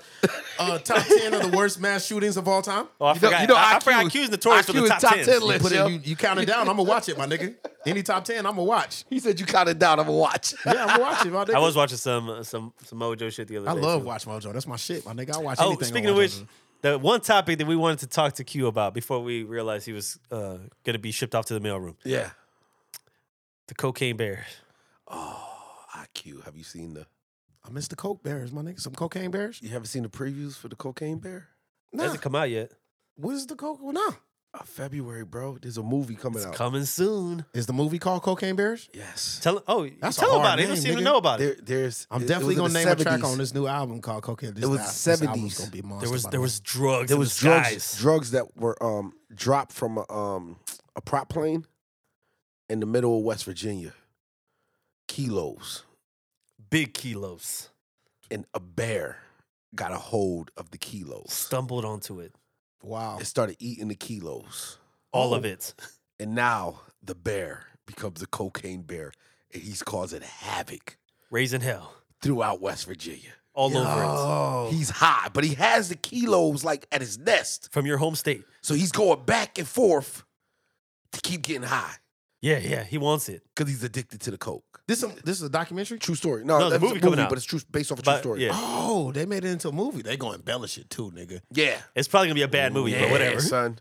Speaker 3: uh, top ten of the worst mass shootings of all time.
Speaker 2: Oh, I
Speaker 1: know-
Speaker 2: forgot.
Speaker 1: you know,
Speaker 2: I, I
Speaker 1: IQ
Speaker 2: forgot. IQ is notorious for
Speaker 1: IQ
Speaker 2: the
Speaker 1: is
Speaker 2: top,
Speaker 1: top
Speaker 2: 10.
Speaker 1: 10
Speaker 3: You
Speaker 1: list.
Speaker 3: put it,
Speaker 1: yo.
Speaker 3: you, you count it down. I'm gonna watch it, my nigga. Any top ten, I'm gonna watch.
Speaker 1: He said you counted down. I'm gonna watch.
Speaker 3: Yeah, I'm gonna watch it, my nigga.
Speaker 2: I was watching some uh, some some Mojo shit the other
Speaker 3: I
Speaker 2: day.
Speaker 3: love
Speaker 2: too.
Speaker 3: Watch Mojo. That's my shit, my nigga. I watch
Speaker 2: Oh,
Speaker 3: anything. on
Speaker 2: speaking of
Speaker 3: Watch
Speaker 2: which,
Speaker 3: Mojo.
Speaker 2: the one topic that we wanted to talk to Q about before we realized he was uh, going to be shipped off to the mailroom,
Speaker 1: yeah.
Speaker 2: the cocaine bear.
Speaker 1: IQ. Have you seen the?
Speaker 3: I miss the coke bears, my nigga. Some cocaine bears.
Speaker 1: You haven't seen the previews for the Cocaine Bear?
Speaker 2: It
Speaker 3: Nah,
Speaker 2: Hasn't come out yet.
Speaker 3: what is the coke? Well, nah.
Speaker 1: Uh, February, bro. There's a movie coming
Speaker 2: It's
Speaker 1: out.
Speaker 2: coming soon.
Speaker 3: Is the movie called Cocaine Bears?
Speaker 1: yes.
Speaker 2: Tell oh, you
Speaker 3: That's a
Speaker 2: tell him about
Speaker 3: hard
Speaker 2: it. He don't
Speaker 3: name,
Speaker 2: seem to
Speaker 3: nigga.
Speaker 2: know about
Speaker 1: There,
Speaker 2: it.
Speaker 1: there's.
Speaker 3: I'm
Speaker 1: it- it
Speaker 3: definitely
Speaker 1: was
Speaker 3: gonna
Speaker 1: in
Speaker 3: name
Speaker 1: the
Speaker 3: a track
Speaker 1: 70s.
Speaker 3: on this new album called Cocaine. This
Speaker 1: It was
Speaker 3: al- this
Speaker 1: 70s.
Speaker 3: album's gonna be monster.
Speaker 2: There was
Speaker 3: by the
Speaker 2: there
Speaker 3: way.
Speaker 2: was drugs.
Speaker 1: There
Speaker 2: in
Speaker 1: was
Speaker 2: the
Speaker 1: drugs.
Speaker 2: skies.
Speaker 1: Drugs that were um, dropped from a, um, a prop plane in the middle of West Virginia. Kilos.
Speaker 2: big kilos.
Speaker 1: and a bear got a hold of the kilos.
Speaker 2: Stumbled onto it,
Speaker 3: wow.
Speaker 1: It started eating the kilos.
Speaker 2: all
Speaker 3: Oh.
Speaker 2: of it.
Speaker 1: And now the bear becomes a cocaine bear and he's causing havoc
Speaker 2: Raising hell
Speaker 1: throughout West Virginia.
Speaker 2: all over it
Speaker 3: Oh,
Speaker 1: He's high, but he has the kilos like at his nest.
Speaker 2: from your home state.
Speaker 1: So he's going back and forth to keep getting high
Speaker 2: Yeah, yeah, he wants it.
Speaker 1: because he's addicted to the coke.
Speaker 3: this some- this is a documentary.
Speaker 1: True story. No,
Speaker 2: No, the
Speaker 1: that's
Speaker 2: movie
Speaker 1: a
Speaker 2: coming
Speaker 1: movie,
Speaker 2: out.
Speaker 1: but it's true based off a true
Speaker 2: But
Speaker 1: story.
Speaker 2: yeah,
Speaker 3: Oh, they made it into a movie. They gonna embellish it too, nigga.
Speaker 1: Yeah.
Speaker 2: it's probably gonna be a bad movie,
Speaker 1: yeah,
Speaker 2: but whatever.
Speaker 1: son.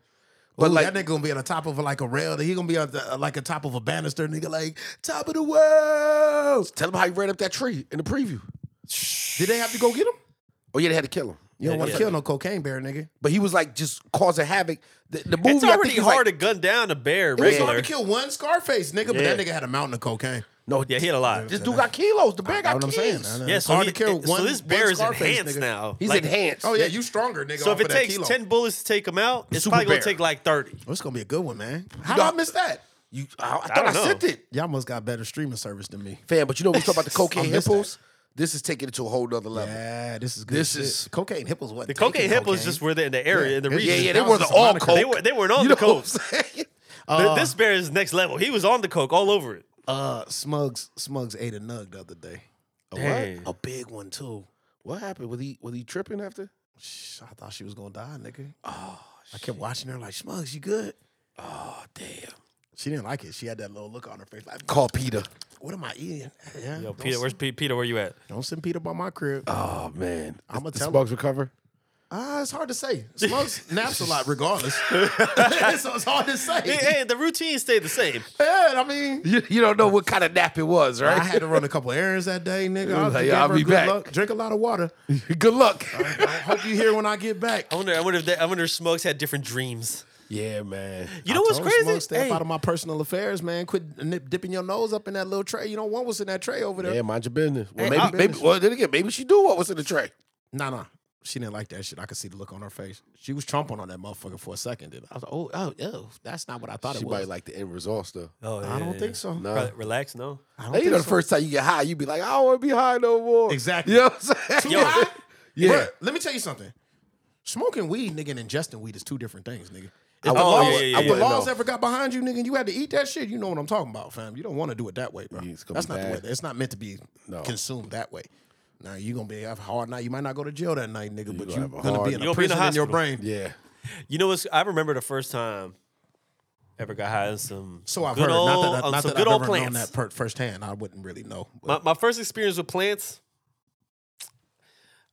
Speaker 3: But
Speaker 1: But like
Speaker 3: that nigga gonna be on the top of like a rail. He gonna be on the, like a top of a banister, nigga. Like top of the
Speaker 2: Oh.
Speaker 3: world.
Speaker 1: tell him how he ran up that tree in the preview.
Speaker 3: Did they have to go get him?
Speaker 1: Oh yeah, they had to kill him.
Speaker 3: You don't want to
Speaker 2: yeah.
Speaker 3: kill no cocaine bear, nigga.
Speaker 1: but he was like just causing havoc. The, the movie
Speaker 2: It's already
Speaker 1: I think, is,
Speaker 2: hard
Speaker 1: Like,
Speaker 2: to gun down a bear
Speaker 3: It was
Speaker 2: regular.
Speaker 3: hard to kill one Scarface, nigga. But
Speaker 1: Yeah.
Speaker 3: that nigga had a mountain of cocaine.
Speaker 1: no,
Speaker 2: Yeah, he had a lot.
Speaker 1: This dude got kilos. The bear
Speaker 3: That's
Speaker 1: got
Speaker 3: what I'm saying.
Speaker 1: kilos.
Speaker 3: I know.
Speaker 2: yeah,
Speaker 3: It's
Speaker 2: so,
Speaker 3: hard
Speaker 2: he-
Speaker 3: to kill
Speaker 2: it- so
Speaker 3: one-
Speaker 2: this
Speaker 3: one
Speaker 2: bear is
Speaker 3: Scarface,
Speaker 2: enhanced
Speaker 3: nigga.
Speaker 2: now.
Speaker 1: He's
Speaker 2: Like,
Speaker 1: enhanced.
Speaker 3: Oh yeah, you stronger, nigga.
Speaker 2: So
Speaker 3: off
Speaker 2: if it
Speaker 3: of that
Speaker 2: takes
Speaker 3: kilo.
Speaker 2: ten bullets to take him out, it's
Speaker 1: Super
Speaker 2: probably
Speaker 1: bear.
Speaker 2: gonna take like thirty.
Speaker 3: Well, it's gonna be a good one, man. How
Speaker 1: know-
Speaker 3: did I miss that?
Speaker 1: You, I, I thought
Speaker 2: don't
Speaker 1: I,
Speaker 2: know.
Speaker 1: sent it,
Speaker 3: Y'all must got better streaming service than me.
Speaker 1: fam. But you know we talk about the
Speaker 3: I
Speaker 1: cocaine
Speaker 3: missed
Speaker 1: hippos. This is taking it to a whole nother level. Yeah,
Speaker 3: Yeah, this is good.
Speaker 1: This
Speaker 3: shit.
Speaker 1: is-
Speaker 3: cocaine hippos. What
Speaker 2: The cocaine hippos just were there in the area
Speaker 3: Yeah.
Speaker 2: in the
Speaker 3: Yeah,
Speaker 1: yeah,
Speaker 2: region.
Speaker 1: they
Speaker 3: That
Speaker 1: were
Speaker 3: was
Speaker 1: the
Speaker 3: just a
Speaker 1: all
Speaker 3: moniker.
Speaker 1: coke.
Speaker 2: They were they weren't on
Speaker 1: you
Speaker 2: the
Speaker 1: know what I'm
Speaker 2: coke.
Speaker 1: saying?
Speaker 2: Th- this bear is next level. He was on the coke all over it.
Speaker 3: uh Smugs Smugs ate a nug the other day. A
Speaker 2: Dang.
Speaker 3: what? A big one too.
Speaker 1: What happened? Was he was he tripping after?
Speaker 3: Shh, I thought she was gonna die, nigga. Oh, I kept watching her like Smugs, you good?
Speaker 1: Oh damn!
Speaker 3: She didn't like it. She had that little look on her face, like
Speaker 1: Call Peter.
Speaker 3: what am I eating? Yeah,
Speaker 2: Yo,
Speaker 3: don't,
Speaker 2: Peter, where's
Speaker 3: send,
Speaker 2: Pe- Peter? Where you at?
Speaker 3: don't send Peter by my crib.
Speaker 1: Oh man,
Speaker 3: I'ma
Speaker 1: The
Speaker 3: tell him.
Speaker 1: Smugs recover.
Speaker 3: Ah, it's hard to say. Smugs naps a lot, regardless. so it's hard to say.
Speaker 2: Hey, hey, the routine stayed the same.
Speaker 3: Yeah, I mean,
Speaker 1: You, you don't know what kind of nap it was,
Speaker 3: I
Speaker 1: right?
Speaker 3: had to run a couple errands that day, nigga. I
Speaker 1: was like,
Speaker 3: gave
Speaker 1: "I'll
Speaker 3: her
Speaker 1: be
Speaker 3: good
Speaker 1: back."
Speaker 3: luck. Drink a lot of water.
Speaker 1: Good luck.
Speaker 3: I hope you hear when I get back.
Speaker 2: I wonder. I wonder if that, I wonder if Smugs had different dreams.
Speaker 1: yeah, man.
Speaker 2: You know what's
Speaker 3: Told Smugs,
Speaker 2: crazy?
Speaker 3: stay up
Speaker 2: Hey,
Speaker 3: out of my personal affairs, man. Quit nip, dipping your nose up in that little tray. You don't want what's in that tray over there.
Speaker 1: Yeah, mind your business. Well,
Speaker 2: Hey,
Speaker 1: maybe,
Speaker 2: I-
Speaker 1: uh, maybe. Well, then again, maybe she do what was in the tray.
Speaker 3: Nah, nah. She didn't like that shit. I could see the look on her face. She was trumping on that motherfucker for a second. Then I was like, oh, oh, ew, that's not what I thought
Speaker 1: She
Speaker 3: it was.
Speaker 1: might like the end result stuff.
Speaker 2: oh,
Speaker 3: I don't think so.
Speaker 1: No.
Speaker 2: Re- Relax, no.
Speaker 3: I don't
Speaker 1: Hey, you
Speaker 3: think
Speaker 1: know, the
Speaker 3: so.
Speaker 1: first time you get high, you be like, I don't want to be high no more.
Speaker 3: Exactly.
Speaker 1: You know what I'm saying?
Speaker 2: Yo,
Speaker 1: Yeah.
Speaker 3: Bruh, let me tell you something. Smoking weed, nigga, and ingesting weed is two different things, nigga. If the
Speaker 1: wouldn't
Speaker 3: laws,
Speaker 2: know. Yeah, yeah, yeah.
Speaker 3: if the
Speaker 1: I wouldn't
Speaker 3: laws
Speaker 1: know.
Speaker 3: ever got behind you, nigga, and you had to eat that shit, you know what I'm talking about, fam. You don't want to do it that way, bro.
Speaker 1: Yeah, it's gonna
Speaker 3: That's
Speaker 1: be
Speaker 3: not the way.
Speaker 1: bad.
Speaker 3: It's not meant to be
Speaker 1: No.
Speaker 3: consumed that way. Now you gonna be have a hard night. You might not go to jail that night, nigga, but you
Speaker 1: gonna have
Speaker 3: gonna,
Speaker 1: a
Speaker 3: be
Speaker 1: hard
Speaker 3: in
Speaker 1: night.
Speaker 3: a
Speaker 2: You'll be in the
Speaker 3: prison in, your
Speaker 2: hospital.
Speaker 3: brain.
Speaker 1: Yeah.
Speaker 2: You know what's I remember the first time I ever got high on some
Speaker 3: So I've
Speaker 2: good
Speaker 3: heard.
Speaker 2: old,
Speaker 3: not that, I,
Speaker 2: on
Speaker 3: not
Speaker 2: some
Speaker 3: that
Speaker 2: good
Speaker 3: I've
Speaker 2: old
Speaker 3: ever known
Speaker 2: plants.
Speaker 3: that per- firsthand. I wouldn't really know. but-
Speaker 2: my, my first experience with plants,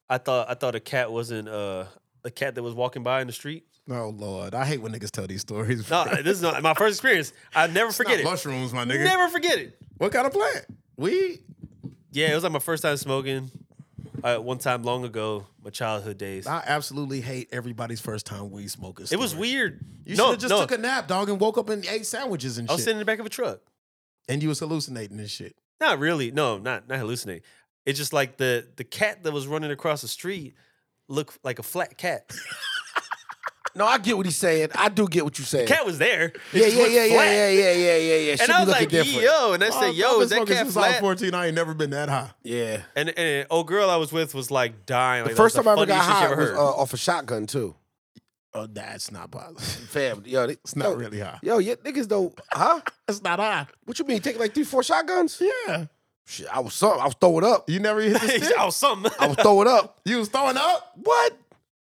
Speaker 2: I thought I thought a cat wasn't uh, a cat that was walking by in the street.
Speaker 3: oh lord, I hate when niggas tell these stories.
Speaker 2: No, this is not my first experience. I never forget
Speaker 3: Not
Speaker 2: it.
Speaker 3: Mushrooms, my nigga.
Speaker 2: Never forget it.
Speaker 3: What kind of plant? Weed.
Speaker 2: Yeah, it was like my first time smoking. Uh, one time long ago, my childhood days.
Speaker 3: I absolutely hate everybody's first time weed smokers.
Speaker 2: It was weird.
Speaker 3: You
Speaker 2: no,
Speaker 3: should have just
Speaker 2: no. Oh,
Speaker 3: took a nap, dog, and woke up and ate sandwiches and
Speaker 2: I
Speaker 3: shit.
Speaker 2: was sitting in the back of a truck.
Speaker 3: and you was hallucinating and shit.
Speaker 2: Not really. No, not not hallucinate. It's just like the the cat that was running across the street looked like a flat cat.
Speaker 1: No, I get what he's saying. I do get what you're saying.
Speaker 2: Cat was there. It
Speaker 1: yeah,
Speaker 2: just
Speaker 1: yeah,
Speaker 2: looked
Speaker 1: yeah, yeah,
Speaker 2: flat.
Speaker 1: yeah, yeah, yeah, yeah, yeah. Should
Speaker 2: And
Speaker 1: be
Speaker 2: I was
Speaker 1: looking
Speaker 2: like,
Speaker 1: different.
Speaker 2: yo, and I
Speaker 3: Oh,
Speaker 2: said,
Speaker 3: I've
Speaker 2: yo,
Speaker 3: been
Speaker 2: is that
Speaker 3: smoking
Speaker 2: cat
Speaker 3: since I was
Speaker 2: flat?
Speaker 3: 14. I ain't never been that high.
Speaker 1: Yeah.
Speaker 2: And, and old girl I was with was like dying. Like,
Speaker 1: the first
Speaker 2: that was
Speaker 1: time I ever
Speaker 2: funniest
Speaker 1: got
Speaker 2: shit she
Speaker 1: high was
Speaker 2: heard.
Speaker 1: uh, off a shotgun too.
Speaker 3: Oh, that's not possible.
Speaker 1: Fam, yo, they,
Speaker 3: It's not
Speaker 1: yo,
Speaker 3: really high.
Speaker 1: Yo, yeah, niggas though, huh?
Speaker 3: It's not high.
Speaker 1: What you mean? Take like three, four shotguns?
Speaker 3: Yeah.
Speaker 1: Shit, I was some. I was throwing up.
Speaker 3: You never hit the
Speaker 2: He
Speaker 3: stick?
Speaker 2: said, oh, something.
Speaker 1: I was throwing up.
Speaker 3: You was throwing up?
Speaker 1: What?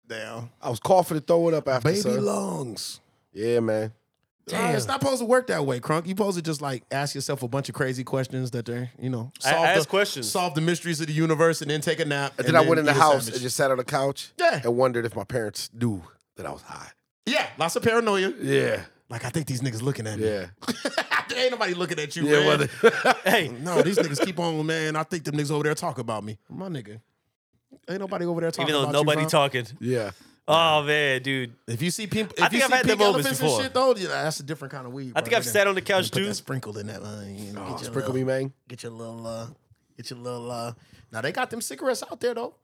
Speaker 3: Damn.
Speaker 1: I was coughing and throwing up after.
Speaker 3: Baby
Speaker 1: son.
Speaker 3: lungs.
Speaker 1: Yeah, man.
Speaker 3: Damn. it's not supposed to work that way, Crunk. You supposed to just like ask yourself a bunch of crazy questions that they're, you know,
Speaker 2: I-
Speaker 3: solve
Speaker 2: ask
Speaker 3: the,
Speaker 2: questions.
Speaker 3: solve the mysteries of the universe and then take a nap.
Speaker 1: And, then I went in the
Speaker 3: eat a
Speaker 1: house
Speaker 3: sandwich.
Speaker 1: and just sat on the couch
Speaker 3: Yeah.
Speaker 1: and wondered if my parents knew that I was high.
Speaker 3: Yeah, lots of paranoia.
Speaker 1: Yeah,
Speaker 3: Like I think these niggas looking at me.
Speaker 1: yeah,
Speaker 3: There ain't nobody looking at you,
Speaker 1: yeah.
Speaker 3: man.
Speaker 1: well, the-
Speaker 2: hey,
Speaker 3: no, these niggas keep on, man. I think them niggas over there talk about me. My nigga. Ain't nobody over there talking
Speaker 2: even though
Speaker 3: about you,
Speaker 2: nobody
Speaker 3: fam.
Speaker 2: talking.
Speaker 1: yeah.
Speaker 2: Oh man, dude.
Speaker 3: If you see pink, if
Speaker 2: I
Speaker 3: you
Speaker 2: think I've
Speaker 3: see
Speaker 2: had them
Speaker 3: pink
Speaker 2: moments
Speaker 3: elephants
Speaker 2: before.
Speaker 3: and shit, though, yeah, that's a different kind of weed.
Speaker 2: I think I've sat on the couch
Speaker 3: Put
Speaker 2: too.
Speaker 3: that sprinkle in that. Uh, you know, get your
Speaker 1: Oh, Sprinkle me,
Speaker 3: little,
Speaker 1: man.
Speaker 3: Get your little. Uh, get your little. Uh, now they got them cigarettes out there though.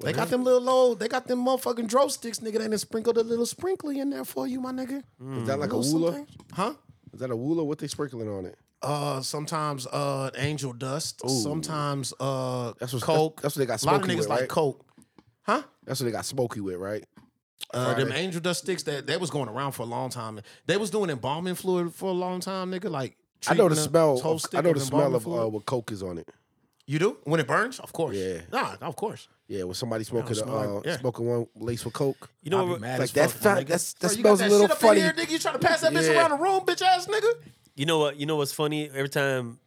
Speaker 3: They got them little old. They got them motherfucking drove sticks, nigga. They done sprinkled a little sprinkly in there for you, my nigga.
Speaker 1: Is that like a
Speaker 3: Know
Speaker 1: woola?
Speaker 3: something? Huh?
Speaker 1: Is that a woola? What they sprinkling on it?
Speaker 3: Uh, sometimes uh, angel dust. Sometimes uh,
Speaker 1: That's what's-
Speaker 3: coke.
Speaker 1: that's- that's what they got
Speaker 3: A lot of
Speaker 1: smoky
Speaker 3: niggas
Speaker 1: with,
Speaker 3: like
Speaker 1: right?
Speaker 3: coke. Huh?
Speaker 1: That's what they got smoky with, right?
Speaker 3: Uh, them
Speaker 1: Friday.
Speaker 3: angel dust sticks that they was going around for a long time. They was doing embalming fluid for a long time, nigga. Like
Speaker 1: I know the
Speaker 3: treating a
Speaker 1: smell.
Speaker 3: whole
Speaker 1: Of,
Speaker 3: stick
Speaker 1: I know the smell
Speaker 3: embalming
Speaker 1: of uh,
Speaker 3: fluid.
Speaker 1: what coke is on it.
Speaker 3: you do when it burns, of course.
Speaker 1: Yeah.
Speaker 3: nah, of course.
Speaker 1: Yeah, when somebody smoking
Speaker 3: smell
Speaker 1: uh,
Speaker 3: like- yeah.
Speaker 1: smoking one laced with coke.
Speaker 2: You know
Speaker 3: I'd be
Speaker 2: what?
Speaker 3: mad
Speaker 1: Like
Speaker 3: as
Speaker 1: that,
Speaker 3: fuck,
Speaker 1: fa-
Speaker 3: my nigga.
Speaker 1: that's, that
Speaker 3: Bro, Oh, you got
Speaker 1: smells
Speaker 3: that
Speaker 1: a little
Speaker 3: shit up
Speaker 1: funny.
Speaker 3: In here, nigga. You trying to pass that bitch
Speaker 1: Yeah.
Speaker 3: around the room, bitch ass nigga?
Speaker 2: You know what? You know what's funny? Every time.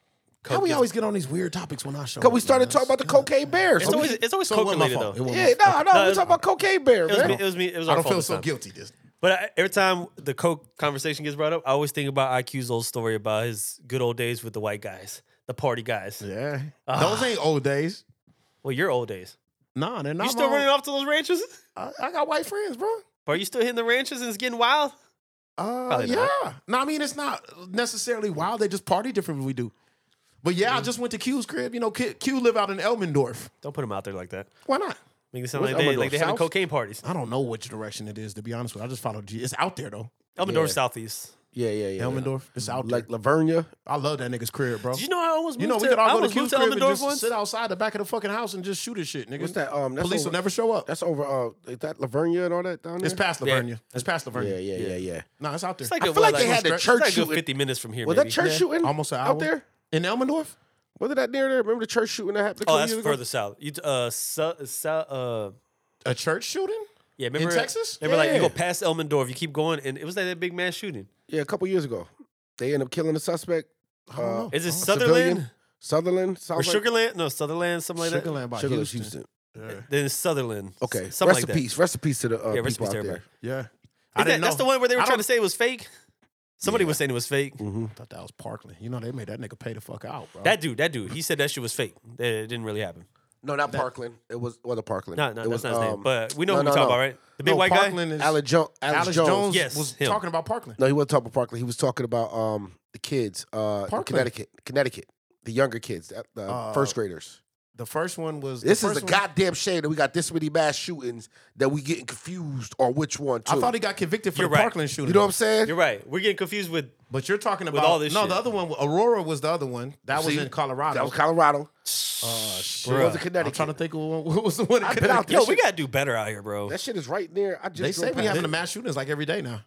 Speaker 3: How
Speaker 2: Coke
Speaker 3: we
Speaker 2: gets-
Speaker 3: always get on these weird topics when I show?
Speaker 1: Cause we
Speaker 3: up,
Speaker 1: started
Speaker 3: man.
Speaker 1: talking about the cocaine bear.
Speaker 2: It's
Speaker 1: So
Speaker 2: always
Speaker 1: we-
Speaker 2: it's always
Speaker 3: So it
Speaker 2: coke
Speaker 3: wasn't my
Speaker 2: related
Speaker 3: fault.
Speaker 2: though.
Speaker 3: It
Speaker 1: yeah, no, no,
Speaker 2: No,
Speaker 1: we're
Speaker 2: it's-
Speaker 1: talking about cocaine bear,
Speaker 2: It was, me,
Speaker 1: man.
Speaker 2: it was me. It was
Speaker 3: I
Speaker 2: our
Speaker 3: don't
Speaker 2: fault
Speaker 3: feel
Speaker 2: this
Speaker 3: so
Speaker 2: time.
Speaker 3: guilty. This
Speaker 2: But I, every time the Coke conversation gets brought up, I always think about IQ's old story about his good old days with the white guys, the party guys.
Speaker 3: yeah, those ain't old days.
Speaker 2: Well, your old days.
Speaker 3: Nah, they're not.
Speaker 2: You still running off to those ranches?
Speaker 3: I, I got white friends, bro.
Speaker 2: Are you still hitting the ranches and it's getting wild?
Speaker 3: Uh,
Speaker 2: Probably
Speaker 3: yeah.
Speaker 2: not.
Speaker 3: No, I mean it's not necessarily wild. They just party different than we do. But yeah, I just went to Q's crib. You know, Q, Q live out in Elmendorf.
Speaker 2: Don't put him out there like that.
Speaker 3: Why not?
Speaker 2: Make it sound
Speaker 1: Where's
Speaker 2: like they,
Speaker 1: Elmendorf,
Speaker 2: like they having
Speaker 1: South?
Speaker 2: cocaine parties.
Speaker 3: I don't know which direction it is to be honest with. you. I just followed G. It's out there though.
Speaker 2: Elmendorf
Speaker 1: Yeah.
Speaker 2: Southeast.
Speaker 1: Yeah, yeah, yeah.
Speaker 3: Elmendorf. It's out
Speaker 1: Like
Speaker 3: like
Speaker 1: Lavernia.
Speaker 3: I love that nigga's crib, bro.
Speaker 2: Did you know I almost moved
Speaker 3: You know,
Speaker 2: to,
Speaker 3: we could
Speaker 2: I
Speaker 3: all go to
Speaker 2: almost
Speaker 3: Q's
Speaker 2: moved to
Speaker 3: crib and
Speaker 2: Elmendorf
Speaker 3: just
Speaker 2: once?
Speaker 3: sit outside the back of the fucking house and just shoot at shit, nigga.
Speaker 1: What's that? Um, that's
Speaker 3: Police
Speaker 1: over-
Speaker 3: will never show up.
Speaker 1: That's over. Uh, is that Lavernia and all that down there?
Speaker 3: It's past
Speaker 2: Yeah.
Speaker 3: Lavernia. It's past Lavernia.
Speaker 1: Yeah, yeah, yeah, yeah.
Speaker 3: No, it's out there.
Speaker 2: It's like
Speaker 1: I
Speaker 2: a-
Speaker 1: feel
Speaker 2: what,
Speaker 1: like they had the
Speaker 2: it's like a
Speaker 1: church
Speaker 2: good
Speaker 1: shooting.
Speaker 2: 50 minutes from here.
Speaker 1: Was
Speaker 2: maybe.
Speaker 1: that church shooting
Speaker 3: almost an hour
Speaker 1: out there?
Speaker 3: in Elmendorf.
Speaker 1: Wasn't that near there? Remember the church shooting that happened? a
Speaker 2: Oh,
Speaker 1: couple
Speaker 2: that's
Speaker 1: years ago?
Speaker 2: further south. You t- uh, so, so, uh,
Speaker 3: A church shooting?
Speaker 2: yeah, remember
Speaker 3: Texas?
Speaker 2: Remember, like you
Speaker 1: Yeah.
Speaker 2: go past Elmendorf, you keep going, and it was like that big mass shooting.
Speaker 1: Yeah, a couple years ago. They end up killing the suspect.
Speaker 3: I don't know.
Speaker 2: Is it
Speaker 3: Oh,
Speaker 2: Sutherland
Speaker 1: civilian? Sutherland, South
Speaker 2: or Sugarland? No, Sutherland, something like that.
Speaker 3: Sugarland by
Speaker 1: Sugarland,
Speaker 3: Houston.
Speaker 1: Houston.
Speaker 2: Then it's Sutherland.
Speaker 1: Okay,
Speaker 2: S- something
Speaker 1: rest
Speaker 2: like
Speaker 1: in peace. Rest in peace to the uh,
Speaker 2: that. Yeah, rest in
Speaker 1: people
Speaker 2: peace,
Speaker 1: out
Speaker 2: to
Speaker 1: there.
Speaker 2: everybody.
Speaker 3: Yeah.
Speaker 2: Is that, that's the one where they
Speaker 3: I
Speaker 2: were trying
Speaker 3: don't-
Speaker 2: to say it was fake. Somebody was saying it was fake.
Speaker 1: Mm. Mm-hmm.
Speaker 3: I thought that was Parkland. You know, they made that nigga pay the fuck out, bro.
Speaker 2: That dude, that dude, he said that shit was fake. That it didn't really happen.
Speaker 1: No, not Parkland. It was wasn't Parkland.
Speaker 2: No, no,
Speaker 1: it was,
Speaker 2: that's not his
Speaker 1: um,
Speaker 2: name. But we know
Speaker 1: no,
Speaker 2: who we're
Speaker 1: no,
Speaker 2: talking
Speaker 1: no.
Speaker 2: about, right? The big
Speaker 3: No,
Speaker 2: white guy.
Speaker 3: Parkland is
Speaker 1: Alex, jo- Alex,
Speaker 3: Alex
Speaker 1: Jones.
Speaker 3: Jones
Speaker 2: Yes,
Speaker 3: was
Speaker 2: him.
Speaker 3: talking about Parkland.
Speaker 1: No, he wasn't talking about Parkland. He was talking about um the kids, uh, in
Speaker 3: Parkland.
Speaker 1: Connecticut, Connecticut, the younger kids, the, the
Speaker 2: Uh,
Speaker 1: first graders.
Speaker 3: The first one was
Speaker 1: This
Speaker 3: the
Speaker 1: is
Speaker 3: first
Speaker 1: the
Speaker 3: one-
Speaker 1: goddamn shame that we got this many mass shootings that we getting confused on which one. Too.
Speaker 3: I thought he got convicted for
Speaker 2: You're
Speaker 3: the
Speaker 2: right.
Speaker 3: Parkland shooting.
Speaker 1: you know what I'm saying?
Speaker 2: You're right. We're getting confused with.
Speaker 3: but you're talking about
Speaker 2: all this
Speaker 3: No,
Speaker 2: shit.
Speaker 3: the other one, Aurora was the other one. That was
Speaker 1: See?
Speaker 3: in Colorado.
Speaker 1: That was Colorado.
Speaker 3: shit.
Speaker 1: It was in
Speaker 3: I'm
Speaker 1: Connecticut.
Speaker 3: trying to think of what what was the one. in
Speaker 1: I've been out
Speaker 3: Connecticut.
Speaker 2: Yo,
Speaker 1: That
Speaker 2: we
Speaker 1: shit-
Speaker 2: gotta do better out here, bro.
Speaker 1: that shit is right there. I just
Speaker 3: They say
Speaker 1: drove
Speaker 3: we
Speaker 1: past
Speaker 3: having
Speaker 1: it.
Speaker 3: the mass shootings like every day now.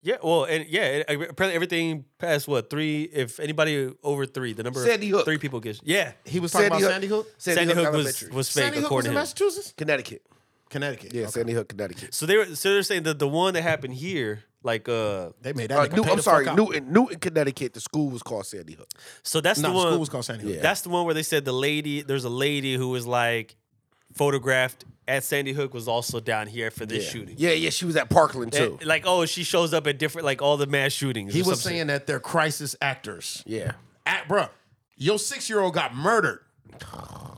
Speaker 2: Yeah, well, and yeah, it, uh, apparently everything past what three? If anybody over three, the number of
Speaker 1: Sandy Hook.
Speaker 2: three people gets. Yeah,
Speaker 3: He was talking
Speaker 1: Sandy
Speaker 3: about
Speaker 1: Hook-
Speaker 3: Sandy Hook.
Speaker 1: Sandy, Hook,
Speaker 2: was
Speaker 1: Elementary.
Speaker 2: was fake
Speaker 3: Sandy Hook was
Speaker 2: according
Speaker 3: in
Speaker 2: to him.
Speaker 3: Massachusetts,
Speaker 1: Connecticut.
Speaker 3: Connecticut.
Speaker 1: Yeah,
Speaker 3: Okay.
Speaker 1: Sandy Hook, Connecticut.
Speaker 2: So they were so they're saying that the one that happened here, like uh,
Speaker 3: They made that.
Speaker 1: Uh,
Speaker 3: nigga
Speaker 1: New,
Speaker 3: pay
Speaker 1: I'm
Speaker 3: the
Speaker 1: sorry,
Speaker 3: fuck out.
Speaker 1: Newton, Newton, Connecticut. The school was called Sandy Hook.
Speaker 2: so that's the
Speaker 3: No, the
Speaker 2: one.
Speaker 3: school was called Sandy Hook.
Speaker 1: Yeah.
Speaker 2: That's the one where they said the lady. There's a lady who was like photographed at Sandy Hook was also down here for this
Speaker 1: yeah.
Speaker 2: shooting.
Speaker 1: Yeah, yeah, she was at Parkland
Speaker 2: That-
Speaker 1: too.
Speaker 2: like oh, she shows up at different like all the mass shootings.
Speaker 3: He
Speaker 2: or
Speaker 3: was
Speaker 2: some shit.
Speaker 3: saying that they're crisis actors.
Speaker 1: yeah.
Speaker 3: At bruh, your six year old got murdered,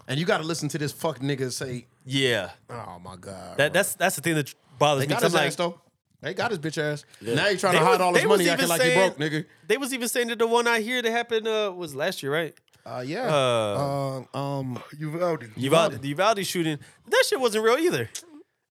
Speaker 3: and you got to listen to this fuck nigga say,
Speaker 2: yeah.
Speaker 3: "Oh my god."
Speaker 2: That that's that's the thing that bothers
Speaker 3: they
Speaker 2: me.
Speaker 3: got
Speaker 2: 'cause
Speaker 3: his
Speaker 2: I'm like,
Speaker 3: ass though. They got his bitch ass. Now you trying
Speaker 2: They
Speaker 3: to hide
Speaker 2: was-
Speaker 3: all his
Speaker 2: they was
Speaker 3: money
Speaker 2: even
Speaker 3: acting like you
Speaker 2: saying-
Speaker 3: broke, nigga.
Speaker 2: They was even saying that the one out here that happened uh, was last year, right?
Speaker 3: Uh, yeah. Uh, um,
Speaker 1: Uvalde.
Speaker 2: Uvalde, the Uvalde shooting, that shit wasn't real either.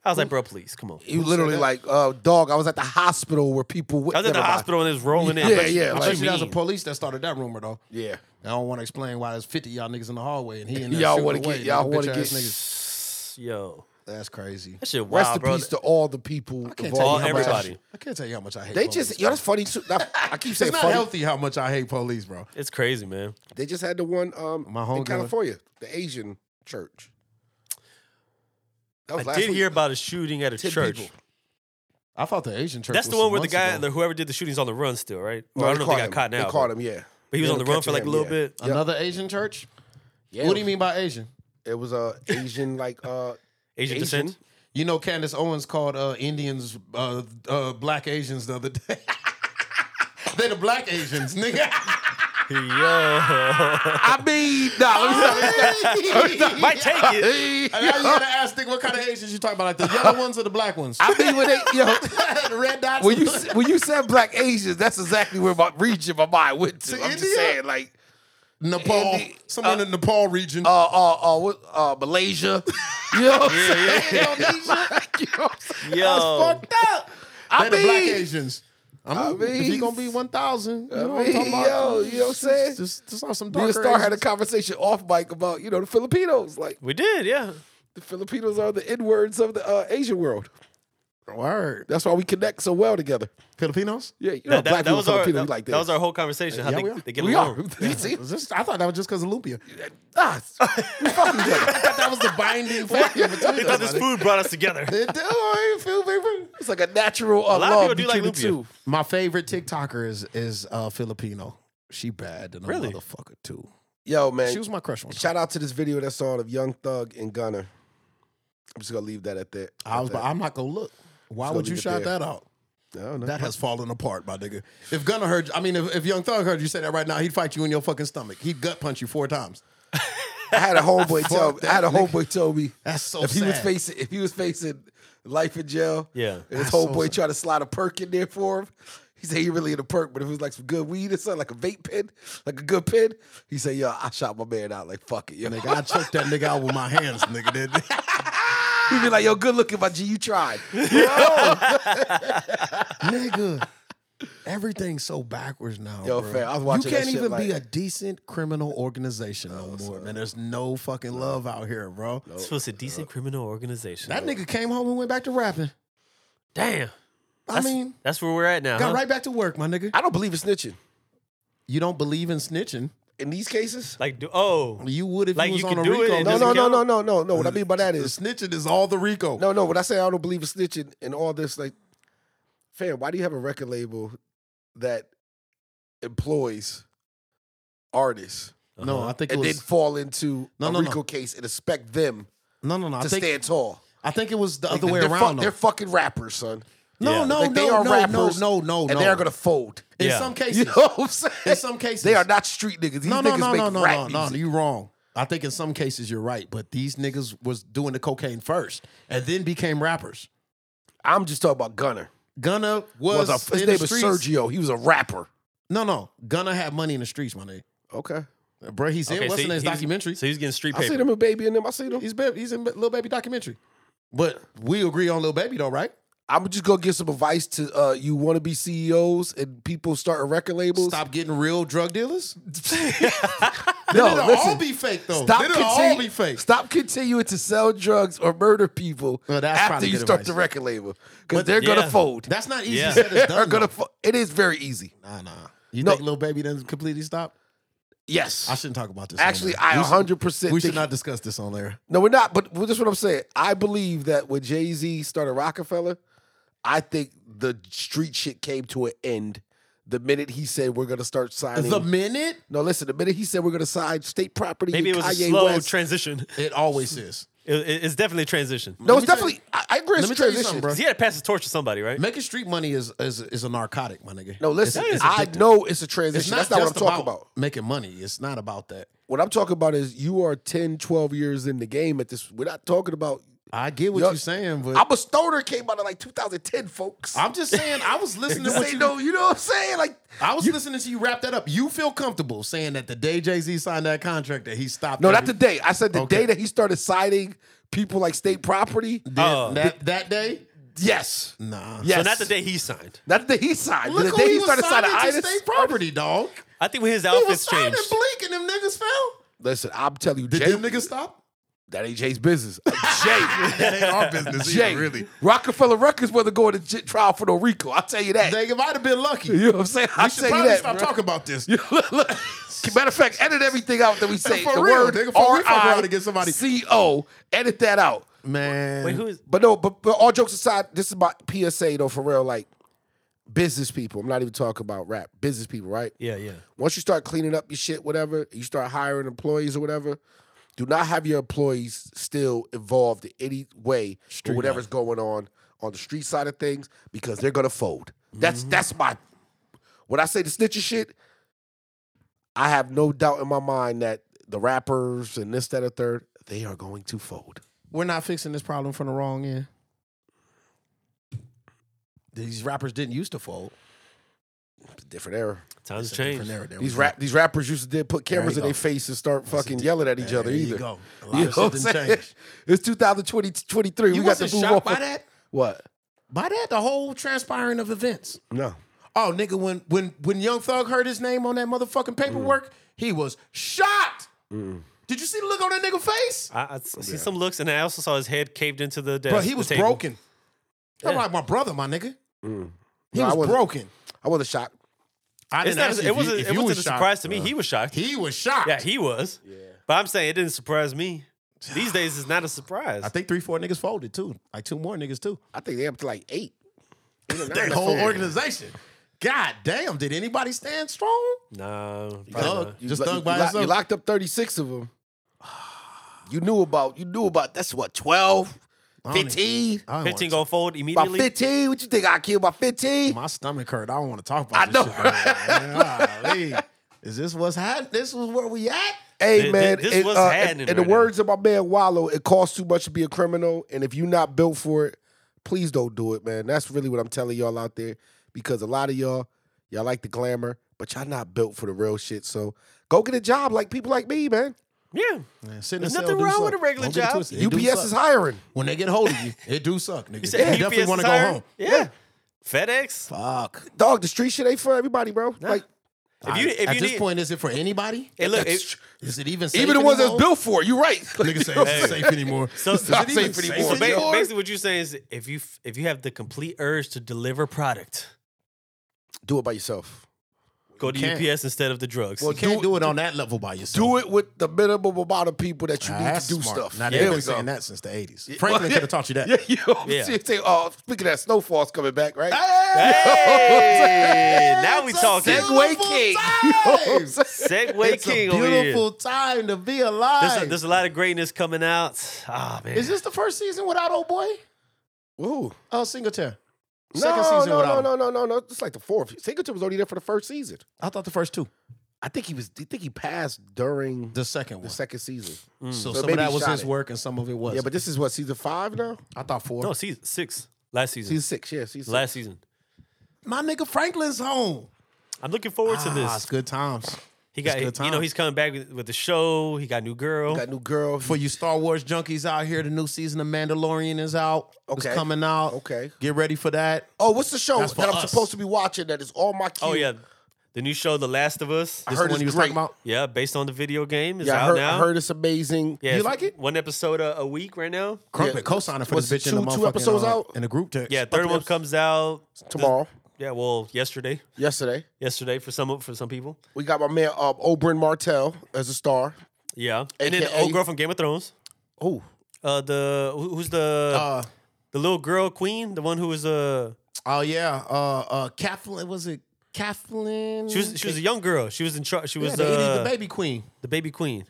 Speaker 2: I was like, bro, please, come on.
Speaker 1: You literally like, uh, dog. I was at the hospital where people. With,
Speaker 2: I was at the
Speaker 1: Never mind.
Speaker 2: hospital and it's rolling in.
Speaker 1: Yeah,
Speaker 2: What you-
Speaker 1: yeah,
Speaker 2: What
Speaker 1: like-
Speaker 2: you
Speaker 3: actually, that was the
Speaker 2: mean?
Speaker 3: police that started that rumor though.
Speaker 1: Yeah.
Speaker 3: I don't want to explain why there's 50 y'all niggas in the hallway and he and
Speaker 1: Y'all
Speaker 3: want
Speaker 1: wanna
Speaker 3: to
Speaker 1: get- y'all wanna get-
Speaker 3: niggas.
Speaker 2: Yo,
Speaker 3: That's crazy.
Speaker 2: that shit
Speaker 1: Rest
Speaker 2: wild,
Speaker 1: in
Speaker 2: bro.
Speaker 1: peace to all the people.
Speaker 3: I can't
Speaker 1: involved.
Speaker 3: tell you
Speaker 2: all
Speaker 3: how much I-
Speaker 2: everybody.
Speaker 3: I can't tell you how much I hate.
Speaker 1: They
Speaker 3: police.
Speaker 1: just, yo, that's funny too. I, I keep saying
Speaker 3: It's not
Speaker 1: funny.
Speaker 3: healthy how much I hate police, bro.
Speaker 2: It's crazy, man.
Speaker 1: They just had the one um
Speaker 3: My
Speaker 1: in
Speaker 3: homegirl.
Speaker 1: California, the Asian church. That
Speaker 2: I
Speaker 1: last
Speaker 2: did
Speaker 1: week.
Speaker 2: hear about a shooting at a church.
Speaker 1: people.
Speaker 3: I thought the Asian church.
Speaker 2: That's the
Speaker 3: was
Speaker 2: one where the
Speaker 3: months
Speaker 2: guy,
Speaker 3: ago.
Speaker 2: the, whoever did the shooting's on the run still, right?
Speaker 1: No,
Speaker 2: Well, I don't know if
Speaker 1: caught
Speaker 2: they got
Speaker 1: him.
Speaker 2: caught now.
Speaker 1: They caught
Speaker 2: but-
Speaker 1: him, yeah.
Speaker 2: But he was
Speaker 1: They
Speaker 2: on the
Speaker 1: were
Speaker 2: run for like a
Speaker 1: catching
Speaker 2: little
Speaker 1: him, yeah.
Speaker 2: bit.
Speaker 3: Another Asian church.
Speaker 1: Yeah.
Speaker 3: What do you mean by Asian?
Speaker 1: It was a Asian like uh
Speaker 2: Asian
Speaker 1: Asian?
Speaker 2: descent.
Speaker 3: You know, Candace Owens called uh, Indians uh, uh, black Asians the other day. they the black Asians, nigga.
Speaker 2: Yo.
Speaker 1: I mean, nah, let me stop.
Speaker 2: Might take it.
Speaker 3: And now you gotta ask, nigga, what kind of Asians you talking about? Like the yellow ones or the black ones?
Speaker 1: I mean when they yo
Speaker 3: the red dots.
Speaker 1: when you s- when you said black Asians, that's exactly where my region my mind went to.
Speaker 3: To
Speaker 1: I'm just
Speaker 3: India?
Speaker 1: saying like
Speaker 3: Nepal,
Speaker 1: Indi-
Speaker 3: someone in Nepal region.
Speaker 1: uh uh uh, what, uh Malaysia. You know what I'm saying? Like, you know what I'm saying?
Speaker 2: Yo.
Speaker 1: That's fucked up. I
Speaker 3: they the black
Speaker 1: mean,
Speaker 3: Asians. I'm
Speaker 1: I
Speaker 3: if you
Speaker 1: mean-
Speaker 3: gonna be one thousand, you know what
Speaker 1: I
Speaker 3: I'm talking
Speaker 1: mean,
Speaker 3: about?
Speaker 1: yo, you know what I'm saying?
Speaker 3: Just, just on some
Speaker 1: me
Speaker 3: darker
Speaker 1: and Star had a
Speaker 3: Asians.
Speaker 1: conversation off mic about you know the Filipinos. Like
Speaker 2: We did, yeah.
Speaker 1: the Filipinos are the N words of the uh, Asian world.
Speaker 3: word.
Speaker 1: That's why we connect so well together.
Speaker 3: Filipinos?
Speaker 1: Yeah, you know,
Speaker 2: That, that-
Speaker 1: black
Speaker 2: that
Speaker 1: people,
Speaker 2: was our,
Speaker 1: Filipino,
Speaker 2: that,
Speaker 1: we like this.
Speaker 2: that was our whole conversation. How
Speaker 3: Yeah,
Speaker 2: they,
Speaker 3: we are.
Speaker 2: they get
Speaker 1: we
Speaker 2: along.
Speaker 1: are. You see?
Speaker 3: Was this- I thought that was just because of Lumpia.
Speaker 1: Ah, we fucking together.
Speaker 3: that was the binding factor
Speaker 2: They
Speaker 3: between
Speaker 2: thought this food brought us together.
Speaker 3: It do, I feel baby.
Speaker 1: It's like a natural uh,
Speaker 2: A lot of
Speaker 1: love
Speaker 2: people do like
Speaker 1: between the
Speaker 2: lumpia.
Speaker 1: two.
Speaker 3: My favorite TikToker is is uh, Filipino. She bad and a
Speaker 2: Really?
Speaker 3: motherfucker too.
Speaker 1: Yo, man,
Speaker 3: She was my crush one. time.
Speaker 1: shout out to this video that's on of Young Thug and Gunner. I'm just gonna leave that at that.
Speaker 3: I was, but I'm not gonna look. Why would
Speaker 1: leave
Speaker 3: you
Speaker 1: it
Speaker 3: shout
Speaker 1: there.
Speaker 3: that out?
Speaker 1: I don't know.
Speaker 3: That has fallen apart, my nigga. If Gunna heard, I mean, if, if Young Thug heard you say that right now, he'd fight you in your fucking stomach. He'd gut punch you four times.
Speaker 1: I had a homeboy tell me. I had a
Speaker 3: that nigga.
Speaker 1: homeboy tell me
Speaker 3: That's so
Speaker 1: if he was
Speaker 3: sad.
Speaker 1: facing if he was facing life in jail.
Speaker 2: Yeah.
Speaker 1: and his
Speaker 3: That's so
Speaker 1: homeboy tried to slide a perk in there for him. He said he really in a perk, but if it was like some good weed or something, like a vape pen, like a good pen, he said, "Yo, I shot my man out. Like fuck it, yo."
Speaker 3: Nigga, I choked that nigga out with my hands, nigga. That-
Speaker 1: He'd be like, "Yo, good looking, my G. You tried."
Speaker 3: nigga, everything's so backwards now.
Speaker 1: Yo,
Speaker 3: bro.
Speaker 1: fam, I was watching
Speaker 3: You
Speaker 1: that
Speaker 3: can't
Speaker 1: shit
Speaker 3: even be a
Speaker 1: like-
Speaker 3: decent criminal organization no more, man. There's no fucking love out here, bro.
Speaker 2: This was a decent criminal organization.
Speaker 3: That nigga came home and went back to rapping.
Speaker 2: Damn.
Speaker 3: I
Speaker 2: That's,
Speaker 3: mean,
Speaker 2: that's where we're at now.
Speaker 3: got
Speaker 2: huh?
Speaker 3: right back to work, my nigga.
Speaker 1: I don't believe in snitching
Speaker 3: You don't believe in snitching.
Speaker 1: in these cases.
Speaker 2: Like, do, oh,
Speaker 3: You would if
Speaker 2: Like,
Speaker 3: you was
Speaker 2: you
Speaker 3: on
Speaker 2: can
Speaker 3: a
Speaker 2: do it
Speaker 3: Rico.
Speaker 2: and
Speaker 1: No,
Speaker 2: doesn't
Speaker 1: no, no,
Speaker 2: count?
Speaker 1: no, no, no, no. What I mean by that
Speaker 3: The
Speaker 1: is
Speaker 3: snitching is all the Rico.
Speaker 1: no, no. When I say I don't believe in snitching and all this, like, fam, why do you have a record label that employs artists
Speaker 3: no, I think it
Speaker 1: and
Speaker 3: was
Speaker 1: then fall into
Speaker 3: No,
Speaker 1: a
Speaker 3: no, no.
Speaker 1: Rico case and expect them
Speaker 3: no, no, no. I
Speaker 1: to
Speaker 3: think
Speaker 1: stand tall?
Speaker 3: I think it was the other
Speaker 1: Like,
Speaker 3: way
Speaker 1: they're
Speaker 3: around.
Speaker 1: fuck-
Speaker 3: though.
Speaker 1: they're fucking rappers, son.
Speaker 3: no,
Speaker 2: Yeah.
Speaker 3: no,
Speaker 1: Like,
Speaker 3: no,
Speaker 1: they are
Speaker 3: no,
Speaker 1: rappers,
Speaker 3: no, no, no,
Speaker 1: and
Speaker 3: no.
Speaker 1: they are gonna fold.
Speaker 3: in
Speaker 2: Yeah.
Speaker 3: some
Speaker 1: You
Speaker 3: cases,
Speaker 1: know what I'm saying?
Speaker 3: in some cases,
Speaker 1: they are not street niggas. These
Speaker 3: No, no,
Speaker 1: niggas
Speaker 3: no,
Speaker 1: make
Speaker 3: no, no,
Speaker 1: rap
Speaker 3: no, no.
Speaker 1: music.
Speaker 3: You wrong. I think in some cases you're right, but these niggas was doing the cocaine first and then became rappers.
Speaker 1: I'm just talking about Gunner.
Speaker 3: Gunna was,
Speaker 1: Was a, his
Speaker 3: in
Speaker 1: name
Speaker 3: the
Speaker 1: was
Speaker 3: streets.
Speaker 1: Sergio. He was a rapper.
Speaker 3: No, no, Gunna had money in the streets, my nigga.
Speaker 1: Okay.
Speaker 3: Bro, he's in what's in his
Speaker 2: he-
Speaker 3: documentary.
Speaker 2: So he's getting street
Speaker 1: I see
Speaker 2: paper.
Speaker 1: them a baby and them. I see them.
Speaker 3: He's ba- he's in Lil Baby documentary. But we agree on Lil Baby though, right?
Speaker 1: I'm just gonna give some advice to uh, you want to be CEOs and people starting record labels.
Speaker 3: Stop getting real drug dealers.
Speaker 1: no,
Speaker 3: It'll
Speaker 1: listen.
Speaker 3: all be fake though.
Speaker 1: Stop,
Speaker 3: It'll
Speaker 1: continue-
Speaker 3: all be fake.
Speaker 1: stop continuing to sell drugs or murder people
Speaker 3: Well, that's
Speaker 1: after
Speaker 3: probably
Speaker 1: you
Speaker 3: good
Speaker 1: start
Speaker 3: advice.
Speaker 1: the record label because they're gonna
Speaker 2: yeah.
Speaker 1: fold.
Speaker 3: That's not easy.
Speaker 2: Yeah.
Speaker 3: Said as
Speaker 1: they're
Speaker 3: done,
Speaker 1: gonna.
Speaker 3: though.
Speaker 1: Fo- it is very easy.
Speaker 3: Nah, nah. You
Speaker 1: No.
Speaker 3: think little baby doesn't completely stop?
Speaker 1: Yes,
Speaker 3: I shouldn't talk about this. on
Speaker 1: actually,
Speaker 3: air.
Speaker 1: I
Speaker 3: We should-
Speaker 1: 100 percent.
Speaker 3: We should not discuss this on there.
Speaker 1: No, we're not. But that's what I'm saying. I believe that when Jay Z started Rockefeller, I think the street shit came to an end the minute he said we're gonna start signing.
Speaker 3: The minute
Speaker 1: no, listen. The minute he said we're gonna sign state property,
Speaker 2: Maybe it
Speaker 1: and
Speaker 2: was
Speaker 1: Kanye
Speaker 2: a slow
Speaker 1: West-
Speaker 2: transition.
Speaker 3: it always is.
Speaker 2: It- it- it's definitely a transition.
Speaker 1: no,
Speaker 3: Let
Speaker 1: it's
Speaker 3: me tell you-
Speaker 1: definitely. I, I agree. It's
Speaker 3: let
Speaker 1: a
Speaker 3: me tell you
Speaker 1: transition.
Speaker 3: something, bro.
Speaker 2: He had to pass the torch to somebody, right?
Speaker 3: Making street money is is is a narcotic, my nigga.
Speaker 1: No, listen.
Speaker 2: It's- it's
Speaker 1: I know it's a transition.
Speaker 3: It's not
Speaker 1: That's not what I'm
Speaker 3: just
Speaker 1: talking
Speaker 3: about,
Speaker 1: about.
Speaker 3: making money. It's not about that.
Speaker 1: What I'm talking about is you are 10, 12 years in the game at this. We're not talking about.
Speaker 3: I get what
Speaker 1: Yo-
Speaker 3: you're saying, but I'm,
Speaker 1: I'm a stoner came out in like 2010, folks.
Speaker 3: just saying. I was listening to
Speaker 1: This
Speaker 3: what
Speaker 1: ain't
Speaker 3: you.
Speaker 1: no, you know what I'm saying? Like,
Speaker 3: I was listening to you wrap that up. You feel comfortable saying that the day Jay Z signed that contract that he stopped.
Speaker 1: no, not the
Speaker 3: every-
Speaker 1: day. I said the
Speaker 3: Okay.
Speaker 1: day that he started citing people like state property.
Speaker 2: Oh.
Speaker 3: that that day.
Speaker 1: Yes.
Speaker 3: Nah.
Speaker 1: Yes.
Speaker 2: So not the day he signed.
Speaker 1: Not the day he signed.
Speaker 3: Look
Speaker 1: the
Speaker 3: who
Speaker 1: day
Speaker 3: he,
Speaker 1: he,
Speaker 3: was
Speaker 1: started signing
Speaker 3: signing to
Speaker 1: itis.
Speaker 3: state property, dog.
Speaker 2: I think when his
Speaker 3: He was
Speaker 2: outfits
Speaker 3: signing
Speaker 2: changed.
Speaker 3: bleak and them niggas fell.
Speaker 1: Listen, I'm telling you,
Speaker 3: Did
Speaker 1: Jay,
Speaker 3: them niggas stop?
Speaker 1: that ain't Jay's business. Jay.
Speaker 3: That ain't our business
Speaker 1: Jay. Rockefeller Records wasn't going to j- trial for no RICO. I'll tell you that.
Speaker 3: They might have been lucky.
Speaker 1: you know what I'm saying? I'll
Speaker 3: We should
Speaker 1: tell you
Speaker 3: probably
Speaker 1: that.
Speaker 3: stop
Speaker 1: bro.
Speaker 3: talking about this.
Speaker 1: Look, look. Matter of fact, edit everything out that we say.
Speaker 3: For
Speaker 1: the
Speaker 3: real,
Speaker 1: word
Speaker 3: nigga, for
Speaker 1: R
Speaker 3: we fuck around
Speaker 1: I
Speaker 3: and get somebody-
Speaker 1: C O. Edit that out.
Speaker 3: Man.
Speaker 2: Wait, who is?
Speaker 1: But no, but, but all jokes aside, this is my PSA though. For real, like business people. I'm not even talking about rap. Business people, right?
Speaker 2: Yeah, yeah.
Speaker 1: Once you start cleaning up your shit, whatever, you start hiring employees or whatever. Do not have your employees still involved in any way or whatever's going on on the street side of things because they're gonna fold. That's that's my when I say the snitching shit. I have no doubt in my mind that the rappers and this, that, or third, they are going to fold.
Speaker 3: We're not fixing this problem from the wrong end. These rappers didn't used to fold.
Speaker 1: It's a different era.
Speaker 2: Times have changed.
Speaker 1: These rap these rappers used to did put cameras
Speaker 3: you
Speaker 1: in their
Speaker 3: go.
Speaker 1: face and start fucking yelling at each other
Speaker 3: there you
Speaker 1: either.
Speaker 3: go. A lot
Speaker 1: You know
Speaker 3: of shit
Speaker 1: what I'm
Speaker 3: didn't
Speaker 1: saying?
Speaker 3: change.
Speaker 1: It's 2020 23.
Speaker 3: You
Speaker 1: we got to
Speaker 3: wasn't
Speaker 1: move
Speaker 3: shocked
Speaker 1: on.
Speaker 3: by that?
Speaker 1: What?
Speaker 3: By that, the whole transpiring of events.
Speaker 1: No.
Speaker 3: Oh, nigga, when when when Young Thug heard his name on that motherfucking paperwork, he was shocked. Did you see the look on that nigga face?
Speaker 2: I, I s- see some looks, and I also saw his head caved into the desk.
Speaker 3: Bro, he
Speaker 2: the
Speaker 3: was
Speaker 2: table. Mm.
Speaker 3: broken. I'm like my brother, my nigga. He
Speaker 1: No, I
Speaker 3: was
Speaker 1: wasn't-
Speaker 3: broken.
Speaker 1: I wasn't shocked.
Speaker 3: I
Speaker 2: It's
Speaker 3: didn't
Speaker 2: not,
Speaker 3: ask
Speaker 2: it
Speaker 3: you if you-
Speaker 2: wasn't.
Speaker 3: if
Speaker 2: It
Speaker 3: you
Speaker 2: wasn't a
Speaker 3: was shocked.
Speaker 2: surprise to me. He was shocked.
Speaker 3: He was shocked.
Speaker 2: yeah, he was. But I'm saying it didn't surprise me. These days, it's not a surprise.
Speaker 3: I think three, four niggas folded too. Like two more niggas too.
Speaker 1: I think they up to like eight.
Speaker 3: Their whole organization. God damn, did anybody stand strong?
Speaker 2: no,
Speaker 3: Thug.
Speaker 2: probably not.
Speaker 3: Just
Speaker 1: you,
Speaker 3: Thug
Speaker 1: you
Speaker 3: by
Speaker 1: lock-
Speaker 3: himself.
Speaker 1: You locked up 36 of them. You knew about, you knew about, that's what, 12,
Speaker 3: I don't
Speaker 1: 15?
Speaker 3: I don't wanna
Speaker 2: fifteen gonna fold
Speaker 1: About
Speaker 2: immediately.
Speaker 1: 15? What you think? I killed by 15?
Speaker 3: talk- My stomach hurt. I don't want to talk about
Speaker 1: I
Speaker 3: this
Speaker 1: know,
Speaker 3: shit
Speaker 1: right?
Speaker 3: right now, man. Golly. Is this what's happening? This was where we at?
Speaker 1: Hey
Speaker 2: Th-
Speaker 1: man,
Speaker 2: th- this
Speaker 1: it,
Speaker 2: what's
Speaker 1: uh,
Speaker 2: happening
Speaker 1: in, in
Speaker 2: right
Speaker 1: the
Speaker 2: now.
Speaker 1: words of my man Wallow, it costs too much to be a criminal, and if you're not built for it, please don't do it, man. That's really what I'm telling y'all out there, because a lot of y'all, y'all like the glamour, but y'all not built for the real shit. So go get a job like people like me, man.
Speaker 2: Yeah,
Speaker 3: Man, sit in
Speaker 2: There's
Speaker 3: the cell,
Speaker 2: nothing
Speaker 3: do
Speaker 2: wrong with
Speaker 3: something.
Speaker 2: a regular
Speaker 3: Don't get it
Speaker 2: job.
Speaker 3: twisted. It do
Speaker 1: UPS is
Speaker 3: suck.
Speaker 1: hiring.
Speaker 3: When they get hold of you, it do suck, nigga.
Speaker 2: you
Speaker 3: you
Speaker 2: said
Speaker 3: definitely
Speaker 2: UPS
Speaker 3: want to go
Speaker 2: siren?
Speaker 3: home.
Speaker 2: Yeah, FedEx.
Speaker 3: Fuck.
Speaker 1: Dog, the street shit ain't for everybody, bro. Like
Speaker 2: If you, if
Speaker 3: at
Speaker 2: you
Speaker 3: this
Speaker 2: need,
Speaker 3: point, is it for anybody?
Speaker 2: hey, look, if-
Speaker 3: Is it even safe
Speaker 1: even the ones that's
Speaker 3: anymore?
Speaker 1: built for it, you right.
Speaker 3: Nigga say it's safe anymore.
Speaker 2: So-
Speaker 3: Is it
Speaker 2: Not
Speaker 3: even
Speaker 1: safe anymore.
Speaker 2: so
Speaker 1: Is it
Speaker 2: ba-
Speaker 1: yours?
Speaker 2: basically, what you're saying is, if you f- if you have the complete urge to deliver product,
Speaker 1: do it by yourself.
Speaker 2: go to
Speaker 3: You can't.
Speaker 2: UPS instead of the drugs.
Speaker 3: You can't
Speaker 1: Do
Speaker 3: do it on that level by yourself.
Speaker 1: Do it with the minimum amount of people that you
Speaker 3: Ah,
Speaker 1: need
Speaker 3: that's
Speaker 1: to do
Speaker 3: smart.
Speaker 1: stuff.
Speaker 3: Now
Speaker 1: There
Speaker 3: they've
Speaker 1: we
Speaker 3: been
Speaker 1: go.
Speaker 3: saying that since the eighties. Franklin
Speaker 1: yeah.
Speaker 3: could have taught you that.
Speaker 1: Yeah, you know what I'm
Speaker 2: Yeah.
Speaker 1: saying? Say, oh, speaking of that, Snowfall's coming back, right?
Speaker 2: Hey, now we
Speaker 3: It's a
Speaker 2: talking.
Speaker 1: Segway
Speaker 3: beautiful
Speaker 1: King.
Speaker 3: time.
Speaker 2: Segway
Speaker 3: It's
Speaker 2: King
Speaker 3: a
Speaker 2: over here.
Speaker 3: beautiful time to be
Speaker 2: There's a,
Speaker 3: alive.
Speaker 2: there's a lot of greatness coming out. Ah man,
Speaker 3: Is this the first season without old boy?
Speaker 1: Woo.
Speaker 3: Oh, Singleton.
Speaker 1: No,
Speaker 3: Second season
Speaker 1: no,
Speaker 3: without
Speaker 1: no,
Speaker 3: him.
Speaker 1: no, no, no, no. It's like the fourth. Singleton was only there for the first season.
Speaker 3: I thought the first two.
Speaker 1: I think he was. I think he passed during the,
Speaker 3: The second one. Mm.
Speaker 1: second season.
Speaker 3: So,
Speaker 1: So
Speaker 3: some
Speaker 1: maybe
Speaker 3: of that
Speaker 1: he
Speaker 3: was
Speaker 1: shot
Speaker 3: his
Speaker 1: it.
Speaker 3: work and some of it was.
Speaker 1: Yeah, but this is what season five now.
Speaker 3: I thought four.
Speaker 2: no season six, last season,
Speaker 1: Season six. Yeah, season.
Speaker 2: last season.
Speaker 3: My nigga Franklin's home.
Speaker 2: I'm looking forward to
Speaker 3: Ah, it's
Speaker 2: this.
Speaker 3: good times.
Speaker 2: He got
Speaker 3: good
Speaker 2: you know
Speaker 3: time.
Speaker 2: he's coming back with, with the show. He got new girl.
Speaker 1: Got new girl.
Speaker 3: For you Star Wars junkies out here, the new season of Mandalorian is out.
Speaker 1: Okay.
Speaker 3: It's coming out.
Speaker 1: Okay.
Speaker 3: Get ready for that.
Speaker 1: oh, what's the show
Speaker 3: That's
Speaker 1: that
Speaker 3: for
Speaker 1: I'm
Speaker 3: us.
Speaker 1: supposed to be watching that is all my cue?
Speaker 2: oh yeah, the new show, The Last of Us.
Speaker 1: I
Speaker 3: This
Speaker 1: heard
Speaker 3: the one
Speaker 1: it's
Speaker 3: you was
Speaker 1: great.
Speaker 3: talking about.
Speaker 2: Yeah, based on the video game, is
Speaker 1: Yeah, I
Speaker 2: out
Speaker 1: heard,
Speaker 2: now.
Speaker 1: I heard it's amazing.
Speaker 2: yeah,
Speaker 3: You
Speaker 2: it's
Speaker 3: like it?
Speaker 2: One episode a, a week right now.
Speaker 3: Crumpet
Speaker 1: Yeah.
Speaker 3: co-signer for
Speaker 1: What's
Speaker 3: this bitch
Speaker 1: it,
Speaker 3: in the
Speaker 1: two- two
Speaker 3: motherfucking,
Speaker 1: episodes
Speaker 3: uh,
Speaker 1: out?
Speaker 3: in the group text.
Speaker 2: Yeah, third one comes out.
Speaker 1: Tomorrow,
Speaker 2: Yeah, well, yesterday,
Speaker 1: yesterday,
Speaker 2: yesterday for some for some people.
Speaker 1: we got my man uh, Oberyn Martell as a star.
Speaker 2: Yeah, and then the
Speaker 1: AKA
Speaker 2: old girl from Game of Thrones.
Speaker 1: Oh,
Speaker 2: Uh, the who- who's the
Speaker 3: Uh,
Speaker 2: the little girl queen, the one who was uh
Speaker 3: oh yeah. Uh, uh, Kathleen was it? Kathleen.
Speaker 2: she was she was a young girl. She was in charge. She
Speaker 3: yeah,
Speaker 2: was
Speaker 3: the,
Speaker 2: uh,
Speaker 3: the baby queen.
Speaker 2: the baby queen.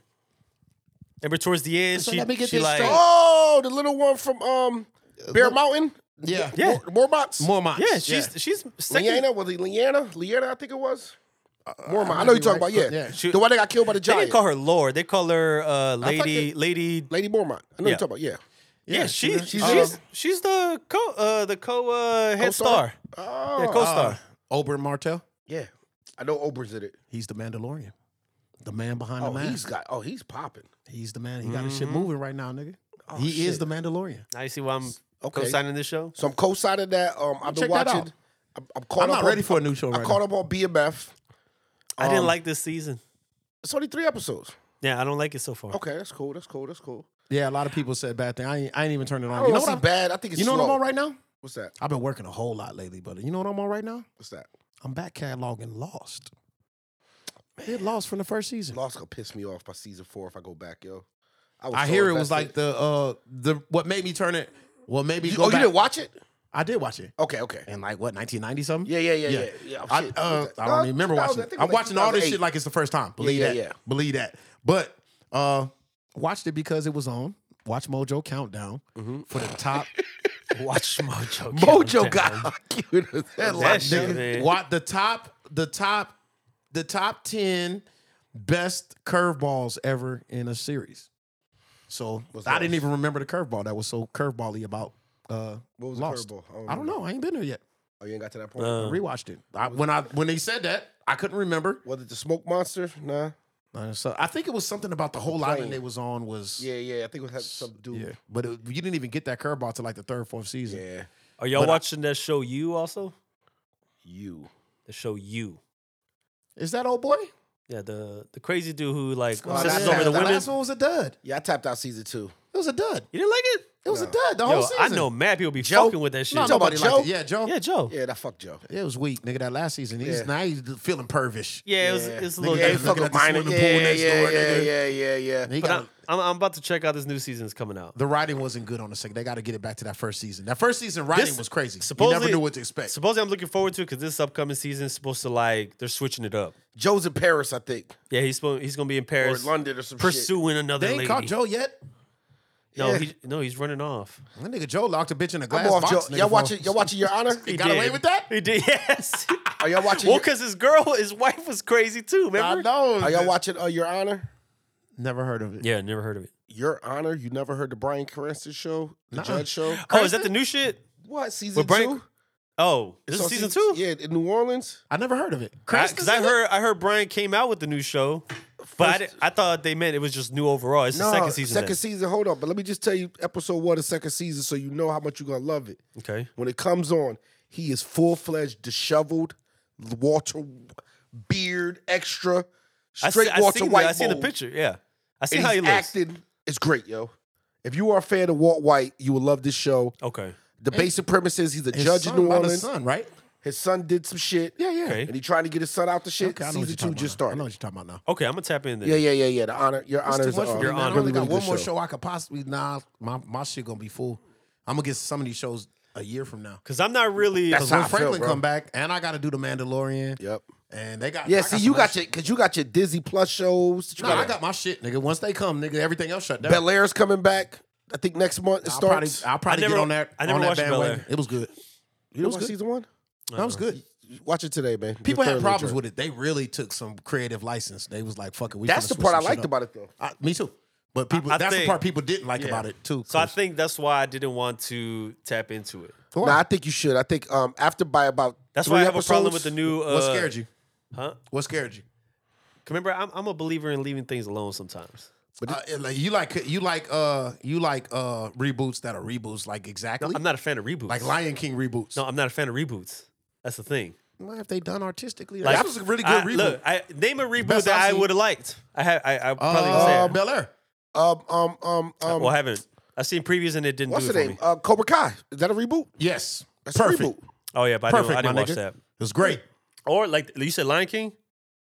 Speaker 2: Remember towards the end,
Speaker 3: So
Speaker 2: she,
Speaker 3: let me get
Speaker 2: she
Speaker 3: this
Speaker 2: like
Speaker 3: straight.
Speaker 1: oh, the little one from um Bear
Speaker 3: Uh, look-
Speaker 1: Mountain.
Speaker 3: Yeah.
Speaker 2: Yeah.
Speaker 1: Mor- Mormonts.
Speaker 3: Mormont.
Speaker 2: yeah, she's she's second.
Speaker 1: Liana was it Liana? Liana, I think it was. Mormont. I
Speaker 3: Uh, might
Speaker 1: know you're
Speaker 3: be
Speaker 1: talking about.
Speaker 3: right.
Speaker 1: Yeah,
Speaker 3: Yeah,
Speaker 2: she-
Speaker 1: the one that got killed by the
Speaker 2: They didn't
Speaker 1: giant.
Speaker 2: call her Lord. They call her uh,
Speaker 1: thought
Speaker 2: lady, lady.
Speaker 1: Lady Mormont. I know
Speaker 2: Yeah.
Speaker 1: you're talking about. Yeah.
Speaker 2: Yeah, she,
Speaker 3: she's-
Speaker 2: she's
Speaker 1: she's,
Speaker 2: she's,
Speaker 1: uh,
Speaker 2: the co uh, the co uh, head
Speaker 1: Co-star?
Speaker 2: star,
Speaker 1: Oh,
Speaker 2: yeah, co-star.
Speaker 3: Oberyn Martell.
Speaker 1: yeah. I know Oberyn's in it.
Speaker 3: He's the Mandalorian. The man behind
Speaker 1: Oh,
Speaker 3: the mask.
Speaker 1: he's got. Oh, he's popping.
Speaker 3: He's the man. He got his shit moving right now, nigga. he
Speaker 1: Oh, shit.
Speaker 3: is the Mandalorian.
Speaker 2: now you see why I'm
Speaker 1: Okay.
Speaker 2: co-signing this show.
Speaker 1: So I'm co-signing that. Um, I've been
Speaker 3: Check that
Speaker 1: watching.
Speaker 3: out.
Speaker 1: I'm, I'm caught
Speaker 3: I'm
Speaker 1: up
Speaker 3: not
Speaker 1: on-
Speaker 3: ready for a new show
Speaker 1: I
Speaker 3: right
Speaker 1: caught
Speaker 3: now.
Speaker 1: up on BMF.
Speaker 2: I didn't
Speaker 1: Um,
Speaker 2: like this season.
Speaker 1: It's only three episodes.
Speaker 2: Yeah, I don't like it so far.
Speaker 1: Okay, that's cool. That's cool. That's cool.
Speaker 3: Yeah, a lot of people said bad thing. I ain't, I ain't even turned it
Speaker 1: I
Speaker 3: on.
Speaker 1: don't
Speaker 3: You know
Speaker 1: see
Speaker 3: what I'm
Speaker 1: bad. I think it's
Speaker 3: You know what
Speaker 1: slow.
Speaker 3: I'm on right now?
Speaker 1: What's that?
Speaker 3: I've been working a whole lot lately, but you know what I'm on right now?
Speaker 1: What's that?
Speaker 3: I'm back cataloging Lost. It lost from the first season.
Speaker 1: Lost gonna piss me off by season four if I go back, yo. was
Speaker 3: I
Speaker 1: so
Speaker 3: hear it was
Speaker 1: invested.
Speaker 3: like the uh the what made me turn it. What made me
Speaker 1: You-
Speaker 3: go
Speaker 1: oh,
Speaker 3: back?
Speaker 1: you didn't watch it?
Speaker 3: I did watch it.
Speaker 1: Okay, okay.
Speaker 3: And like what 1990 something?
Speaker 1: Yeah, yeah, yeah, yeah.
Speaker 3: Yeah.
Speaker 1: yeah.
Speaker 3: I,
Speaker 1: shit.
Speaker 3: uh,
Speaker 1: What's that?
Speaker 3: I don't
Speaker 1: Uh,
Speaker 3: even remember
Speaker 1: 2000,
Speaker 3: watching.
Speaker 1: I
Speaker 3: It.
Speaker 1: think it
Speaker 3: I'm
Speaker 1: was like
Speaker 3: watching all this
Speaker 1: 2008.
Speaker 3: shit like it's the first time. Believe
Speaker 1: yeah,
Speaker 3: that.
Speaker 1: yeah.
Speaker 3: Believe that. But uh, watched it because it was on. Watch Mojo Countdown
Speaker 1: Mm-hmm.
Speaker 3: for the top.
Speaker 2: Watch Mojo.
Speaker 1: Mojo
Speaker 2: Countdown.
Speaker 1: got cute as hell.
Speaker 2: That
Speaker 1: Like,
Speaker 2: shit,
Speaker 1: nigga.
Speaker 2: man.
Speaker 3: What the top? The top. The top ten best curveballs ever in a series. So I
Speaker 1: Lost?
Speaker 3: didn't even remember the curveball that was so curvebally about. Uh,
Speaker 1: What was the
Speaker 3: Lost.
Speaker 1: curveball?
Speaker 3: I don't know. I ain't been there yet.
Speaker 1: Oh, you ain't got to that point.
Speaker 3: I
Speaker 2: Uh,
Speaker 3: rewatched it I, when I when they said that I couldn't remember.
Speaker 1: was it the smoke monster? Nah.
Speaker 3: Uh, so I think it was something about the whole island they was on was
Speaker 1: Yeah, yeah. I think it was some dude.
Speaker 3: yeah. But it, you didn't even get that curveball to like the third, fourth season.
Speaker 1: Yeah.
Speaker 2: are y'all
Speaker 3: but I-
Speaker 2: watching that show? You also
Speaker 1: You.
Speaker 2: the show you.
Speaker 3: Is that old boy?
Speaker 2: Yeah, the the crazy dude who like
Speaker 1: Oh,
Speaker 2: obsesses
Speaker 1: yeah.
Speaker 2: over the
Speaker 1: The
Speaker 2: women.
Speaker 3: last one was a dud.
Speaker 1: Yeah, I tapped out season two.
Speaker 3: It was a dud.
Speaker 2: You didn't like it?
Speaker 3: It was a dud. The whole
Speaker 2: Yo,
Speaker 3: season.
Speaker 2: I know mad people be
Speaker 1: Joe?
Speaker 2: fucking with that shit.
Speaker 1: No,
Speaker 3: No,
Speaker 1: Talking
Speaker 3: nobody
Speaker 1: about
Speaker 3: liked
Speaker 1: Joe?
Speaker 3: it. Yeah, Joe.
Speaker 2: Yeah, Joe. Yeah,
Speaker 1: Yeah, that fuck Joe.
Speaker 3: It was weak, nigga. That last season. He's
Speaker 1: Yeah.
Speaker 3: now he's feeling pervish.
Speaker 2: it was, it's a
Speaker 3: Nigga,
Speaker 2: little.
Speaker 1: Yeah,
Speaker 3: they
Speaker 1: he
Speaker 2: different.
Speaker 3: fuck
Speaker 1: fucking
Speaker 3: at
Speaker 1: a
Speaker 3: the
Speaker 1: minor.
Speaker 3: swimming pool
Speaker 1: Yeah,
Speaker 3: next
Speaker 1: yeah,
Speaker 3: door,
Speaker 1: yeah,
Speaker 3: nigga.
Speaker 1: yeah, yeah, yeah.
Speaker 3: And he
Speaker 2: But
Speaker 3: got-
Speaker 2: I'm, I'm about to check out this new season's coming out.
Speaker 3: the writing wasn't good on the second. They got to get it back to that first season. That first season writing
Speaker 2: This-
Speaker 3: was crazy. You never
Speaker 2: supposedly-
Speaker 3: knew what to expect.
Speaker 2: Supposedly, I'm looking forward to it because this upcoming season is supposed to like they're switching it up.
Speaker 1: Joe's in Paris, I think,
Speaker 2: Yeah, he's supposed, he's gonna be in
Speaker 1: or
Speaker 2: Paris,
Speaker 1: London, or some shit.
Speaker 2: pursuing another
Speaker 3: they ain't
Speaker 2: lady.
Speaker 3: caught Joe yet.
Speaker 2: No,
Speaker 1: Yeah.
Speaker 2: he no, he's running off.
Speaker 3: That nigga Joe locked a bitch in a glass
Speaker 1: I'm off
Speaker 3: box.
Speaker 1: Joe.
Speaker 3: nigga,
Speaker 1: Y'all
Speaker 3: for-
Speaker 1: watching? Y'all watching Your Honor?
Speaker 3: He got away
Speaker 2: did.
Speaker 3: with that?
Speaker 2: He did. Yes.
Speaker 1: Are y'all watching?
Speaker 2: well,
Speaker 1: Your,
Speaker 2: because his girl, his wife was crazy too.
Speaker 3: I
Speaker 2: Remember?
Speaker 3: know.
Speaker 1: are y'all watching uh, Your Honor?
Speaker 3: Never heard of it.
Speaker 2: Yeah, never heard of it.
Speaker 1: Your Honor? You never heard the Brian Cranston show, the
Speaker 3: Nuh-uh.
Speaker 1: Judge show?
Speaker 2: Oh, is that the new shit?
Speaker 1: What season
Speaker 2: With Brian-
Speaker 1: two?
Speaker 2: Oh, this
Speaker 1: It's
Speaker 2: is
Speaker 1: on
Speaker 2: season two.
Speaker 1: Yeah, in New Orleans.
Speaker 3: I never heard of it.
Speaker 2: Because I, heard I heard Brian came out with the new show, but I,
Speaker 1: First-
Speaker 2: di- I thought they meant it was just new overall. It's the second season.
Speaker 1: Second
Speaker 2: then.
Speaker 1: season. Hold on, but let me just tell you episode one of second season, so you know how much you're gonna love it.
Speaker 2: Okay.
Speaker 1: When it comes on, he is full fledged, disheveled, Walter beard, extra,
Speaker 2: I
Speaker 1: straight
Speaker 2: see, I
Speaker 1: Walter
Speaker 2: seen
Speaker 1: White.
Speaker 2: The, I seen the
Speaker 1: mold.
Speaker 2: picture. Yeah, I see
Speaker 1: And
Speaker 2: how
Speaker 1: he's
Speaker 2: he looks.
Speaker 1: acting. It's great, yo. If you are a fan of Walt White, you will love this show.
Speaker 2: Okay.
Speaker 1: The basic premise is he's a
Speaker 3: His
Speaker 1: judge in
Speaker 3: son
Speaker 1: New
Speaker 3: by the
Speaker 1: Orleans.
Speaker 3: son, right?
Speaker 1: His son did some shit,
Speaker 3: Yeah, yeah.
Speaker 2: Okay.
Speaker 1: and he trying to get his son out the shit.
Speaker 3: Okay, I know
Speaker 1: season
Speaker 3: what you're
Speaker 1: two
Speaker 3: talking
Speaker 1: just
Speaker 3: about now. I know
Speaker 1: started.
Speaker 3: what you're talking about now.
Speaker 2: Okay, I'm gonna tap in there.
Speaker 1: Yeah, yeah, yeah, yeah. The honor, your
Speaker 3: It's
Speaker 1: honor
Speaker 3: too
Speaker 1: is
Speaker 3: much
Speaker 1: uh,
Speaker 3: for me,
Speaker 2: Your
Speaker 3: man. I
Speaker 2: Honor.
Speaker 3: only
Speaker 1: really, really
Speaker 3: got
Speaker 1: good
Speaker 3: one more
Speaker 1: show.
Speaker 3: show I could possibly. Nah, my my shit gonna be full. I'm gonna get some of these shows a year from now.
Speaker 2: Cause I'm not really.
Speaker 1: That's
Speaker 3: Because
Speaker 1: how
Speaker 3: when
Speaker 1: I feel,
Speaker 3: Franklin
Speaker 1: bro.
Speaker 3: come back, and I gotta do the Mandalorian.
Speaker 1: Yep.
Speaker 3: And they got
Speaker 1: Yeah,
Speaker 3: I
Speaker 1: see,
Speaker 3: some
Speaker 1: you
Speaker 3: other
Speaker 1: got
Speaker 3: shit.
Speaker 1: your because you got your Disney Plus shows. that you
Speaker 3: Nah,
Speaker 1: got-
Speaker 3: I got my shit, nigga. Once they come, nigga, everything else shut down.
Speaker 1: Bel Air's coming back. I think next month it
Speaker 3: I'll probably,
Speaker 1: starts.
Speaker 3: I'll probably
Speaker 2: I never-
Speaker 3: get on that.
Speaker 2: I never
Speaker 3: on that
Speaker 2: watched Bel
Speaker 3: bandwagon.
Speaker 2: Air.
Speaker 3: It was good.
Speaker 1: you
Speaker 3: was
Speaker 1: watch
Speaker 3: good.
Speaker 1: season one?
Speaker 3: That
Speaker 2: Uh-huh.
Speaker 3: was good.
Speaker 1: Watch it today, man.
Speaker 3: People had problems with it. They really took some creative license. They was like, "Fuck it." We
Speaker 1: That's
Speaker 3: finna
Speaker 1: the
Speaker 3: switch
Speaker 1: part I
Speaker 3: some shit
Speaker 1: liked
Speaker 3: up.
Speaker 1: about it, though.
Speaker 3: I, me too. But people,
Speaker 2: I
Speaker 3: that's
Speaker 2: think-
Speaker 3: the part people didn't like about it too.
Speaker 2: So I think that's why I didn't want to tap into it.
Speaker 1: No, I think you should. I think um, after by about
Speaker 2: That's
Speaker 1: three
Speaker 2: why I have a problem
Speaker 1: episodes-
Speaker 2: with the new. Uh,
Speaker 3: what scared you?
Speaker 2: Huh?
Speaker 3: What scared you?
Speaker 2: Remember, I'm, I'm a believer in leaving things alone sometimes.
Speaker 3: But you Uh, like you like uh you like uh reboots that are reboots like exactly
Speaker 2: I'm not a fan of reboots.
Speaker 3: like Lion King reboots.
Speaker 2: no, I'm not a fan of reboots. That's the thing.
Speaker 3: What have they done artistically?
Speaker 2: Like,
Speaker 3: that was a really good
Speaker 2: I-
Speaker 3: reboot.
Speaker 2: Look, I, name a reboot
Speaker 3: Best
Speaker 2: that
Speaker 3: I've
Speaker 2: I
Speaker 3: seen.
Speaker 2: would have liked. I have. I, I probably
Speaker 3: uh,
Speaker 2: said.
Speaker 3: Bel Air.
Speaker 1: Um, um, um, um.
Speaker 2: well, I haven't. I've seen previews and it didn't
Speaker 1: what's
Speaker 2: do
Speaker 1: the
Speaker 2: it for
Speaker 1: name?
Speaker 2: me.
Speaker 1: Uh, Cobra Kai. Is that a reboot?
Speaker 3: Yes,
Speaker 1: That's
Speaker 3: perfect.
Speaker 1: a reboot.
Speaker 2: Oh yeah, but I
Speaker 3: Perfect,
Speaker 2: didn't, I didn't
Speaker 3: my
Speaker 2: watch
Speaker 3: nigga.
Speaker 2: that.
Speaker 3: It was great.
Speaker 2: Or like you said, Lion King,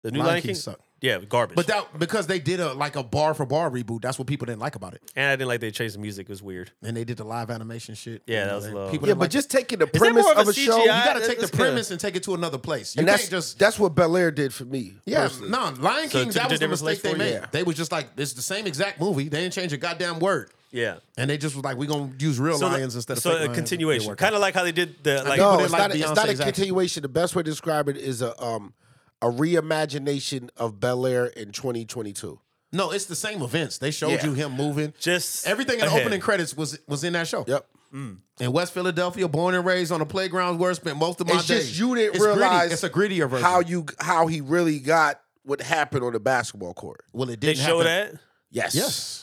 Speaker 2: the new
Speaker 3: Lion
Speaker 2: Lion,
Speaker 3: King
Speaker 2: King.
Speaker 3: sucked.
Speaker 2: Yeah, garbage.
Speaker 3: But that because they did a like a bar for bar reboot. That's what people didn't like about it.
Speaker 2: and I didn't like they changed the music. It was weird.
Speaker 3: And they did the live animation shit.
Speaker 2: Yeah, that
Speaker 3: And
Speaker 2: was a
Speaker 3: they-
Speaker 2: little-
Speaker 3: People
Speaker 1: Yeah,
Speaker 3: didn't
Speaker 1: but
Speaker 3: like
Speaker 1: just taking the premise
Speaker 2: more of
Speaker 1: of
Speaker 2: a
Speaker 1: a show,
Speaker 2: CGI?
Speaker 3: it. you got to
Speaker 2: that-
Speaker 3: take the
Speaker 2: that's kinda-
Speaker 3: premise and take it to another place. You
Speaker 1: and
Speaker 3: can't
Speaker 1: that's
Speaker 3: just
Speaker 1: that's what Bel Air did for me.
Speaker 3: yeah.
Speaker 1: personally.
Speaker 3: No, Lion
Speaker 2: So it took it
Speaker 3: King. that was
Speaker 2: to
Speaker 3: the
Speaker 2: different
Speaker 3: mistake
Speaker 2: place
Speaker 3: they
Speaker 2: for you?
Speaker 3: made.
Speaker 1: Yeah.
Speaker 3: They was just like it's the same exact movie. They didn't change a goddamn word.
Speaker 2: Yeah.
Speaker 3: And they just was like, we gonna use real
Speaker 2: the-
Speaker 3: lions instead of
Speaker 2: so
Speaker 3: fake
Speaker 2: a
Speaker 3: lions. It
Speaker 2: continuation,
Speaker 3: didn't work
Speaker 2: kind of like how they did the like.
Speaker 3: people
Speaker 1: no,
Speaker 3: didn't
Speaker 1: it's,
Speaker 3: like
Speaker 1: not, a- it's
Speaker 3: Beyonce's
Speaker 1: not a
Speaker 3: action.
Speaker 1: continuation. The best way to describe it is a um a reimagination of Bel Air in 2022.
Speaker 3: No, it's the same events. They showed
Speaker 1: Yeah.
Speaker 3: you him moving.
Speaker 2: Just
Speaker 3: everything in the
Speaker 2: ahead.
Speaker 3: opening credits was was in that show.
Speaker 1: Yep.
Speaker 3: In West Philadelphia, born and raised on a playground where I spent most of my
Speaker 1: it's just
Speaker 3: days.
Speaker 1: you didn't
Speaker 3: It's gritty.
Speaker 1: realize
Speaker 3: It's a grittier version.
Speaker 1: how you how he really got what happened on the basketball court.
Speaker 3: well, it
Speaker 2: they
Speaker 3: didn't
Speaker 2: show
Speaker 3: happen.
Speaker 2: that.
Speaker 1: Yes.
Speaker 3: Yes.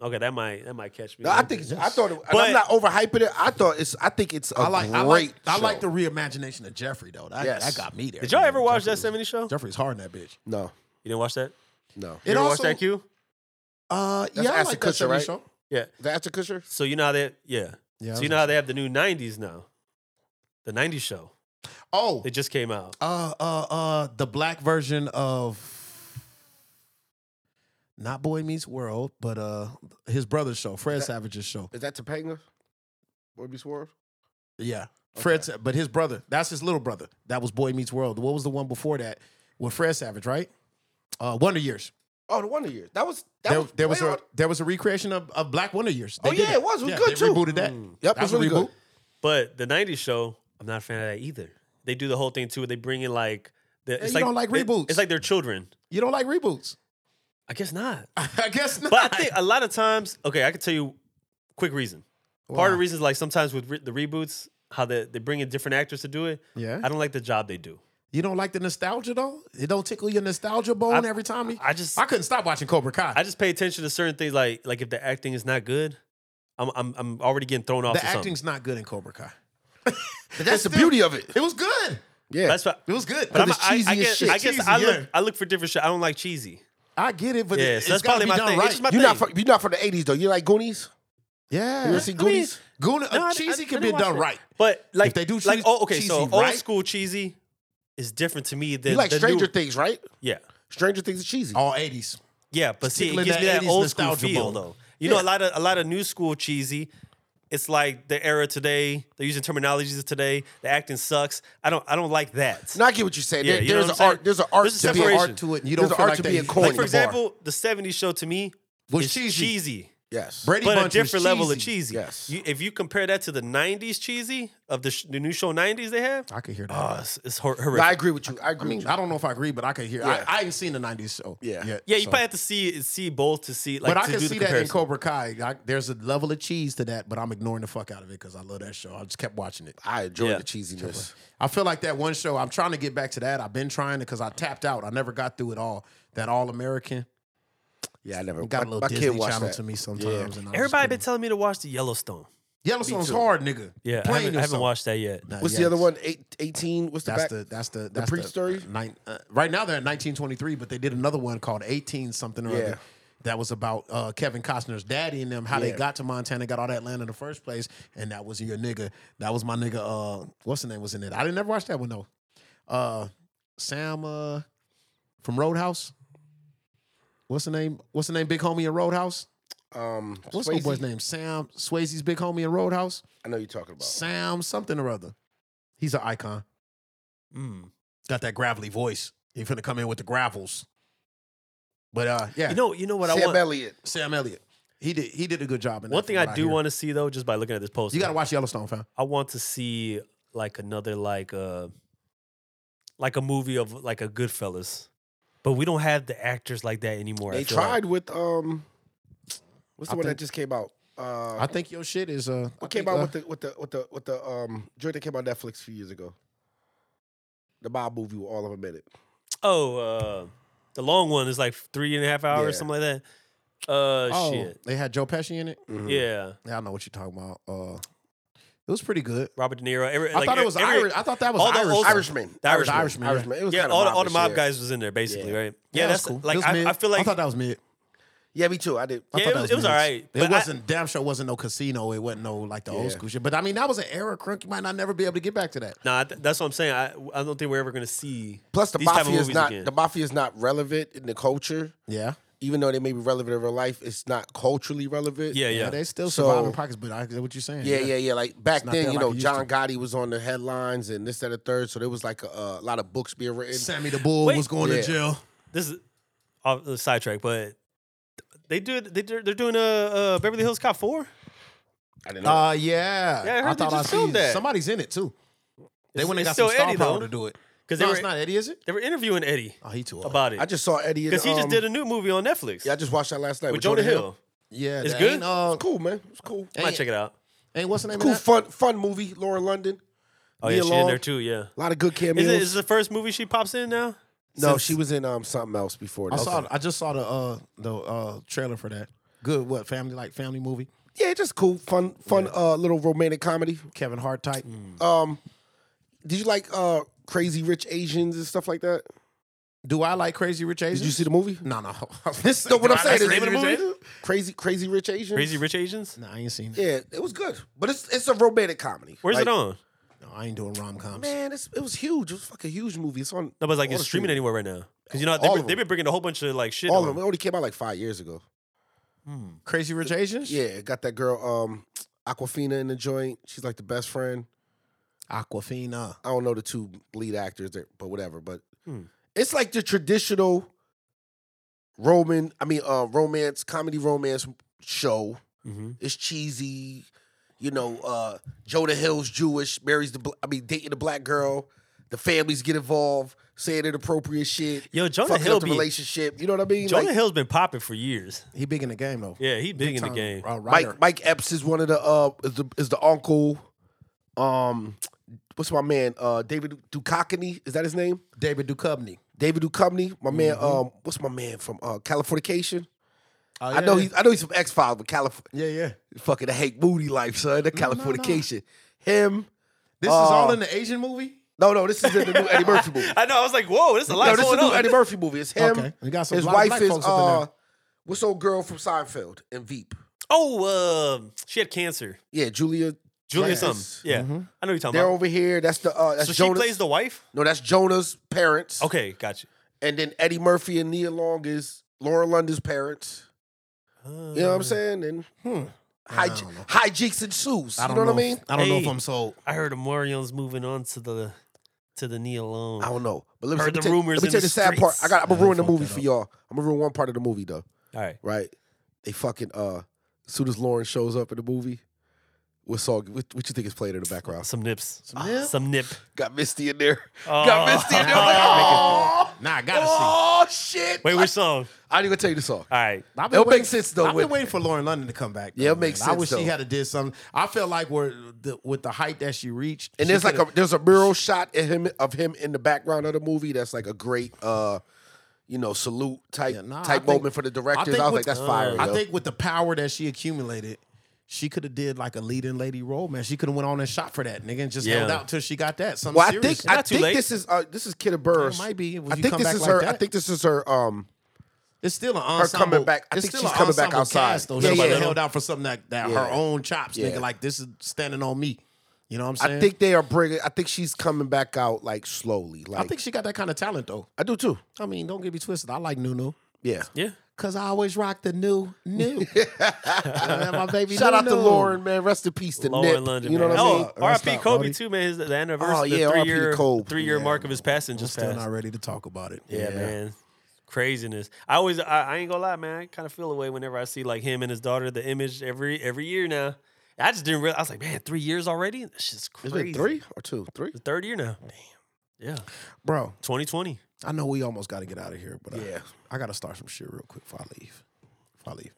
Speaker 2: Okay, that might that might catch me.
Speaker 1: No, I think I thought. It,
Speaker 2: But-
Speaker 1: I'm not overhyping it. I thought it's. I think it's a
Speaker 3: I like
Speaker 1: great.
Speaker 3: I like I
Speaker 1: show.
Speaker 3: like the reimagination of Jeffrey though. That,
Speaker 1: Yes.
Speaker 3: that got me there.
Speaker 2: Did y'all
Speaker 3: man.
Speaker 2: ever watch
Speaker 3: Jeffrey
Speaker 2: that
Speaker 3: was-
Speaker 2: '70s show? You
Speaker 3: Jeffrey's hard in that bitch.
Speaker 1: no,
Speaker 2: didn't watch that?
Speaker 1: no.
Speaker 2: You
Speaker 3: It
Speaker 2: ever watched
Speaker 3: also-
Speaker 2: that Q?
Speaker 3: Uh,
Speaker 1: That's
Speaker 3: yeah, I
Speaker 1: Ashton
Speaker 3: like that
Speaker 1: Kutcher,
Speaker 3: 70s
Speaker 1: right?
Speaker 3: show.
Speaker 2: Yeah.
Speaker 1: The Ashton Kutcher.
Speaker 2: So you know how that? Yeah.
Speaker 3: Yeah.
Speaker 2: So you know how they have the new '90s now, the '90s show.
Speaker 3: Oh,
Speaker 2: It just came out.
Speaker 3: uh, uh, uh, the black version of not Boy Meets World, but uh, his brother's show, Fred
Speaker 1: That-
Speaker 3: Savage's show.
Speaker 1: Is that Topanga? Boy Be Swerve.
Speaker 3: Yeah, Fred, Sa- but his brother, that's his little brother. That was Boy Meets World. What was the one before that with Fred Savage, right? Uh, Wonder Years.
Speaker 1: Oh, the Wonder Years. That was that
Speaker 3: There,
Speaker 1: was
Speaker 3: there was
Speaker 1: way
Speaker 3: a
Speaker 1: on-
Speaker 3: there was a recreation of, of Black Wonder Years.
Speaker 1: Oh,
Speaker 3: did
Speaker 1: yeah,
Speaker 3: that.
Speaker 1: it was. It was
Speaker 3: Yeah,
Speaker 1: good,
Speaker 3: they
Speaker 1: too. Mm.
Speaker 3: rebooted that.
Speaker 1: Yep,
Speaker 3: That
Speaker 1: it's
Speaker 3: was a
Speaker 1: really
Speaker 3: reboot.
Speaker 1: good.
Speaker 2: But the '90s show, I'm not a fan of that either. They do the whole thing too. They bring in like the, it's
Speaker 3: you
Speaker 2: like,
Speaker 3: don't like
Speaker 2: it-
Speaker 3: reboots.
Speaker 2: it's like they're children.
Speaker 3: You don't like reboots?
Speaker 2: I guess not.
Speaker 3: I guess not.
Speaker 2: But I think a lot of times, okay, I can tell you quick reason. Part of the
Speaker 3: Why?
Speaker 2: reason is like sometimes with re- the reboots, how they, they bring in different actors to do it.
Speaker 3: Yeah.
Speaker 2: I don't like the job they do.
Speaker 3: you don't like the nostalgia though. It don't tickle your nostalgia bone every time. You,
Speaker 2: I just
Speaker 3: I couldn't stop watching Cobra Kai.
Speaker 2: I just pay attention to certain things like like if the acting is not good, I'm I'm, I'm already getting thrown off.
Speaker 3: the
Speaker 2: to
Speaker 3: acting's not good in Cobra Kai.
Speaker 1: But that's the beauty of it.
Speaker 3: It was good.
Speaker 1: Yeah.
Speaker 2: something. that's what.
Speaker 3: It was good.
Speaker 2: But I'm,
Speaker 1: it's
Speaker 2: I, I
Speaker 1: cheesy as
Speaker 2: guess,
Speaker 1: shit.
Speaker 2: I, guess
Speaker 3: Cheesy,
Speaker 2: I look
Speaker 3: yeah.
Speaker 2: I look for different shit. I don't like cheesy.
Speaker 3: I get it, but
Speaker 2: Yeah,
Speaker 3: it,
Speaker 2: so
Speaker 3: has
Speaker 2: that's probably
Speaker 3: gotta be
Speaker 2: my
Speaker 3: done
Speaker 2: thing.
Speaker 3: right.
Speaker 2: It's just my
Speaker 1: you're not
Speaker 2: thing.
Speaker 1: from, you're not from the '80s though. You like Goonies?
Speaker 3: yeah,
Speaker 1: You ever see Goonies?
Speaker 3: Goonies.
Speaker 2: No, I- I
Speaker 3: cheesy
Speaker 2: didn't
Speaker 3: can be
Speaker 2: watch
Speaker 3: done
Speaker 2: it.
Speaker 3: right.
Speaker 2: But like
Speaker 3: they do
Speaker 2: like
Speaker 3: cheese-
Speaker 2: oh okay so
Speaker 3: cheesy
Speaker 2: old
Speaker 3: right-
Speaker 2: school cheesy is different to me than
Speaker 1: You like
Speaker 2: the
Speaker 1: Stranger
Speaker 2: new-
Speaker 1: Things, right?
Speaker 2: Yeah,
Speaker 1: Stranger Things is cheesy.
Speaker 3: All eighties.
Speaker 2: Yeah, but see,
Speaker 3: Tickling
Speaker 2: it gives
Speaker 3: that
Speaker 2: me that
Speaker 3: 80s
Speaker 2: old school
Speaker 3: nostalgia
Speaker 2: feel
Speaker 3: bone.
Speaker 2: though. You know, a lot of a lot of new school cheesy. It's like the era today. They're using terminologies of today. The acting sucks. I don't. I don't like that.
Speaker 1: No, I get what you're saying.
Speaker 2: Yeah,
Speaker 1: There-
Speaker 2: you know
Speaker 1: there's an
Speaker 2: what I'm
Speaker 1: art.
Speaker 2: saying?
Speaker 1: There's an art
Speaker 2: There's a
Speaker 1: to being
Speaker 2: separation.
Speaker 1: art.
Speaker 3: Art to it, and you
Speaker 1: There's
Speaker 3: don't
Speaker 1: an
Speaker 3: feel
Speaker 1: art
Speaker 3: like
Speaker 1: to
Speaker 3: that
Speaker 1: being
Speaker 3: you-
Speaker 1: corny.
Speaker 2: like
Speaker 1: in
Speaker 2: for
Speaker 1: the bar.
Speaker 2: example, the '70s show to me
Speaker 3: Was
Speaker 2: is
Speaker 3: cheesy.
Speaker 2: cheesy,
Speaker 1: Yes.
Speaker 3: Brady
Speaker 2: but a
Speaker 3: Bunch was
Speaker 2: different level of
Speaker 3: cheesy.
Speaker 2: cheesy.
Speaker 1: Yes.
Speaker 2: You, if you compare that to the '90s cheesy of the, sh- the new show '90s they have,
Speaker 3: I could hear that.
Speaker 2: oh, it's, it's hor- horrific.
Speaker 1: No, I agree with you. I
Speaker 3: I
Speaker 1: agree.
Speaker 3: mean,
Speaker 1: with you.
Speaker 3: I don't know if I agree, but I could hear.
Speaker 1: Yeah.
Speaker 3: I, I ain't seen the nineties show.
Speaker 1: Yeah.
Speaker 3: yet,
Speaker 2: yeah, you
Speaker 3: so.
Speaker 2: probably have to see see both to see. Like,
Speaker 3: But I
Speaker 2: to
Speaker 3: can
Speaker 2: do
Speaker 3: see
Speaker 2: the
Speaker 3: that in
Speaker 2: comparison.
Speaker 3: Cobra Kai. I, there's a level of cheese to that, but I'm ignoring the fuck out of it because I love that show. I just kept watching it.
Speaker 1: I enjoy
Speaker 2: Yeah.
Speaker 1: the cheesiness.
Speaker 3: I feel like that one show. I'm trying to get back to that. I've been trying it because I tapped out. I never got through it all. That All American
Speaker 1: Yeah, I never
Speaker 3: got a little Disney Channel to me sometimes. And I
Speaker 2: Everybody been
Speaker 3: just
Speaker 2: telling me to watch the Yellowstone.
Speaker 3: Yellowstone's
Speaker 1: too.
Speaker 3: hard, nigga.
Speaker 2: Yeah, I
Speaker 3: Plain
Speaker 2: haven't, I haven't
Speaker 3: yourself.
Speaker 2: watched that yet.
Speaker 3: Nah,
Speaker 1: What's
Speaker 3: yeah.
Speaker 1: the other one? Eight, 18? What's the
Speaker 3: That's
Speaker 1: back?
Speaker 3: the that's the that's
Speaker 1: pre story?
Speaker 3: nine- uh, right now they're at 1923, but they did another one called 18 something or
Speaker 1: Yeah.
Speaker 3: other. That was about uh, Kevin Costner's daddy and them, how they
Speaker 1: Yeah.
Speaker 3: got to Montana, got all that land in the first place, and that was your nigga. That was my nigga. Uh, what's the name was in it? I didn't ever watch that one though. Uh, Sam uh, from Roadhouse. What's the name? What's the name? Big homie in Roadhouse.
Speaker 1: um,
Speaker 3: What's my
Speaker 1: Swayze?
Speaker 3: boy's name? Sam Swayze's big homie in Roadhouse.
Speaker 1: I know you're talking about.
Speaker 3: Sam something or other. He's an icon.
Speaker 2: Mm.
Speaker 3: got that gravelly voice. He finna come in with the gravels. But uh, yeah,
Speaker 2: You know, you know what I
Speaker 1: Sam
Speaker 2: want.
Speaker 1: Elliott.
Speaker 3: Sam Elliott, he did he did a good job. In that
Speaker 2: One
Speaker 3: from
Speaker 2: thing
Speaker 3: what
Speaker 2: I do
Speaker 3: hear.
Speaker 2: want to see though, just by looking at this poster,
Speaker 3: you got to watch Yellowstone, fam.
Speaker 2: I want to see like another like uh like a movie of like a Goodfellas, but we don't have the actors like that anymore. I
Speaker 1: They
Speaker 2: feel like.
Speaker 1: tried with um, what's the
Speaker 3: I
Speaker 1: one
Speaker 3: think-
Speaker 1: that just came out? Uh,
Speaker 3: I think your shit is uh, I
Speaker 1: what came
Speaker 3: think,
Speaker 1: out
Speaker 3: uh,
Speaker 1: with the with the with the with the um joint that came out on Netflix a few years ago? The Bob movie with all of them in it.
Speaker 2: Oh, uh, The long one is like three and a half hours,
Speaker 1: Yeah.
Speaker 2: something like that. Uh,
Speaker 3: Oh, Mm-hmm.
Speaker 2: shit. Mm.
Speaker 3: they had Joe Pesci in it.
Speaker 2: Yeah,
Speaker 3: Yeah, I know what you're talking about. Uh, it was pretty good.
Speaker 2: Robert De Niro. e- Every,
Speaker 3: I thought it was Irish. I thought that was
Speaker 2: all the
Speaker 3: Irish.
Speaker 2: old-
Speaker 3: Irish.
Speaker 1: Irishman.
Speaker 2: The Irishman.
Speaker 1: Irishman. Irishman. It was
Speaker 2: yeah,
Speaker 1: kind of
Speaker 2: all, the- all the mob
Speaker 1: yeah.
Speaker 2: guys was in there basically, right? Yeah,
Speaker 3: That was
Speaker 2: that's
Speaker 3: cool. It
Speaker 2: like
Speaker 3: was
Speaker 2: I,
Speaker 3: mid.
Speaker 2: I feel like
Speaker 3: I thought that was mid.
Speaker 1: Yeah, me too. I did.
Speaker 3: I
Speaker 2: Yeah,
Speaker 3: thought
Speaker 2: it
Speaker 3: that
Speaker 2: was- it was
Speaker 3: mid.
Speaker 2: alright,
Speaker 3: It
Speaker 2: but I-
Speaker 3: wasn't damn sure. Wasn't no casino. It wasn't no like the
Speaker 1: Yeah.
Speaker 3: old school shit. But I mean, that was an era. Crunk. You might not never be able to get back to that.
Speaker 2: nah, th- that's what I'm saying. I, I don't think we're ever gonna see
Speaker 1: Plus, the
Speaker 2: these type of
Speaker 1: mafia is
Speaker 2: movies
Speaker 1: not
Speaker 2: again.
Speaker 1: the mafia is not relevant in the culture.
Speaker 3: Yeah.
Speaker 1: Even though they may be relevant in real life, it's not culturally relevant.
Speaker 2: yeah, yeah.
Speaker 3: Yeah, they still
Speaker 1: So-
Speaker 3: surviving pockets, but I get what you're saying.
Speaker 1: Yeah, yeah, yeah. Like back
Speaker 3: not
Speaker 1: then,
Speaker 3: that
Speaker 1: you
Speaker 3: like
Speaker 1: know,
Speaker 3: it used
Speaker 1: John
Speaker 3: to.
Speaker 1: Gotti was on the headlines and this, that, and the third. So there was like a, a lot of books being written.
Speaker 3: Sammy the Bull
Speaker 2: Wait.
Speaker 3: was going
Speaker 1: Yeah.
Speaker 3: to jail.
Speaker 2: this is off the sidetrack, but they do they do, they're doing a uh, uh, Beverly Hills Cop four.
Speaker 1: I didn't know.
Speaker 3: Uh, yeah.
Speaker 2: Yeah, I heard they just
Speaker 3: seen-
Speaker 2: filmed that.
Speaker 3: Somebody's in it too. They
Speaker 2: It's-
Speaker 3: went and
Speaker 2: it's
Speaker 3: got some
Speaker 2: still
Speaker 3: star
Speaker 2: Eddie,
Speaker 3: power
Speaker 2: though.
Speaker 3: to do it.
Speaker 2: Because
Speaker 3: No,
Speaker 2: they
Speaker 3: it's
Speaker 2: were
Speaker 3: not Eddie, is it?
Speaker 2: they were interviewing Eddie
Speaker 3: Oh, he too old.
Speaker 2: about it
Speaker 1: I just saw Eddie.
Speaker 2: because
Speaker 1: Because
Speaker 2: he just did a new movie on Netflix.
Speaker 1: Yeah, I just watched that last night
Speaker 2: with Jonah Hill.
Speaker 3: Yeah,
Speaker 2: It's
Speaker 3: that
Speaker 2: good?
Speaker 3: Ain't, uh,
Speaker 1: It's cool, man. It's cool.
Speaker 2: I might check it out.
Speaker 3: ain't what's the name
Speaker 1: Cool,
Speaker 3: of that?
Speaker 1: fun, fun movie. Laura London.
Speaker 2: Oh
Speaker 1: Nia
Speaker 2: yeah, she's in
Speaker 1: Long.
Speaker 2: there too. Yeah.
Speaker 1: A lot of good cameos.
Speaker 2: Is it is it the first movie she pops in now?
Speaker 1: no, she was in um something else before.
Speaker 3: I
Speaker 1: This.
Speaker 3: saw. I just saw the uh the uh trailer for that. Good. What family like family movie?
Speaker 1: Yeah, just cool, fun, fun, uh, little romantic comedy.
Speaker 3: Kevin Hart type.
Speaker 2: Mm.
Speaker 1: Um, did you like uh Crazy Rich Asians and stuff like that?
Speaker 3: Do I like Crazy Rich Asians?
Speaker 1: Did you see the movie?
Speaker 3: No, no. this
Speaker 1: No, what
Speaker 3: do
Speaker 1: I'm
Speaker 3: I
Speaker 1: saying is
Speaker 3: like Crazy Rich Asians?
Speaker 1: Crazy Crazy Rich Asians.
Speaker 2: Crazy Rich Asians.
Speaker 3: No, I ain't seen it.
Speaker 1: Yeah, it was good, but it's it's a romantic comedy.
Speaker 2: Where's
Speaker 1: Like,
Speaker 2: it on?
Speaker 3: No, I ain't doing rom coms.
Speaker 1: Man, it's, it was huge. It was fucking huge movie. It's on.
Speaker 2: Nobody's like
Speaker 1: all
Speaker 2: it's
Speaker 1: the
Speaker 2: streaming anywhere right now. Because you know
Speaker 1: All
Speaker 2: they've
Speaker 1: of
Speaker 2: been, they've
Speaker 1: them.
Speaker 2: been bringing a whole bunch of like shit.
Speaker 1: All
Speaker 2: on.
Speaker 1: of them. It only came out like five years ago.
Speaker 3: Crazy Rich Asians.
Speaker 1: Yeah, it got that girl um Aquafina in the joint. She's like the best friend.
Speaker 3: Aquafina.
Speaker 1: I don't know the two lead actors there, but whatever. But
Speaker 2: Hmm.
Speaker 1: it's like the traditional Roman. I mean, uh, romance comedy romance show.
Speaker 2: Mhm.
Speaker 1: It's cheesy. You know, uh, Jonah Hill's Jewish, marries the. bl- I mean, dating the black girl. The families get involved, saying inappropriate shit.
Speaker 2: Yo, Jonah
Speaker 1: fucking
Speaker 2: Hill
Speaker 1: up the
Speaker 2: be-
Speaker 1: relationship. You know what I mean?
Speaker 2: Jonah
Speaker 1: Like,
Speaker 2: Hill's been popping for years.
Speaker 3: He big in the game though.
Speaker 2: Yeah, he big in the
Speaker 3: Time,
Speaker 2: game.
Speaker 3: Uh, writer.
Speaker 1: Mike Mike Epps is one of the uh is the, is the uncle. Um, what's my man? Uh, David Duchovny is that his name?
Speaker 3: David Duchovny.
Speaker 1: David Duchovny, my man.
Speaker 2: Mm-hmm.
Speaker 1: Um, what's my man from uh, Californication?
Speaker 3: Oh,
Speaker 1: I know
Speaker 3: yeah.
Speaker 1: he's I know he's from X Files, but Calif-
Speaker 3: Yeah, yeah.
Speaker 1: fucking the Hank Moody life, son. The Californication. Him.
Speaker 3: This
Speaker 1: Uh,
Speaker 3: is all in the Asian movie.
Speaker 1: No, no, this is in the new Eddie Murphy movie.
Speaker 2: I know. I was like, whoa, there's a lot
Speaker 1: No, this is
Speaker 2: going
Speaker 1: the new
Speaker 2: on.
Speaker 1: Eddie Murphy movie. It's him.
Speaker 3: Okay. We got some-
Speaker 1: His
Speaker 3: lot of
Speaker 1: wife
Speaker 3: black
Speaker 1: is
Speaker 3: folks up in
Speaker 1: uh,
Speaker 3: there.
Speaker 1: what's old girl from Seinfeld and Veep?
Speaker 2: Oh, uh, she had cancer.
Speaker 1: Yeah, Julia.
Speaker 2: Julia
Speaker 1: Dreyfus.
Speaker 2: something. Yeah, I know who you're talking
Speaker 1: Mm-hmm. They're
Speaker 2: about.
Speaker 1: over here. That's the uh, that's
Speaker 2: So she
Speaker 1: Jonas.
Speaker 2: plays the wife.
Speaker 1: no, that's Jonah's parents.
Speaker 2: Okay, gotcha.
Speaker 1: and then Eddie Murphy and Nia Long is Laura London's parents. You know what I'm saying? And hmm,
Speaker 3: Mm. I
Speaker 1: hij-
Speaker 3: don't know.
Speaker 1: hijinks ensues.
Speaker 3: I
Speaker 1: You know,
Speaker 3: don't
Speaker 1: what I
Speaker 3: if-
Speaker 1: mean?
Speaker 3: I don't know if
Speaker 2: Hey.
Speaker 3: I'm sold.
Speaker 2: I heard Omarion's moving on to the to the Neil Long.
Speaker 1: I don't know. But let me,
Speaker 2: Heard
Speaker 1: let me
Speaker 2: the
Speaker 1: tell, let
Speaker 2: rumors
Speaker 1: me
Speaker 2: in
Speaker 1: tell you
Speaker 2: the
Speaker 1: the sad part. I
Speaker 2: streets.
Speaker 1: got. I'm gonna
Speaker 3: Yeah, they
Speaker 1: ruin the
Speaker 3: fucked
Speaker 1: movie
Speaker 3: that
Speaker 1: for
Speaker 3: up.
Speaker 1: y'all. I'm gonna ruin one part of the movie though.
Speaker 2: All right.
Speaker 1: Right? They fucking uh. As soon as Lauren shows up in the movie, what song? What, what you think is playing in the background?
Speaker 2: Some nips. Some
Speaker 3: nip?
Speaker 2: Some nip.
Speaker 1: Got Misty in there.
Speaker 2: Oh.
Speaker 1: Got Misty in there. I'm like, oh,
Speaker 3: Nah, I gotta see.
Speaker 1: oh shit!
Speaker 2: Wait, which song?
Speaker 1: I didn't even tell you the song.
Speaker 2: All right.
Speaker 3: I've
Speaker 1: It'll make
Speaker 3: waiting-
Speaker 1: sense, though,
Speaker 3: I've
Speaker 1: when-
Speaker 3: been waiting for Lauren London to come back.
Speaker 1: Yeah, it
Speaker 3: though,
Speaker 1: makes
Speaker 3: man. I
Speaker 1: sense,
Speaker 3: wish
Speaker 1: though.
Speaker 3: she had a did something. I felt like we're the, with the height that she reached,
Speaker 1: And
Speaker 3: she
Speaker 1: there's like a
Speaker 3: coulda-
Speaker 1: there's a mural shot of him of him in the background of the movie that's like a great uh you know salute type
Speaker 3: Yeah, nah, I
Speaker 1: type
Speaker 3: think-
Speaker 1: moment for the directors. I, was like
Speaker 3: with-
Speaker 1: that's fire.
Speaker 3: I
Speaker 1: yo.
Speaker 3: think with the power that she accumulated, she could have did like a leading lady role, man. She could have went on and shot for that nigga and just
Speaker 2: Yeah.
Speaker 3: held out till she got that. Something
Speaker 1: well, I
Speaker 3: serious.
Speaker 1: think I
Speaker 2: Not too
Speaker 1: think
Speaker 2: late.
Speaker 1: this is uh, this is Kidda Burris.
Speaker 3: might be, when
Speaker 1: I
Speaker 3: you
Speaker 1: think
Speaker 3: come
Speaker 1: this
Speaker 3: back
Speaker 1: is
Speaker 3: like
Speaker 1: her. I
Speaker 3: that.
Speaker 1: think this is her. Um,
Speaker 3: it's still an
Speaker 1: coming
Speaker 3: ensemble.
Speaker 1: back- I
Speaker 3: it's
Speaker 1: think
Speaker 3: still
Speaker 1: she's
Speaker 3: an
Speaker 1: coming back
Speaker 3: ensemble
Speaker 1: outside.
Speaker 3: Cast, though.
Speaker 1: Yeah,
Speaker 3: she coulda
Speaker 1: yeah.
Speaker 3: held out for something that, that
Speaker 1: Yeah.
Speaker 3: her own chops,
Speaker 1: Yeah.
Speaker 3: nigga. Like this is standing on me. You know what I'm saying?
Speaker 1: I think they are bringing. I think she's coming back out like slowly. Like
Speaker 3: I think she got that kind of talent though.
Speaker 1: I do too.
Speaker 3: I mean, don't get me twisted. I like Nunu.
Speaker 1: Yeah.
Speaker 2: Yeah.
Speaker 3: Cause I always rock the new, new. Man, my baby
Speaker 1: Shout out to
Speaker 3: Nunu.
Speaker 1: Lauren, man. Rest in peace to
Speaker 2: Lauren
Speaker 1: Nip.
Speaker 2: London.
Speaker 1: you know
Speaker 2: man.
Speaker 1: what I mean?
Speaker 2: Oh, R.I.P.
Speaker 3: Rest up,
Speaker 2: Kobe
Speaker 3: Brody.
Speaker 2: too, man. His, the anniversary,
Speaker 1: Oh, yeah,
Speaker 2: the
Speaker 1: R.I.P.
Speaker 2: three
Speaker 1: to
Speaker 2: year
Speaker 1: Kobe.
Speaker 2: three year
Speaker 1: Yeah.
Speaker 2: mark of his passing
Speaker 3: I'm
Speaker 2: just
Speaker 3: still
Speaker 2: passed.
Speaker 3: not ready to talk about it.
Speaker 2: Yeah, man. Craziness. I always I, I ain't gonna lie, man. I kind of feel away whenever I see like him and his daughter, the image every every year now. I just didn't realize I was like, man, three years already? That's just
Speaker 1: It's
Speaker 2: crazy.
Speaker 1: been three or two, three.
Speaker 2: The third year now. Damn. Yeah.
Speaker 3: Bro,
Speaker 2: Twenty twenty.
Speaker 3: I know we almost got to get out of here, but
Speaker 1: Yeah.
Speaker 3: I, I got to start some shit real quick before I leave. Before I leave,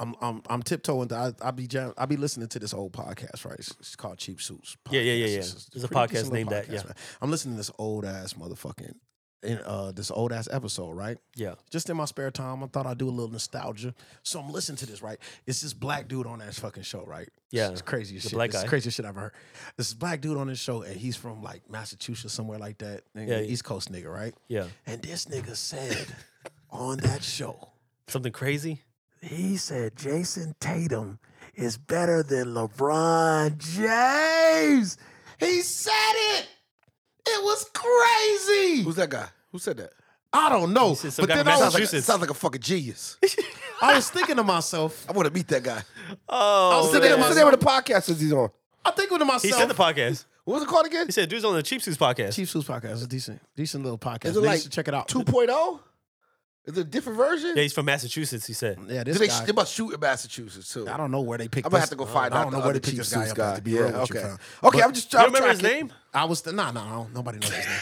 Speaker 3: I'm I'm I'm tiptoeing. to- I I be jam, I be listening to this old podcast, right? It's, it's called Cheap Suits.
Speaker 2: Yeah, yeah, yeah, yeah.
Speaker 3: Podcast. It's- it's
Speaker 2: There's a
Speaker 3: pretty
Speaker 2: podcast
Speaker 3: decent little
Speaker 2: named that, yeah.
Speaker 3: man. I'm listening to this old ass motherfucking in uh, this old ass episode, right?
Speaker 2: Yeah.
Speaker 3: Just in my spare time, I thought I'd do a little nostalgia. So I'm listening to this, right? It's this black dude on that fucking show, right?
Speaker 2: Yeah.
Speaker 3: It's crazy as
Speaker 2: The
Speaker 3: shit.
Speaker 2: black
Speaker 3: It's
Speaker 2: guy.
Speaker 3: craziest shit I've ever heard. This black dude on this show, and he's from like Massachusetts, somewhere like that. Nigga,
Speaker 2: Yeah.
Speaker 3: East Coast nigga, right?
Speaker 2: Yeah.
Speaker 3: And this nigga said on that show,
Speaker 2: Something crazy?
Speaker 3: he said Jason Tatum is better than LeBron James. He said it. It was crazy.
Speaker 1: Who's that guy? Who said that?
Speaker 3: I don't know.
Speaker 2: said some
Speaker 3: But
Speaker 2: guy
Speaker 3: then
Speaker 2: from
Speaker 3: I was,
Speaker 1: Sounds like,
Speaker 2: Massachusetts.
Speaker 1: sounds like a fucking genius.
Speaker 3: I was thinking to myself,
Speaker 1: I want to meet that guy.
Speaker 2: Oh,
Speaker 1: Sit there,
Speaker 3: man.
Speaker 1: sit there with the podcast that he's on.
Speaker 3: I'm thinking to myself,
Speaker 2: he said the podcast.
Speaker 1: What was it called again?
Speaker 2: He said, "Dude's on the Cheap Suits podcast."
Speaker 3: Chief Suits podcast is a decent, decent little podcast.
Speaker 1: Is
Speaker 3: Is
Speaker 1: it like
Speaker 3: should check it out.
Speaker 1: 2.0? Is it a different version?
Speaker 2: Yeah, he's from Massachusetts. He said,
Speaker 3: yeah,
Speaker 1: Do
Speaker 3: this
Speaker 1: they,
Speaker 3: guy.
Speaker 1: they must shoot in Massachusetts too.
Speaker 3: I don't know where they picked.
Speaker 1: I'm gonna
Speaker 3: this-
Speaker 1: have to go find
Speaker 3: I
Speaker 1: out.
Speaker 3: don't
Speaker 1: the
Speaker 3: know where
Speaker 1: other
Speaker 3: they picked
Speaker 1: Chief
Speaker 3: this guy
Speaker 1: Zeus
Speaker 3: up. at, To be
Speaker 1: Yeah,
Speaker 3: real with you,
Speaker 1: okay.
Speaker 3: fam.
Speaker 1: Okay,
Speaker 3: But
Speaker 1: I'm just
Speaker 2: "You
Speaker 1: trying
Speaker 2: don't
Speaker 1: to
Speaker 2: remember his name?"
Speaker 3: I was th- nah, nah, I don't, nobody knows his name.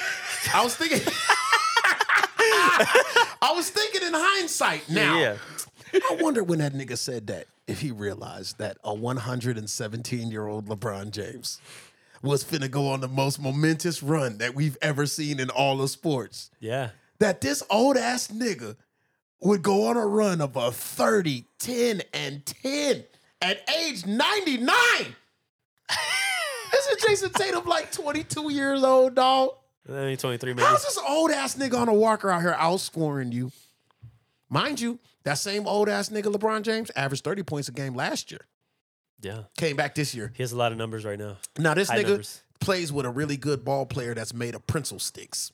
Speaker 3: I was thinking. I was thinking in hindsight. Now,
Speaker 2: Yeah, yeah.
Speaker 3: I wonder when that nigga said that if he realized that a 117 year old LeBron James was finna go on the most momentous run that we've ever seen in all of sports.
Speaker 2: Yeah.
Speaker 3: That this old ass nigga would go on a run of a 30, 10, and 10 at age 99. Isn't Jason Tatum like 22 years old, dog?
Speaker 2: And then he's 23
Speaker 3: How's
Speaker 2: minutes.
Speaker 3: this old ass nigga on a walker out here outscoring you? Mind you, that same old ass nigga LeBron James averaged 30 points a game last year.
Speaker 2: Yeah,
Speaker 3: Came back this year.
Speaker 2: he has a lot of numbers right now.
Speaker 3: Now this
Speaker 2: High
Speaker 3: nigga
Speaker 2: numbers.
Speaker 3: plays with a really good ball player that's made of pretzel sticks.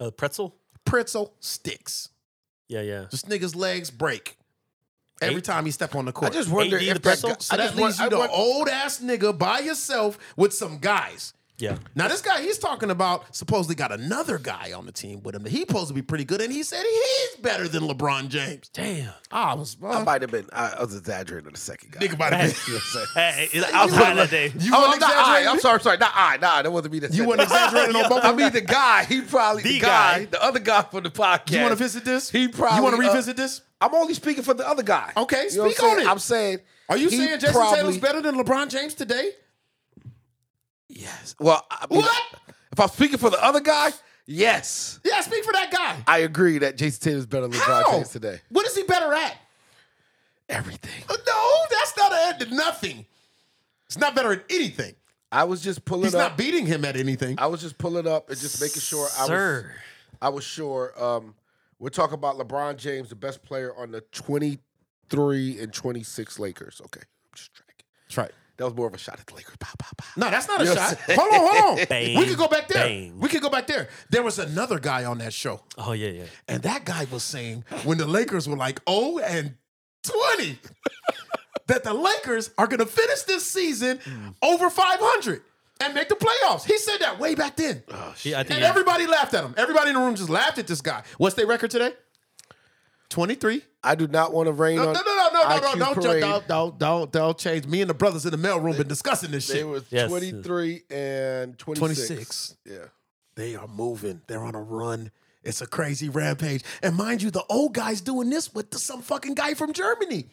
Speaker 2: Uh, pretzel.
Speaker 3: Pretzel sticks.
Speaker 2: Yeah, yeah.
Speaker 3: This nigga's legs break every
Speaker 2: Eight?
Speaker 3: time he step on the
Speaker 1: I
Speaker 3: court.
Speaker 1: just wonder
Speaker 2: AD
Speaker 1: if
Speaker 2: the
Speaker 1: that
Speaker 2: pretzel?
Speaker 1: guy,
Speaker 3: so
Speaker 1: I
Speaker 3: that
Speaker 1: just want-
Speaker 3: leaves you
Speaker 1: I
Speaker 3: the
Speaker 1: want-
Speaker 3: old ass nigga by yourself with some guys.
Speaker 2: Yeah.
Speaker 3: Now this guy he's talking about supposedly got another guy on the team with him that he supposed to be pretty good, and he said he's better than LeBron James. Ah,
Speaker 2: Damn.
Speaker 3: I was
Speaker 1: I might have been. I, I was exaggerating on the second guy.
Speaker 3: nigga about to
Speaker 1: You know what I'm saying?
Speaker 2: Hey, it's outside that day.
Speaker 3: You
Speaker 1: Oh,
Speaker 3: wasn't
Speaker 1: I'm not I.
Speaker 3: exaggerating.
Speaker 1: I'm sorry, sorry. Not I. Nah, that wasn't me. That
Speaker 3: You
Speaker 1: said
Speaker 3: wasn't
Speaker 1: that.
Speaker 3: exaggerating on both.
Speaker 1: I mean, the guy. He probably the,
Speaker 2: The
Speaker 1: guy,
Speaker 2: guy.
Speaker 1: the other guy from the podcast.
Speaker 3: You want to visit this?
Speaker 1: He probably.
Speaker 3: You want to
Speaker 1: uh,
Speaker 3: revisit this?
Speaker 1: I'm only speaking for the other guy.
Speaker 3: Okay,
Speaker 1: You know what
Speaker 3: speak
Speaker 1: I'm
Speaker 3: on
Speaker 1: saying?
Speaker 3: it.
Speaker 1: I'm saying.
Speaker 3: Are you
Speaker 1: he
Speaker 3: saying Jason
Speaker 1: probably,
Speaker 3: Tatum's better than LeBron James today?
Speaker 1: Yes. Well, I mean,
Speaker 3: What?
Speaker 1: If I'm speaking for the other guy, yes,
Speaker 3: Yeah, speak for that guy.
Speaker 1: I agree that Jason Tatum's better than LeBron
Speaker 3: How?
Speaker 1: James today.
Speaker 3: What is he better at? Uh,
Speaker 1: Everything.
Speaker 3: No, that's not an end to nothing. It's not better at anything.
Speaker 1: I was just pulling
Speaker 3: He's
Speaker 1: up.
Speaker 3: not beating him at anything.
Speaker 1: uh, I was just pulling up and just making sure I was.
Speaker 2: Sir.
Speaker 1: I was sure. Um, we're talking about LeBron James, the best player on the 23 and 26 Lakers. Okay, I'm just tracking.
Speaker 3: That's right.
Speaker 1: That was more of a shot at the Lakers. Pow, pow, pow.
Speaker 3: No, that's not a
Speaker 1: You know
Speaker 3: shot.
Speaker 1: what I'm
Speaker 3: Hold on, hold on.
Speaker 2: Bang,
Speaker 3: we could go back there.
Speaker 2: bang.
Speaker 3: We could go back there. There was another guy on that show,
Speaker 2: Oh yeah, yeah.
Speaker 3: and that guy was saying when the Lakers were like 0 and 20, that the Lakers are going to finish this season over 500 and make the playoffs. He said that way back then.
Speaker 2: He- I think
Speaker 3: And
Speaker 2: he-
Speaker 3: everybody laughed at him. Everybody in the room just laughed at this guy. What's their record today? 23.
Speaker 1: I do not want to rain
Speaker 3: No,
Speaker 1: on.
Speaker 3: no, no, no, no, no,
Speaker 1: IQ
Speaker 3: no,
Speaker 1: parade.
Speaker 3: don't, don't, don't, don't, don't change. Me and the brothers in the mailroom been discussing this
Speaker 1: They
Speaker 3: shit.
Speaker 1: were
Speaker 2: Yes.
Speaker 1: 23 and 26.
Speaker 3: 26.
Speaker 1: Yeah.
Speaker 3: They are moving. They're on a run. It's a crazy rampage. And mind you, the old guy's doing this with the, some fucking guy from Germany.
Speaker 1: Mm.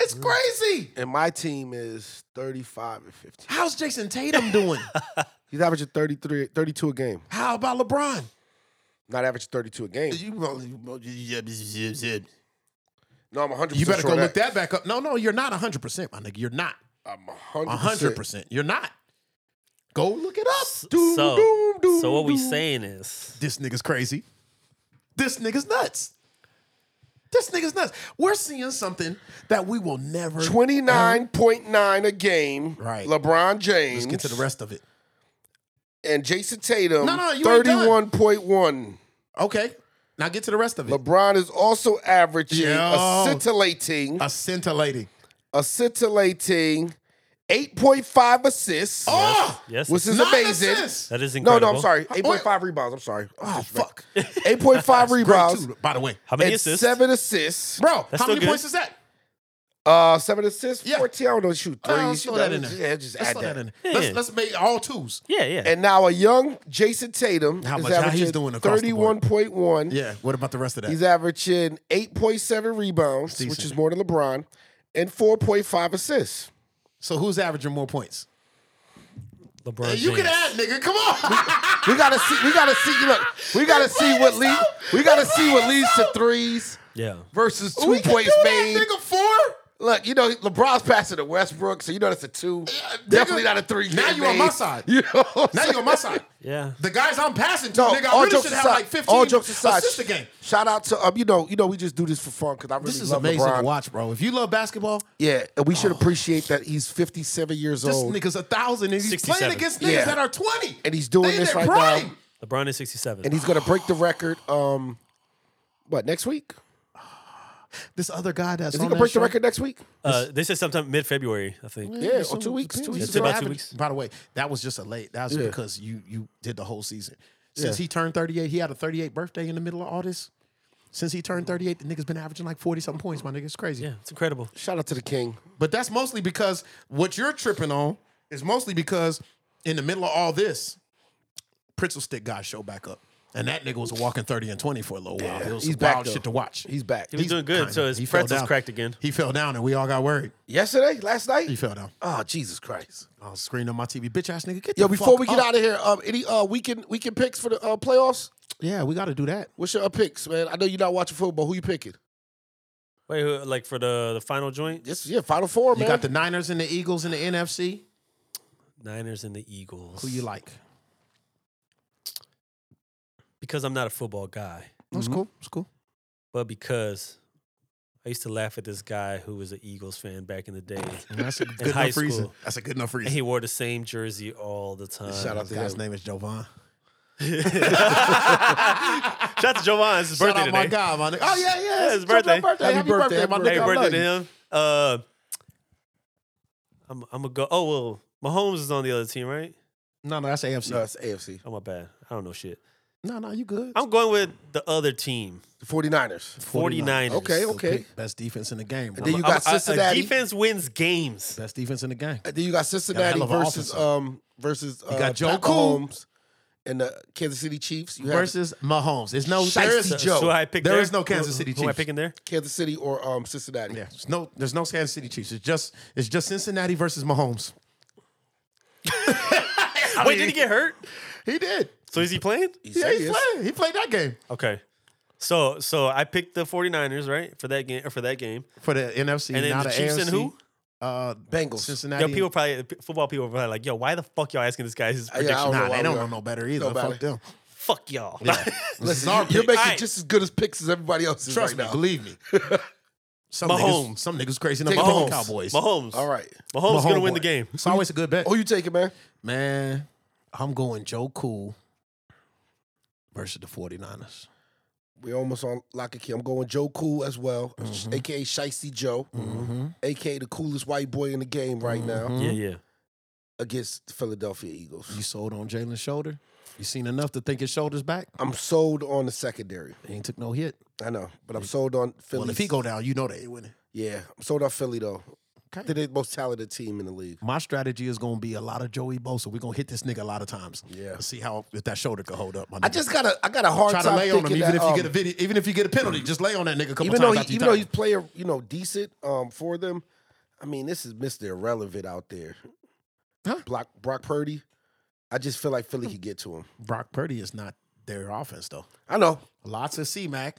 Speaker 3: It's crazy.
Speaker 1: And my team is 35 and 15.
Speaker 3: How's Jason Tatum doing?
Speaker 1: He's averaging 33, 32 a game.
Speaker 3: How about LeBron?
Speaker 1: Not averaging 32 a game.
Speaker 3: You
Speaker 1: No, I'm 100.
Speaker 3: better
Speaker 1: sure
Speaker 3: go
Speaker 1: of
Speaker 3: look that back up. No, no, you're not 100%, my nigga. You're not.
Speaker 1: I'm 100.
Speaker 3: 100%. You're not. Go look it up.
Speaker 1: Doom,
Speaker 2: so,
Speaker 1: doom, doom,
Speaker 2: so what we
Speaker 1: doom.
Speaker 2: saying is,
Speaker 3: this nigga's crazy. This nigga's nuts. This nigga's nuts. We're seeing something that we will never
Speaker 1: 29.9 a game.
Speaker 3: Right.
Speaker 1: LeBron James.
Speaker 3: Let's get to the rest of it.
Speaker 1: And Jason Tatum.
Speaker 3: No, no, you ain't done.
Speaker 1: 31.1.
Speaker 3: Okay. Now get to the rest of it.
Speaker 1: LeBron is also averaging
Speaker 3: Yo.
Speaker 1: a scintillating,
Speaker 3: a scintillating.
Speaker 1: a scintillating 8.5 assists.
Speaker 3: Oh,
Speaker 2: yes,
Speaker 1: Which is
Speaker 3: nine
Speaker 1: amazing.
Speaker 3: assists.
Speaker 2: that is
Speaker 1: No,
Speaker 2: incredible.
Speaker 1: no, I'm sorry.
Speaker 3: Wait.
Speaker 1: 8.5 rebounds. I'm sorry.
Speaker 3: Oh, fuck.
Speaker 1: 8.5 rebounds.
Speaker 3: Great too, by the way.
Speaker 2: How many
Speaker 1: And
Speaker 2: assists?
Speaker 1: seven assists.
Speaker 3: Bro,
Speaker 2: That's
Speaker 3: how
Speaker 2: still
Speaker 3: many
Speaker 2: good.
Speaker 3: points is that?
Speaker 1: Uh, seven assists.
Speaker 3: Yeah.
Speaker 1: 14. I don't know. Shoot, three.
Speaker 3: Uh,
Speaker 1: shoot,
Speaker 3: throw that in
Speaker 1: just-
Speaker 3: there.
Speaker 1: yeah, just
Speaker 3: Let's
Speaker 1: add
Speaker 3: throw
Speaker 1: that.
Speaker 3: that in. there. Let's,
Speaker 2: Yeah.
Speaker 3: let's make all twos.
Speaker 2: Yeah, yeah.
Speaker 1: And now a young Jason Tatum
Speaker 3: How
Speaker 1: is
Speaker 3: much- how he's
Speaker 1: averaging
Speaker 3: doing across the board.
Speaker 1: 31.1.
Speaker 3: Yeah. What about the rest of that?
Speaker 1: He's averaging 8.7 rebounds,
Speaker 3: decent.
Speaker 1: which is more than LeBron, and 4.5 assists.
Speaker 3: so who's averaging more points?
Speaker 2: LeBron.
Speaker 3: Hey, you
Speaker 2: James.
Speaker 3: can add, nigga. Come on.
Speaker 1: We gotta see. We gotta see. Look, we gotta see what leads. We gotta see what leads to threes
Speaker 2: Yeah.
Speaker 1: versus two
Speaker 3: we can
Speaker 1: points
Speaker 3: do
Speaker 1: made.
Speaker 3: that, nigga. Four.
Speaker 1: Look, you know LeBron's passing to Westbrook, so you know that's a two.
Speaker 3: nigga.
Speaker 1: Definitely not a three.
Speaker 3: Now
Speaker 1: get
Speaker 3: you on my
Speaker 1: made.
Speaker 3: side.
Speaker 1: You know what I'm
Speaker 3: Now you
Speaker 1: saying?
Speaker 3: on my side.
Speaker 2: Yeah.
Speaker 3: The guys I'm passing to,
Speaker 1: Oh, No,
Speaker 3: nigga,
Speaker 1: all
Speaker 3: I really
Speaker 1: jokes
Speaker 3: should
Speaker 1: aside,
Speaker 3: have like 15
Speaker 1: all jokes aside,
Speaker 3: assists a game.
Speaker 1: shout out to um, you know, you know, we just do this for fun because I really
Speaker 3: This is
Speaker 1: love
Speaker 3: amazing Oh.
Speaker 1: LeBron.
Speaker 3: to watch, bro. If you love basketball,
Speaker 1: Yeah, and we should appreciate that he's 57 years
Speaker 3: this
Speaker 1: old
Speaker 3: nigga's a thousand and he's
Speaker 5: 67.
Speaker 3: playing against niggas
Speaker 1: Yeah.
Speaker 3: that are 20.
Speaker 1: And he's doing
Speaker 3: They in
Speaker 1: this right
Speaker 3: their prime.
Speaker 1: now.
Speaker 2: LeBron is 67.
Speaker 1: and he's gonna break the record. Um, what next week?
Speaker 3: This other guy that's
Speaker 1: Is he
Speaker 3: on
Speaker 1: gonna
Speaker 3: that
Speaker 1: break
Speaker 3: show-
Speaker 1: the record next week?
Speaker 2: uh, they said sometime mid February, I think.
Speaker 1: Yeah,
Speaker 3: so
Speaker 1: or two
Speaker 3: it
Speaker 1: weeks, two
Speaker 3: depends.
Speaker 1: weeks.
Speaker 2: It's about two
Speaker 3: What happened-
Speaker 2: weeks.
Speaker 3: By the way, that was just a late. That was
Speaker 1: Yeah.
Speaker 3: because you you did the whole season. Since he turned 38, he had a 38 birthday in the middle of all this. Since he turned 38, the nigga's been averaging like 40 something points, my nigga. It's crazy.
Speaker 2: Yeah, it's incredible.
Speaker 1: Shout out to the king.
Speaker 3: But that's mostly because what you're tripping on is mostly because in the middle of all this, Pretzel Stick guy showed back up. And that nigga was a walking 30 and 20 for a little while. It was
Speaker 1: he's
Speaker 3: some wild
Speaker 1: back, though.
Speaker 3: shit to watch.
Speaker 1: He's back.
Speaker 2: He was doing good. So his
Speaker 3: He fell
Speaker 2: pretzels
Speaker 3: down.
Speaker 2: cracked again.
Speaker 3: He fell down and we all got worried.
Speaker 1: Yesterday, last
Speaker 3: He
Speaker 1: night.
Speaker 3: fell down.
Speaker 1: Oh Jesus Christ!
Speaker 3: I was screaming on my TV, bitch ass nigga, get
Speaker 1: Yo,
Speaker 3: the
Speaker 1: before we
Speaker 3: fuck
Speaker 1: get
Speaker 3: up."
Speaker 1: out of here, um, any uh weekend weekend picks for the uh, playoffs?
Speaker 3: Yeah, we got to do that.
Speaker 1: What's your uh, picks, man? I know you're not watching football. Who you picking?
Speaker 2: Wait, who- like for the, the final joint?
Speaker 1: Yes, yeah, Final Four,
Speaker 3: You
Speaker 1: man.
Speaker 3: got the Niners and the Eagles in the NFC.
Speaker 2: Niners and the Eagles.
Speaker 3: Who you like?
Speaker 2: Because I'm not a football guy,
Speaker 3: That's cool. That's cool.
Speaker 2: but because I used to laugh at this guy who was an Eagles fan back in the day.
Speaker 3: That's a
Speaker 2: In
Speaker 3: good
Speaker 2: high
Speaker 3: enough reason.
Speaker 2: school.
Speaker 3: That's a good enough
Speaker 2: and
Speaker 3: reason.
Speaker 2: he wore the same jersey all the time.
Speaker 1: Shout out
Speaker 3: This
Speaker 1: to
Speaker 3: guy's
Speaker 1: him.
Speaker 3: name is Jovan.
Speaker 2: Shout out to Jovan. It's his
Speaker 3: Shout
Speaker 2: birthday
Speaker 3: out
Speaker 2: today.
Speaker 3: my guy, my nigga. Oh yeah, yeah.
Speaker 2: Yeah, his birthday.
Speaker 1: birthday.
Speaker 3: Happy
Speaker 1: Happy, birthday,
Speaker 3: birthday,
Speaker 1: my
Speaker 3: bro.
Speaker 1: nigga.
Speaker 2: Happy
Speaker 1: I
Speaker 2: birthday
Speaker 1: love
Speaker 2: to
Speaker 1: you.
Speaker 2: him. Uh, I'm I'm gonna go. Oh well, Mahomes is on the other team, right?
Speaker 3: No, no, that's AFC.
Speaker 1: No, it's AFC.
Speaker 2: Oh my bad. I don't know shit.
Speaker 3: No, no, you good.
Speaker 2: I'm going with the other team,
Speaker 1: The 49ers.
Speaker 2: 49ers.
Speaker 1: Okay,
Speaker 3: Still
Speaker 1: okay.
Speaker 3: pick Best defense in the game.
Speaker 1: And
Speaker 3: Bro.
Speaker 1: then you
Speaker 2: I'm-
Speaker 1: got
Speaker 2: I- a
Speaker 1: Cincinnati.
Speaker 2: defense wins games.
Speaker 3: Best defense in the game.
Speaker 1: And then you got Cincinnati
Speaker 3: hell of a
Speaker 1: versus
Speaker 3: offense.
Speaker 1: um versus uh,
Speaker 3: got Joe
Speaker 1: Pat
Speaker 3: Cool.
Speaker 1: Mahomes and the Kansas City Chiefs. You have
Speaker 3: Versus Mahomes. There's no
Speaker 1: Shiesty
Speaker 3: there is
Speaker 1: Joe.
Speaker 2: So who I picked
Speaker 3: There
Speaker 2: there
Speaker 3: is no Kansas City
Speaker 2: who, Who I
Speaker 3: Chiefs.
Speaker 2: picking there?
Speaker 1: Kansas City or um Cincinnati.
Speaker 3: Yeah, there's no there's no Kansas City Chiefs. It's just it's just Cincinnati versus Mahomes.
Speaker 2: Wait, did he get hurt?
Speaker 3: He did.
Speaker 2: So is he playing?
Speaker 3: Yeah,
Speaker 1: he
Speaker 3: he
Speaker 1: is.
Speaker 3: played. He played that game
Speaker 2: Okay. So so I picked the 49ers, right? For that game for that game.
Speaker 3: for the NFC.
Speaker 2: And then
Speaker 3: not
Speaker 2: the Chiefs
Speaker 3: AFC.
Speaker 2: and who?
Speaker 3: Uh,
Speaker 1: Bengals.
Speaker 3: Cincinnati.
Speaker 2: Yo, people probably p- football people are probably like, yo, why the fuck y'all asking this guy his
Speaker 1: I
Speaker 2: prediction?
Speaker 1: don't know why
Speaker 3: nah, they
Speaker 1: we
Speaker 3: Uh, don't
Speaker 1: are.
Speaker 3: know no better either.
Speaker 1: Nobody.
Speaker 3: Fuck them.
Speaker 2: Fuck y'all.
Speaker 3: This is
Speaker 1: Listen,
Speaker 3: our
Speaker 1: you- you're
Speaker 3: pick.
Speaker 1: making
Speaker 2: All right.
Speaker 1: just as good as picks as everybody else is
Speaker 3: Trust
Speaker 1: right
Speaker 3: me,
Speaker 1: now.
Speaker 3: believe me. Some
Speaker 2: Mahomes.
Speaker 3: niggas, some niggas crazy enough
Speaker 1: Take
Speaker 3: to
Speaker 1: Mahomes.
Speaker 3: pick Cowboys.
Speaker 2: Mahomes.
Speaker 1: All right.
Speaker 2: Mahomes is gonna win
Speaker 3: Mahomes.
Speaker 2: the game.
Speaker 3: It's always a good bet.
Speaker 1: Oh, you take it, man.
Speaker 3: Man, I'm going Joe Cool versus the 49ers.
Speaker 1: We're almost on lock and key. I'm going Joe Cool as well,
Speaker 3: Mm-hmm.
Speaker 1: aka Shicey Joe, aka the coolest white boy in the game right
Speaker 3: Mm-hmm.
Speaker 1: now
Speaker 2: Yeah, yeah.
Speaker 1: against the Philadelphia Eagles.
Speaker 3: You sold on Jalen's shoulder. You seen enough to think his shoulder's back?
Speaker 1: I'm sold on the secondary.
Speaker 3: He ain't took no hit.
Speaker 1: I know, but I'm sold on Philly.
Speaker 3: Well, if he go down, you know they ain't winning.
Speaker 1: yeah, I'm sold on Philly though.
Speaker 3: Okay. Mm-hmm.
Speaker 1: They're the most talented team in the league.
Speaker 3: My strategy is gonna be a lot of Joey Bosa. We're gonna hit this nigga a lot of times.
Speaker 1: Yeah.
Speaker 3: To see how if that shoulder can hold up. My nigga.
Speaker 1: I just got a, I got a hard
Speaker 3: try
Speaker 1: time
Speaker 3: to lay on him,
Speaker 1: thinking
Speaker 3: even
Speaker 1: that,
Speaker 3: if you
Speaker 1: um,
Speaker 3: get a video, even if you get a penalty, just lay on that nigga a couple
Speaker 1: even though
Speaker 3: times.
Speaker 1: he,
Speaker 3: after you
Speaker 1: even though
Speaker 3: tackle
Speaker 1: he's player, you know, decent um, for them. I mean, this is Mr. Irrelevant out there.
Speaker 3: Huh? Hmm.
Speaker 1: Block Brock Purdy. I just feel like Philly could get to him.
Speaker 3: Brock Purdy is not their offense though.
Speaker 1: I know.
Speaker 3: Lots of C Mac.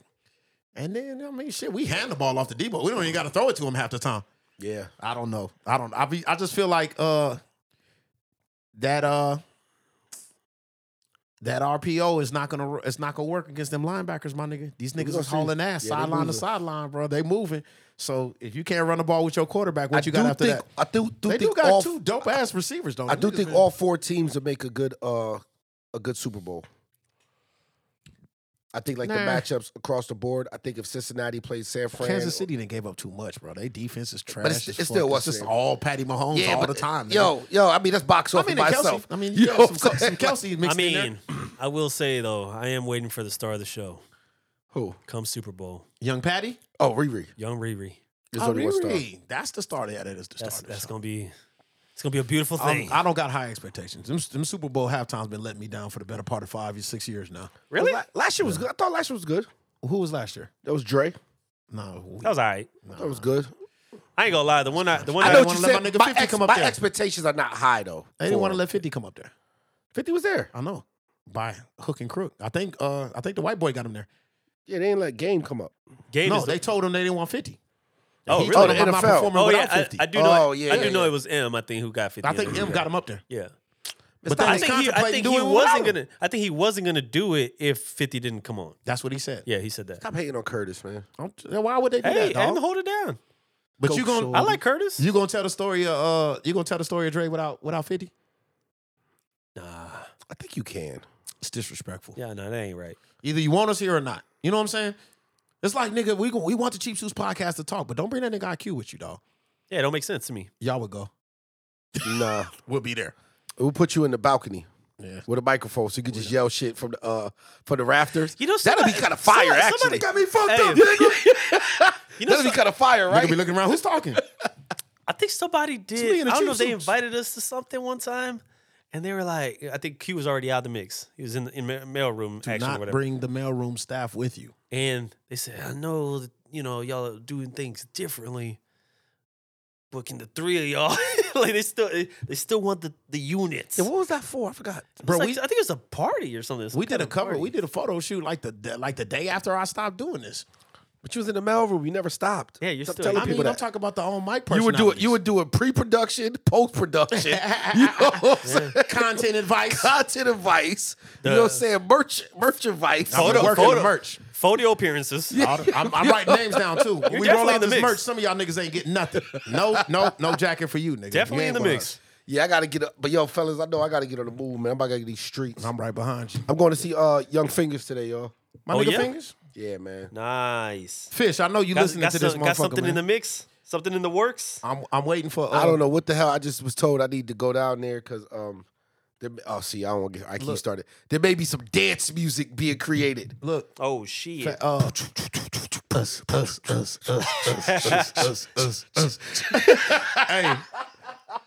Speaker 3: And then I mean shit, we hand the ball off to Debo. We don't even gotta throw it to him half the time.
Speaker 1: Yeah.
Speaker 3: I don't know. I don't I be, I just feel like uh that uh that RPO is not gonna it's not gonna work against them linebackers, my nigga. These niggas
Speaker 1: gonna
Speaker 3: is hauling
Speaker 1: see.
Speaker 3: ass
Speaker 1: Yeah, they
Speaker 3: sideline to
Speaker 1: moving.
Speaker 3: sideline, bro. They moving. So if you can't run the ball with your quarterback, what you got
Speaker 1: do
Speaker 3: after
Speaker 1: think,
Speaker 3: that?
Speaker 1: I do, do
Speaker 3: They do
Speaker 1: think
Speaker 3: got
Speaker 1: all,
Speaker 3: two dope ass receivers, though.
Speaker 1: I do
Speaker 3: Niggas
Speaker 1: think
Speaker 3: been-
Speaker 1: all four teams will make a good uh a good Super Bowl. I think like the
Speaker 3: Nah.
Speaker 1: matchups across the board. I think if Cincinnati plays San Fran,
Speaker 3: Kansas City didn't gave up too much, bro. They defense is trash.
Speaker 1: it's-
Speaker 3: as
Speaker 1: it's
Speaker 3: fuck.
Speaker 1: still what's
Speaker 3: just
Speaker 1: it?
Speaker 3: all Patty Mahomes all
Speaker 1: but-
Speaker 3: the time. nigga.
Speaker 1: Yo, yo, I mean that's box
Speaker 3: I
Speaker 1: office
Speaker 3: mean,
Speaker 1: by
Speaker 3: and Kelsey,
Speaker 1: itself.
Speaker 3: I mean,
Speaker 1: You
Speaker 3: you
Speaker 1: know
Speaker 3: got
Speaker 1: what I'm
Speaker 3: some,
Speaker 1: saying?
Speaker 3: some Kelsey
Speaker 2: I
Speaker 3: mixed in there.
Speaker 2: mean, I will say though, I am waiting for the star of the show.
Speaker 1: Who?
Speaker 2: Come Super Bowl,
Speaker 3: Young Patty.
Speaker 1: Oh, Riri.
Speaker 2: young Riri.
Speaker 1: There's
Speaker 3: Oh,
Speaker 1: only one star.
Speaker 3: really? That's the star. Yeah, that is the
Speaker 2: That's
Speaker 3: star.
Speaker 2: that's gonna be it's gonna be a beautiful
Speaker 3: I'm,
Speaker 2: thing.
Speaker 3: I don't got high expectations. Them, them Super Bowl halftimes been letting me down for the better part of five years, six years now.
Speaker 2: really?
Speaker 1: La- Last year was good. I thought last year was good.
Speaker 3: Who was last year?
Speaker 1: That was Dre.
Speaker 3: No, we-
Speaker 2: That was all right.
Speaker 1: That was good.
Speaker 2: I ain't gonna lie. The one I the one
Speaker 1: I
Speaker 2: I,
Speaker 1: know
Speaker 3: didn't
Speaker 1: what you
Speaker 3: wanna let
Speaker 1: said.
Speaker 3: my nigga
Speaker 1: My,
Speaker 3: 50
Speaker 1: ex-
Speaker 3: come up
Speaker 1: my
Speaker 3: there.
Speaker 1: expectations are not high though.
Speaker 3: They didn't
Speaker 1: for
Speaker 3: want to
Speaker 1: him.
Speaker 3: let 50 come up there.
Speaker 1: Fifty was there.
Speaker 3: I know. By hook and crook. I think uh I think the white boy got him there.
Speaker 1: Yeah, they didn't let game come up.
Speaker 2: Gabe
Speaker 3: No,
Speaker 2: is the-
Speaker 3: they told him they didn't want 50.
Speaker 2: Oh,
Speaker 3: he
Speaker 2: really?
Speaker 3: told
Speaker 1: Oh,
Speaker 3: him
Speaker 1: the
Speaker 3: I'm not
Speaker 1: NFL.
Speaker 3: performing
Speaker 2: oh yeah,
Speaker 3: without
Speaker 2: I,
Speaker 3: 50.
Speaker 2: I do know.
Speaker 1: Oh,
Speaker 2: it-
Speaker 1: yeah,
Speaker 2: I do
Speaker 1: yeah,
Speaker 2: know
Speaker 1: yeah.
Speaker 2: it was M. I think who got fifty.
Speaker 3: I
Speaker 2: in
Speaker 3: think
Speaker 2: that
Speaker 3: M
Speaker 2: year.
Speaker 3: got him up there.
Speaker 2: Yeah.
Speaker 3: But
Speaker 2: I think he. I think he wasn't gonna. I think he wasn't gonna do it if Fifty didn't come on.
Speaker 3: That's what he said.
Speaker 2: Yeah, he said that.
Speaker 1: Stop hating on Curtis, man.
Speaker 3: I'm t- Why would they do
Speaker 2: Hey,
Speaker 3: that, dog?
Speaker 2: and hold it down.
Speaker 3: but
Speaker 1: Go
Speaker 3: you gonna
Speaker 1: short.
Speaker 2: I like Curtis.
Speaker 3: you gonna tell the story of uh you gonna tell the story of Dre without without 50?
Speaker 1: I think you can.
Speaker 3: It's disrespectful.
Speaker 2: yeah, no, that ain't right.
Speaker 3: Either you want us here or not. You know what I'm saying? It's like nigga, we gon- we want the Cheap Suits podcast to talk, but don't bring that nigga IQ with you, dog.
Speaker 2: Yeah, it don't make sense to me.
Speaker 3: Y'all would go.
Speaker 1: Nah,
Speaker 3: We'll be there.
Speaker 1: we'll put you in the balcony.
Speaker 3: Yeah.
Speaker 1: With a microphone, so you can just yell shit from the uh from the rafters.
Speaker 2: You know,
Speaker 1: that'll be
Speaker 2: somebody-
Speaker 1: kind of fire.
Speaker 2: somebody-
Speaker 1: actually,
Speaker 2: somebody
Speaker 1: got me fucked
Speaker 2: Hey, up, You know,
Speaker 1: that'll be
Speaker 2: so-
Speaker 1: kind of fire,
Speaker 3: Nigga
Speaker 1: right?
Speaker 3: be looking around. Who's talking?
Speaker 2: I think somebody did.
Speaker 3: Somebody in the
Speaker 2: I don't know. if
Speaker 3: cheap
Speaker 2: They
Speaker 3: suits.
Speaker 2: invited us to something one time, and they were like, I think Q was already out of the mix. He was in the in ma- mailroom
Speaker 3: Do
Speaker 2: action or
Speaker 3: not
Speaker 2: whatever.
Speaker 3: bring the mailroom staff with you.
Speaker 2: and they said, I know that, you know y'all are doing things differently, but can the three of y'all like they still they still want the the units.
Speaker 1: what was that for? I forgot.
Speaker 3: Bro,
Speaker 2: It's like-
Speaker 3: we
Speaker 2: I think it was a party or something. some
Speaker 3: we did
Speaker 2: kind
Speaker 3: a
Speaker 2: of
Speaker 3: cover.
Speaker 2: party.
Speaker 3: We did a photo shoot like the day- like the day after I stopped doing this.
Speaker 1: But you was in the mail room. You never stopped.
Speaker 2: Yeah, you're
Speaker 1: Stop
Speaker 2: still-
Speaker 1: telling
Speaker 3: I
Speaker 1: people
Speaker 3: mean, I'm
Speaker 1: that.
Speaker 3: talking about the on mic
Speaker 1: you would do it. You
Speaker 3: personalities.
Speaker 1: would do it pre-production, post-production. you know what I'm saying?
Speaker 3: content advice.
Speaker 1: Content advice. you know what I'm saying? Merch, merch advice.
Speaker 3: I'm
Speaker 2: Photo-
Speaker 3: working
Speaker 2: photo-
Speaker 3: the merch.
Speaker 2: photo appearances. Oh,
Speaker 3: All the- I'm, I'm writing names down too. When we roll
Speaker 2: definitely
Speaker 3: out
Speaker 2: in the
Speaker 3: this
Speaker 2: mix.
Speaker 3: merch, some of y'all niggas ain't getting nothing. No, no, no jacket for you, nigga.
Speaker 2: Definitely
Speaker 3: You
Speaker 2: in the
Speaker 3: ain't with
Speaker 2: mix.
Speaker 3: us.
Speaker 1: Yeah, I gotta get up. But yo, fellas, I know I gotta get on the move, man. I'm about to get these streets.
Speaker 3: I'm right behind you.
Speaker 1: I'm going to see uh Young Fingers today, y'all.
Speaker 3: My
Speaker 2: Oh,
Speaker 3: nigga
Speaker 2: yeah?
Speaker 3: fingers.
Speaker 1: Yeah, man.
Speaker 2: Nice.
Speaker 3: Fish, I know you
Speaker 2: Got,
Speaker 3: listening
Speaker 2: got
Speaker 3: to this
Speaker 2: some-
Speaker 3: motherfucker.
Speaker 2: got something
Speaker 3: man.
Speaker 2: in the mix. Something in the works.
Speaker 3: I'm I'm waiting for. Uh,
Speaker 1: I don't know what the hell. I just was told I need to go down there because um, there, oh see, I don't want to get. I keep started. There may be some dance music being created.
Speaker 3: Look,
Speaker 2: Oh shit.
Speaker 3: uh, us, us, us, us, us, us, us, us, us. hey,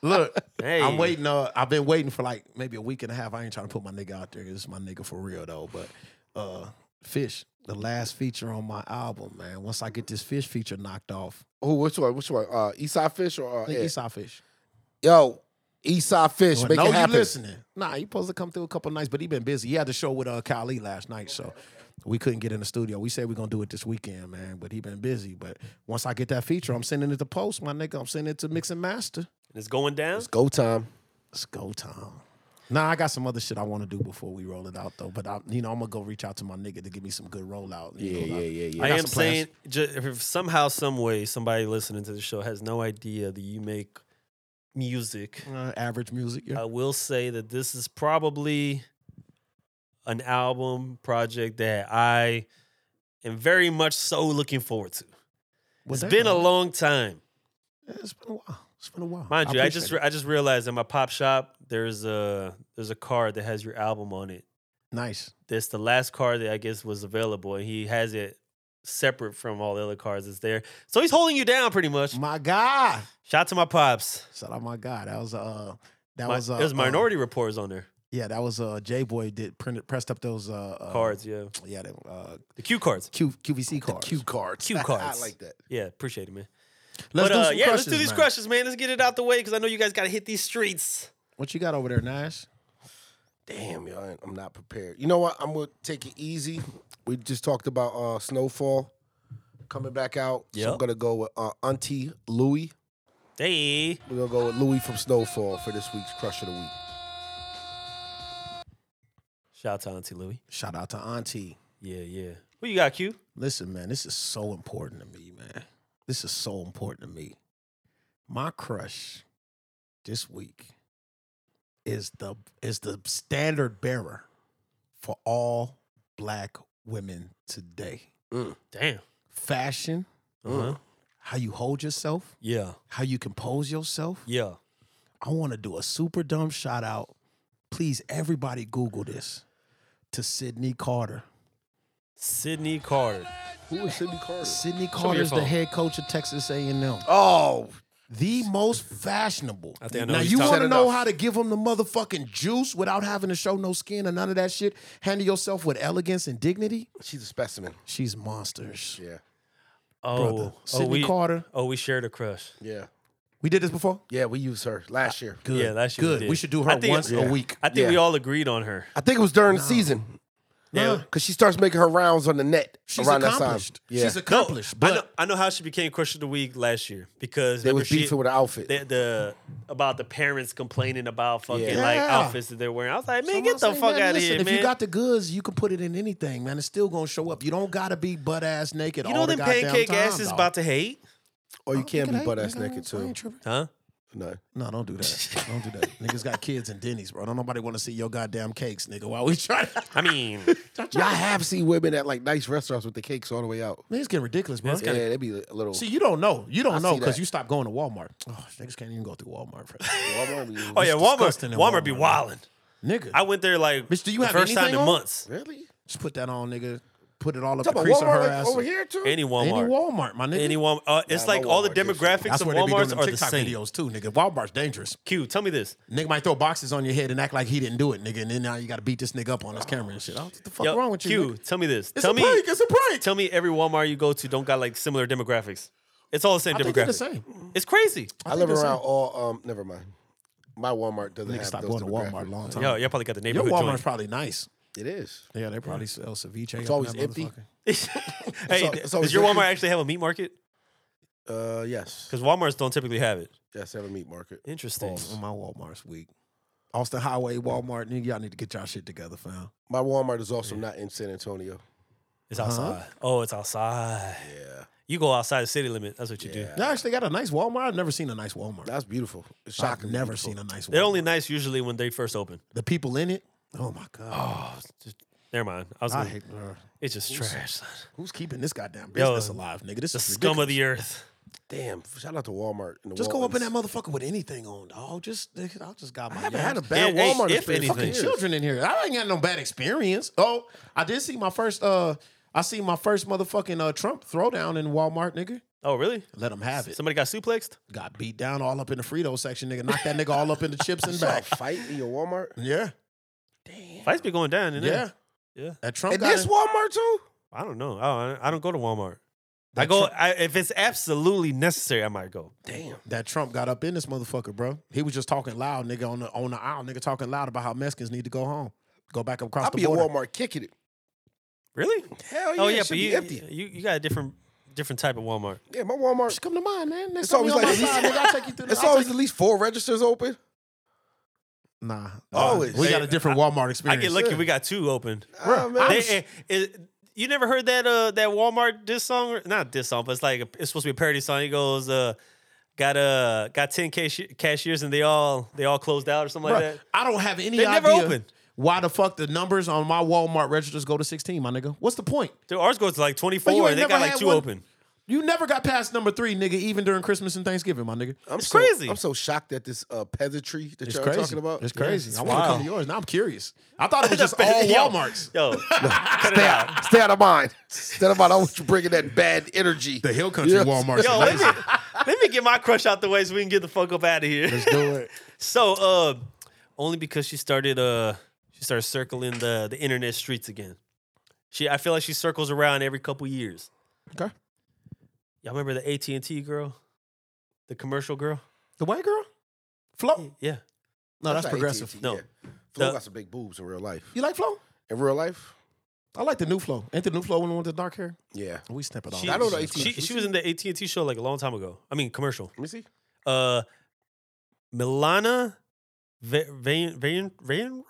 Speaker 3: look,
Speaker 2: Hey.
Speaker 3: I'm waiting. Uh, I've been waiting for like maybe a week and a half. I ain't trying to put my nigga out there. 'cause This is my nigga for real though. But uh, fish, the last feature on my album, man. Once I get this fish feature knocked off,
Speaker 1: Oh, which one? Which one? Uh, Eastside Fish or uh,
Speaker 3: I think
Speaker 1: Ed?
Speaker 3: Esau Fish.
Speaker 1: yo Eastside Fish?
Speaker 3: But
Speaker 1: make
Speaker 3: no,
Speaker 1: it
Speaker 3: you
Speaker 1: happen.
Speaker 3: listening? Nah, he supposed to come through a couple nights, but he been busy. He had the show with uh, Kylie last night, so we couldn't get in the studio. We said we're gonna do it this weekend, man, but he been busy. But once I get that feature, I'm sending it to Post, my nigga. I'm sending it to Mix and Master.
Speaker 2: It's going down.
Speaker 1: Go time.
Speaker 3: Let's go, Tom. Nah, I got some other shit I want to do before we roll it out though. But I, you know, I'm gonna go reach out to my nigga to give me some good rollout. you
Speaker 1: Yeah,
Speaker 3: know,
Speaker 1: yeah,
Speaker 3: like-
Speaker 1: yeah, yeah.
Speaker 2: I
Speaker 3: got
Speaker 2: am
Speaker 3: some
Speaker 2: saying
Speaker 3: plans.
Speaker 2: ju- if somehow, some way, somebody listening to the show has no idea that you make music.
Speaker 3: Uh, average music. Yeah.
Speaker 2: I will say that this is probably an album project that I am very much so looking forward to.
Speaker 3: Well,
Speaker 2: it's been a
Speaker 3: damn.
Speaker 2: long time,
Speaker 3: Yeah, It's been a while. It's been a while.
Speaker 2: mind you. I
Speaker 3: appreciate
Speaker 2: just
Speaker 3: it.
Speaker 2: re- I just realized in my pop shop there's a there's a card that has your album on it.
Speaker 3: nice.
Speaker 2: That's the last card that I guess was available, and he has it separate from all the other cards that's there. So he's holding you down pretty much.
Speaker 3: My God.
Speaker 2: Shout out to my pops.
Speaker 3: Shout out my God. That was uh that
Speaker 2: My-
Speaker 3: was uh
Speaker 2: it was
Speaker 3: uh,
Speaker 2: Minority Reports on there.
Speaker 3: Yeah, that was uh J Boy did printed pressed up those uh, uh
Speaker 2: Cards, yeah.
Speaker 3: Yeah, them uh
Speaker 2: The cue cards.
Speaker 3: Q, QVC cards.
Speaker 1: Cue cards.
Speaker 2: Cue cards.
Speaker 1: I like that.
Speaker 2: Yeah, appreciate it, man.
Speaker 3: Let's
Speaker 2: but
Speaker 3: do
Speaker 2: uh,
Speaker 3: some
Speaker 2: yeah,
Speaker 3: questions,
Speaker 2: let's do these
Speaker 3: man.
Speaker 2: questions, man. Let's get it out the way because I know you guys got to hit these streets.
Speaker 3: What you got over there, Nash?
Speaker 1: Damn, y'all, I- I'm not prepared. You know what? I'm gonna take it easy. We just talked about uh Snowfall coming back out. So I'm
Speaker 2: Yep.
Speaker 1: gonna go with uh, Auntie Louie.
Speaker 2: Hey,
Speaker 1: We're gonna go with Louie from Snowfall for this week's Crush of the Week.
Speaker 2: shout out to Auntie Louie.
Speaker 3: Shout out to Auntie.
Speaker 2: Yeah, yeah. Who you got, Q?
Speaker 3: Listen, man, this is so important to me, man. This is so important to me. My crush this week is the is the standard bearer for all black women today.
Speaker 2: Damn.
Speaker 3: Fashion,
Speaker 2: Uh
Speaker 3: Mm.
Speaker 2: huh.
Speaker 3: how you hold yourself,
Speaker 2: Yeah,
Speaker 3: how you compose yourself.
Speaker 2: yeah.
Speaker 3: I want to do a super dumb shout out. Please, everybody, Google this to Sydney Carter.
Speaker 2: Sydney Carter.
Speaker 1: Who is Sidney Carter?
Speaker 3: Sydney Carter is the
Speaker 2: phone.
Speaker 3: head coach of Texas A&M.
Speaker 1: Oh,
Speaker 3: The most fashionable.
Speaker 2: I think I know
Speaker 3: now
Speaker 2: who
Speaker 3: you
Speaker 2: you're
Speaker 3: want to
Speaker 1: talking
Speaker 3: know
Speaker 1: about.
Speaker 3: how to give them the motherfucking juice without having to show no skin or none of that shit. Handle yourself with elegance and dignity.
Speaker 1: she's a specimen.
Speaker 3: She's monsters.
Speaker 1: Yeah.
Speaker 2: Oh,
Speaker 3: brother.
Speaker 2: oh,
Speaker 3: Sidney
Speaker 2: we,
Speaker 3: Carter.
Speaker 2: oh, we shared a crush.
Speaker 1: Yeah.
Speaker 3: We did this before.
Speaker 1: Yeah, we used her last year.
Speaker 3: Good.
Speaker 2: Yeah, that shit we
Speaker 3: good.
Speaker 2: did.
Speaker 3: We should do
Speaker 2: I
Speaker 3: her
Speaker 2: think-
Speaker 3: once
Speaker 2: yeah.
Speaker 3: a week.
Speaker 2: I think
Speaker 1: Yeah.
Speaker 2: we all agreed on her.
Speaker 1: I think it was during the season
Speaker 2: Yeah.
Speaker 1: because she starts making her rounds on the net
Speaker 3: She's
Speaker 1: around that time.
Speaker 3: accomplished.
Speaker 1: Yeah,
Speaker 3: She's accomplished.
Speaker 2: I know,
Speaker 3: but
Speaker 2: I know how she became crush of the week last year because
Speaker 1: they
Speaker 2: remember
Speaker 1: was
Speaker 2: she-
Speaker 1: beefing with her outfit.
Speaker 2: the, the about the parents complaining about fucking
Speaker 1: Yeah.
Speaker 2: like
Speaker 3: Yeah.
Speaker 2: outfits that they're wearing. I was like, man,
Speaker 3: So
Speaker 2: get
Speaker 3: I'm
Speaker 2: the
Speaker 3: saying,
Speaker 2: fuck
Speaker 3: man,
Speaker 2: out of
Speaker 3: listen,
Speaker 2: here,
Speaker 3: If
Speaker 2: man.
Speaker 3: you got the goods, you can put it in anything, man. It's still gonna show up. You don't gotta be butt ass naked.
Speaker 2: you
Speaker 3: all
Speaker 2: know
Speaker 3: the
Speaker 2: them
Speaker 3: goddamn
Speaker 2: pancake
Speaker 3: time,
Speaker 2: asses
Speaker 3: dog.
Speaker 2: about to hate,
Speaker 1: or you
Speaker 3: Look
Speaker 1: can
Speaker 3: at
Speaker 1: be
Speaker 3: that,
Speaker 1: butt ass
Speaker 3: nigga.
Speaker 1: naked
Speaker 3: I
Speaker 1: too.
Speaker 3: ain't tripping.
Speaker 2: huh?
Speaker 1: No,
Speaker 3: No, don't do that. Don't do that. Niggas got kids and Denny's, bro. Don't nobody want to see your goddamn cakes, nigga. While we try to,
Speaker 2: I mean, oh,
Speaker 1: y'all have seen women at like nice restaurants with the cakes all the way out.
Speaker 3: man, it's getting ridiculous, bro.
Speaker 1: Yeah, that'd be a little.
Speaker 3: See, you don't know. You don't
Speaker 1: I
Speaker 3: know
Speaker 1: see
Speaker 3: because
Speaker 1: that.
Speaker 3: you stopped going to Walmart. Oh, niggas can't even go through Walmart. Bro.
Speaker 1: Walmart,
Speaker 2: oh yeah, Walmart,
Speaker 3: disgusting
Speaker 2: Walmart,
Speaker 3: in
Speaker 2: be
Speaker 3: Walmart, man.
Speaker 2: wilding.
Speaker 3: nigga,
Speaker 2: I went there like
Speaker 3: Bitch, do you
Speaker 2: the
Speaker 3: have
Speaker 2: first time
Speaker 3: anything
Speaker 2: in
Speaker 3: on?
Speaker 2: months.
Speaker 1: really?
Speaker 3: just put that on, nigga. Put it all up the
Speaker 1: Talking
Speaker 3: crease
Speaker 1: about
Speaker 3: of her
Speaker 1: Walmart like,
Speaker 3: ass.
Speaker 1: over here too.
Speaker 2: Any Walmart,
Speaker 3: Any
Speaker 2: any Walmart,
Speaker 3: Walmart, my nigga.
Speaker 2: uh, it's
Speaker 1: Nah,
Speaker 2: like
Speaker 1: my
Speaker 2: all the
Speaker 1: Walmart different.
Speaker 2: demographics
Speaker 3: That's
Speaker 2: of
Speaker 3: where they be doing
Speaker 2: WalMarts
Speaker 3: them
Speaker 2: are the
Speaker 3: TikTok
Speaker 2: same.
Speaker 3: videos too, nigga. Walmart's dangerous.
Speaker 2: Q, tell me this.
Speaker 3: Nigga might throw boxes on your head and act like he didn't do it, nigga. And then now you got to beat this nigga up on this camera and shit. Oh, What the fuck
Speaker 2: Yo,
Speaker 3: wrong with you?
Speaker 2: Q,
Speaker 3: nigga?
Speaker 2: tell me this.
Speaker 3: It's
Speaker 2: tell
Speaker 3: a
Speaker 2: me,
Speaker 3: prank. It's a prank.
Speaker 2: tell me every Walmart you go to don't got like similar demographics. It's all the same
Speaker 3: I think
Speaker 2: demographic.
Speaker 3: they're the same.
Speaker 2: It's crazy.
Speaker 1: I live
Speaker 3: think it's
Speaker 1: around
Speaker 3: a-
Speaker 1: all. Um, never mind. My Walmart doesn't
Speaker 3: Nigga
Speaker 1: have
Speaker 3: stopped
Speaker 1: those
Speaker 3: going to Walmart
Speaker 1: demographics.
Speaker 3: a long time.
Speaker 2: Yo, y'all probably got the
Speaker 3: Your
Speaker 2: neighborhood
Speaker 3: Walmart's
Speaker 2: joint.
Speaker 3: probably nice.
Speaker 1: It is.
Speaker 3: Yeah, they probably sell ceviche. It's
Speaker 1: always empty.
Speaker 2: hey,
Speaker 1: al- it's always
Speaker 2: does your
Speaker 1: empty.
Speaker 2: Walmart actually have a meat market?
Speaker 1: Uh, yes.
Speaker 2: Because Walmarts don't typically have it.
Speaker 1: Yes, have a meat market.
Speaker 2: Interesting.
Speaker 3: My Walmart's weak. Austin Highway, Walmart, nigga, y'all need to get y'all shit together, fam.
Speaker 1: My Walmart is also not in San Antonio.
Speaker 2: It's
Speaker 3: Uh-huh.
Speaker 2: outside. Oh, it's outside.
Speaker 1: Yeah,
Speaker 2: You go outside the city limit. That's what you do.
Speaker 3: Y'all actually got a nice Walmart. I've never seen a nice Walmart.
Speaker 1: that's beautiful. It's
Speaker 3: I've
Speaker 1: shocking.
Speaker 3: never
Speaker 1: beautiful.
Speaker 3: seen a nice. Walmart.
Speaker 2: They're only nice usually when they first open.
Speaker 3: the people in it. Oh my god,
Speaker 2: Never mind. I was
Speaker 3: I
Speaker 2: gonna,
Speaker 3: hate. uh,
Speaker 2: it's just trash. son.
Speaker 3: Who's keeping this goddamn business
Speaker 2: Yo,
Speaker 3: alive, nigga? This
Speaker 2: The
Speaker 3: is
Speaker 2: scum
Speaker 3: ridiculous.
Speaker 2: of the earth.
Speaker 1: Damn! Shout out to Walmart. And the
Speaker 3: Just go up in
Speaker 1: Walmarts.
Speaker 3: that motherfucker with anything on, dog. Just nigga, I just got my.
Speaker 1: I haven't
Speaker 3: yards.
Speaker 1: had a bad
Speaker 2: Yeah, hey,
Speaker 1: Walmart
Speaker 2: if
Speaker 1: experience.
Speaker 2: anything.
Speaker 1: Fucking
Speaker 3: fucking children in here. I ain't got no bad experience. Oh, I did see my first. uh I see my first motherfucking uh, Trump throwdown in Walmart, nigga.
Speaker 2: Oh, really?
Speaker 3: Let him have it.
Speaker 2: Somebody got suplexed?
Speaker 3: Got beat down all up in the Frito section, nigga. Knocked that nigga all up in the chips and
Speaker 1: Saw a
Speaker 3: back.
Speaker 1: fight in your Walmart.
Speaker 3: Yeah,
Speaker 2: Fights be going down. Isn't it?
Speaker 3: yeah,
Speaker 2: Yeah.
Speaker 3: That Trump
Speaker 1: And
Speaker 3: got
Speaker 1: this
Speaker 3: in-
Speaker 1: Walmart too.
Speaker 2: I don't know. Oh, I don't, I don't go to Walmart. I
Speaker 3: That
Speaker 2: go
Speaker 3: Trump-
Speaker 2: I, if it's absolutely necessary. I might go.
Speaker 1: Damn.
Speaker 3: that Trump got up in this motherfucker, bro. He was just talking loud, nigga, on the on the aisle, nigga, talking loud about how Mexicans need to go home, go back across
Speaker 1: I'll
Speaker 3: the
Speaker 1: be at
Speaker 3: border.
Speaker 1: Walmart kicking it.
Speaker 2: Really?
Speaker 1: Hell yeah!
Speaker 2: oh yeah,
Speaker 1: it should
Speaker 2: but
Speaker 1: be
Speaker 2: you,
Speaker 1: empty.
Speaker 2: you you got a different different type of Walmart.
Speaker 1: Yeah, my Walmart.
Speaker 3: Just come to mine, man. Next
Speaker 1: It's
Speaker 3: time you
Speaker 1: always
Speaker 3: on
Speaker 1: like-
Speaker 3: my side, nigga, I'll take you through. the-
Speaker 1: It's
Speaker 3: I'll
Speaker 1: always
Speaker 3: take-
Speaker 1: at least four registers open.
Speaker 3: nah. nah.
Speaker 1: Always.
Speaker 3: we got a different Walmart
Speaker 2: I
Speaker 3: experience.
Speaker 2: get lucky. We got two open.
Speaker 1: Ah, man,
Speaker 2: They-
Speaker 1: I'm s-
Speaker 2: eh, it- you never heard that uh that Walmart diss song? Or, not diss song, but it's like a, it's supposed to be a parody song. He goes, uh, got uh got ten cash- cashiers and they all they all closed out or something
Speaker 3: Bruh,
Speaker 2: like that.
Speaker 3: I don't have any
Speaker 2: They
Speaker 3: idea
Speaker 2: never open.
Speaker 3: why the fuck the numbers on my Walmart registers go to 16, my nigga. What's the point?
Speaker 2: Dude, ours goes to like twenty
Speaker 3: But you
Speaker 2: four.
Speaker 3: ain't
Speaker 2: and They got
Speaker 3: never
Speaker 2: like
Speaker 3: had
Speaker 2: two
Speaker 3: one-
Speaker 2: open.
Speaker 3: You never got past number three, nigga, even during Christmas and Thanksgiving, my nigga.
Speaker 1: I'm
Speaker 2: it's
Speaker 1: so,
Speaker 2: crazy.
Speaker 1: I'm so shocked at this uh, peasantry that
Speaker 3: It's
Speaker 1: y'all
Speaker 3: crazy.
Speaker 1: talking about.
Speaker 3: It's crazy.
Speaker 2: it's
Speaker 3: I want to come
Speaker 2: wild.
Speaker 3: to yours. Now I'm curious. I thought it was just all
Speaker 2: Yo,
Speaker 3: Walmarts.
Speaker 2: Yo, cut it
Speaker 1: Stay
Speaker 2: out.
Speaker 1: out. Stay out of mine. Stay out of mine. I want you bringing that bad energy.
Speaker 3: The Hill Country
Speaker 1: Yeah.
Speaker 3: Walmart's
Speaker 2: Yo, let
Speaker 3: amazing.
Speaker 2: me let me get my crush out the way so we can get the fuck up out of here.
Speaker 3: do it.
Speaker 2: So, uh, only because she started, uh, she started circling the the internet streets again. She, I feel like she circles around every couple years.
Speaker 3: Okay.
Speaker 2: Y'all remember the AT and T girl, the commercial girl?
Speaker 3: The white girl? Flo?
Speaker 2: Yeah,
Speaker 3: No, that's,
Speaker 1: not
Speaker 3: progressive.
Speaker 1: AT&T,
Speaker 2: No.
Speaker 1: yeah. Flo
Speaker 2: The-
Speaker 1: got some big boobs in real life.
Speaker 3: You like Flo?
Speaker 1: In real life,
Speaker 3: I like the new Flo. Ain't the new Flo one with the dark hair?
Speaker 1: yeah.
Speaker 3: We snip it all.
Speaker 2: she,
Speaker 1: I don't know
Speaker 3: It's
Speaker 1: AT&T.
Speaker 2: she, she was in the AT and T show like a long time ago. I mean, commercial.
Speaker 1: Let me see.
Speaker 2: Uh, Milana, Van Van Van Van Rub,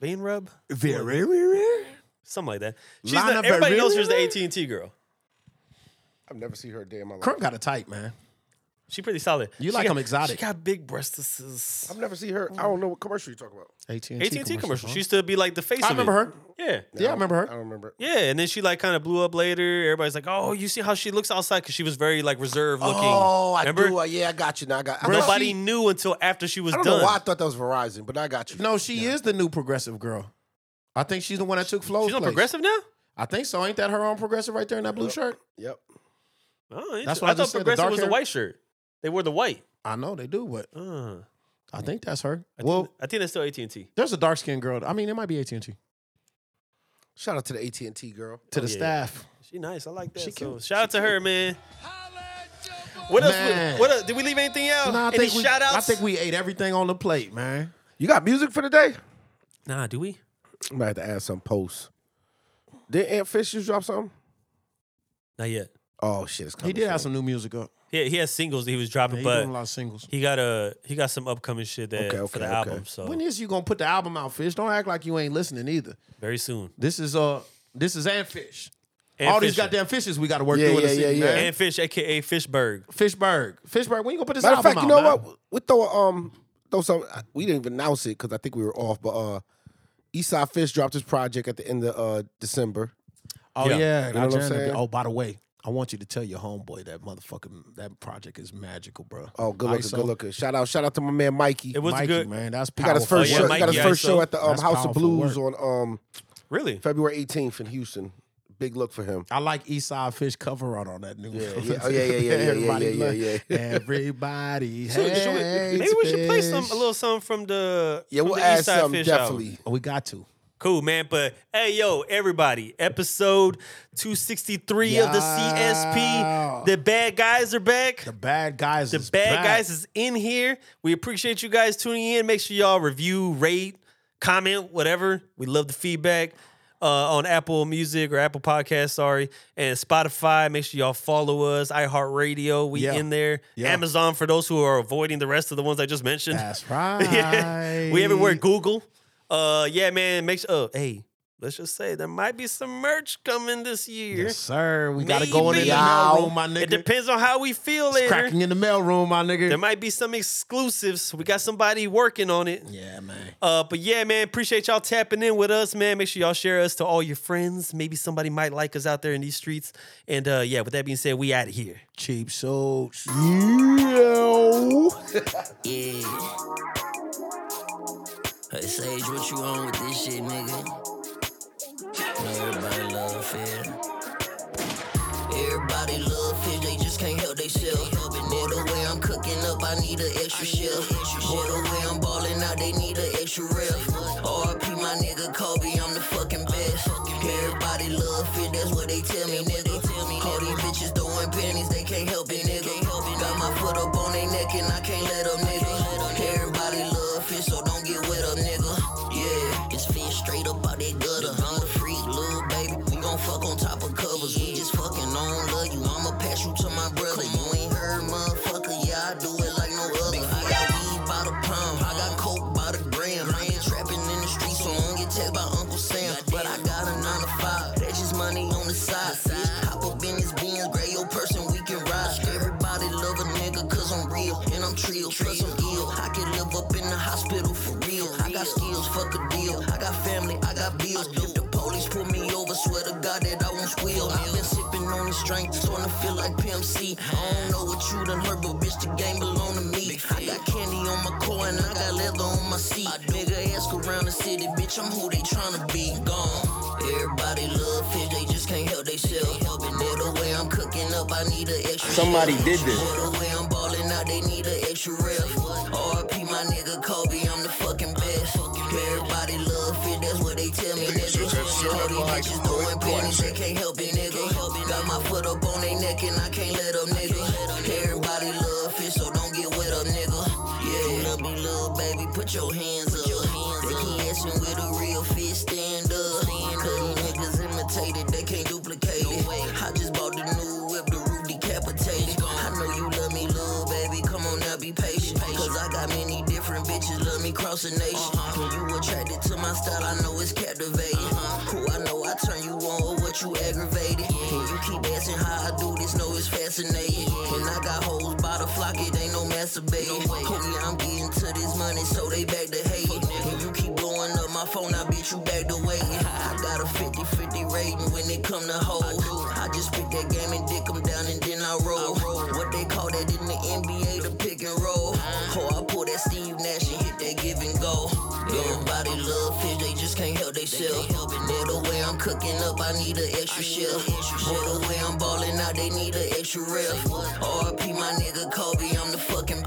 Speaker 2: Van Rub,
Speaker 3: Very rare.
Speaker 2: something like that. She's
Speaker 3: Lana
Speaker 2: the, everybody knows
Speaker 3: Varela?
Speaker 2: she's the AT and T girl.
Speaker 1: I've never seen her a day in my life.
Speaker 3: Crump got a tight, man.
Speaker 2: She pretty solid.
Speaker 3: You
Speaker 2: She
Speaker 3: like
Speaker 2: got-
Speaker 3: them exotic.
Speaker 2: She got big breasts.
Speaker 1: I've never seen her. I don't know what commercial you're talking about.
Speaker 3: AT&T,
Speaker 2: AT and T commercial. She used to be like the face.
Speaker 3: I
Speaker 2: of it.
Speaker 3: remember her.
Speaker 2: Yeah,
Speaker 3: Yeah, I remember
Speaker 1: I
Speaker 3: her.
Speaker 1: don't remember.
Speaker 2: yeah. And then she like kind of blew up later. Everybody's like, "Oh, you see how she looks outside?" Because she was very like reserved looking.
Speaker 1: Oh, I
Speaker 2: remember?
Speaker 1: do. Uh, yeah, I got you. Now I got. I, thought
Speaker 2: Nobody
Speaker 1: she-
Speaker 2: knew until after she was
Speaker 1: I don't
Speaker 2: done.
Speaker 1: know why I thought that was Verizon, but I got you.
Speaker 3: No, she is the new progressive girl. I think she's the one that took Flo's
Speaker 2: She's on
Speaker 3: place.
Speaker 2: progressive now.
Speaker 3: I think so. Ain't that her own progressive right there in that blue shirt?
Speaker 1: Yep.
Speaker 2: Oh,
Speaker 3: That's
Speaker 2: that's
Speaker 3: why I
Speaker 2: I thought
Speaker 3: just said the
Speaker 2: progressive
Speaker 3: dark
Speaker 2: was the
Speaker 3: hair-
Speaker 2: white shirt. They wore the white.
Speaker 3: I know they do, but
Speaker 2: Uh,
Speaker 3: I think that's her.
Speaker 2: I
Speaker 3: well,
Speaker 2: think, I think that's still AT and T.
Speaker 3: there's a dark skinned girl. I mean, it might be AT&T.
Speaker 1: Shout out to the AT and T girl.
Speaker 3: To the
Speaker 2: yeah.
Speaker 3: staff.
Speaker 2: She nice. I like that.
Speaker 3: She
Speaker 2: so
Speaker 3: cute.
Speaker 2: shout out to her, man. What else?
Speaker 3: Man.
Speaker 2: What, else? Did we leave anything out?
Speaker 3: Nah,
Speaker 2: Uh,
Speaker 3: I
Speaker 2: Any
Speaker 3: think, we,
Speaker 2: shout outs?
Speaker 3: I think we ate everything on the plate, man.
Speaker 1: You got music for the day?
Speaker 2: Nah, do we?
Speaker 1: I might have to add some posts. Did Aunt Fish just drop something?
Speaker 2: Not yet.
Speaker 1: Oh shit, it's coming.
Speaker 3: He did have
Speaker 1: soon.
Speaker 3: some new music up.
Speaker 2: He, he has singles that he was dropping,
Speaker 3: He doing a
Speaker 2: but
Speaker 3: lot of singles.
Speaker 2: he got a he got some upcoming shit that
Speaker 1: Okay,
Speaker 2: for the
Speaker 1: okay, okay.
Speaker 2: album. So
Speaker 3: When is you gonna put the album out, Fish? Don't act like you ain't listening either.
Speaker 2: very soon.
Speaker 3: This is uh, this is and Fish.
Speaker 2: And
Speaker 3: All these
Speaker 2: Fisher.
Speaker 3: goddamn fishes we got to work
Speaker 1: Yeah,
Speaker 3: through in the
Speaker 1: yeah,
Speaker 3: city,
Speaker 1: yeah,
Speaker 3: man.
Speaker 1: yeah.
Speaker 2: and Fish, aka Fishberg.
Speaker 3: Fishberg, Fishberg, when you gonna put this
Speaker 1: Matter of
Speaker 3: album
Speaker 1: fact,
Speaker 3: out?
Speaker 1: you know
Speaker 3: man?
Speaker 1: what? We throw a, um throw some. We didn't even announce it because I think we were off. But uh, Eastside Fish dropped his project at the end of uh December.
Speaker 3: Oh
Speaker 2: Yeah.
Speaker 3: yeah,
Speaker 1: know what I'm
Speaker 3: Gajana-
Speaker 1: saying?
Speaker 3: Oh, by the way, I want you to tell your homeboy that motherfucking that project is magical, bro.
Speaker 1: Oh, good looking,
Speaker 3: ISO.
Speaker 1: good looking. Shout out, shout out to my man Mikey.
Speaker 2: It was
Speaker 3: Mikey,
Speaker 2: good.
Speaker 3: man. That's
Speaker 1: he
Speaker 3: powerful. Oh,
Speaker 1: got his first
Speaker 2: yeah,
Speaker 1: show. he
Speaker 2: Mikey
Speaker 1: got his first
Speaker 2: ISO.
Speaker 1: show at the um,
Speaker 3: That's
Speaker 1: House of
Speaker 3: powerful
Speaker 1: Blues on um
Speaker 2: Really?
Speaker 1: February 18th in Houston. Big look for him.
Speaker 3: I like Eastside Fish cover art on that new.
Speaker 1: Yeah, yeah. Oh, yeah, yeah, yeah, yeah, yeah,
Speaker 3: everybody,
Speaker 1: yeah, yeah,
Speaker 3: loves- everybody.
Speaker 2: Dude, should we-
Speaker 3: hates
Speaker 2: maybe we should play some
Speaker 3: fish.
Speaker 2: a little something from the
Speaker 1: Yeah,
Speaker 2: from
Speaker 1: we'll
Speaker 2: the
Speaker 1: add
Speaker 2: East Side
Speaker 1: something
Speaker 2: Fish album.
Speaker 1: definitely.
Speaker 3: We got to.
Speaker 2: Cool, man. But hey, yo, everybody, episode 263 of the
Speaker 3: Yeah.
Speaker 2: CSP. The bad guys are back.
Speaker 3: The bad guys.
Speaker 2: The
Speaker 3: is
Speaker 2: bad
Speaker 3: back.
Speaker 2: guys is in here. We appreciate you guys tuning in. Make sure y'all review, rate, comment, whatever. We love the feedback uh, on Apple Music or Apple Podcast, sorry, and Spotify. Make sure y'all follow us. iHeartRadio, we
Speaker 3: Yeah.
Speaker 2: in there.
Speaker 3: Yeah.
Speaker 2: Amazon for those who are avoiding the rest of the ones I just mentioned.
Speaker 3: That's right.
Speaker 2: Yeah. we everywhere. Google. Uh, yeah, man. Make sure. Oh, hey, let's just say there might be some merch coming this year.
Speaker 3: Yes, sir. We gotta go in
Speaker 2: Maybe.
Speaker 3: the mail room, my
Speaker 2: It
Speaker 3: nigga.
Speaker 2: depends on how we feel
Speaker 3: It's
Speaker 2: later.
Speaker 3: cracking in the mail room, my
Speaker 2: There
Speaker 3: nigga.
Speaker 2: might be some exclusives. We got somebody working on it.
Speaker 3: Yeah, man.
Speaker 2: Uh, but yeah, man, appreciate y'all tapping in with us, man. Make sure y'all share us to all your friends. Maybe somebody might like us out there in these streets. And uh, yeah, with that being said, we out of here.
Speaker 3: Cheap suits.
Speaker 6: Yeah. Hey, Sage, what you on with this shit, nigga? Man, everybody love fish. Everybody love fish, they just can't help themselves. Boy, the way I'm cooking up, I need an extra shelf. Boy, the way I'm balling out, they need an extra ref. RP, my nigga Kobe, I'm the fucking best. Everybody love fish, that's what they tell me, nigga. All these bitches throwing pennies, they can't help it, nigga. Got my foot up on they neck and I can't let up, nigga. Everybody love fish, so don't get wet up, nigga. Yeah, it's fish straight up out that gutter. I'm the freak, little baby. We gon' fuck on top of covers. We just fucking on love you. I'ma pass you to my brother. You ain't heard, motherfucker. Yeah, I do it like no other. I got weed by the pound. I got coke by the gram. I ain't trapping in the streets, so I don't get tagged by Uncle Sam. But I got a nine to five. That's just money on the side. Bitch, hop up in this Benz, gray your person, we can ride. Everybody love a nigga, cause I'm real. And I'm trill, plus I'm ill. I can live up in the hospital for real. I got skills, fuck a deal. I got family, I got bills. If the police pull me over, swear to God that I won't squeal. I've been sipping on this drink, starting to feel like PMC. I don't know what you done heard, but bitch, the game belong to me. I got candy on my core and I got leather on my seat. Nigga, ask around the city, bitch, I'm who they tryna be. Gone. Everybody love fish, they just can't help themselves. Boy, the way I'm cooking up, I need an extra. Somebody did this. Boy, the way I'm balling out, they need an extra ref. RP, my nigga Kobe, I'm the fucking best. Everybody love fish, that's what they tell me, nigga. All these bitches throwing pennies, they can't help it, nigga. Got my foot up on they neck and I can't let up, nigga. Everybody love fish, so don't get wet up, nigga. Yeah, love me, little baby, put your hands up. They keep asking with a real fish stand up. Cause niggas imitated, they can't duplicate it. I just bought the new whip, the roof decapitated. I know you love me, little baby, come on now, be patient. Cause I got many different bitches, love me cross the nation. When you attracted to my style, I know it's captivating. Who I know I turn you on or what you aggravated. And you keep asking how I do this, know it's fascinating. And I got hoes by the flock, it ain't no masturbating. Oh yeah, I'm getting to this money, so they back to hating. And you keep blowing up my phone, I bitch you back to waiting. I got a 50-50 rating when it come to hoes. I just pick that game and dick 'em down and then I roll. What they call that in the NBA, the pick and roll. Oh, I pull that Steve Nash and hit that give and go. Everybody love fish, they just can't help themselves. Boy, the way I'm cooking up, I need an extra shell. Boy, the way I'm balling out, they need an extra ref. RP, my nigga Kobe, I'm the fucking